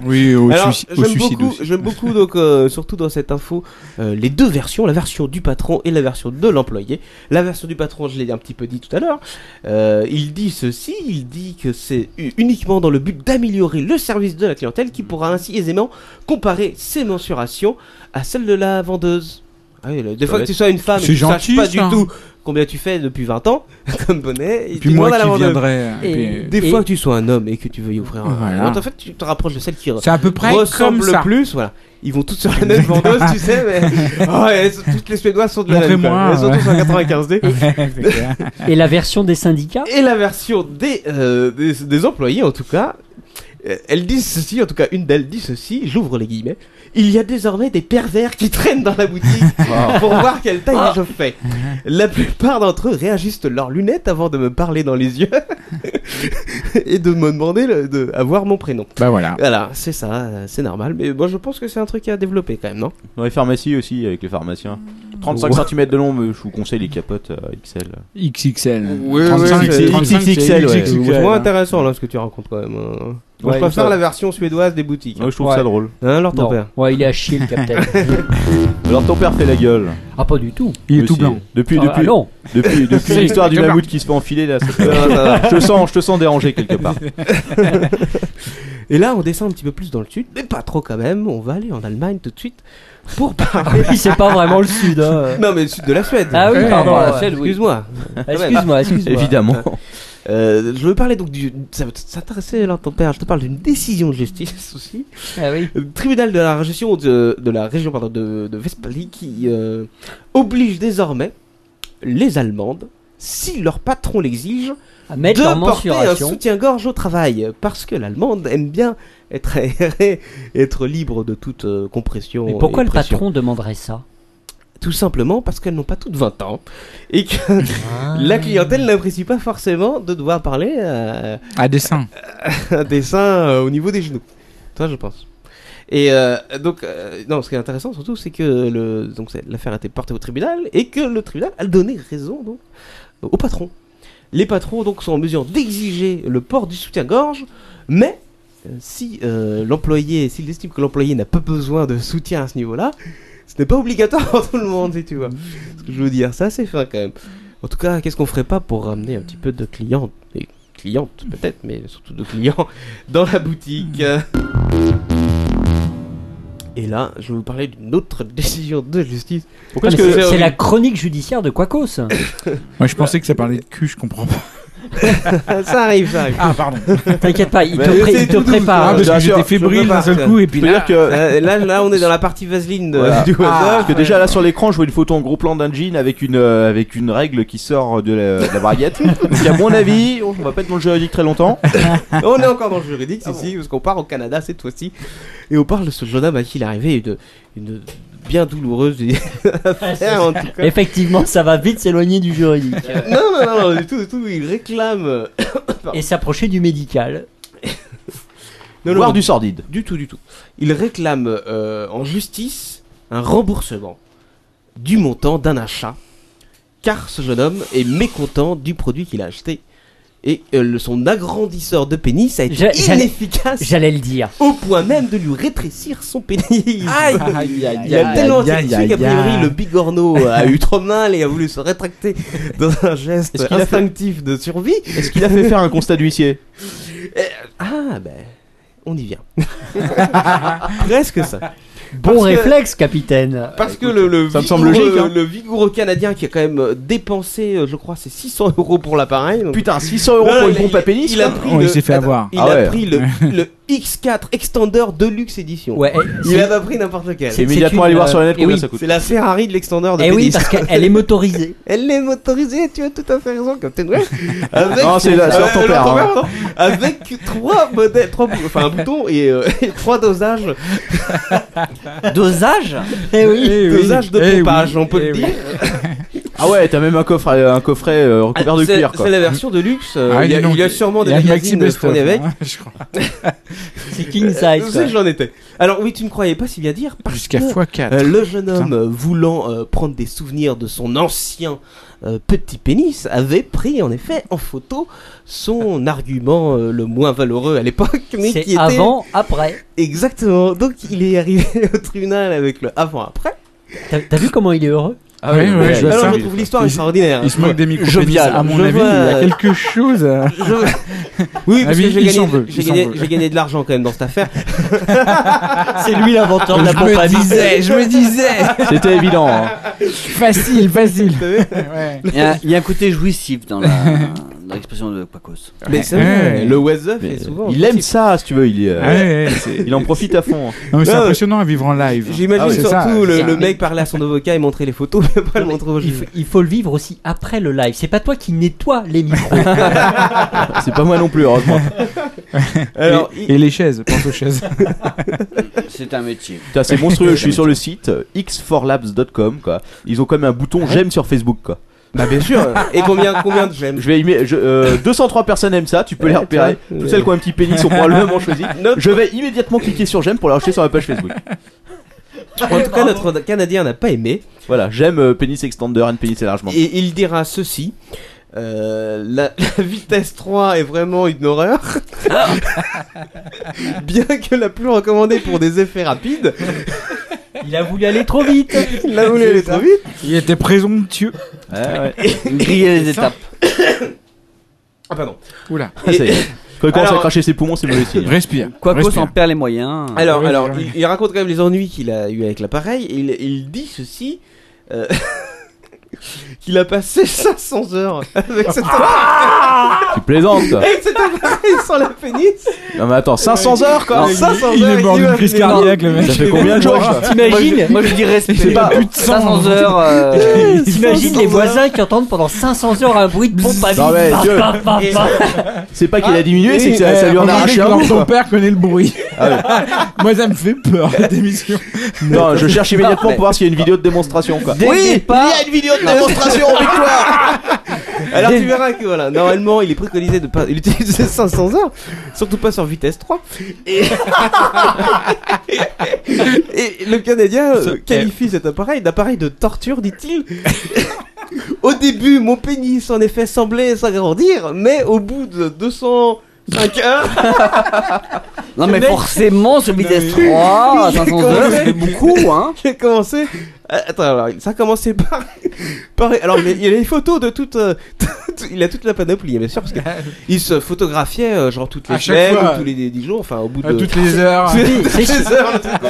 S8: oui, au
S7: Alors,
S8: suici- au
S7: j'aime
S8: suicide
S7: beaucoup,
S8: aussi.
S7: J'aime beaucoup, donc, euh, surtout dans cette info, euh, les deux versions, la version du patron et la version de l'employé. La version du patron, je l'ai un petit peu dit tout à l'heure, euh, il dit ceci, il dit que c'est u- uniquement dans le but d'améliorer le service de la clientèle qui pourra ainsi aisément comparer ses mensurations à celles de la vendeuse. Ah oui, le- des
S8: Ça
S7: fois
S8: va
S7: que tu
S8: être-
S7: sois une femme et
S8: C'est
S7: que tu saches
S8: gentil,
S7: pas
S8: ça.
S7: du tout combien tu fais depuis 20 ans, comme bonnet, il
S8: puis
S7: demande
S8: moi
S7: à la
S8: qui
S7: vendeuse.
S8: viendrai, euh, et puis-
S7: Des
S8: et-
S7: fois que tu sois un homme et que tu veuilles ouvrir un...
S8: Voilà.
S7: Alors, en fait, tu te rapproches de celle qui
S8: C'est à peu près
S7: ressemble
S8: comme ça.
S7: le plus, voilà. Ils vont toutes sur la même vendeuse, tu sais, mais Oh, elles sont- toutes les Suédoises sont de la même.
S8: Montrez-moi,
S7: quoi. Elles sont toutes en
S8: ouais.
S7: 95D.
S8: c'est clair.
S9: Et la version des syndicats
S7: Et la version des, euh, des, des employés, en tout cas, euh, elles disent ceci, en tout cas, une d'elles dit ceci, j'ouvre les guillemets. Il y a désormais des pervers qui traînent dans la boutique
S5: Wow.
S7: pour voir quelle taille
S5: Ah.
S7: je fais. La plupart d'entre eux réajustent leurs lunettes avant de me parler dans les yeux et de me demander le- de avoir mon prénom.
S8: Bah voilà.
S7: Voilà, c'est ça, euh, c'est normal. Mais moi, je pense que c'est un truc à développer quand même, non
S6: Dans les pharmacies aussi, avec les pharmaciens. 35
S7: Ouais.
S6: cm de long, mais je vous conseille les capotes euh, XL.
S8: XXL.
S7: Oui,
S6: XXL,
S7: oui,
S6: XXL, ouais.
S7: C'est moins intéressant là ce que tu racontes quand même. hein. Moi,
S6: Ouais,
S7: je préfère
S6: ça-
S7: la version suédoise des boutiques.
S6: Ouais, je trouve ça drôle.
S7: Hein, leur ton
S6: Non.
S7: père.
S9: Ouais, il est à chier le capitaine.
S6: Alors ton père fait la gueule.
S9: Ah, pas du tout.
S6: Mais si. Depuis,
S9: Ah,
S6: depuis,
S9: ah, non.
S6: depuis, depuis
S9: C'est-
S6: l'histoire du
S9: Thomas.
S6: mammouth qui se fait enfiler là. ça- Euh, je te sens, je te sens dérangé quelque part.
S7: Bah. Et là, on descend un petit peu plus dans le sud, mais pas trop quand même. On va aller en Allemagne tout de suite pour parler.
S9: oui, c'est pas vraiment le sud, hein.
S7: Non, mais le sud de la Suède.
S9: Ah oui, pardon, la Suède, oui.
S7: Excuse-moi. bah,
S9: Excuse-moi, excuse-moi.
S7: Ah,
S9: Évidemment.
S7: Euh, je veux parler donc du. Ça va t'intéresser, là, ton père. Je te parle d'une décision de justice aussi.
S9: Ah oui.
S7: Le tribunal de la région de, de la région pardon, de, de Westphalie qui euh, oblige désormais les Allemandes, si leur patron l'exige,
S9: mettre
S7: de
S9: leur
S7: porter un
S9: mensuration.
S7: soutien-gorge au travail. Parce que l'Allemande aime bien être aérée, être libre de toute euh, compression.
S9: Mais pourquoi
S7: et
S9: le
S7: pression.
S9: patron demanderait ça
S7: Tout simplement parce qu'elles n'ont pas toutes 20 ans et que
S9: Ah.
S7: la clientèle n'apprécie pas forcément de devoir parler euh,
S8: À dessin.
S7: un dessin euh, au niveau des genoux. Toi, je pense. Et euh, donc, euh, non, ce qui est intéressant surtout, c'est que le, donc c'est- l'affaire a été portée au tribunal et que le tribunal a donné raison donc, au patron. Les patrons donc sont en mesure d'exiger le port du soutien-gorge, mais euh, si euh, l'employé, s'il estime que l'employé n'a pas besoin de soutien à ce niveau-là, ce n'est pas obligatoire pour tout le monde, si tu vois. Ce que je veux dire, ça c'est fin quand même. En tout cas, qu'est-ce qu'on ferait pas pour ramener un petit peu de clients, et clientes peut-être, mais surtout de clients dans la boutique. euh. Et là, je vais vous parler d'une autre décision de justice.
S9: Pourquoi est-ce que- C'est la chronique judiciaire de Quacos.
S8: Moi, je pensais que ça parlait de cul, je comprends pas.
S7: ça arrive, ça arrive.
S8: Ah, pardon.
S9: T'inquiète pas, il
S8: Mais
S9: te, pré-
S8: c'est
S9: il te
S8: tout doux,
S9: prépare.
S8: Ah, parce que j'étais fébrile d'un seul coup, et puis là.
S7: Euh, là, là, on est dans la partie vaseline de-
S6: Voilà.
S7: du
S6: Parce
S7: hasard.
S6: que déjà là sur l'écran, je vois une photo en gros plan d'un jean avec une euh, avec une règle qui sort de la, de la braguette. Donc à mon avis, on va pas être dans le juridique très longtemps.
S7: on est encore dans le juridique, si, si, parce qu'on part au Canada cette fois-ci. Et on parle de ce jeune homme à qui il est arrivé une, une bien douloureuse affaire, en tout cas.
S9: Effectivement, ça va vite s'éloigner du juridique.
S7: Non, non, non, non, du tout, du tout, il réclame.
S9: Et s'approcher du médical.
S6: Boire du sordide.
S7: Du tout, du tout. Il réclame euh, en justice un remboursement du montant d'un achat, car ce jeune homme est mécontent du produit qu'il a acheté. Et euh, le- son agrandisseur de pénis a été
S9: J'a- j'allais-
S7: inefficace.
S9: J'allais le dire.
S7: Au point même de lui rétrécir son pénis. Aïe,
S9: aïe, aïe,
S7: Il a
S9: aïe,
S7: tellement
S9: aïe,
S7: été dessus qu'a
S9: aïe, aïe.
S7: priori le bigorneau a eu trop mal et a voulu se rétracter dans un geste
S6: Est-ce qu'il a fait-
S7: instinctif de survie.
S6: Est-ce qu'il a fait faire un constat d'huissier
S7: Ah ben, on y vient. Presque ça.
S9: Bon
S7: Parce que-
S9: réflexe, capitaine.
S7: Parce que le, le
S9: Ça me semble
S7: vigoureux-
S9: logique, hein.
S7: le vigoureux canadien qui a quand même euh, dépensé, euh, je crois, c'est 600 euros pour l'appareil. donc-
S6: Putain, 600 euros
S7: Non,
S6: pour
S7: non,
S6: une
S7: il-
S6: pompe à pénis,
S7: Il a
S6: quoi.
S7: pris
S6: Oh, il
S7: le-
S6: s'est fait
S7: attends,
S6: avoir.
S7: Il
S6: Ah
S7: a
S6: ouais.
S7: pris le, le X4 Extender Deluxe Edition.
S9: Ouais, et
S7: il
S9: c'est-
S7: a pas pris n'importe quel.
S6: C'est immédiatement aller voir sur la net
S7: et
S6: combien
S7: euh, eh oui,
S6: ça coûte.
S7: C'est la Ferrari de l'Extender de
S9: Eh oui,
S7: Pénis.
S9: parce qu'elle est motorisée.
S7: Elle est motorisée, tu as tout à fait raison, Captain Web. Euh,
S6: Non, c'est la- c'est leur ton père, hein.
S7: pardon. Avec trois modèles, trois, bou- enfin un bouton et, euh, et trois dosages.
S15: Dosage
S9: Eh oui.
S7: Dosage de pompage, on peut le dire.
S6: Ah ouais, t'as même un coffre, euh, un coffret euh, recouvert de
S7: Ah, c'est-
S6: cuir quoi.
S7: c'est la version de luxe, euh,
S6: Ah,
S7: il, y a,
S6: dis donc,
S7: il y a sûrement des
S6: il y a une
S7: magazines
S6: maxi
S7: tournés
S6: best-of,
S7: avec.
S6: hein,
S8: je crois.
S7: c'est
S9: king size,
S7: Je
S9: quoi.
S7: sais que Euh, j'en étais. Alors oui, tu ne croyais pas si bien dire. parce
S8: Jusqu'à
S7: que,
S8: x4.
S7: euh, le jeune homme
S8: Putain.
S7: euh, voulant euh, prendre des souvenirs de son ancien euh, petit pénis avait pris en effet en photo son argument euh, le moins valeureux à l'époque, mais
S9: Ah. C'est
S7: qui était
S9: avant, après.
S7: Exactement. Donc il est arrivé au tribunal avec le avant-après.
S9: T'as t'as vu comment il est heureux
S7: Ah ouais, ouais, je vois Alors, ça. je trouve l'histoire extraordinaire.
S8: Il se moque des micro
S7: Jovial.
S8: à mon
S7: Je
S8: avis,
S7: vois,
S8: il y a
S7: euh,
S8: quelque chose. hein. à-
S7: Oui,
S8: Ah
S7: parce
S8: oui,
S7: que j'ai
S8: il
S7: gagné,
S8: s'en veut,
S7: j'ai
S8: il s'en
S7: gagné-
S8: veut.
S7: j'ai gagné de l'argent quand même dans cette affaire.
S9: C'est lui l'inventeur de la
S8: Ah,
S9: pompe à bise.
S6: C'était évident. hein.
S8: Facile, facile.
S10: Il y, a, il y a un côté jouissif dans la- dans l'expression de Quacos.
S7: Mais c'est vrai,
S8: Ouais.
S7: le WhatsApp
S6: Mais
S7: est souvent. Ah
S6: il aime ça si tu veux, il, euh,
S8: Ah Ouais, ouais, c'est-
S6: il en profite à fond. hein.
S8: Non, mais c'est
S7: Ouais, ouais.
S8: impressionnant à vivre en live.
S7: J'imagine
S8: Ah ouais, c'est
S7: surtout
S8: ça, c'est
S7: le,
S8: ça.
S7: le mec parler à son avocat et montrer les photos, mais pas le montrer au
S9: Il
S7: juge.
S9: faut, il faut le vivre aussi après le live. C'est pas toi qui nettoie les micros.
S6: C'est pas moi non plus, heureusement.
S7: Alors,
S8: et, et les chaises, pense aux chaises.
S10: C'est un métier.
S6: Putain, c'est monstrueux, je suis sur le site euh, x4labs.com quoi. Ils ont quand même un bouton j'aime sur Facebook quoi.
S7: Ah Bah bien sûr. Et combien, combien de j'aime
S6: Je vais aimer, je- euh, 203 personnes aiment ça, tu peux les
S7: Ouais,
S6: repérer.
S7: tu vois.
S6: Toutes celles qui ont un petit pénis sont probablement choisies. Je vais immédiatement cliquer sur j'aime pour les rejeter sur ma page Facebook.
S7: En tout cas, notre Canadien n'a pas aimé.
S6: Voilà, j'aime euh, pénis extender and pénis élargement.
S7: Et il dira ceci. euh, la, la vitesse 3 est vraiment une horreur. Bien que la plus recommandée pour des effets rapides.
S9: Il a voulu aller trop vite.
S7: Il a voulu aller trop vite.
S8: Il était présomptueux.
S10: Griller les étapes.
S7: Ah, pardon.
S8: Oula.
S6: Ah, ça y est. Quand il commence à
S7: Alors-
S6: cracher ses poumons, c'est mauvais signe.
S8: Respire.
S10: Quacos
S8: Respire.
S10: en perd les moyens.
S7: Alors, alors il, il raconte quand même les ennuis qu'il a eu avec l'appareil. et Il, il dit ceci. euh, qu'il a passé 500 heures avec
S8: Ah
S7: cet
S6: Tu plaisantes quoi.
S7: Avec cet appareil sans la pénis.
S6: Non mais attends, 500 heures quoi.
S7: Euh, Non, 500
S8: Il
S7: heures,
S8: est mort
S7: il
S8: d'une
S7: va
S8: crise
S7: finir.
S8: cardiaque, le mec.
S6: Ça fait combien de jours ça
S9: T'imagines
S10: Moi je dis respect.
S6: C'est pas-
S8: Plus de sang.
S10: 500 heures. euh,
S9: T'imagines les voisins qui entendent pendant 500 heures un bruit de pompe à
S6: Non, mais
S9: vide.
S6: Dieu.
S9: Pa, pa, pa, pa.
S6: C'est pas
S7: Ah,
S6: qu'il a diminué,
S8: Oui,
S6: c'est que ça, ça lui en a
S8: remarquez
S6: arraché
S8: que
S6: un
S8: leur
S6: bout,
S8: Ton
S6: quoi.
S8: père connaît le bruit.
S6: Ah
S8: Moi, ça me fait peur, cette émission.
S6: Non, je cherche immédiatement
S7: mais-
S6: pour voir s'il y a une vidéo de démonstration quoi.
S10: dès le départ,
S6: une vidéo de démonstration victoire.
S7: Alors tu verras que voilà, normalement il est préconisé de pas il utilise 500 heures, surtout pas sur vitesse 3. Et, Et le Canadien euh, qualifie cet appareil d'appareil de torture, dit-il. au début, mon pénis en effet semblait s'agrandir, mais au bout de 205 heures,
S10: Non mais forcément sur vitesse 3, 500 heures, c'est beaucoup hein.
S7: j'ai commencé. Euh, Attends, alors, ça a commencé par. par- alors, il y a- il y a les photos de toute. euh, toute- il a toute la panoplie, bien sûr, parce que il se photographiait, euh, genre, toutes les
S8: À chaque
S7: semaines,
S8: fois.
S7: ou tous les 10 jours, enfin, au bout
S8: À
S7: de.
S8: toutes les heures.
S7: C'est- c'est ça, le truc, quoi.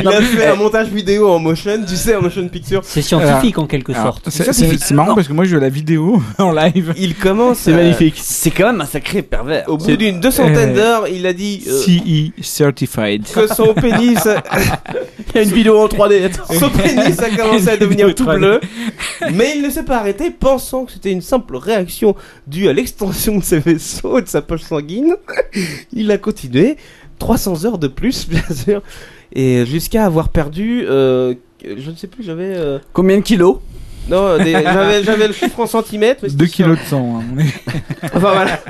S7: Il a fait un montage vidéo en motion, tu sais, en motion picture.
S9: C'est scientifique en quelque
S8: Alors,
S9: sorte.
S8: C'est c'est- c'est marrant parce que moi, je vois la vidéo en live.
S7: Il commence.
S6: C'est
S7: euh,
S6: magnifique. Eh.
S10: C'est quand même un sacré pervers.
S7: Au bout d'une deux centaine
S8: Euh,
S7: d'heures, il a dit euh,
S8: CE E Certified.
S7: que son pénis,
S6: Il y a une vidéo en 3D.
S7: son pénis a commencé à devenir tout
S8: Neutral.
S7: bleu. Mais il ne s'est pas arrêté, pensant que c'était une simple réaction due à l'extension de ses vaisseaux et de sa poche sanguine. Il a continué 300 heures de plus, bien sûr, et jusqu'à avoir perdu, euh, je ne sais plus, j'avais. euh,
S10: Combien de kilos
S7: Non, des- j'avais j'avais le chiffre en centimètres. mais c'était
S8: 2 kilos de sang. hein, on est-
S7: Enfin voilà.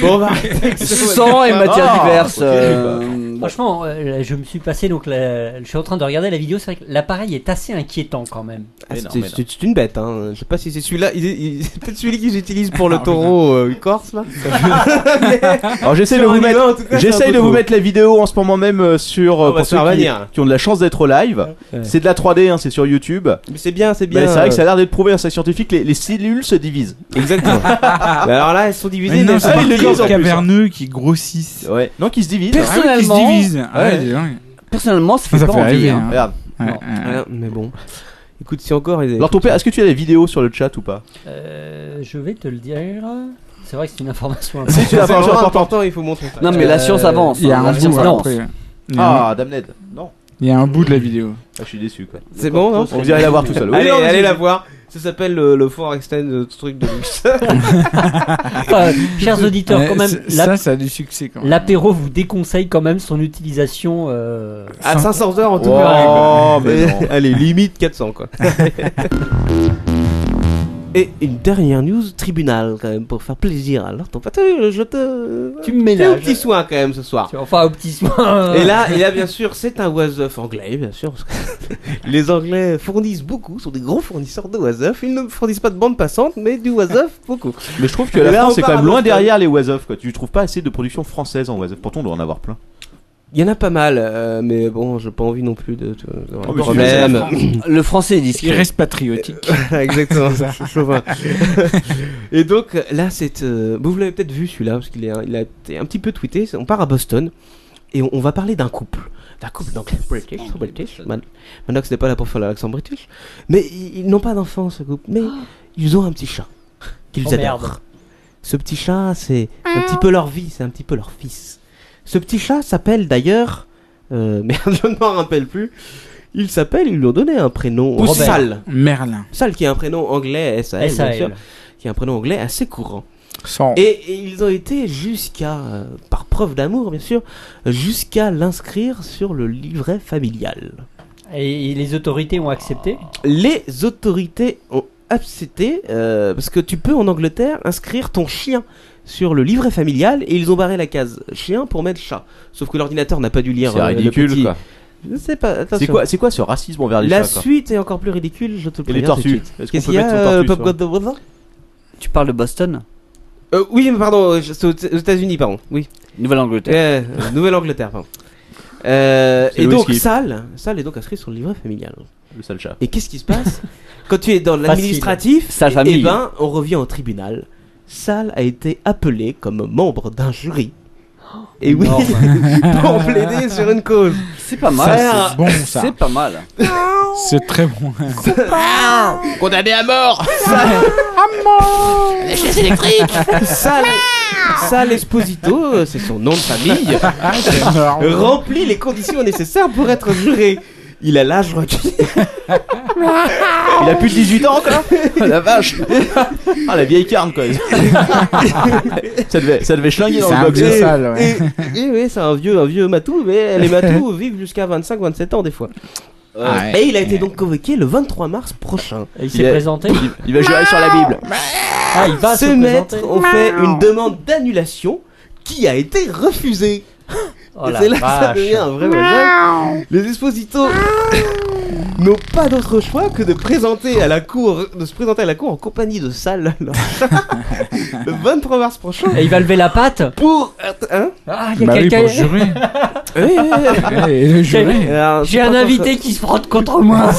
S7: Bon, on va arrêter avec ce
S10: Sang et
S7: podcast.
S10: matières
S6: Ah,
S10: diverses.
S6: ok,
S10: euh,
S9: Franchement, euh, là, je me suis passé donc la- je suis en train de regarder la vidéo. C'est vrai que l'appareil est assez inquiétant quand même.
S7: Ah,
S6: Mais
S7: c'est-
S6: non, mais
S7: C'est c'est une bête, hein. Je sais pas si c'est celui-là. il- il- C'est peut-être celui qu'ils utilisent pour le
S8: Ah,
S7: taureau euh, corse, là.
S6: Alors j'essaie de
S7: Sur un
S6: vous mettre
S7: humain, en tout cas, c'est un
S6: J'essaye
S7: peu
S6: de vous
S7: trop.
S6: mettre la vidéo en ce moment même euh, sur euh,
S7: bah,
S6: pour
S7: ça
S6: ceux
S7: va
S6: qui,
S7: venir.
S6: qui ont de la chance d'être au live. C'est de la 3D, hein, c'est sur YouTube.
S7: Mais c'est bien, c'est Eh bien. euh,
S6: Mais c'est vrai que ça a l'air d'être prouvé, hein, c'est scientifique. Les, les cellules se divisent.
S7: Exactement. Mais alors là, elles sont divisées.
S8: Mais non,
S7: mais
S8: c'est
S6: ça,
S8: par
S6: ils le disent en
S8: Ah, corps
S6: plus,
S8: caverneux qui grossissent.
S6: Ouais. Non, qui se divisent.
S10: Personne-
S8: Ah oui, qui se
S10: Personnellement-
S8: divisent. Ah ouais,
S6: Ouais.
S8: dis donc.
S10: Personnellement, ça
S8: Ça,
S10: fait
S8: ça
S10: pas
S8: fait
S10: envie.
S8: rêver.
S10: hein.
S8: hein.
S6: Regarde.
S8: Ouais,
S10: Non.
S8: ouais.
S7: Voilà, mais bon. Écoute, si encore. ils-
S6: Alors ton père, est-ce que tu as des vidéos sur le chat ou pas
S9: Euh, je vais te le dire. C'est vrai que c'est une information
S7: C'est une information vraiment importante. important, il faut montrer ça.
S10: Non, mais la science avance,
S8: Il y a un bout après. Il y a un-
S6: Ah, Damned. Non.
S8: Il y a un bout de la vidéo.
S6: Ah, je suis déçu quoi.
S7: C'est bon, non
S6: On vient la voir tout seul. Oui,
S7: allez,
S6: non, mais
S7: allez
S6: c'est-
S7: la voir. Ça s'appelle le, le Fort Extend, le truc de luxe.
S9: Enfin, chers auditeurs, quand même, l'ap- L'apéro vous déconseille quand même son utilisation euh,
S7: À 500 heures en tout
S9: Oh,
S7: cas.
S9: mais non.
S7: Allez, limite 400 quoi. Et une dernière news, tribunal quand même, pour faire plaisir. Alors, ton pâté, je te.
S9: Tu me ménages.
S7: Fais au petit soin quand même ce soir.
S9: Enfin, au petit soin.
S7: Ah. Et là, et là bien sûr, c'est un was-up anglais, bien sûr. parce que les Anglais fournissent beaucoup, sont des gros fournisseurs de was-up. Ils ne fournissent pas de bande passante, mais du was-up beaucoup.
S6: Mais je trouve que la
S7: Et là,
S6: France
S7: on
S6: est quand
S7: part à
S6: même loin
S7: Boston.
S6: derrière les was-of quoi. Tu trouves pas assez de production française en was-of Pourtant, on doit en avoir plein.
S7: Il y en a pas mal, euh, mais bon, j'ai pas envie non plus de. de- d'avoir
S6: Oh,
S7: un
S6: mais
S7: problème.
S6: c'est la France.
S10: Le français est discret.
S8: Il reste patriotique.
S7: Voilà, Exactement,
S8: C'est ça.
S7: c'est chauvin. Et donc là, c'est. euh, vous l'avez peut-être vu celui-là, parce qu'il est, il a été un petit peu tweeté. On part à Boston et on, on va parler d'un couple. D'un couple d'anglais British. British. Man- Manox n'est pas là pour faire l'accent british. Mais ils, ils n'ont pas d'enfant, ce couple. Mais ils ont un petit chat qu'ils
S9: Oh,
S7: adorent.
S9: merde.
S7: Ce petit chat, c'est un petit peu leur vie, c'est un petit peu leur fils. Ce petit chat s'appelle d'ailleurs. Euh, merde, je ne m'en rappelle plus. Il s'appelle, ils lui ont donné un prénom.
S8: Robert.
S7: Sal.
S8: Merlin.
S7: Sal, qui est un prénom anglais, S.A.L. bien
S8: S.A.L..
S7: sûr. Qui est un prénom anglais assez courant.
S8: Sans.
S7: Et, et ils ont été jusqu'à, euh, par preuve d'amour bien sûr, jusqu'à l'inscrire sur le livret familial.
S9: et les autorités ont accepté.
S7: Les autorités ont accepté, euh, parce que tu peux en Angleterre inscrire ton chien sur le livret familial et ils ont barré la case chien pour mettre chat. Sauf que l'ordinateur n'a pas dû lire.
S6: C'est
S7: euh, le
S6: ridicule,
S7: petit-
S6: quoi.
S7: Je sais pas,
S6: C'est
S7: attention.
S6: quoi, c'est quoi ce racisme envers les
S7: La
S6: chats quoi
S7: suite est encore plus ridicule, je te le
S6: Et les
S7: préviens tout de
S6: tortues.
S7: suite.
S6: Est-ce qu'on
S7: Qu'est-ce
S6: peut
S7: qu'il y
S6: mettre
S7: a,
S6: son
S7: euh,
S6: tortue
S7: Pop
S6: sur-
S7: God the Weather
S10: Tu parles de Boston
S7: Euh, oui, mais pardon, je- c'est aux aux États-Unis, pardon. Oui.
S10: Nouvelle-Angleterre.
S7: Euh, euh, Nouvelle-Angleterre, pardon. Euh,
S6: C'est
S7: et
S6: Louis
S7: donc,
S6: Skip.
S7: Sal, Sal est donc inscrit sur le livret familial.
S6: Le sale chat.
S7: Et qu'est-ce qui se passe Quand tu es dans
S6: Facile.
S7: l'administratif,
S10: Sale
S7: eh-
S10: famille.
S7: eh ben, on revient au tribunal. Sal a été appelé comme membre d'un jury.
S6: Oh.
S7: Et oui, pour plaider sur une cause.
S10: C'est
S8: pas mal. Ça, c'est bon, ça.
S10: C'est pas mal.
S8: C'est très bon.
S2: Condamné à mort Les chaises électriques
S7: Sal, Sal Esposito, euh, c'est son nom de famille,
S8: Ah, c'est énorme.
S7: remplit les conditions nécessaires pour être juré. Il a l'âge requis.
S6: Il a plus de 18 ans encore Ah, La vache Ah la vieille carne quoi Ça devait, ça devait schlinguer dans le box
S7: Et- Et, et oui, c'est un vieux, un vieux matou, mais les matous vivent jusqu'à 25-27 ans des fois. Euh,
S6: Ah ouais.
S7: Et il a été donc convoqué le 23 mars prochain.
S9: il s'est présenté
S6: il, il va jurer sur la Bible
S9: Ah, il va
S7: Ce
S9: se
S7: maître,
S9: présenter.
S7: on fait une demande d'annulation qui a été refusée.
S9: Oh
S7: Et
S9: la
S7: c'est là que ça
S9: vache.
S7: devient un vrai bazar. Les expositeurs n'ont pas d'autre choix que de présenter à la cour, de se présenter à la cour en compagnie de Salle leur chat, le 23 mars prochain.
S9: Et il va lever la patte.
S7: Pour hein
S9: Ah,
S7: Bah oui, pour
S8: jurer.
S7: Oui, oui, oui.
S8: Et le jury.
S7: Alors, euh,
S9: J'ai
S7: c'est
S9: un
S7: pas
S9: invité
S7: contre-
S9: qui se frotte contre moi.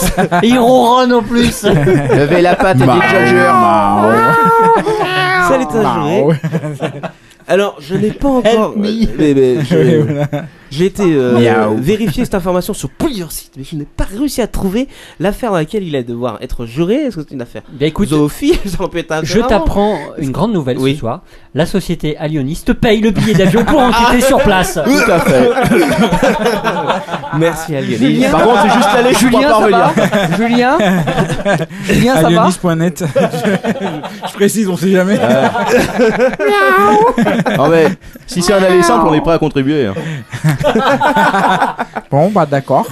S9: Et il ronronne en plus.
S6: Levez la patte
S8: Bah,
S6: et dites
S8: euh,
S6: je jure
S7: Ça l'est
S8: Mao.
S7: juré. Alors, je n'ai pas encore. euh, Mais, mais, je- J'ai été euh,
S8: Miaou.
S7: vérifier cette information sur plusieurs sites, mais je n'ai pas réussi à trouver l'affaire dans laquelle il a devoir être juré. Est-ce que c'est une affaire
S9: Bien écoute,
S7: zoophile Ça peut être un
S9: Je t'apprends une grande nouvelle ce soir. La société Alioniste paye le billet d'avion pour enquêter sur place.
S7: Tout à fait. Merci à Lionel.
S6: Par contre c'est juste l'aller je
S9: Julien,
S6: crois
S9: ça
S6: parvenir
S9: va Julien
S8: Julien,
S9: Ah, ça va
S8: Alionis.net. je, je précise, on sait jamais.
S6: Non mais Ah si c'est un aller simple on est prêt à contribuer hein.
S8: Bon, bah d'accord.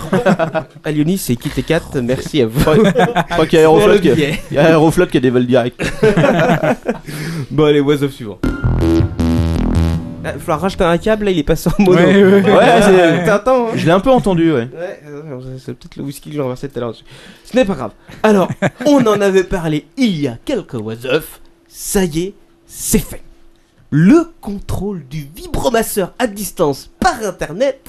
S7: Alionis c'est Kit 4, merci à vous.
S6: Je crois qu'il y a
S7: Pour le
S6: Aeroflot qui
S7: billet.
S6: il y a Aeroflot qui a des vols directs
S7: Bon, allez, was up suivant. Il va falloir racheter Ah, un câble, là il est passé en mono.
S6: Ouais, ouais, ouais.
S7: c'est- T'entends hein
S6: Je l'ai un peu entendu ouais
S7: Ouais, euh, c'est peut-être le whisky que j'ai renversé tout à l'heure. dessus. Ce n'est pas grave. Alors, on en avait parlé il y a quelques was-of. Ça y est, c'est fait. Le contrôle du vibromasseur à distance par internet.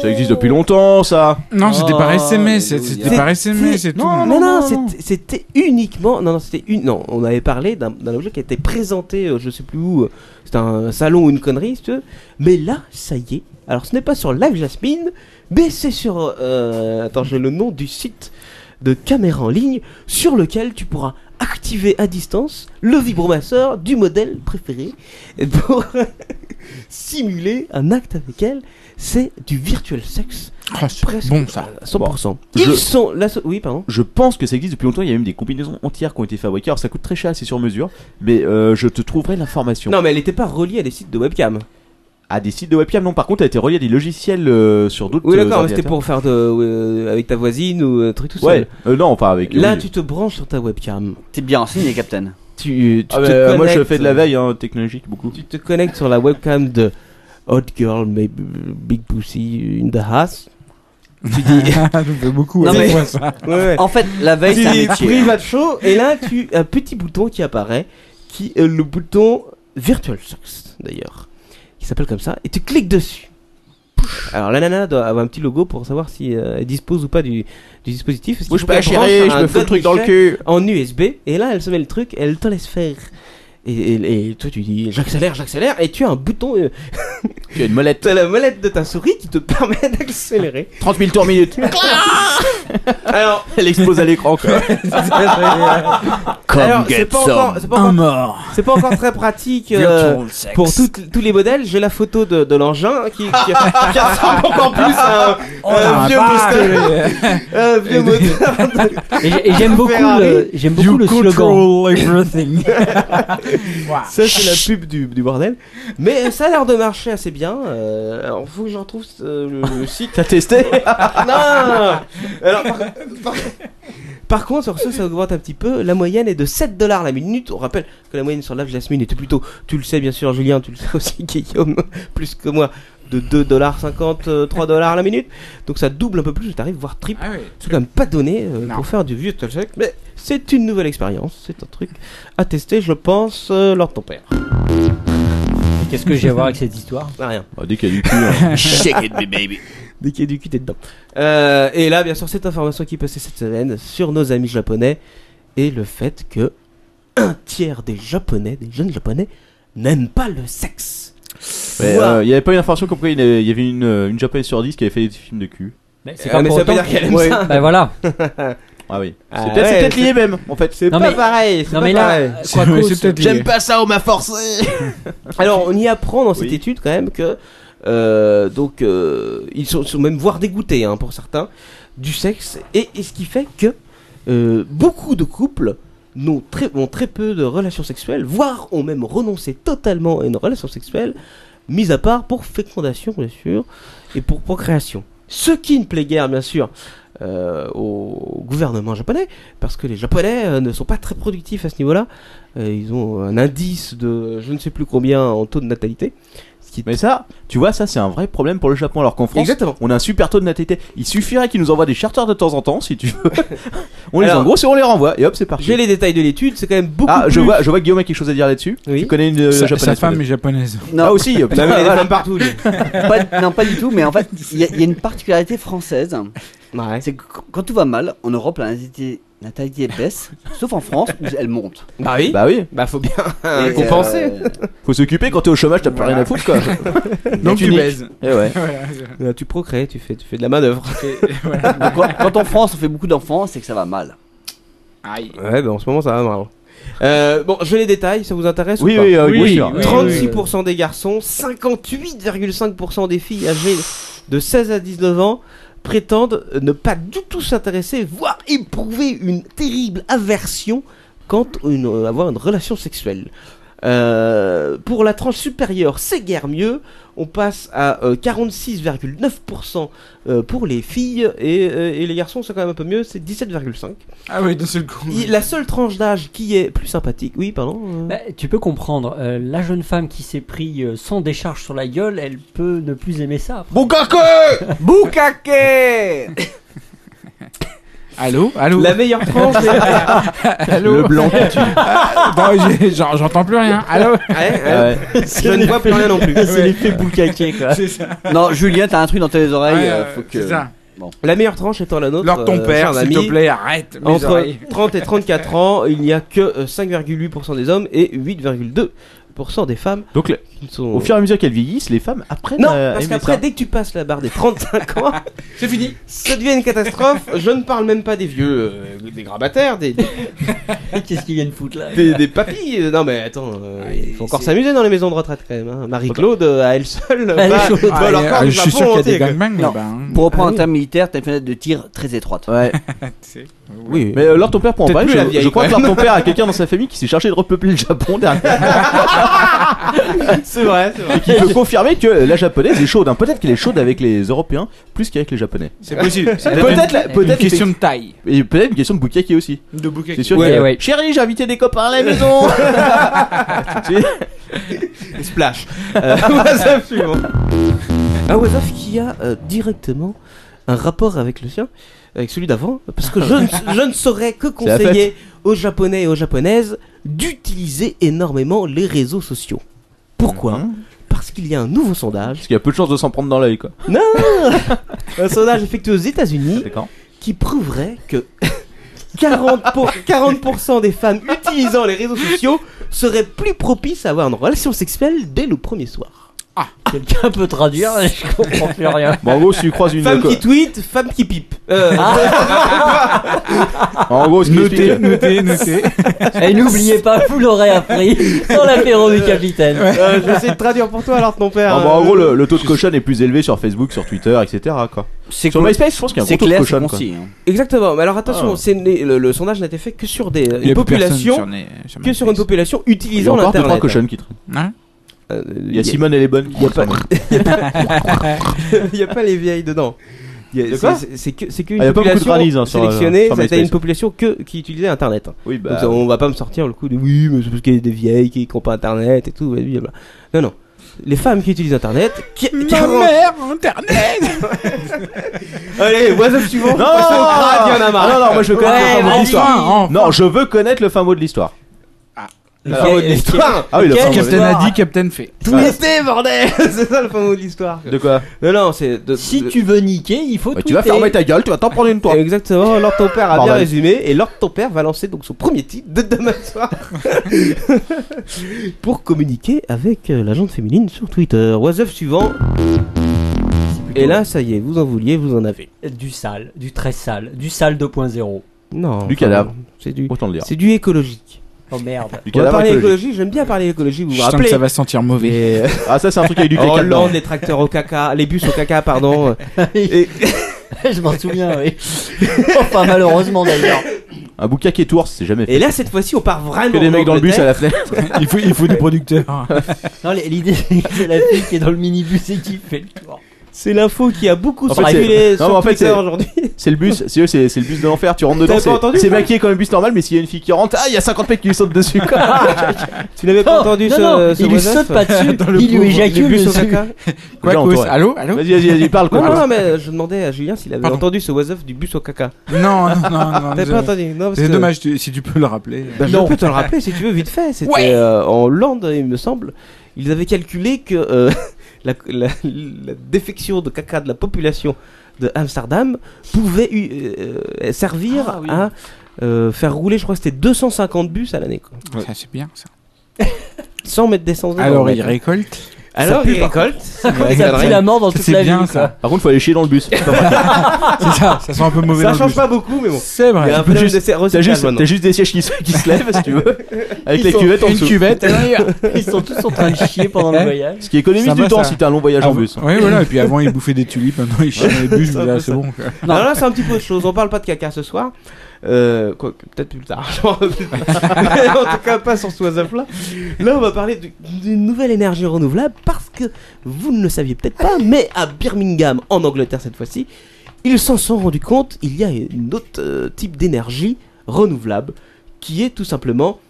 S6: Ça existe depuis longtemps ça
S8: Non, c'était par SMS,
S6: Alléluia.
S8: c'était par SMS, c'est tout.
S7: Non, non, non, c'était- c'était uniquement. Non, non, c'était une. Non, on avait parlé d'un d'un objet qui a été présenté, euh, je sais plus où. euh, C'était un salon ou une connerie, si tu veux. Mais là, ça y est. Alors, ce n'est pas sur Live Jasmine, mais c'est sur. euh, attends, j'ai le nom du site de caméra en ligne sur lequel tu pourras activer activer à distance le vibromasseur du modèle préféré pour simuler un acte avec elle. C'est du virtuel sexe. Presque
S8: Oh, bon ça.
S7: à 100%.
S6: Je-
S7: Ils sont. La so- Oui, pardon.
S6: Je pense que ça existe depuis longtemps. Il y a même des combinaisons entières qui ont été fabriquées. Alors ça coûte très cher, c'est sur mesure. Mais euh, je te trouverai l'information.
S7: Non, mais elle n'était pas reliée à des sites de webcam.
S6: À des sites de webcam, non. Par contre, elle a été reliée à des logiciels euh, sur d'autres.
S7: Oui,
S6: euh,
S7: d'accord, mais c'était
S6: ordinateurs.
S7: pour faire de, euh, avec ta voisine ou un truc tout seul.
S6: Ouais. Euh, non, enfin avec.
S7: Là,
S6: oui.
S7: tu te branches sur ta webcam.
S10: T'es bien renseigné, Captain.
S7: Tu, tu
S6: Ah,
S7: te
S6: mais, euh, moi, je
S7: connectes-
S6: fais de la veille hein, technologique beaucoup.
S7: Tu te connectes sur la webcam de Hot Girl, mais Big Pussy in the House. Tu dis.
S8: beaucoup,
S10: Non,
S8: ouais,
S10: mais-
S8: ouais, ça.
S10: En fait, la veille,
S7: Tu
S10: c'est un
S7: dis
S10: métier.
S7: private show, et là, tu un petit bouton qui apparaît, qui est le bouton Virtual Sex, d'ailleurs, qui s'appelle comme ça, et tu cliques dessus. Alors la nana doit avoir un petit logo pour savoir si euh, elle dispose ou pas du, du dispositif. Parce qu'il
S6: Bouge
S7: faut
S6: pas,
S7: qu'elle branche
S6: chérie, je
S7: un
S6: me fous le
S7: code
S6: truc dans le
S7: guichet
S6: cul.
S7: En USB, et là elle se met le truc, elle te laisse faire. Et, et- et toi tu dis j'accélère, j'accélère, et tu as un bouton. euh,
S6: tu as une molette.
S7: T'as la molette de ta souris qui te permet d'accélérer.
S6: 30 000 tours minute.
S7: Alors,
S6: elle explose à l'écran. quoi. Come
S7: Alors, c'est
S6: get
S7: pas
S6: some.
S7: encore- c'est pas
S6: Un
S7: encore-
S6: mort.
S7: C'est pas encore très pratique
S6: Virtual
S7: euh,
S6: sex.
S7: pour toutes- tous les modèles. J'ai la photo de, de l'engin qui, qui, qui ressemble encore plus à un,
S9: Oh
S7: un
S9: la
S7: vieux,
S9: vache.
S7: moteur, un vieux moteur.
S9: Et j'ai- et j'aime beaucoup
S7: Ferrari.
S9: le, j'aime beaucoup le slogan.
S7: Ça, c'est la pub du, du bordel. Mais euh, ça a l'air de marcher assez bien. Euh, alors, faut que je retrouve euh, le, le site.
S6: T'as testé
S7: Non Alors, par, par- par contre, sur ce, ça augmente un petit peu. La moyenne est de 7 dollars la minute. On rappelle que la moyenne sur Love Jasmine était plutôt, tu le sais bien sûr, Julien, tu le sais aussi, Guillaume, plus que moi, de 2 dollars 50, 3 dollars la minute. Donc ça double un peu plus le tarif, voire triple.
S8: Ah oui.
S7: C'est quand même pas donné euh, pour faire du vieux Tolchek, mais c'est une nouvelle expérience. C'est un truc à tester, je pense, euh, lors de ton père.
S9: Qu'est-ce que j'ai à voir avec cette histoire
S7: Ah, Rien.
S6: dès qu'il y a du cul. hein.
S7: Shake it, me baby. Dès qu'il y a du cul, t'es dedans. Euh, et là, bien sûr, cette information qui passait cette semaine sur nos amis japonais et le fait que un tiers des japonais, des jeunes japonais, n'aiment pas le sexe.
S6: euh, Il
S7: Ouah.
S6: n'y avait pas une information comme quoi il y avait il y avait une, euh, une japonaise sur 10 qui avait fait des films de cul.
S9: Mais c'est pas pour autant que- Ouais.
S6: Ben
S9: Bah voilà.
S6: Ah oui. C'est
S7: Ah
S6: peut-être c'est
S7: ouais,
S6: peut-être lié
S7: c'est-
S6: même en fait.
S7: C'est pas pareil. c'est
S9: Non
S7: pas
S9: mais
S7: pareil.
S9: là, euh, Quacos,
S6: J'aime
S8: Euh,
S6: pas ça, on m'a forcé.
S7: Alors, on y apprend dans cette étude quand même que euh, donc euh, ils sont, sont même voire dégoûtés hein, pour certains du sexe et, et ce qui fait que euh, beaucoup de couples n'ont très, ont très peu de relations sexuelles, voire ont même renoncé totalement à une relation sexuelle, mis à part pour fécondation bien sûr et pour procréation. Ce qui ne plaît guère bien sûr euh, au gouvernement japonais, parce que les Japonais euh, ne sont pas très productifs à ce niveau-là. Euh, ils ont un indice de je ne sais plus combien en taux de natalité.
S6: Mais ça, tu vois, ça c'est un vrai problème pour le Japon. Alors qu'en France,
S7: Exactement.
S6: on a un super taux de natalité. Il suffirait qu'ils nous envoient des charters de temps en temps, si tu veux. on les
S7: Alors-
S6: engrosse et on les renvoie. Et hop, c'est parti.
S7: J'ai les détails de l'étude, c'est quand même beaucoup
S6: Ah, je
S7: plus-
S6: vois, je vois que Guillaume a quelque chose à dire là-dessus. Tu connais une euh,
S8: Sa- sa
S6: japonaise
S8: femme
S6: peut-être.
S8: est japonaise.
S6: Ah aussi. euh, putain,
S7: mais Bah les
S6: voilà.
S7: femmes partout. lui.
S10: Pas- non, pas du tout, mais en fait, il y, a- il y a une particularité française.
S7: Bah
S10: C'est que quand- quand tout va mal, en Europe, la natalité, natalité baisse, sauf en France, où elle monte.
S7: Bah oui.
S6: Bah oui.
S7: Bah faut bien
S10: euh,
S7: compenser.
S6: Faut s'occuper quand t'es au chômage, t'as plus rien à foutre quoi.
S8: Donc
S6: tu
S8: tu
S6: niques.
S8: baises.
S6: Eh ouais.
S7: Euh, tu procrées, tu fais, tu fais de la manœuvre.
S10: Donc, quand, quand en France, on fait beaucoup d'enfants, c'est que ça va mal.
S8: Aïe.
S7: Ouais, bah en ce moment ça va mal. Euh, bon, je les détails, ça vous intéresse
S6: Oui,
S7: ou pas
S6: oui, euh, Oui, bien sûr. oui,
S7: 36% des garçons, 58,5% des filles âgées de 16 à 19 ans prétendent ne pas du tout s'intéresser, voire éprouver une terrible aversion quant à une- euh, avoir une relation sexuelle. Euh, pour la tranche supérieure, c'est guère mieux. On passe à euh, 46,9% euh, pour les filles et, euh, et les garçons, c'est quand même un peu mieux, c'est 17,5%.
S8: Ah oui, d'un seul coup.
S7: Il- La seule tranche d'âge qui est plus sympathique, oui, pardon. euh,
S9: Bah, tu peux comprendre, euh, la jeune femme qui s'est pris euh, sans décharge sur la gueule, elle peut ne plus aimer ça. après.
S2: Bukake
S7: Bukake
S8: Allô Allô
S7: La meilleure tranche
S8: est... Allô
S7: Le blanc.
S8: Ah, non, j'ai- j'en- J'entends plus rien. Allô
S7: ouais. Je ne vois plus rien non plus.
S8: C'est
S9: l'effet boule caquée, quoi.
S8: C'est ça.
S10: Non, Julien, t'as un truc dans tes oreilles,
S8: Ouais,
S10: euh, faut que.
S8: c'est ça.
S10: Bon.
S7: La meilleure tranche étant la nôtre.
S8: Lors de ton
S7: euh,
S8: père,
S7: chers
S8: s'il te
S7: amis.
S8: plaît, arrête mes
S7: Entre
S8: oreilles.
S7: 30 et 34 ans, il n'y a que euh, 5,8% des hommes et 8,2% 40% des femmes.
S6: Donc, le-
S7: qui ne sont-
S6: au fur et à mesure qu'elles vieillissent, les femmes apprennent
S7: Non,
S6: à
S7: parce
S6: aimer
S7: qu'après,
S6: ça.
S7: dès que tu passes la barre des 35 ans, c'est fini. Ça devient une catastrophe. Je ne parle même pas des vieux, euh, des grabataires, des.
S9: Qu'est-ce qu'ils viennent foutre là
S7: Des, des papilles. euh, Non, mais attends, euh,
S10: Ah,
S7: il faut encore s'amuser dans les maisons de retraite quand même. hein. Marie-Claude, euh, à elle seule,
S10: Ah, Elle est
S7: va-
S10: chaude.
S7: va leur
S8: euh,
S10: Ah,
S7: faire
S10: je
S7: du
S10: suis
S7: Japon
S10: sûr qu'il y a
S7: entier,
S10: des
S7: quoi.
S10: gangbangs
S7: Non.
S10: là-bas, hein. Pour reprendre
S7: Ah
S10: un terme militaire, t'as une fenêtre de tir très étroite.
S6: Ouais.
S10: Oui.
S6: Mais euh, Lord ton père pour en
S10: Peut-être
S6: parler,
S10: plus la
S6: je,
S10: vieille,
S6: je crois
S10: quand
S6: que Lord
S10: même.
S6: ton père a quelqu'un dans sa famille qui s'est chargé de repeupler le Japon dernièrement.
S7: c'est vrai, c'est vrai.
S6: Et qui peut confirmer que la japonaise est chaude. hein. Peut-être qu'elle est chaude avec les Européens plus qu'avec les Japonais.
S8: C'est possible. C'est
S6: Peut-être la-
S8: une
S6: peut-être
S8: question de taille.
S6: Et peut-être une question de bukkake aussi.
S8: De bouquet.
S6: C'est sûr que- Chérie, j'ai invité des copains à la maison.
S7: Splash.
S6: Euh,
S7: Wazaf suivant. Un Wazaf qui a euh, directement un rapport avec le sien, avec celui d'avant, parce que je ne, je ne saurais que
S5: C'est la fête.
S7: conseiller aux Japonais et aux Japonaises d'utiliser énormément les réseaux sociaux. Pourquoi
S10: Mhm.
S7: Parce qu'il y a un nouveau sondage
S6: Parce qu'il y a peu de chances de s'en prendre dans l'œil quoi.
S7: non Un sondage effectué aux États-Unis qui prouverait que 40%, pour- 40% des femmes utilisant les réseaux sociaux seraient plus propices à avoir une relation sexuelle dès le premier soir. Ah
S9: Quelqu'un peut traduire hein, Je comprends plus rien.
S6: Bon, en gros, si tu croises une. Ah.
S7: Femme
S6: co-
S7: qui tweet, femme qui pipe. Euh,
S6: En gros, ce qui
S7: Notez,
S6: explique-
S7: notez, notez.
S9: Et Eh, n'oubliez pas, vous l'aurez appris dans l'apéro du capitaine.
S7: euh, je vais essayer de traduire pour toi alors ton père.
S6: Ah, bah, en
S7: euh,
S6: gros, le, le taux de cochonne est plus élevé sur Facebook, sur Twitter, etc. Quoi.
S10: C'est
S6: sur
S10: cool.
S6: MySpace, je pense qu'il y a un
S10: C'est
S6: gros taux de
S10: clair, c'est
S6: cochonne. quoi.
S10: concis, hein.
S7: Exactement, mais alors attention,
S10: Ah.
S7: c'est né- le, le sondage n'a été fait que sur des
S6: y a
S7: une
S6: plus
S7: population,
S6: personne sur les- Hein sur
S7: que sur une population
S6: Il y a
S7: utilisant
S6: encore deux
S7: l'internet.
S6: trois cochonnes qui traînent.
S7: Euh,
S6: Il y a Simone, elle est bonne.
S7: Il y a pas. Il y a pas- il y a pas les vieilles dedans. Il y a-
S6: De quoi
S7: c'est- c'est- C'est que c'est qu'une
S6: Ah, il y a pas beaucoup de
S7: population
S6: rallies, hein, sur, euh,
S7: sélectionnée,
S6: sur
S7: c'était
S6: MySpace.
S7: une population que qui utilisait Internet. hein.
S6: Oui, bah,
S7: Donc ça, on va pas me sortir le coup de oui, mais c'est parce qu'il y a des vieilles qui n'ont pas Internet et tout. blablabla. Non non, les femmes qui utilisent Internet. Qui,
S8: Ma
S7: 40
S8: mère, internet
S7: Allez, what's up suivant.
S6: Non,
S7: Passons au grade, il y en a marre.
S6: Ah non, non, moi je veux connaître
S7: Ouais,
S6: le fin mot de
S7: vas-y.
S6: l'histoire. Non, je veux connaître le fin mot de l'histoire.
S7: Le
S6: Alors,
S7: fin mot de l'histoire.
S6: Ah oui, le fin mot de
S8: Captain
S6: l'histoire.
S8: a dit, Captain fait.
S7: Tout
S6: Ouais.
S7: l'été, bordel C'est ça le fin mot de l'histoire.
S6: De quoi
S7: Non, non, c'est.
S9: Si tu veux niquer, il faut.
S7: Bah,
S6: tu vas
S7: tweeter.
S6: fermer ta gueule, tu vas t'en prendre une toi.
S7: Exactement, Lord ton père a bien
S6: Bordel.
S7: résumé et Lord ton père va lancer donc son premier titre de demain soir pour communiquer avec euh, la gente féminine sur Twitter. What's up suivant. Et là, ça y est, vous en vouliez, vous en avez.
S9: Du sale, du très sale, du sale 2.0.
S7: Non.
S6: Du
S7: enfin,
S6: cadavre.
S7: C'est du.
S6: Autant le dire.
S7: C'est du écologique.
S9: Oh merde.
S6: Du
S7: On va
S6: cadavre
S7: parler
S6: écologique.
S7: écologie, j'aime bien parler écologie, vous vous
S8: Je sens que
S7: rappelez euh,
S8: ça va sentir mauvais.
S6: Ah, ça, c'est un truc avec du caca. dedans.
S7: Hollande, les tracteurs au caca, les bus au caca, pardon. Et-
S9: Je m'en souviens, oui. Enfin, malheureusement d'ailleurs.
S6: Un bouquet qui est tour, c'est jamais fait.
S7: Et là, cette fois-ci, on part vraiment.
S6: Que des
S7: en
S6: mecs dans le bus à la
S7: Angleterre.
S6: fenêtre.
S8: il, faut, il faut du producteur.
S9: Non, l- l'idée, c'est la fille qui est dans le minibus et qui fait le tour.
S7: C'est l'info qui a beaucoup
S6: En fait,
S7: circulé
S6: c'est-
S7: sur
S6: non, mais en fait,
S7: Twitter
S6: c'est-
S7: aujourd'hui.
S6: C'est le bus, c'est eux, c'est c'est le bus de l'enfer, tu rentres
S7: T'as
S6: dedans,
S7: pas entendu
S6: c'est- c'est maquillé comme un bus normal, mais s'il y a une fille qui rentre, ah, il y a 50 mecs qui lui sautent dessus, quoi.
S7: Tu l'avais pas
S9: Non,
S7: entendu
S9: non,
S7: ce,
S9: non,
S7: ce
S9: il lui
S7: Wazaf
S9: saute pas dessus,
S7: Dans le
S9: il lui
S7: pauvre,
S9: éjacule
S7: les bus au
S9: dessus.
S7: caca.
S8: Quoi,
S6: Genre,
S8: Cos
S6: toi, ouais.
S8: Allô Allô
S6: Vas-y, vas-y, vas-y, parle, quoi.
S7: Non, non,
S6: Cos.
S7: non, mais je demandais à Julien s'il avait
S8: Pardon.
S7: entendu ce was of du bus au caca.
S8: Non, non, non, non.
S7: T'as
S8: désolé.
S7: pas entendu non, parce
S8: C'est
S7: que-
S8: dommage, tu- si tu peux le rappeler.
S7: Bah, je peux te le rappeler si tu veux, vite fait. C'était
S8: Ouais.
S7: euh, en Hollande, il me semble. Ils avaient calculé que euh, la, la- la défection de caca de la population de Amsterdam pouvait euh, euh, servir à euh, faire rouler, je crois que c'était 250 bus à l'année. quoi.
S8: Ça, c'est bien, ça.
S7: Sans mettre d'essence dedans,
S8: Alors,
S7: mec.
S8: il récolte.
S7: Alors,
S8: Ça pue,
S7: il
S8: par
S7: récolte.
S8: contre.
S7: Ça
S8: Ouais,
S7: pue, ça pue la mort dans toute
S8: C'est
S7: la
S8: bien,
S7: vie,
S8: ça.
S6: Par contre, faut aller chier dans le bus.
S8: C'est ça, ça sent un peu mauvais.
S7: Ça
S8: dans le
S7: change
S8: bus.
S7: pas beaucoup, mais bon.
S8: C'est vrai.
S7: Il y a un
S8: Tu peux
S7: problème
S8: juste-
S7: de sé-
S6: T'as
S7: recyclage
S6: juste,
S7: maintenant.
S6: t'as juste des sièges qui se, qui se lèvent, si tu veux, avec
S7: Ils
S6: la
S7: sont-
S6: cuvette en
S8: Une
S6: dessous.
S8: cuvette.
S9: Ils sont tous en train de chier pendant le
S8: Hein
S9: voyage.
S6: Ce qui économise
S8: Ça
S6: du
S8: va,
S6: temps
S8: ça.
S6: si t'as un long voyage
S8: Ah,
S6: en bus. hein.
S8: Ouais, voilà, et puis avant, il bouffait des tulipes, maintenant, il chie dans les bus, je me dis, ah, c'est bon. quoi.
S9: Non.
S7: Alors là, c'est un petit peu autre chose. On parle pas de caca ce soir. Euh, quoi, que peut-être plus tard. Genre, en tout cas, pas sur ce oiseau là. Là, on va parler du- d'une nouvelle énergie renouvelable parce que vous ne le saviez peut-être pas, mais à Birmingham, en Angleterre cette fois-ci, ils s'en sont rendus compte. Il y a un autre euh, type d'énergie renouvelable qui est tout simplement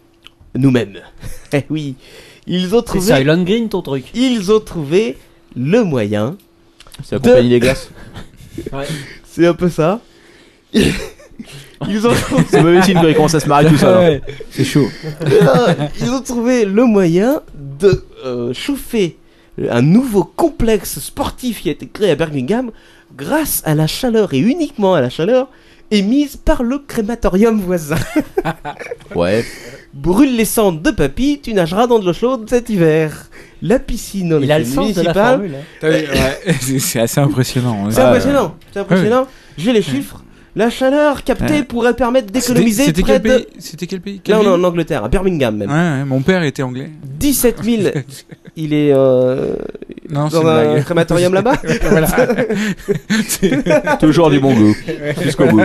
S7: nous-mêmes. eh oui, ils ont
S9: C'est
S7: trouvé.
S9: Silent Green ton truc.
S7: Ils ont trouvé le moyen.
S6: C'est la
S7: de-
S6: compagnie des glaces.
S9: Ouais.
S7: C'est un peu ça. Ils ont trouvé.
S6: C'est mauvais signe quand ils commencent à se marrer tout ça.
S8: Ouais, C'est chaud.
S7: Euh, ils ont trouvé le moyen de euh, chauffer un nouveau complexe sportif qui a été créé à Birmingham grâce à la chaleur et uniquement à la chaleur émise par le crématorium voisin.
S6: Ouais.
S7: Brûle les cendres de papy, tu nageras dans de l'eau chaude cet hiver. La piscine en
S9: Il a
S7: effet
S9: le sens de la
S7: municipale.
S9: formule, hein.
S8: T'as vu, ouais, c'est- c'est assez impressionnant. hein.
S7: C'est
S8: Ouais.
S7: impressionnant, c'est impressionnant.
S8: Ah. Ouais.
S7: J'ai les chiffres. La chaleur captée
S8: Ouais.
S7: pourrait permettre d'économiser
S8: C'était- c'était
S7: près
S8: quel
S7: de...
S8: pays- C'était quel pays Ah,
S7: Là,
S8: Quelle
S7: on est en
S8: ville
S7: Angleterre, à Birmingham même.
S8: Ouais, ouais, mon père était anglais.
S7: 17 000 Il est euh,
S8: Non, c'est
S7: dans
S8: une
S7: un
S8: blague.
S7: crématorium là-bas
S8: Voilà. C'est- Toujours du bon goût. Jusqu'au bout.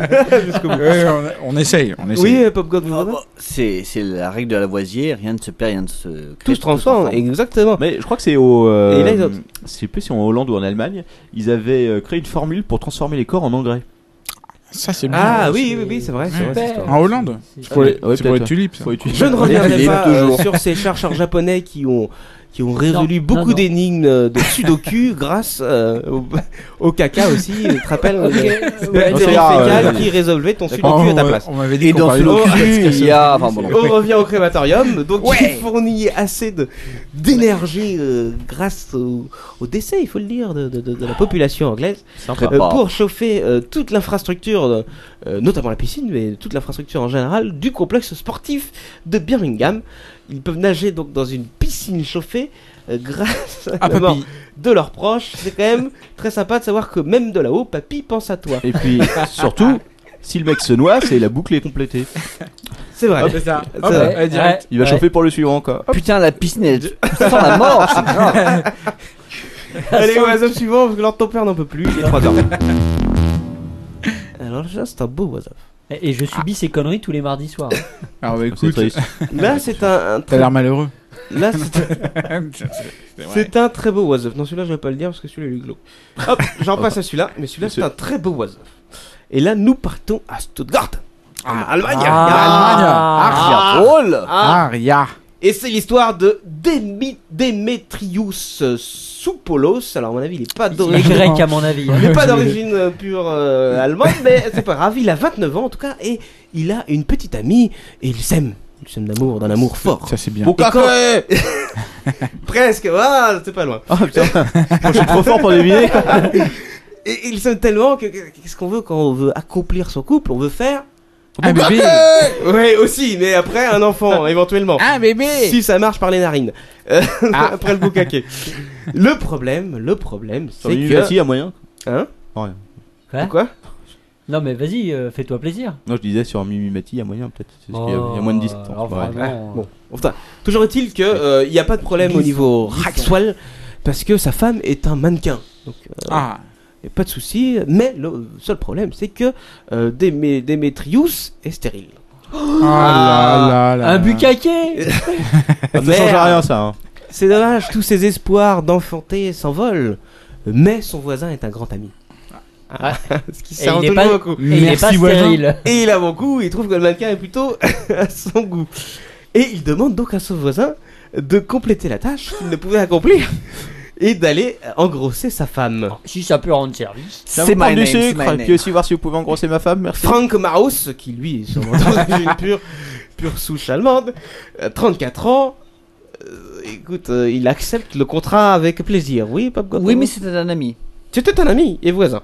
S10: Jusqu'au bout.
S8: Ouais, on- on essaye, on essaye.
S7: Oui, Pop God, vous en avez
S10: C'est c'est la règle de Lavoisier, rien ne se perd, rien ne se crée,
S7: Tout se transforme, exactement.
S6: Mais je crois que c'est au. euh,
S10: Et là, ils ont-
S6: je sais plus si en Hollande ou en Allemagne, ils avaient euh, créé une formule pour transformer les corps en engrais.
S8: Ça, c'est
S6: bien.
S7: Ah oui, oui, oui, c'est vrai, c'est vrai. cette histoire.
S8: En Hollande
S6: C'est pour les- ouais,
S8: C'est pour les
S6: peut-être.
S8: tulipes.
S6: Pour les tulipes.
S7: Je ne reviendrai
S6: Les
S7: pas
S6: livres,
S7: euh,
S6: toujours.
S7: sur ces chercheurs japonais qui ont qui ont résolu
S6: Non, non,
S7: beaucoup
S6: non.
S7: d'énigmes euh, de Sudoku grâce euh, au, au caca aussi. Tu te rappelles euh,
S10: Ok, ouais.
S7: le
S10: Non,
S7: théorème
S10: c'est rare,
S7: fécal
S10: ouais.
S7: qui résolvait ton
S10: D'accord.
S7: Sudoku
S10: Oh,
S7: à ta
S10: ouais,
S7: place.
S10: on m'avait dit Et qu'on dans parlait Sudoku, de caca, il y a- enfin, bon.
S7: On revient au crématorium, donc
S10: Ouais.
S7: il fournit assez de d'énergie euh, grâce au, au décès, il faut le dire, de, de- de- de la population anglaise
S10: Sympa.
S7: euh, pour chauffer euh, toute l'infrastructure, euh, euh, notamment la piscine, mais toute l'infrastructure en général du complexe sportif de Birmingham. Ils peuvent nager donc dans une piscine chauffée euh, grâce
S10: Ah,
S7: à,
S8: À
S7: la mort
S8: Ah, papy.
S7: de leurs proches. C'est quand même très sympa de savoir que même de là-haut, papy pense à toi.
S6: Et puis, surtout, si le mec se noie, c'est la boucle est complétée.
S7: c'est vrai.
S6: Hop,
S7: C'est
S6: hop,
S7: vrai.
S6: ouais, direct. Il va chauffer pour le suivant, quoi. Hop.
S10: Putain, la piscine, elle sent la mort, c'est grave.
S7: Allez, oiseau suivant, parce que l'ordre de ton père n'en peut plus, il est 3h. Alors là, c'est un beau oiseau.
S9: Et et je subis ces conneries tous les mardis soirs.
S8: Alors, bah, écoute.
S7: Là, c'est un. un
S8: T'as l'air malheureux.
S7: Là, c'est un.
S8: C'est- c'est vrai.
S7: c'est un très beau was Non, celui-là, je vais pas le dire parce que celui-là, il est glauque. Hop, j'en passe à celui-là, mais celui-là, c'est un très beau was Et là, nous partons à Stuttgart. En Allemagne.
S8: Ah.
S7: En Allemagne.
S6: oh
S7: Drôle.
S8: Aria.
S7: Et c'est l'histoire de Démi- Démétrius euh, Soupolos. Alors, à mon avis, il n'est pas d'origine.
S9: est grec, à mon avis, hein.
S7: Il n'est pas d'origine euh, pure euh, allemande, mais c'est pas grave. Il a 29 ans, en tout cas, et il a une petite amie, et il s'aime. Il s'aime d'amour, d'un amour fort.
S8: Ça, c'est bien.
S7: Et quand- Presque, voilà, c'est pas loin. Oh putain, je suis trop fort pour deviner. et ils s'aiment tellement que que- qu'est-ce qu'on veut quand on veut accomplir son couple On veut faire.
S8: Un
S7: Pourquoi
S8: bébé.
S7: que- Ouais, Ah, aussi, mais après un enfant, éventuellement.
S8: Un bébé
S7: Si ça marche par les narines. Euh, Après le boucaquet. le problème, le problème, c'est
S6: Sur une
S7: que.
S6: Nuvati, il y a moyen
S7: Hein
S6: Rien.
S9: Quoi, Non mais vas-y, euh, fais-toi plaisir.
S6: Non, je disais sur Mimimati, il y a moyen peut-être. C'est ce qu'il y a- il y a
S9: Oh,
S6: moins de distance.
S9: alors
S6: ouais.
S9: vraiment.
S7: Bon, enfin, toujours est-il que euh, il n'y a pas de problème au niveau Raxwell parce que sa femme est un mannequin. Donc, euh,
S8: Ah.
S7: y a pas de souci, mais le seul problème c'est que euh, Démé- Démétrius est stérile.
S8: Ah là là là.
S9: Un bucaquet
S6: Ça ne change rien, ça. hein.
S7: euh, C'est dommage, tous ses espoirs d'enfanter s'envolent, mais son voisin est un grand ami. Ah, ce qui
S9: Et
S7: sert
S9: il est
S7: toujours
S9: pas-
S7: un coup.
S9: et il est Merci, pas voisin. stérile.
S7: Et il a bon goût, il trouve que le mannequin est plutôt à son goût. Et il demande donc à son voisin de compléter la tâche qu'il ne pouvait accomplir et d'aller engrosser sa femme.
S9: Si ça peut rendre service.
S6: Ça vous prend du sucre, et puis aussi voir si vous pouvez engrosser ma femme, merci.
S7: Frank Maus, qui lui est sûrement d'origine pure, pure souche allemande, euh, 34 ans. euh, écoute, euh, il accepte le contrat avec plaisir. Oui, Pop
S10: Oui, mais c'était un ami.
S7: C'était un ami et voisin.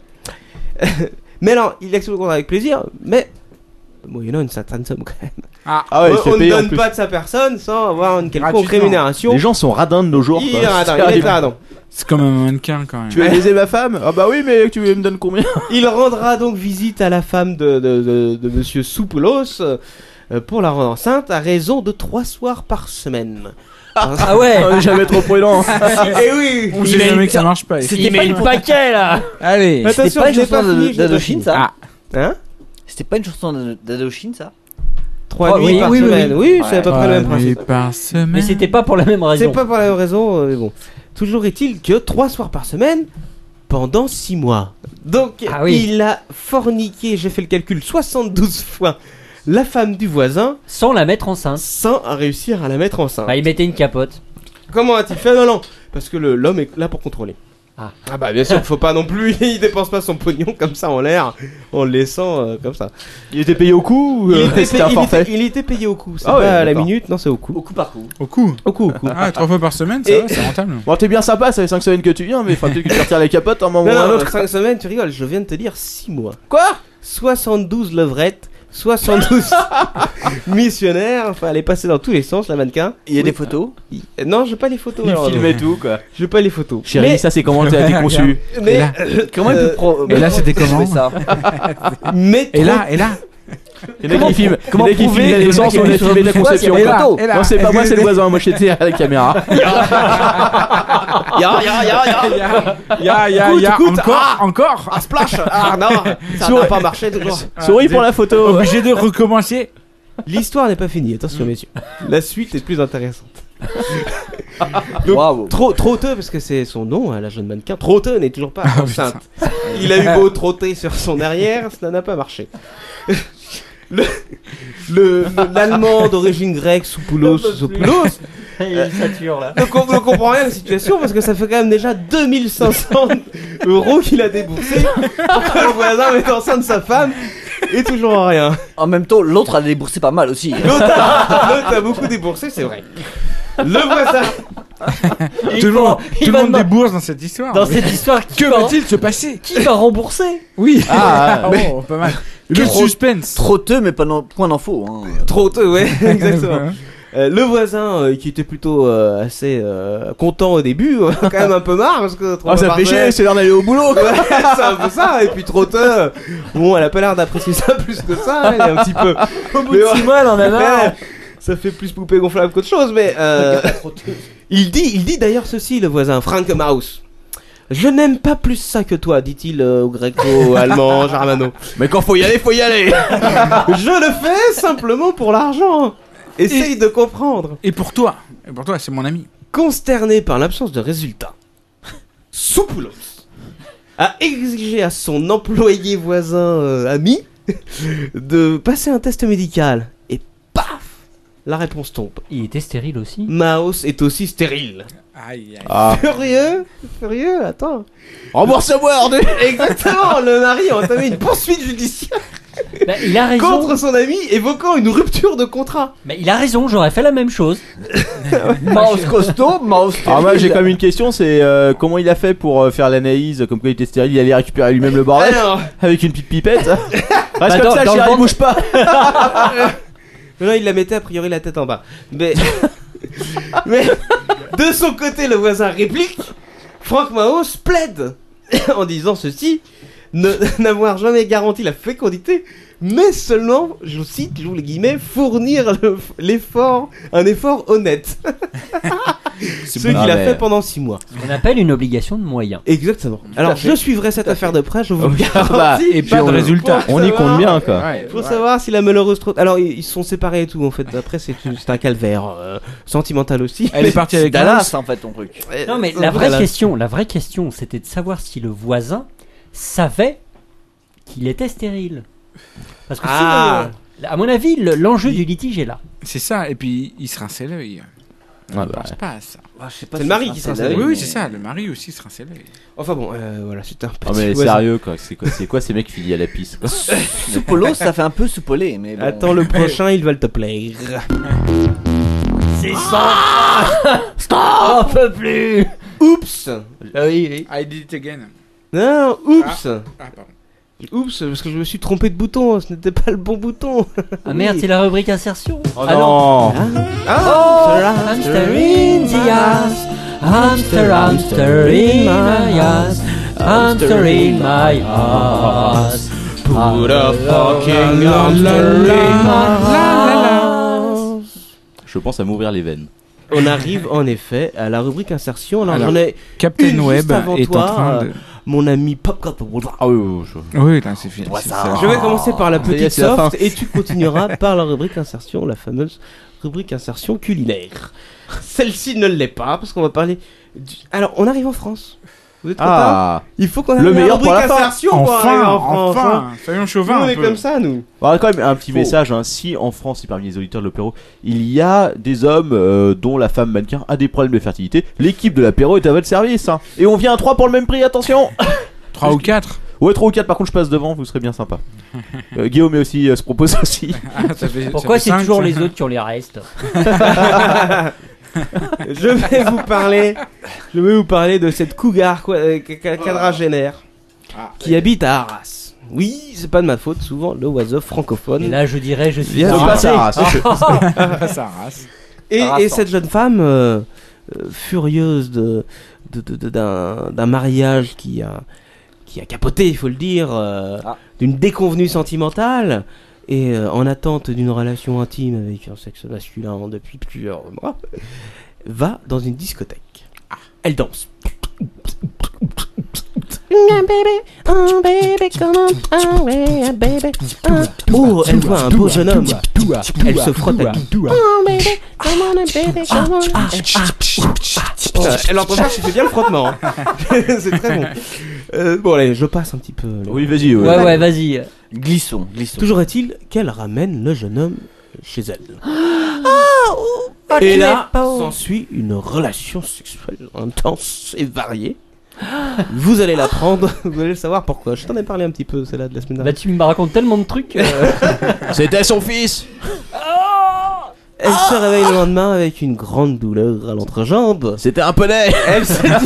S7: mais alors, il accepte le contrat avec plaisir, mais moyennant une certaine somme quand même. Euh,
S8: Ah,
S6: Ah ouais, il
S7: on
S6: s'est
S7: on ne
S6: payé en
S7: donne
S6: plus.
S7: pas de sa personne sans avoir une quelconque
S6: Gratuitement.
S7: rémunération.
S6: Les gens sont radins de nos jours.
S7: Il
S6: quoi.
S7: est radin,
S6: C'est
S7: il est
S6: terrible.
S7: radin.
S8: C'est comme un mannequin quand même.
S6: Tu veux baiser ma femme Ah bah oui, mais tu me donnes combien
S7: Il rendra donc visite à la femme de, de, de- de monsieur Soupoulos euh, pour la rendre enceinte à raison de trois soirs par semaine.
S9: ah ouais. On est jamais
S6: trop prudent.
S7: Eh oui
S8: On sait
S7: Il met
S8: jamais
S7: une-
S8: que ça marche pas.
S9: C'était pas une paquet là
S8: Allez.
S7: Attention,
S10: C'était pas une
S7: je l'ai pas
S10: chanson
S7: fini,
S10: d'Ado-
S7: je l'ai pas
S10: d'Indochine,
S7: fini.
S10: ça
S7: Hein
S10: C'était pas une chanson d'Ado- d'Indochine, ça
S7: Trois
S10: Oh,
S7: nuits
S10: oui,
S7: par
S10: oui, oui,
S7: semaine.
S10: oui.
S7: Oui, c'est à peu près le même
S8: Trois nuits
S7: principe.
S8: par semaine. Mais
S9: c'était pas pour la même raison.
S7: C'est pas pour la même raison, euh, mais bon. Toujours est-il que trois soirs par semaine pendant six mois. Donc
S9: Ah oui.
S7: il a forniqué, j'ai fait le calcul, 72 fois la femme du voisin.
S9: Sans la mettre enceinte.
S7: Sans réussir à la mettre enceinte.
S9: Bah il mettait une capote.
S7: Comment a-t-il fait Non, non, parce que le- l'homme est là pour contrôler.
S9: Ah.
S7: bah bien sûr, faut pas non plus, il dépense pas son pognon comme ça en l'air, en le laissant euh, comme ça.
S6: Il était payé au coup ou
S7: Il
S6: euh,
S7: était,
S6: c'était
S7: payé,
S6: un
S7: il
S6: forfait
S7: était- il était payé au coup, c'est
S6: Ah
S7: pas
S6: ouais,
S7: à la
S6: d'accord.
S7: minute, non c'est au coup.
S10: Au coup par coup.
S8: Au coup.
S7: Au coup, au coup.
S8: Ah, trois fois par semaine, ça
S7: Et-
S8: va, c'est rentable.
S6: Bon, t'es bien sympa, ça fait 5 semaines que tu viens, mais faut peut-être que tu retires la capote à un moment
S7: Non,
S6: ou à un
S7: non,
S6: autre.
S7: 5 semaines, tu rigoles, je viens de te dire 6 mois. Quoi 72 levrettes, 72 missionnaires. Enfin, elle est passée dans tous les sens, la mannequin.
S10: Il y a des photos
S7: Non, j'ai pas les photos.
S10: Il
S7: alors,
S10: filmait
S7: non.
S10: tout, quoi.
S7: J'ai pas les photos.
S10: Chérie, ça, c'est comment t'as été conçu
S7: Mais euh,
S10: Et là- Comment
S6: Euh,
S10: il peut pro-
S7: mais
S10: Et là,
S7: pro-
S10: c'était comment
S7: ça Mais
S10: Et là,
S7: trop-
S10: et là
S6: Il y en a qui filment, il y en a qui filment la naissance, on a filmé la conception. Non, c'est pas moi, c'est le voisin. Moi, j'étais à la caméra.
S3: Ya, ya, ya, ya.
S8: Ya, ya,
S3: Coûte,
S8: ya.
S3: coûte.
S8: Encore,
S3: Ah.
S8: encore.
S3: Ah, splash. Ah, non, ça n'a pas marché, toujours.
S6: Ah,
S7: Souris
S8: pour la
S7: photo.
S8: Obligé de recommencer.
S7: L'histoire n'est pas finie, attention messieurs. La suite est plus intéressante. Donc, trop, Trotteux, parce que c'est son nom, hein, la jeune mannequin. Trotteux n'est toujours pas enceinte. Il a eu beau trotter sur son arrière, cela n'a pas marché. Le- le- le- L'allemand d'origine grecque, Soupoulos, Soupoulos,
S9: Il sature là.
S7: donc on ne comprend rien à la situation parce que ça fait quand même déjà 2500 euros qu'il a déboursé pour que le voisin mette enceinte sa femme et toujours rien.
S10: En même temps, l'autre a déboursé pas mal aussi.
S7: L'autre a, l'autre a beaucoup déboursé, c'est vrai. Le voisin.
S8: Tout le monde, tout le monde débourse dans cette histoire.
S7: Dans cette
S9: histoire,
S8: que va-t-il se passer
S9: Qui va rembourser
S8: Oui.
S10: Ah,
S8: Ah,
S10: mais-
S8: oh, pas mal. Le
S10: Trop-
S8: suspense.
S10: Trotteux, mais pas non- point d'info. hein.
S7: Trop tôt, ouais, exactement. Euh, le voisin euh, qui était plutôt euh, assez euh, content au début, euh, quand même un peu marre parce que
S6: Ah, ça fait chier, c'est l'heure d'aller au boulot, quoi.
S7: Ouais, c'est un peu ça. Et puis Trotter, euh, bon, elle a pas l'air d'apprécier ça plus que ça. hein, Elle est un petit peu.
S9: Au bout de six mois, elle en a marre.
S7: Ça fait plus poupée gonflable qu'autre chose, mais. euh, il dit, il dit d'ailleurs ceci, le voisin, Frank Maus. Je n'aime pas plus ça que toi, dit-il euh, au gréco-allemand Germano. Mais quand faut y aller, faut y aller Je le fais simplement pour l'argent Essaye de comprendre
S8: Et pour toi Et pour toi, c'est mon ami.
S7: Consterné par l'absence de résultats, Soupoulos a exigé à son employé voisin euh, ami de passer un test médical. Et paf La réponse tombe.
S9: Il était stérile aussi
S7: Maos est aussi stérile.
S8: Aïe, aïe.
S7: Ah. Furieux Furieux, attends.
S6: Rembourse-moi,
S7: de... Exactement, le mari a entamé une poursuite judiciaire
S9: Bah, il a raison.
S7: contre son ami évoquant une rupture de contrat.
S9: Mais il a raison, j'aurais fait la même chose.
S6: Mouse
S10: costaud, mouse
S6: Alors Ah, moi j'ai
S10: stérile.
S6: quand même une question, c'est euh, comment il a fait pour euh, faire l'analyse, comme quoi il était stérile, il allait récupérer lui-même le bordel
S7: Alors.
S6: avec une petite pipette. Ah, Bah, Reste comme
S7: dans-
S6: ça,
S7: dans le
S6: chérie,
S7: ventre.
S6: bouge pas.
S7: Non, il la mettait a priori la tête en bas. Mais, mais de son côté, le voisin réplique. Franck Maos plaide en disant ceci ne- n'avoir jamais garanti la fécondité, mais seulement, je cite, j'ouvre les guillemets, fournir le- l'effort, un effort honnête. Ce qu'il
S6: Ah,
S7: a fait pendant 6 mois.
S9: On appelle une obligation de moyens.
S7: Exactement. Alors, je suivrai cette affaire de près, je vous le garantis.
S6: Bah, et pas de résultat.
S7: Pour
S6: On y compte
S7: savoir-
S6: bien, quoi.
S8: Ah.
S6: Ouais,
S7: Pour
S6: ouais.
S7: savoir si la malheureuse Trott- Alors, ils ils sont séparés et tout, en fait. Après, c'est c'est un calvaire euh, sentimental aussi.
S8: Elle est partie avec
S7: Dallas.
S10: en fait, ton truc.
S9: Non mais la vraie question, la vraie question, c'était de savoir si le voisin savait qu'il était stérile. Parce que si
S8: Ah.
S9: le- à mon avis, le- l'enjeu du litige est là.
S8: C'est ça, et puis il se rinçait l'œil.
S6: Ah
S8: Je
S6: bah,
S8: pense
S6: ouais.
S8: pas à ça.
S10: Ah, je sais
S7: pas C'est le si mari qui se rinçait rinçait l'œil,
S8: Oui,
S7: mais-
S8: oui, c'est ça, le mari aussi se rinçait l'œil.
S7: Enfin bon, euh, voilà, c'est un petit.
S6: Ah mais
S7: voisin.
S6: sérieux quoi, c'est quoi, c'est quoi ces mecs filés à la piste quoi
S10: Soupolo, ça fait un peu soupolé, mais bon.
S7: Attends le prochain, ils veulent te plaire.
S9: C'est ça. Ah Stop. On peut plus.
S7: Oups. Ah oui, oui.
S8: I did it again.
S7: Non, oups.
S8: Ah, pardon.
S7: Oups, parce que je me suis trompé de bouton, ce n'était pas le bon bouton.
S9: Ah merde, c'est la rubrique insertion.
S7: Oh
S9: Alors-
S7: non.
S9: Ah, oh, hamster in the ass. Hamster, hamster in my ass. Hamster in my
S6: Ah,
S9: ass.
S3: Put
S6: a fucking
S3: hamster in
S6: Je pense à m'ouvrir les veines.
S7: On arrive en effet à la rubrique insertion. Alors,
S6: Alors,
S7: j'en ai
S8: Captain
S7: une
S8: Web
S7: juste avant
S8: est en
S7: toi,
S8: train de-
S7: euh, mon ami Popcorn.
S6: Ah oui, oui,
S8: je- Oui, là, c'est fini,
S7: Toi,
S8: c'est
S7: ça.
S8: ça.
S7: Je vais commencer par la
S6: Ça y est,
S7: petite
S6: Ah, c'est la
S7: soft
S6: fin.
S7: et tu continueras par la rubrique insertion, la fameuse rubrique insertion culinaire. Celle-ci ne l'est pas parce qu'on va parler. du- Alors, on arrive en France. Vous êtes
S6: Ah.
S7: content Il faut qu'on
S6: Le
S7: arrive à
S6: meilleur pour la
S7: rubrique
S6: fin.
S7: insertion pour
S8: Enfin,
S7: arriver en France.
S8: enfin.
S7: hein.
S8: Soyons chauvins
S7: Nous, on
S8: un
S7: est
S8: peu.
S7: comme ça, nous.
S6: Bon, alors, quand même, un petit
S7: Faux.
S6: message, hein. si en France, si parmi les auditeurs de l'apéro, il y a des hommes euh, dont la femme mannequin a des problèmes de fertilité, l'équipe de l'apéro est à votre service. hein. Et on vient à 3 pour le même prix, attention
S8: 3 ou 4
S6: Ouais, 3 ou 4, par contre, je passe devant, vous serez bien sympa. Euh, Guillaume est aussi, euh, se propose aussi.
S8: Ah,
S9: Pourquoi c'est toujours les autres qui ont les restes
S7: je vais vous parler.
S6: Ah.
S7: Je vais vous parler de cette cougar quoi, euh, ca- ca- quadragénaire qui habite à Arras. Oui, c'est pas de ma faute, souvent le oiseuf francophone.
S9: Et là, je dirais, je suis
S7: Vient
S9: pas
S7: de
S9: race.
S6: Ah,
S7: passer.
S9: Pas sa race.
S7: Et,
S9: Pas
S7: et
S9: race,
S7: cette jeune femme, euh, euh, furieuse de, de- de- de- d'un, d'un mariage qui a, qui a capoté, il faut le dire, euh, d'une déconvenue sentimentale, et euh, en attente d'une relation intime avec un sexe masculin depuis plusieurs mois, va dans une discothèque. Elle danse. Oh, elle voit un beau jeune homme. Elle se frotte à lui. Ah, Euh, Elle entend pas, je fais bien le frottement. hein. C'est très bon. Euh, bon, allez, je passe un petit peu.
S6: Oui, vas-y,
S9: ouais. Ouais, ouais, vas-y.
S7: Glissons, glissons. Toujours est-il qu'elle ramène le jeune homme chez elle. Et là, s'ensuit une relation sexuelle intense et variée. Vous allez l'apprendre, vous allez le savoir pourquoi. Je t'en ai parlé un petit peu, celle-là de la semaine dernière.
S9: Bah, tu me racontes tellement de trucs. euh.
S7: C'était son fils Elle se réveille le lendemain avec une grande douleur à l'entrejambe. C'était un poney Elle se dit,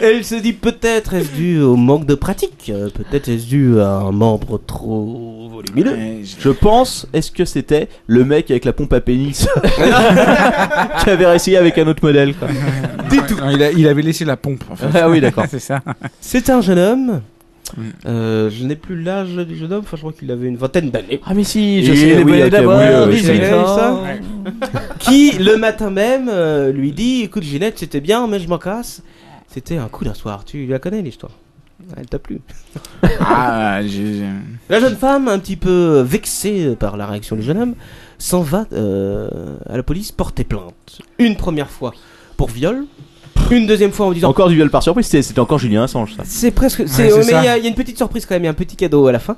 S7: Elle se dit peut-être est-ce dû au manque de pratique, euh, peut-être est-ce dû à un membre trop volumineux.
S6: Je pense, est-ce que c'était le mec avec la pompe à pénis qui avait réessayé avec un autre modèle quoi.
S8: Non, il, a- il avait laissé la pompe. En fait.
S6: Ah oui, d'accord.
S8: c'est ça.
S7: C'est un jeune homme. Euh, je n'ai plus l'âge du jeune homme, enfin je crois qu'il avait une vingtaine d'années. Ah mais si,
S6: je sais, les bonnets d'abord, les bonnets,
S7: ça.
S6: Ouais.
S7: Qui le matin même euh, lui dit, écoute Ginette, c'était bien, mais je m'en casse. C'était un coup d'un soir, tu la connais l'histoire. Elle t'a plu.
S8: Ah, j'ai- j'ai-
S7: La jeune femme, un petit peu vexée par la réaction du jeune homme, s'en va euh, à la police porter plainte. Une première fois pour viol, une deuxième fois en disant
S6: Encore du viol par surprise, c'était c'était encore Julien Assange ça.
S7: c'est presque. c'est- oh, mais il y, a il y a une petite surprise quand même, il y a un petit cadeau à la fin.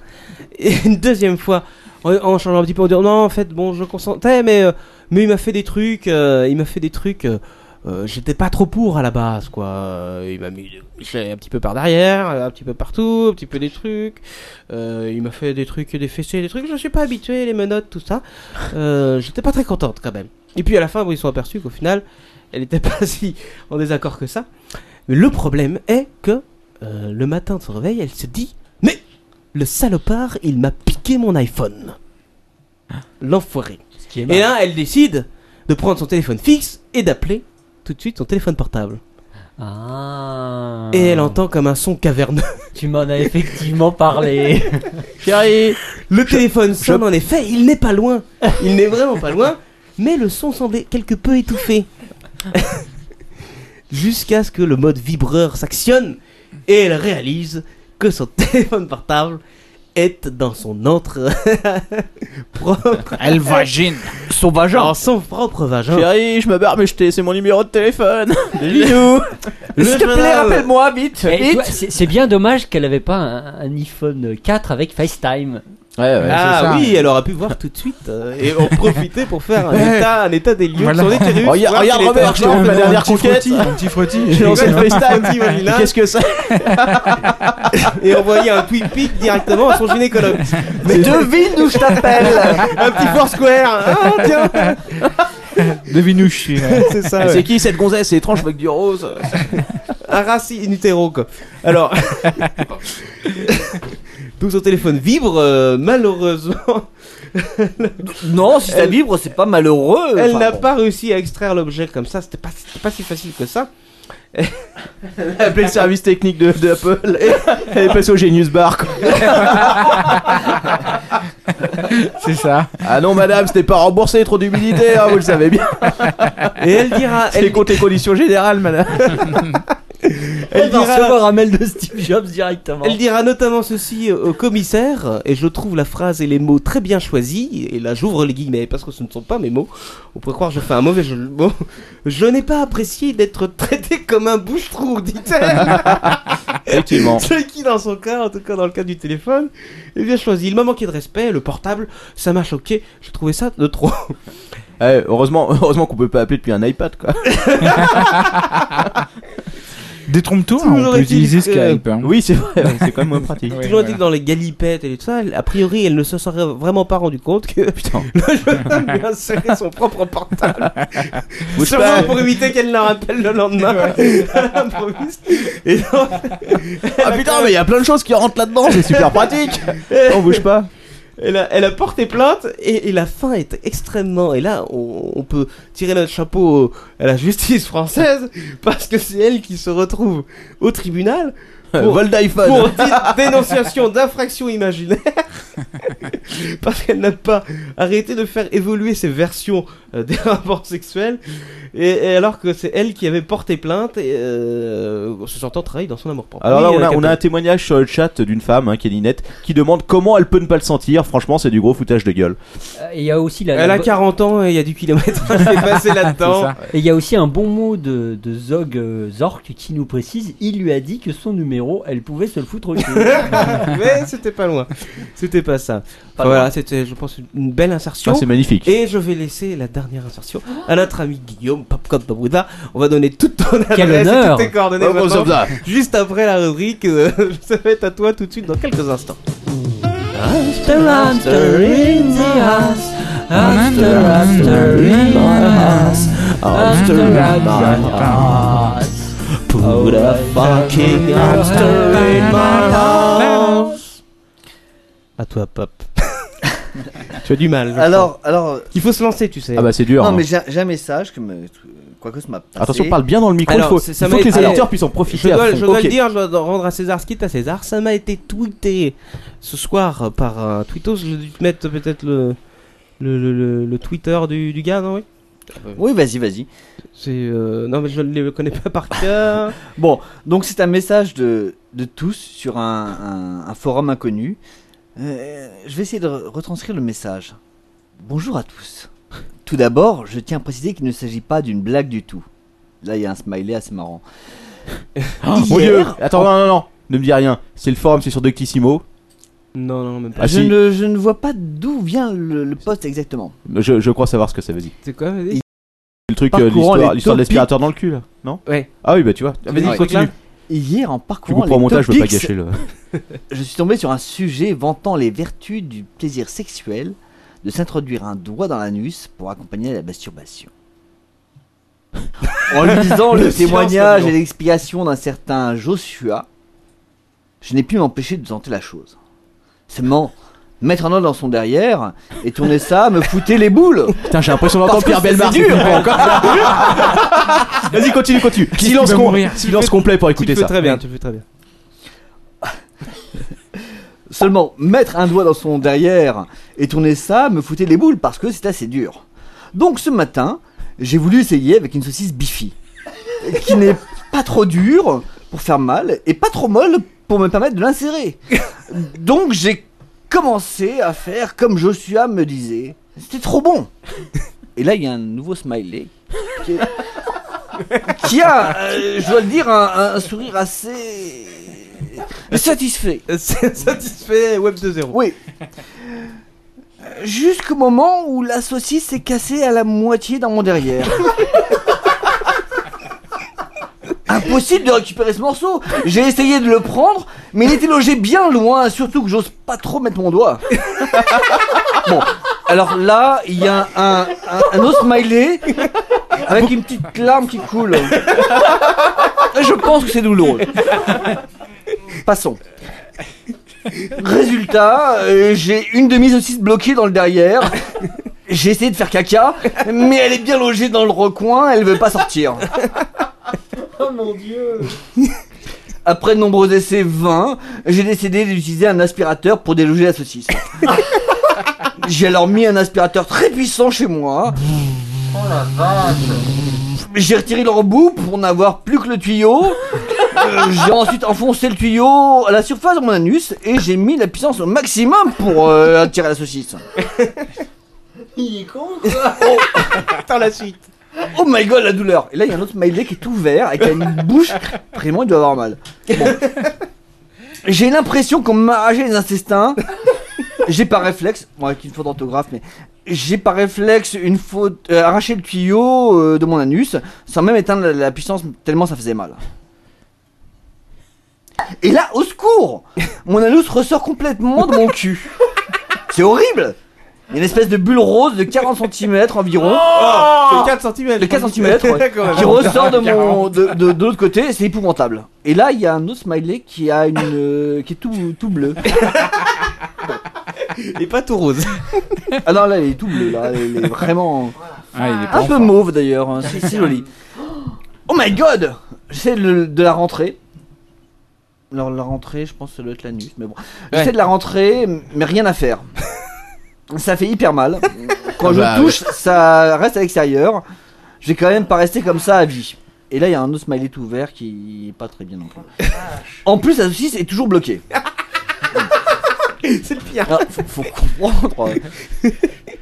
S7: Et une deuxième fois, en, en changeant un petit peu, en disant non, en fait, bon, je consentais, mais, euh, mais il m'a fait des trucs, euh, il m'a fait des trucs, euh, euh, j'étais pas trop pour à la base, quoi. Euh, Il m'a mis des michets un petit peu par derrière, euh, un petit peu partout, un petit peu des trucs. Euh, il m'a fait des trucs, des fessées, des trucs, je suis pas habitué, les menottes, tout ça. Euh, j'étais pas très contente quand même. Et puis à la fin, bon, ils sont aperçus qu'au final, elle n'était pas si en désaccord que ça. Mais le problème est que euh, le matin de son réveil, elle se dit Mais le salopard, il m'a piqué mon iPhone. L'enfoiré.
S9: qui est
S7: Et là, elle décide de prendre son téléphone fixe et d'appeler tout de suite son téléphone portable.
S9: Ah.
S7: Et elle entend comme un son caverneux.
S9: Tu m'en as effectivement parlé.
S7: Chérie Le téléphone sonne en effet, il n'est pas loin. Il n'est vraiment pas loin, mais le son semblait quelque peu étouffé. Jusqu'à ce que le mode vibreur s'actionne et elle réalise que son téléphone portable est dans son entre propre.
S8: Elle vagine.
S7: Son vagin. son propre vagin.
S6: Chérie, je me barre, mais je t'ai laissé mon numéro de téléphone. Des bisous.
S7: Le
S6: S'il te
S7: jeune
S6: plaît,
S7: homme.
S6: rappelle-moi vite.
S9: Eh, tu
S6: vite.
S9: vois, C'est c'est bien dommage qu'elle avait pas un, un iPhone 4 avec FaceTime.
S7: ah oui, elle aurait pu voir tout de suite euh, et en profiter pour faire un,
S9: Ouais.
S7: état, un état des lieux
S9: Voilà.
S7: sur les terrus,
S6: Regarde-
S7: voir
S6: regarde,
S7: quel
S6: Robert,
S7: état-
S6: je te montre ma Un dernière petit conquête. frottis,
S8: un petit frottis. hein.
S7: J'ai lancé le
S6: Ouais.
S7: FaceTime, petit vagina.
S6: Qu'est-ce que c'est
S7: hein. Et envoyer un tweet pic directement à son gynécologue.
S6: Mais devine
S7: où je t'appelle Un petit foursquare Ah tiens
S8: Devinouche.
S7: C'est ça,
S6: Et
S7: ouais.
S6: C'est qui cette gonzesse C'est étrange avec du rose.
S7: Un racine in utero, quoi. Alors. Donc son téléphone vibre, euh, malheureusement. non, si
S10: ça vibre,
S7: c'est pas
S6: Euh,
S7: malheureux. Elle
S10: Enfin,
S7: n'a
S10: bon.
S7: pas réussi à extraire l'objet comme ça, c'était pas, c'était pas si facile que ça. Elle a
S6: appelé le service technique de, de Apple et elle est passée au Genius Bar. quoi.
S8: C'est ça.
S6: Ah non, madame, c'était pas remboursé, trop d'humidité, hein, vous le savez bien.
S7: Et elle dira.
S6: C'est contre les conditions générales, madame.
S9: Elle va
S7: dira-
S9: recevoir un mail de Steve Jobs directement.
S7: Elle dira notamment ceci euh, au commissaire, et je trouve la phrase et les mots très bien choisis, et là j'ouvre les guillemets parce que ce ne sont pas mes mots, on pourrait croire que je fais un mauvais jeu de mots. Je n'ai pas apprécié d'être traité comme un bouche-trou, dit-elle.
S6: Effectivement.
S7: Ce qui, dans son cas, en tout cas dans le cas du téléphone, est bien choisi. Il m'a manqué de respect, le portable, ça m'a choqué, je trouvais ça de trop.
S6: Eh, heureusement, heureusement qu'on peut pas appeler depuis un iPad, quoi.
S8: Détrompe-toi, on peut
S7: est-il
S8: utiliser
S7: que-
S8: Skype. hein.
S7: Toujours est-il que dans les galipettes et tout ça, elle- a priori, elle ne se serait vraiment pas rendu compte que le jeune homme lui a inséré son propre portable.
S5: Bouge pas.
S7: Sûrement pour éviter qu'elle ne rappelle le lendemain. à l'improviste. Et donc,
S6: Ah putain, mais il y a plein de choses qui rentrent là-dedans, c'est super pratique. On bouge pas.
S7: Elle a, elle a porté plainte et, et la fin est extrêmement. Et là, on, on peut tirer notre chapeau à la justice française parce que c'est elle qui se retrouve au tribunal
S6: Euh, vol d'iPhone.
S7: pour dé- dénonciation d'infraction imaginaire parce qu'elle n'a pas arrêté de faire évoluer ses versions euh, des rapports sexuels et, et alors que c'est elle qui avait porté plainte et euh, se sentant trahie dans son amour propre.
S6: Alors là, on a, on a un témoignage sur le chat d'une femme, hein, qui est Ninette, qui demande comment elle peut ne pas le sentir. Franchement, c'est du gros foutage de gueule.
S9: Euh, et Il y a aussi la.
S7: Elle
S9: la-
S7: a 40 ans et il y a du kilomètre à s'est passé là-dedans.
S9: Et il y a aussi un bon mot de, de Zog euh, Zork qui nous précise il lui a dit que son numéro, elle pouvait se le foutre au cul.
S7: Mais c'était pas loin. C'était pas ça.
S9: Pas
S7: voilà,
S9: loin.
S7: c'était, je pense, une belle insertion.
S6: Ah, c'est magnifique.
S7: Et je vais laisser la dernière insertion à notre ami Guillaume Popcorn Babouda. On va donner toute ton adresse
S9: Quel
S7: et
S9: honneur.
S7: toutes tes coordonnées.
S9: Popcorn
S7: maintenant,
S9: Babouda.
S7: Juste après la rubrique, euh, ça va être à toi tout de suite dans quelques instants.
S5: After, after in the house. After, after in the house. After, in my house. Put a fucking hamster in my house.
S7: À toi, Pop. tu as du mal. je
S10: Alors,
S7: crois.
S10: alors.
S7: Il faut se lancer, tu sais.
S6: Ah bah, c'est dur,
S10: Non,
S6: hein.
S10: mais j'ai j'ai un message que me- quoi que ce m'a. passé.
S6: Attention, parle bien dans le micro, il faut-
S7: c'est-
S6: il faut
S7: m'a
S6: que les
S7: été-
S6: auditeurs puissent en profiter
S7: Je
S6: à
S7: dois,
S6: fond.
S7: je dois
S6: Ok.
S7: le dire, je dois rendre à César ce qui est à César. Ça m'a été tweeté ce soir euh, par un tweetos. Je dû te mettre peut-être le, le, le, le- le Twitter du, du gars, non oui
S10: Oui, vas-y, vas-y.
S7: C'est euh, non, mais je ne le connais pas par cœur.
S10: bon, donc c'est un message de, de tous sur un, un- un forum inconnu. Euh, je vais essayer de re- retranscrire le message. Bonjour à tous. Tout d'abord, je tiens à préciser qu'il ne s'agit pas d'une blague du tout. Là, il y a un smiley assez marrant.
S6: Oh mon dieu Attends, non, non, non, ne me dis rien. C'est le forum, c'est sur Doctissimo.
S7: Non, non, même pas.
S6: Ah
S10: je,
S6: si.
S10: ne, je ne vois pas d'où vient le, le poste exactement.
S6: Je, je crois savoir ce que c'est, vas-y.
S7: C'est quoi vas-y
S10: Il-
S6: Le truc, euh,
S10: Parcourant
S6: l'histoire
S10: les
S6: l'histoire de
S10: topics-
S6: l'aspirateur dans le cul, là, non
S7: Ouais.
S6: Ah oui, bah tu vois.
S10: Tu vois
S6: Vas-y,
S10: ce
S6: continue.
S10: truc-là Hier, en
S6: Du
S10: parcourant
S6: coup, pour
S10: les
S6: montage, je veux pas
S10: topics,
S6: gâcher le-
S10: je suis tombé sur un sujet vantant les vertus du plaisir sexuel de s'introduire un doigt dans l'anus pour accompagner la masturbation. En lisant le,
S5: Le silence
S10: témoignage
S5: ambiant.
S10: et l'explication d'un certain Joshua, je n'ai pu m'empêcher de tenter la chose. Seulement, mettre un doigt dans son derrière et tourner ça me foutait les boules.
S6: Putain, j'ai l'impression d'entendre
S10: Parce que
S6: Pierre Belmar,
S10: C'est dur.
S6: c'est plus Vas-y, continue, continue.
S10: Qu'est-ce
S6: Silence,
S10: qui va
S6: com-
S10: mourir
S6: silence
S10: Tu
S6: complet pour
S10: fais-
S6: écouter
S10: tu
S6: ça.
S10: fais très bien,
S7: tu fais très bien.
S10: Seulement, mettre un doigt dans son derrière et tourner ça me foutait les boules parce que c'est assez dur. Donc ce matin, j'ai voulu essayer avec une saucisse bifi, qui n'est pas trop dure pour faire mal et pas trop molle pour me permettre de l'insérer. Donc j'ai commencé à faire comme Joshua me disait. C'était trop bon. Et là, il y a un nouveau smiley qui, est- qui a, euh, je dois le dire, un- un sourire assez Satisfait.
S7: Satisfait, web 2.0.
S10: Oui. Euh, Jusqu'au moment où la saucisse s'est cassée à la moitié dans mon derrière. Impossible de récupérer ce morceau. J'ai essayé de le prendre, mais il était logé bien loin, surtout que j'ose pas trop mettre mon doigt. bon, alors là, il y a un, un, un autre smiley avec une petite larme qui coule. Je pense que c'est douloureux. Passons. Résultat, euh, j'ai une demi-saucisse bloquée dans le derrière. J'ai essayé de faire caca, mais elle est bien logée dans le recoin, elle veut pas sortir.
S5: Oh mon dieu.
S10: Après de nombreux essais vains, j'ai décidé d'utiliser un aspirateur pour déloger la saucisse. j'ai alors mis un aspirateur très puissant chez moi.
S5: Oh la vache.
S10: J'ai retiré leur bout pour n'avoir plus que le tuyau. Euh, j'ai ensuite enfoncé le tuyau à la surface de mon anus et j'ai mis la puissance au maximum pour euh, attirer la saucisse.
S5: Il est con
S7: Attends la suite.
S10: Oh my god, la douleur! Et là, il y a un autre smiley qui est ouvert et qui a une bouche. Vraiment, il doit avoir mal. Bon. J'ai l'impression qu'on m'a arraché les intestins. J'ai par réflexe, bon, avec une faute d'orthographe, mais j'ai par réflexe une faute, euh, arraché le tuyau euh, de mon anus sans même éteindre la, la puissance tellement ça faisait mal. Et là, au secours Mon anus ressort complètement de mon cul. C'est horrible Il y a une espèce de bulle rose de 40 cm environ.
S6: Oh De 4 cm.
S10: De 4 cm, ouais,
S6: D'accord.
S10: qui ressort de mon de, de, de l'autre côté, c'est épouvantable. Et là, il y a un autre smiley qui a une euh, qui est tout tout bleu. Et pas tout rose. Ah non, là, il est tout bleu là, il est vraiment
S8: Ah, il est
S10: un peu mauve d'ailleurs, hein, c'est c'est joli. Oh my god J'essaie de, le- de la rentrer. Alors la rentrée, je pense que ça doit être l'anus, mais bon. J'essaie
S7: Ouais.
S10: de la rentrer, mais rien à faire. ça fait hyper mal. Quand
S7: Ah
S10: je
S7: bah,
S10: touche, ça reste à l'extérieur. Je vais quand même pas rester comme ça à vie. Et là, il y a un autre smiley tout ouvert qui est pas très bien non plus. En plus, la saucisse est toujours bloquée. C'est le pire. faut, faut comprendre.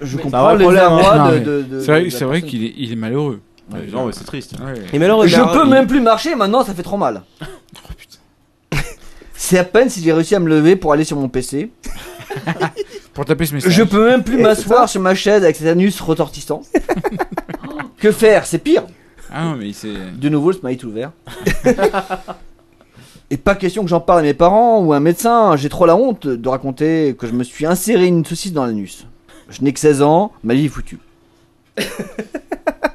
S10: Je comprends les
S8: Non,
S10: arrois de,
S8: mais
S10: de- de-
S8: C'est vrai,
S10: de
S8: c'est
S10: la
S8: vrai qu'il est, il est malheureux.
S6: Ouais, non, mais c'est triste.
S8: Ouais.
S10: et je peux même plus marcher maintenant, ça fait trop mal.
S8: Oh,
S10: C'est à peine si j'ai réussi à me lever pour aller sur mon PC.
S8: Pour taper ce message.
S10: Je peux même plus
S8: Et
S10: m'asseoir sur ma chaise avec cet anus retortissant. que faire C'est pire.
S8: Ah non, mais c'est.
S10: De nouveau le smile tout ouvert. Et pas question que j'en parle à mes parents ou à un médecin. J'ai trop la honte de raconter que je me suis inséré une saucisse dans l'anus. Je n'ai que 16 ans, ma vie est foutue.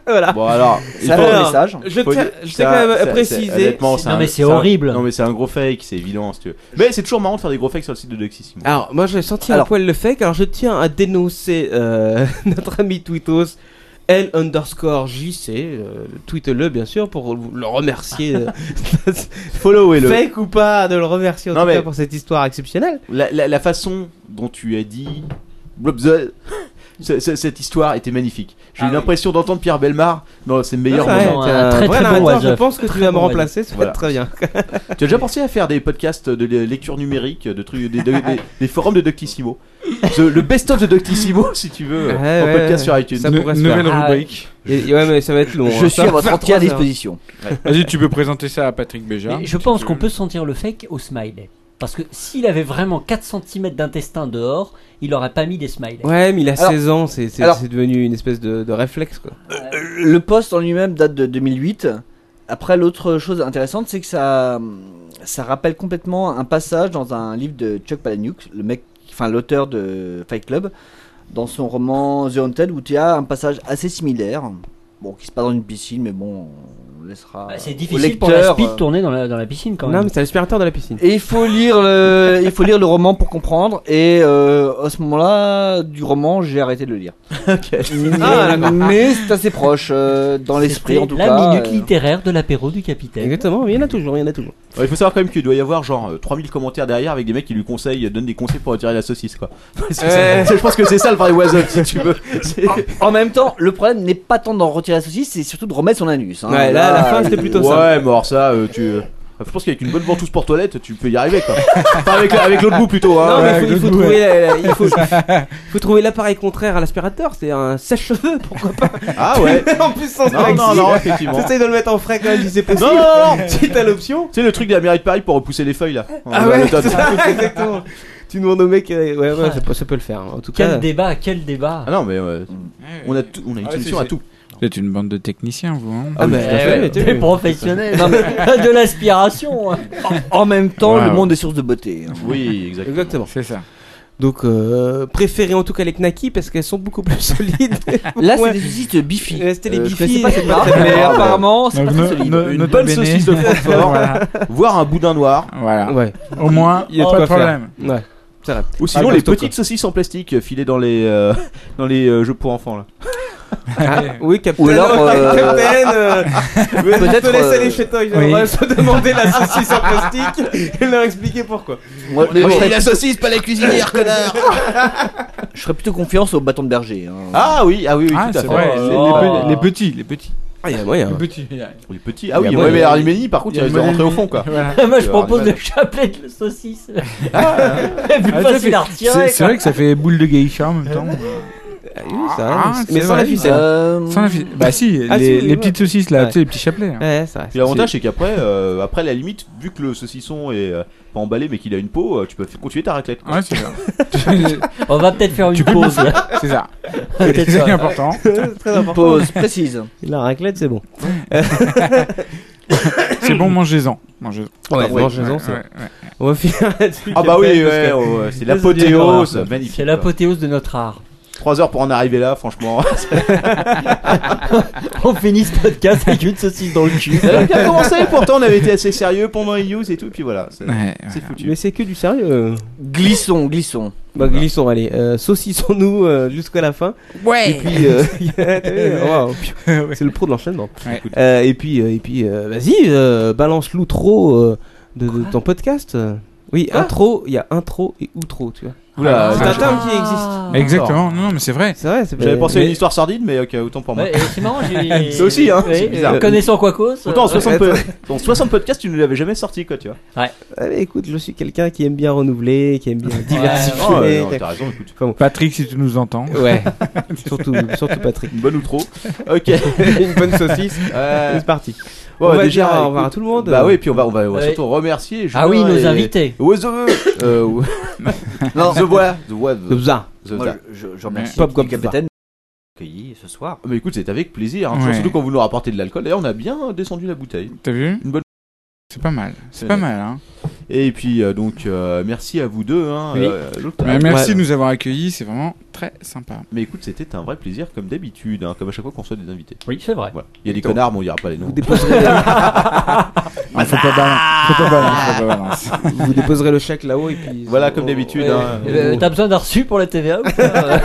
S7: voilà.
S6: Bon alors,
S10: Ça
S6: il faut-
S10: fait un message.
S7: Je
S6: Faut
S7: tiens-
S6: dire-
S7: je
S6: ça-
S7: tiens quand même à
S6: ça- c'est-
S7: préciser-
S6: honnêtement,
S7: Non,
S6: un-
S7: mais c'est
S6: un-
S7: horrible.
S6: Non mais c'est un gros fake, c'est évident si tu veux. Mais c'est toujours marrant de faire des gros fakes sur le site de Doxissimo.
S7: Alors, moi, j'ai senti un
S6: Alors-
S7: poil le fake. Alors, je tiens à dénoncer euh, notre ami Twitos. L underscore JC, euh, tweetez-le bien sûr pour le remercier. euh,
S6: Followez-le.
S7: Fake ou pas, de le remercier en
S6: Non,
S7: tout
S6: mais-
S7: cas pour cette histoire exceptionnelle.
S6: La, la- la façon dont tu as dit Blobza, ce- ce- cette histoire était magnifique. J'ai eu l'impression d'entendre Pierre Belmar dans ses meilleurs
S7: Ah, ouais,
S6: moments.
S7: t'es un très, très Voilà, bon attends, je Wazef. pense que tu Très vas me bon remplacer,
S6: Wazef.
S7: ça va être très bien.
S6: tu as déjà pensé à faire des podcasts de le- lecture numérique, de trucs, des, des- des- des forums de Doctissimo The- Le best-of de Doctissimo, si tu veux,
S7: Ouais,
S6: en
S7: ouais,
S6: podcast
S7: ouais.
S6: sur iTunes.
S7: Ça pourrait se faire. Ah, ouais. Et- ouais, mais ça va être long.
S6: Je
S7: hein.
S6: suis à votre entière disposition.
S8: Bah, Vas-y, tu peux présenter ça à Patrick Béja.
S9: Mais je pense qu'on peut sentir le fake au smiley. Parce que s'il avait vraiment 4 cm d'intestin dehors, il aurait pas mis des smileys.
S7: Ouais, mais il a 16 ans, c'est c'est-
S9: alors-
S7: c'est devenu une espèce de, de réflexe quoi.
S10: Euh, le poste en lui-même date de 2008. Après, l'autre chose intéressante, c'est que ça, ça rappelle complètement un passage dans un livre de Chuck Palahniuk, le mec, enfin l'auteur de Fight Club, dans son roman The Haunted, où tu as un passage assez similaire, bon, qui se passe dans une piscine, mais bon, on laissera.
S9: Bah, C'est
S10: au
S9: difficile pour la
S10: lecteur,
S9: speed
S10: euh,
S9: de tourner dans la, dans la piscine quand même.
S10: Non, mais
S7: c'est l'aspirateur de la piscine.
S10: et il faut lire le, il faut lire le roman pour comprendre. Et euh, à ce moment-là du roman, j'ai arrêté de le lire. Mais,
S9: Ah, d'accord.
S10: mais c'est assez proche euh, dans l'esprit en tout
S9: la
S10: cas.
S9: minute
S10: euh.
S9: littéraire de l'apéro du capitaine.
S7: Exactement, il y en a toujours, il y en a toujours.
S6: Ouais, il faut savoir quand même qu'il doit y avoir genre euh, 3000 commentaires derrière avec des mecs qui lui conseillent, donnent des conseils pour retirer la saucisse quoi. Parce que ça-
S10: Ouais.
S6: c'est- je pense que c'est ça le vrai was up si tu veux. C'est-
S10: En, en même temps, le problème n'est pas tant d'en retirer la saucisse, c'est surtout de remettre son anus. hein. euh,
S6: Ouais, mort ça, euh, tu. euh, Je pense qu'avec une bonne ventouse pour toilette, tu peux y arriver quoi. Enfin, avec, avec l'autre bout plutôt. Hein.
S7: Non, mais il faut- il faut trouver la- la- il faut- il faut trouver l'appareil contraire à l'aspirateur, c'est un sèche-cheveux, pourquoi pas
S6: Ah ouais.
S7: En plus, sans
S6: Non, non, non, effectivement.
S7: T'essayes de le mettre en frais quand même si c'est possible.
S6: Non, non, non.
S7: Si t'as l'option.
S6: Tu sais, le truc de la mairie de Paris pour repousser les feuilles là.
S7: Ah
S6: Euh,
S7: ouais,
S6: l'automne.
S7: c'est ça, exactement. Tu demandes au mec, euh, ouais, ouais,
S9: Ah.
S7: ça peut, ça peut le faire. hein. En tout
S9: Quel
S7: cas,
S9: débat, quel débat.
S6: Ah non, mais euh, on a, tout, on a une
S8: Ah,
S6: solution
S8: c'est-
S6: à tout.
S8: Vous êtes une bande de techniciens, vous. hein
S6: Ah, mais-
S9: Eh ouais, t'es professionnel. Non, mais- de l'aspiration. hein.
S10: En même temps,
S8: Ouais,
S10: le
S8: ouais.
S10: monde est source de beauté. hein.
S6: Oui, exactement.
S8: C'est ça.
S7: Donc, euh, préférez en tout cas les knackis parce qu'elles sont beaucoup plus solides.
S10: Là, c'est
S7: Ouais.
S10: des saucisses de bifi.
S7: Ouais, C'était les
S10: Euh, je connaissais
S7: bifis,
S10: pas cette
S7: c'est pas
S10: marque,
S7: très
S10: mais
S7: bien.
S10: apparemment, c'est
S8: Donc,
S10: pas très
S8: ne-
S10: solide.
S8: ne-
S6: Une
S8: nota
S6: bonne
S8: bene.
S6: saucisse de Francfort,
S8: Voilà.
S6: voire un boudin noir.
S8: Voilà.
S7: Ouais.
S8: Au moins,
S7: Il y a de
S8: pas de
S7: quoi faire.
S8: problème.
S7: Ouais, c'est vrai.
S6: Ou sinon
S7: Ah,
S6: les
S7: costaud, quoi.
S6: petites saucisses en plastique filées dans les euh, dans les euh, jeux pour enfants là.
S7: Ah, oui, Captain.
S6: Ou alors,
S7: oh,
S6: euh,
S7: Captain, euh, je te
S10: peut-être,
S7: laisse
S10: euh,
S7: aller chez toi.
S10: oui.
S7: On va se demander la saucisse en plastique et leur expliquer pourquoi.
S10: Moi, moi, je, serais,
S6: saucisse, pas la cuisinière, connard
S10: je ferais plutôt confiance au bâton de berger. hein.
S6: Ah oui, ah oui, oui,
S8: Ah,
S6: tout à
S8: c'est
S6: fait.
S8: vrai.
S6: Oh
S8: les-
S6: là là.
S8: les, pe- les petits, les petits.
S7: Ah, il y a moyen.
S8: Les petits.
S6: Les petits. Ah
S8: Il
S6: oui,
S8: y a
S6: ouais,
S8: moyen.
S6: mais Arlimeni, par contre,
S8: Il
S6: il
S8: y a
S6: risque de
S8: moyen.
S6: rentrer au fond quoi.
S8: Voilà.
S9: Moi, je propose
S6: Arlimeni.
S9: le chapelet de saucisse.
S8: Ah,
S9: C'est plus
S8: ça
S9: facile
S8: fait-
S9: à
S8: c'est-
S9: retirer.
S8: C'est vrai que ça fait boule de geisha en même temps. Ah,
S7: ça, mais- mais
S8: c'est
S7: sans la
S8: vrai.
S7: ficelle.
S10: Euh,
S8: Sans la ficelle. Bah si,
S7: Ah,
S8: les,
S7: si,
S8: les
S7: ouais.
S8: petites saucisses là,
S7: Ouais.
S8: tu sais, les petits chapelets. hein.
S7: Ouais, c'est vrai.
S6: Puis l'avantage c'est qu'après, euh, après la limite, vu que le saucisson est euh, pas emballé mais qu'il a une peau, euh, tu peux f- continuer ta raclette. quoi.
S8: Ouais, c'est ça.
S9: On va peut-être faire une pause. là.
S8: C'est ça.
S9: Peut-être
S8: C'est
S9: ça.
S8: important.
S7: C'est très important.
S10: Pause précise.
S7: La raclette, c'est bon.
S8: c'est bon, mangez-en. Mangez-en.
S7: Ouais,
S8: Ah ouais,
S7: mangez-en, ça.
S8: ouais, ouais.
S7: On va finir là-dessus.
S6: Ah bah oui, ouais,
S7: Captain, parce que-
S6: ouais, c'est l'apothéose, magnifique.
S9: C'est l'apothéose de notre art.
S6: Trois heures pour en arriver là, franchement.
S9: On finit ce podcast avec une saucisse dans le cul.
S6: Ça avait bien commencé, pourtant on avait été assez sérieux pendant E-Use et tout, puis voilà. C'est c'est foutu.
S7: Mais c'est que du sérieux.
S10: Glissons, glissons.
S7: Bah, glissons, allez. Euh, saucissons-nous euh, jusqu'à la fin.
S10: Ouais.
S7: Et puis, euh, waouh, c'est le pro de l'enchaînement.
S8: Ouais.
S7: Euh, et puis, euh, et puis, euh, vas-y, euh, balance l'outro euh, de, de ton podcast. Oui, intro, il y a intro et outro, tu vois.
S6: Oula,
S7: c'est
S6: ah,
S7: un terme
S6: je-
S7: qui existe.
S8: Exactement, non, non, mais c'est vrai.
S7: C'est vrai, c'est
S6: J'avais pensé à
S7: mais-
S6: une histoire sordide, mais ok, autant pour moi.
S9: Ouais, et c'est marrant, j'ai-
S6: Ça aussi, hein.
S9: Ouais,
S6: c'est bizarre.
S9: euh, connaissant Quacos,
S6: Pourtant, en
S9: euh,
S6: 60,
S9: ouais.
S6: po- en 60 podcasts, tu ne l'avais jamais sorti, quoi, tu vois.
S9: Ouais.
S7: Ah, mais écoute, je suis quelqu'un qui aime bien renouveler, qui aime bien diversifier.
S6: non, euh, non,
S7: qui-
S6: t'as raison, écoute.
S7: Enfin, bon.
S8: Patrick, si tu nous entends.
S7: Ouais. surtout, surtout Patrick.
S6: Une bonne outro. Ok.
S7: Une bonne saucisse.
S6: Ouais.
S7: Euh, C'est parti.
S6: Bon,
S7: on va
S6: déjà,
S7: dire au
S6: écoute,
S7: revoir à tout le monde.
S6: Bah oui, puis on va, on va, on va
S7: Ouais.
S6: surtout remercier.
S7: Ah oui,
S6: Julien
S7: nos
S6: et-
S7: invités.
S6: Ouais, The euh, ouais.
S10: Non.
S6: The Voix. The Voix.
S7: The Bza.
S6: The
S10: Moi,
S6: Bza.
S10: je, je, je remercie
S6: Pop
S10: le
S6: Gobza.
S10: capitaine accueilli ce soir.
S6: Mais écoute, c'est avec plaisir. hein,
S8: Ouais.
S6: Surtout quand vous nous rapportez de l'alcool. D'ailleurs, on a bien descendu la bouteille.
S8: T'as vu
S6: Une bonne.
S8: C'est pas mal. C'est pas mal, hein.
S6: Et puis, euh, donc, euh, merci à vous deux. Hein,
S8: Oui.
S6: euh, l'autre-
S8: Mais merci
S6: Ouais.
S8: de nous avoir accueillis, c'est vraiment très sympa.
S6: Mais écoute, c'était un vrai plaisir, comme d'habitude, hein, comme à chaque fois qu'on soit des invités.
S9: Oui, c'est vrai.
S6: Voilà. Il y a des
S8: Donc,
S6: connards, mais on dira pas les noms.
S8: Ah, faut pas balancer, faut pas balancer, faut pas balancer.
S7: Vous déposerez le chèque là-haut et puis.
S6: Voilà, comme d'habitude.
S9: Ouais.
S6: hein.
S9: Euh, T'as besoin d'un reçu pour la TVA ou pas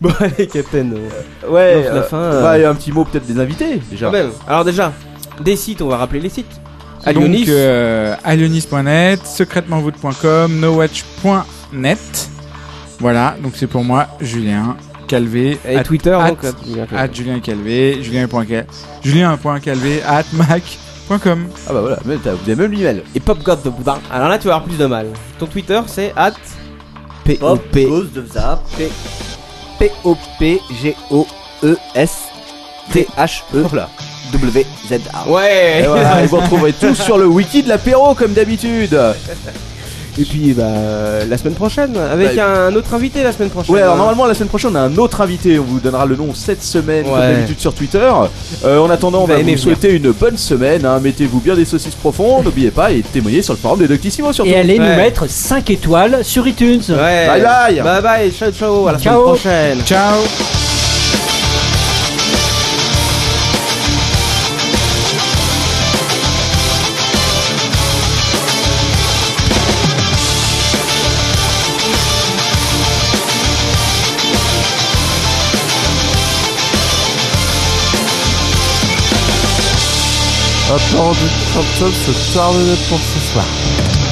S7: Bon, allez, Captain.
S6: Euh, Ouais,
S7: lance la
S6: euh,
S7: fin, euh.
S6: bah, et un petit mot peut-être des invités, déjà.
S7: Quand même. Alors, déjà, des sites, on va rappeler les sites.
S8: Donc,
S7: Alionis.
S8: euh, alionis.net, secrètementvoûte.com, nowatch.net. Voilà, donc c'est pour moi, Julien Calvé.
S7: Et
S8: at-
S7: Twitter,
S8: at,
S7: donc, euh, Julien Calvé.
S8: at Julien Calvé, Julien. point Cal- Julien point Calvé, at mac.com.
S6: Ah bah voilà, mais t'as- vous avez même l'email.
S7: Et Pop God de Boudin. Alors là, tu vas avoir plus de mal. Ton Twitter, c'est at. P O
S10: Pop
S7: P.
S10: Ghost de Zap. P- E P-O-P-G-O-E-S-T-H-E-W-Z-A.
S7: Ouais.
S6: Et voilà, et vous retrouverez tout sur le wiki de l'apéro, comme d'habitude.
S7: Et puis, bah, euh, la semaine prochaine, avec
S6: Bah,
S7: un autre invité la semaine prochaine.
S6: Ouais, alors normalement, la semaine prochaine, on a un autre invité. On vous donnera le nom cette semaine, comme
S7: Ouais.
S6: d'habitude, sur Twitter. Euh, en attendant, on
S7: Vous
S6: va
S7: allez
S6: vous
S7: venir.
S6: souhaiter une bonne semaine. hein. Mettez-vous bien des saucisses profondes, n'oubliez pas, et témoignez sur le forum de Doctissimo, surtout.
S9: Et allez nous
S6: Ouais.
S9: mettre 5 étoiles sur iTunes.
S7: Ouais.
S6: Bye bye.
S7: Bye bye, ciao ciao, à la
S9: Ciao.
S7: semaine prochaine.
S8: Ciao.
S14: Un peu en doute, Thompson se charme pour ce soir.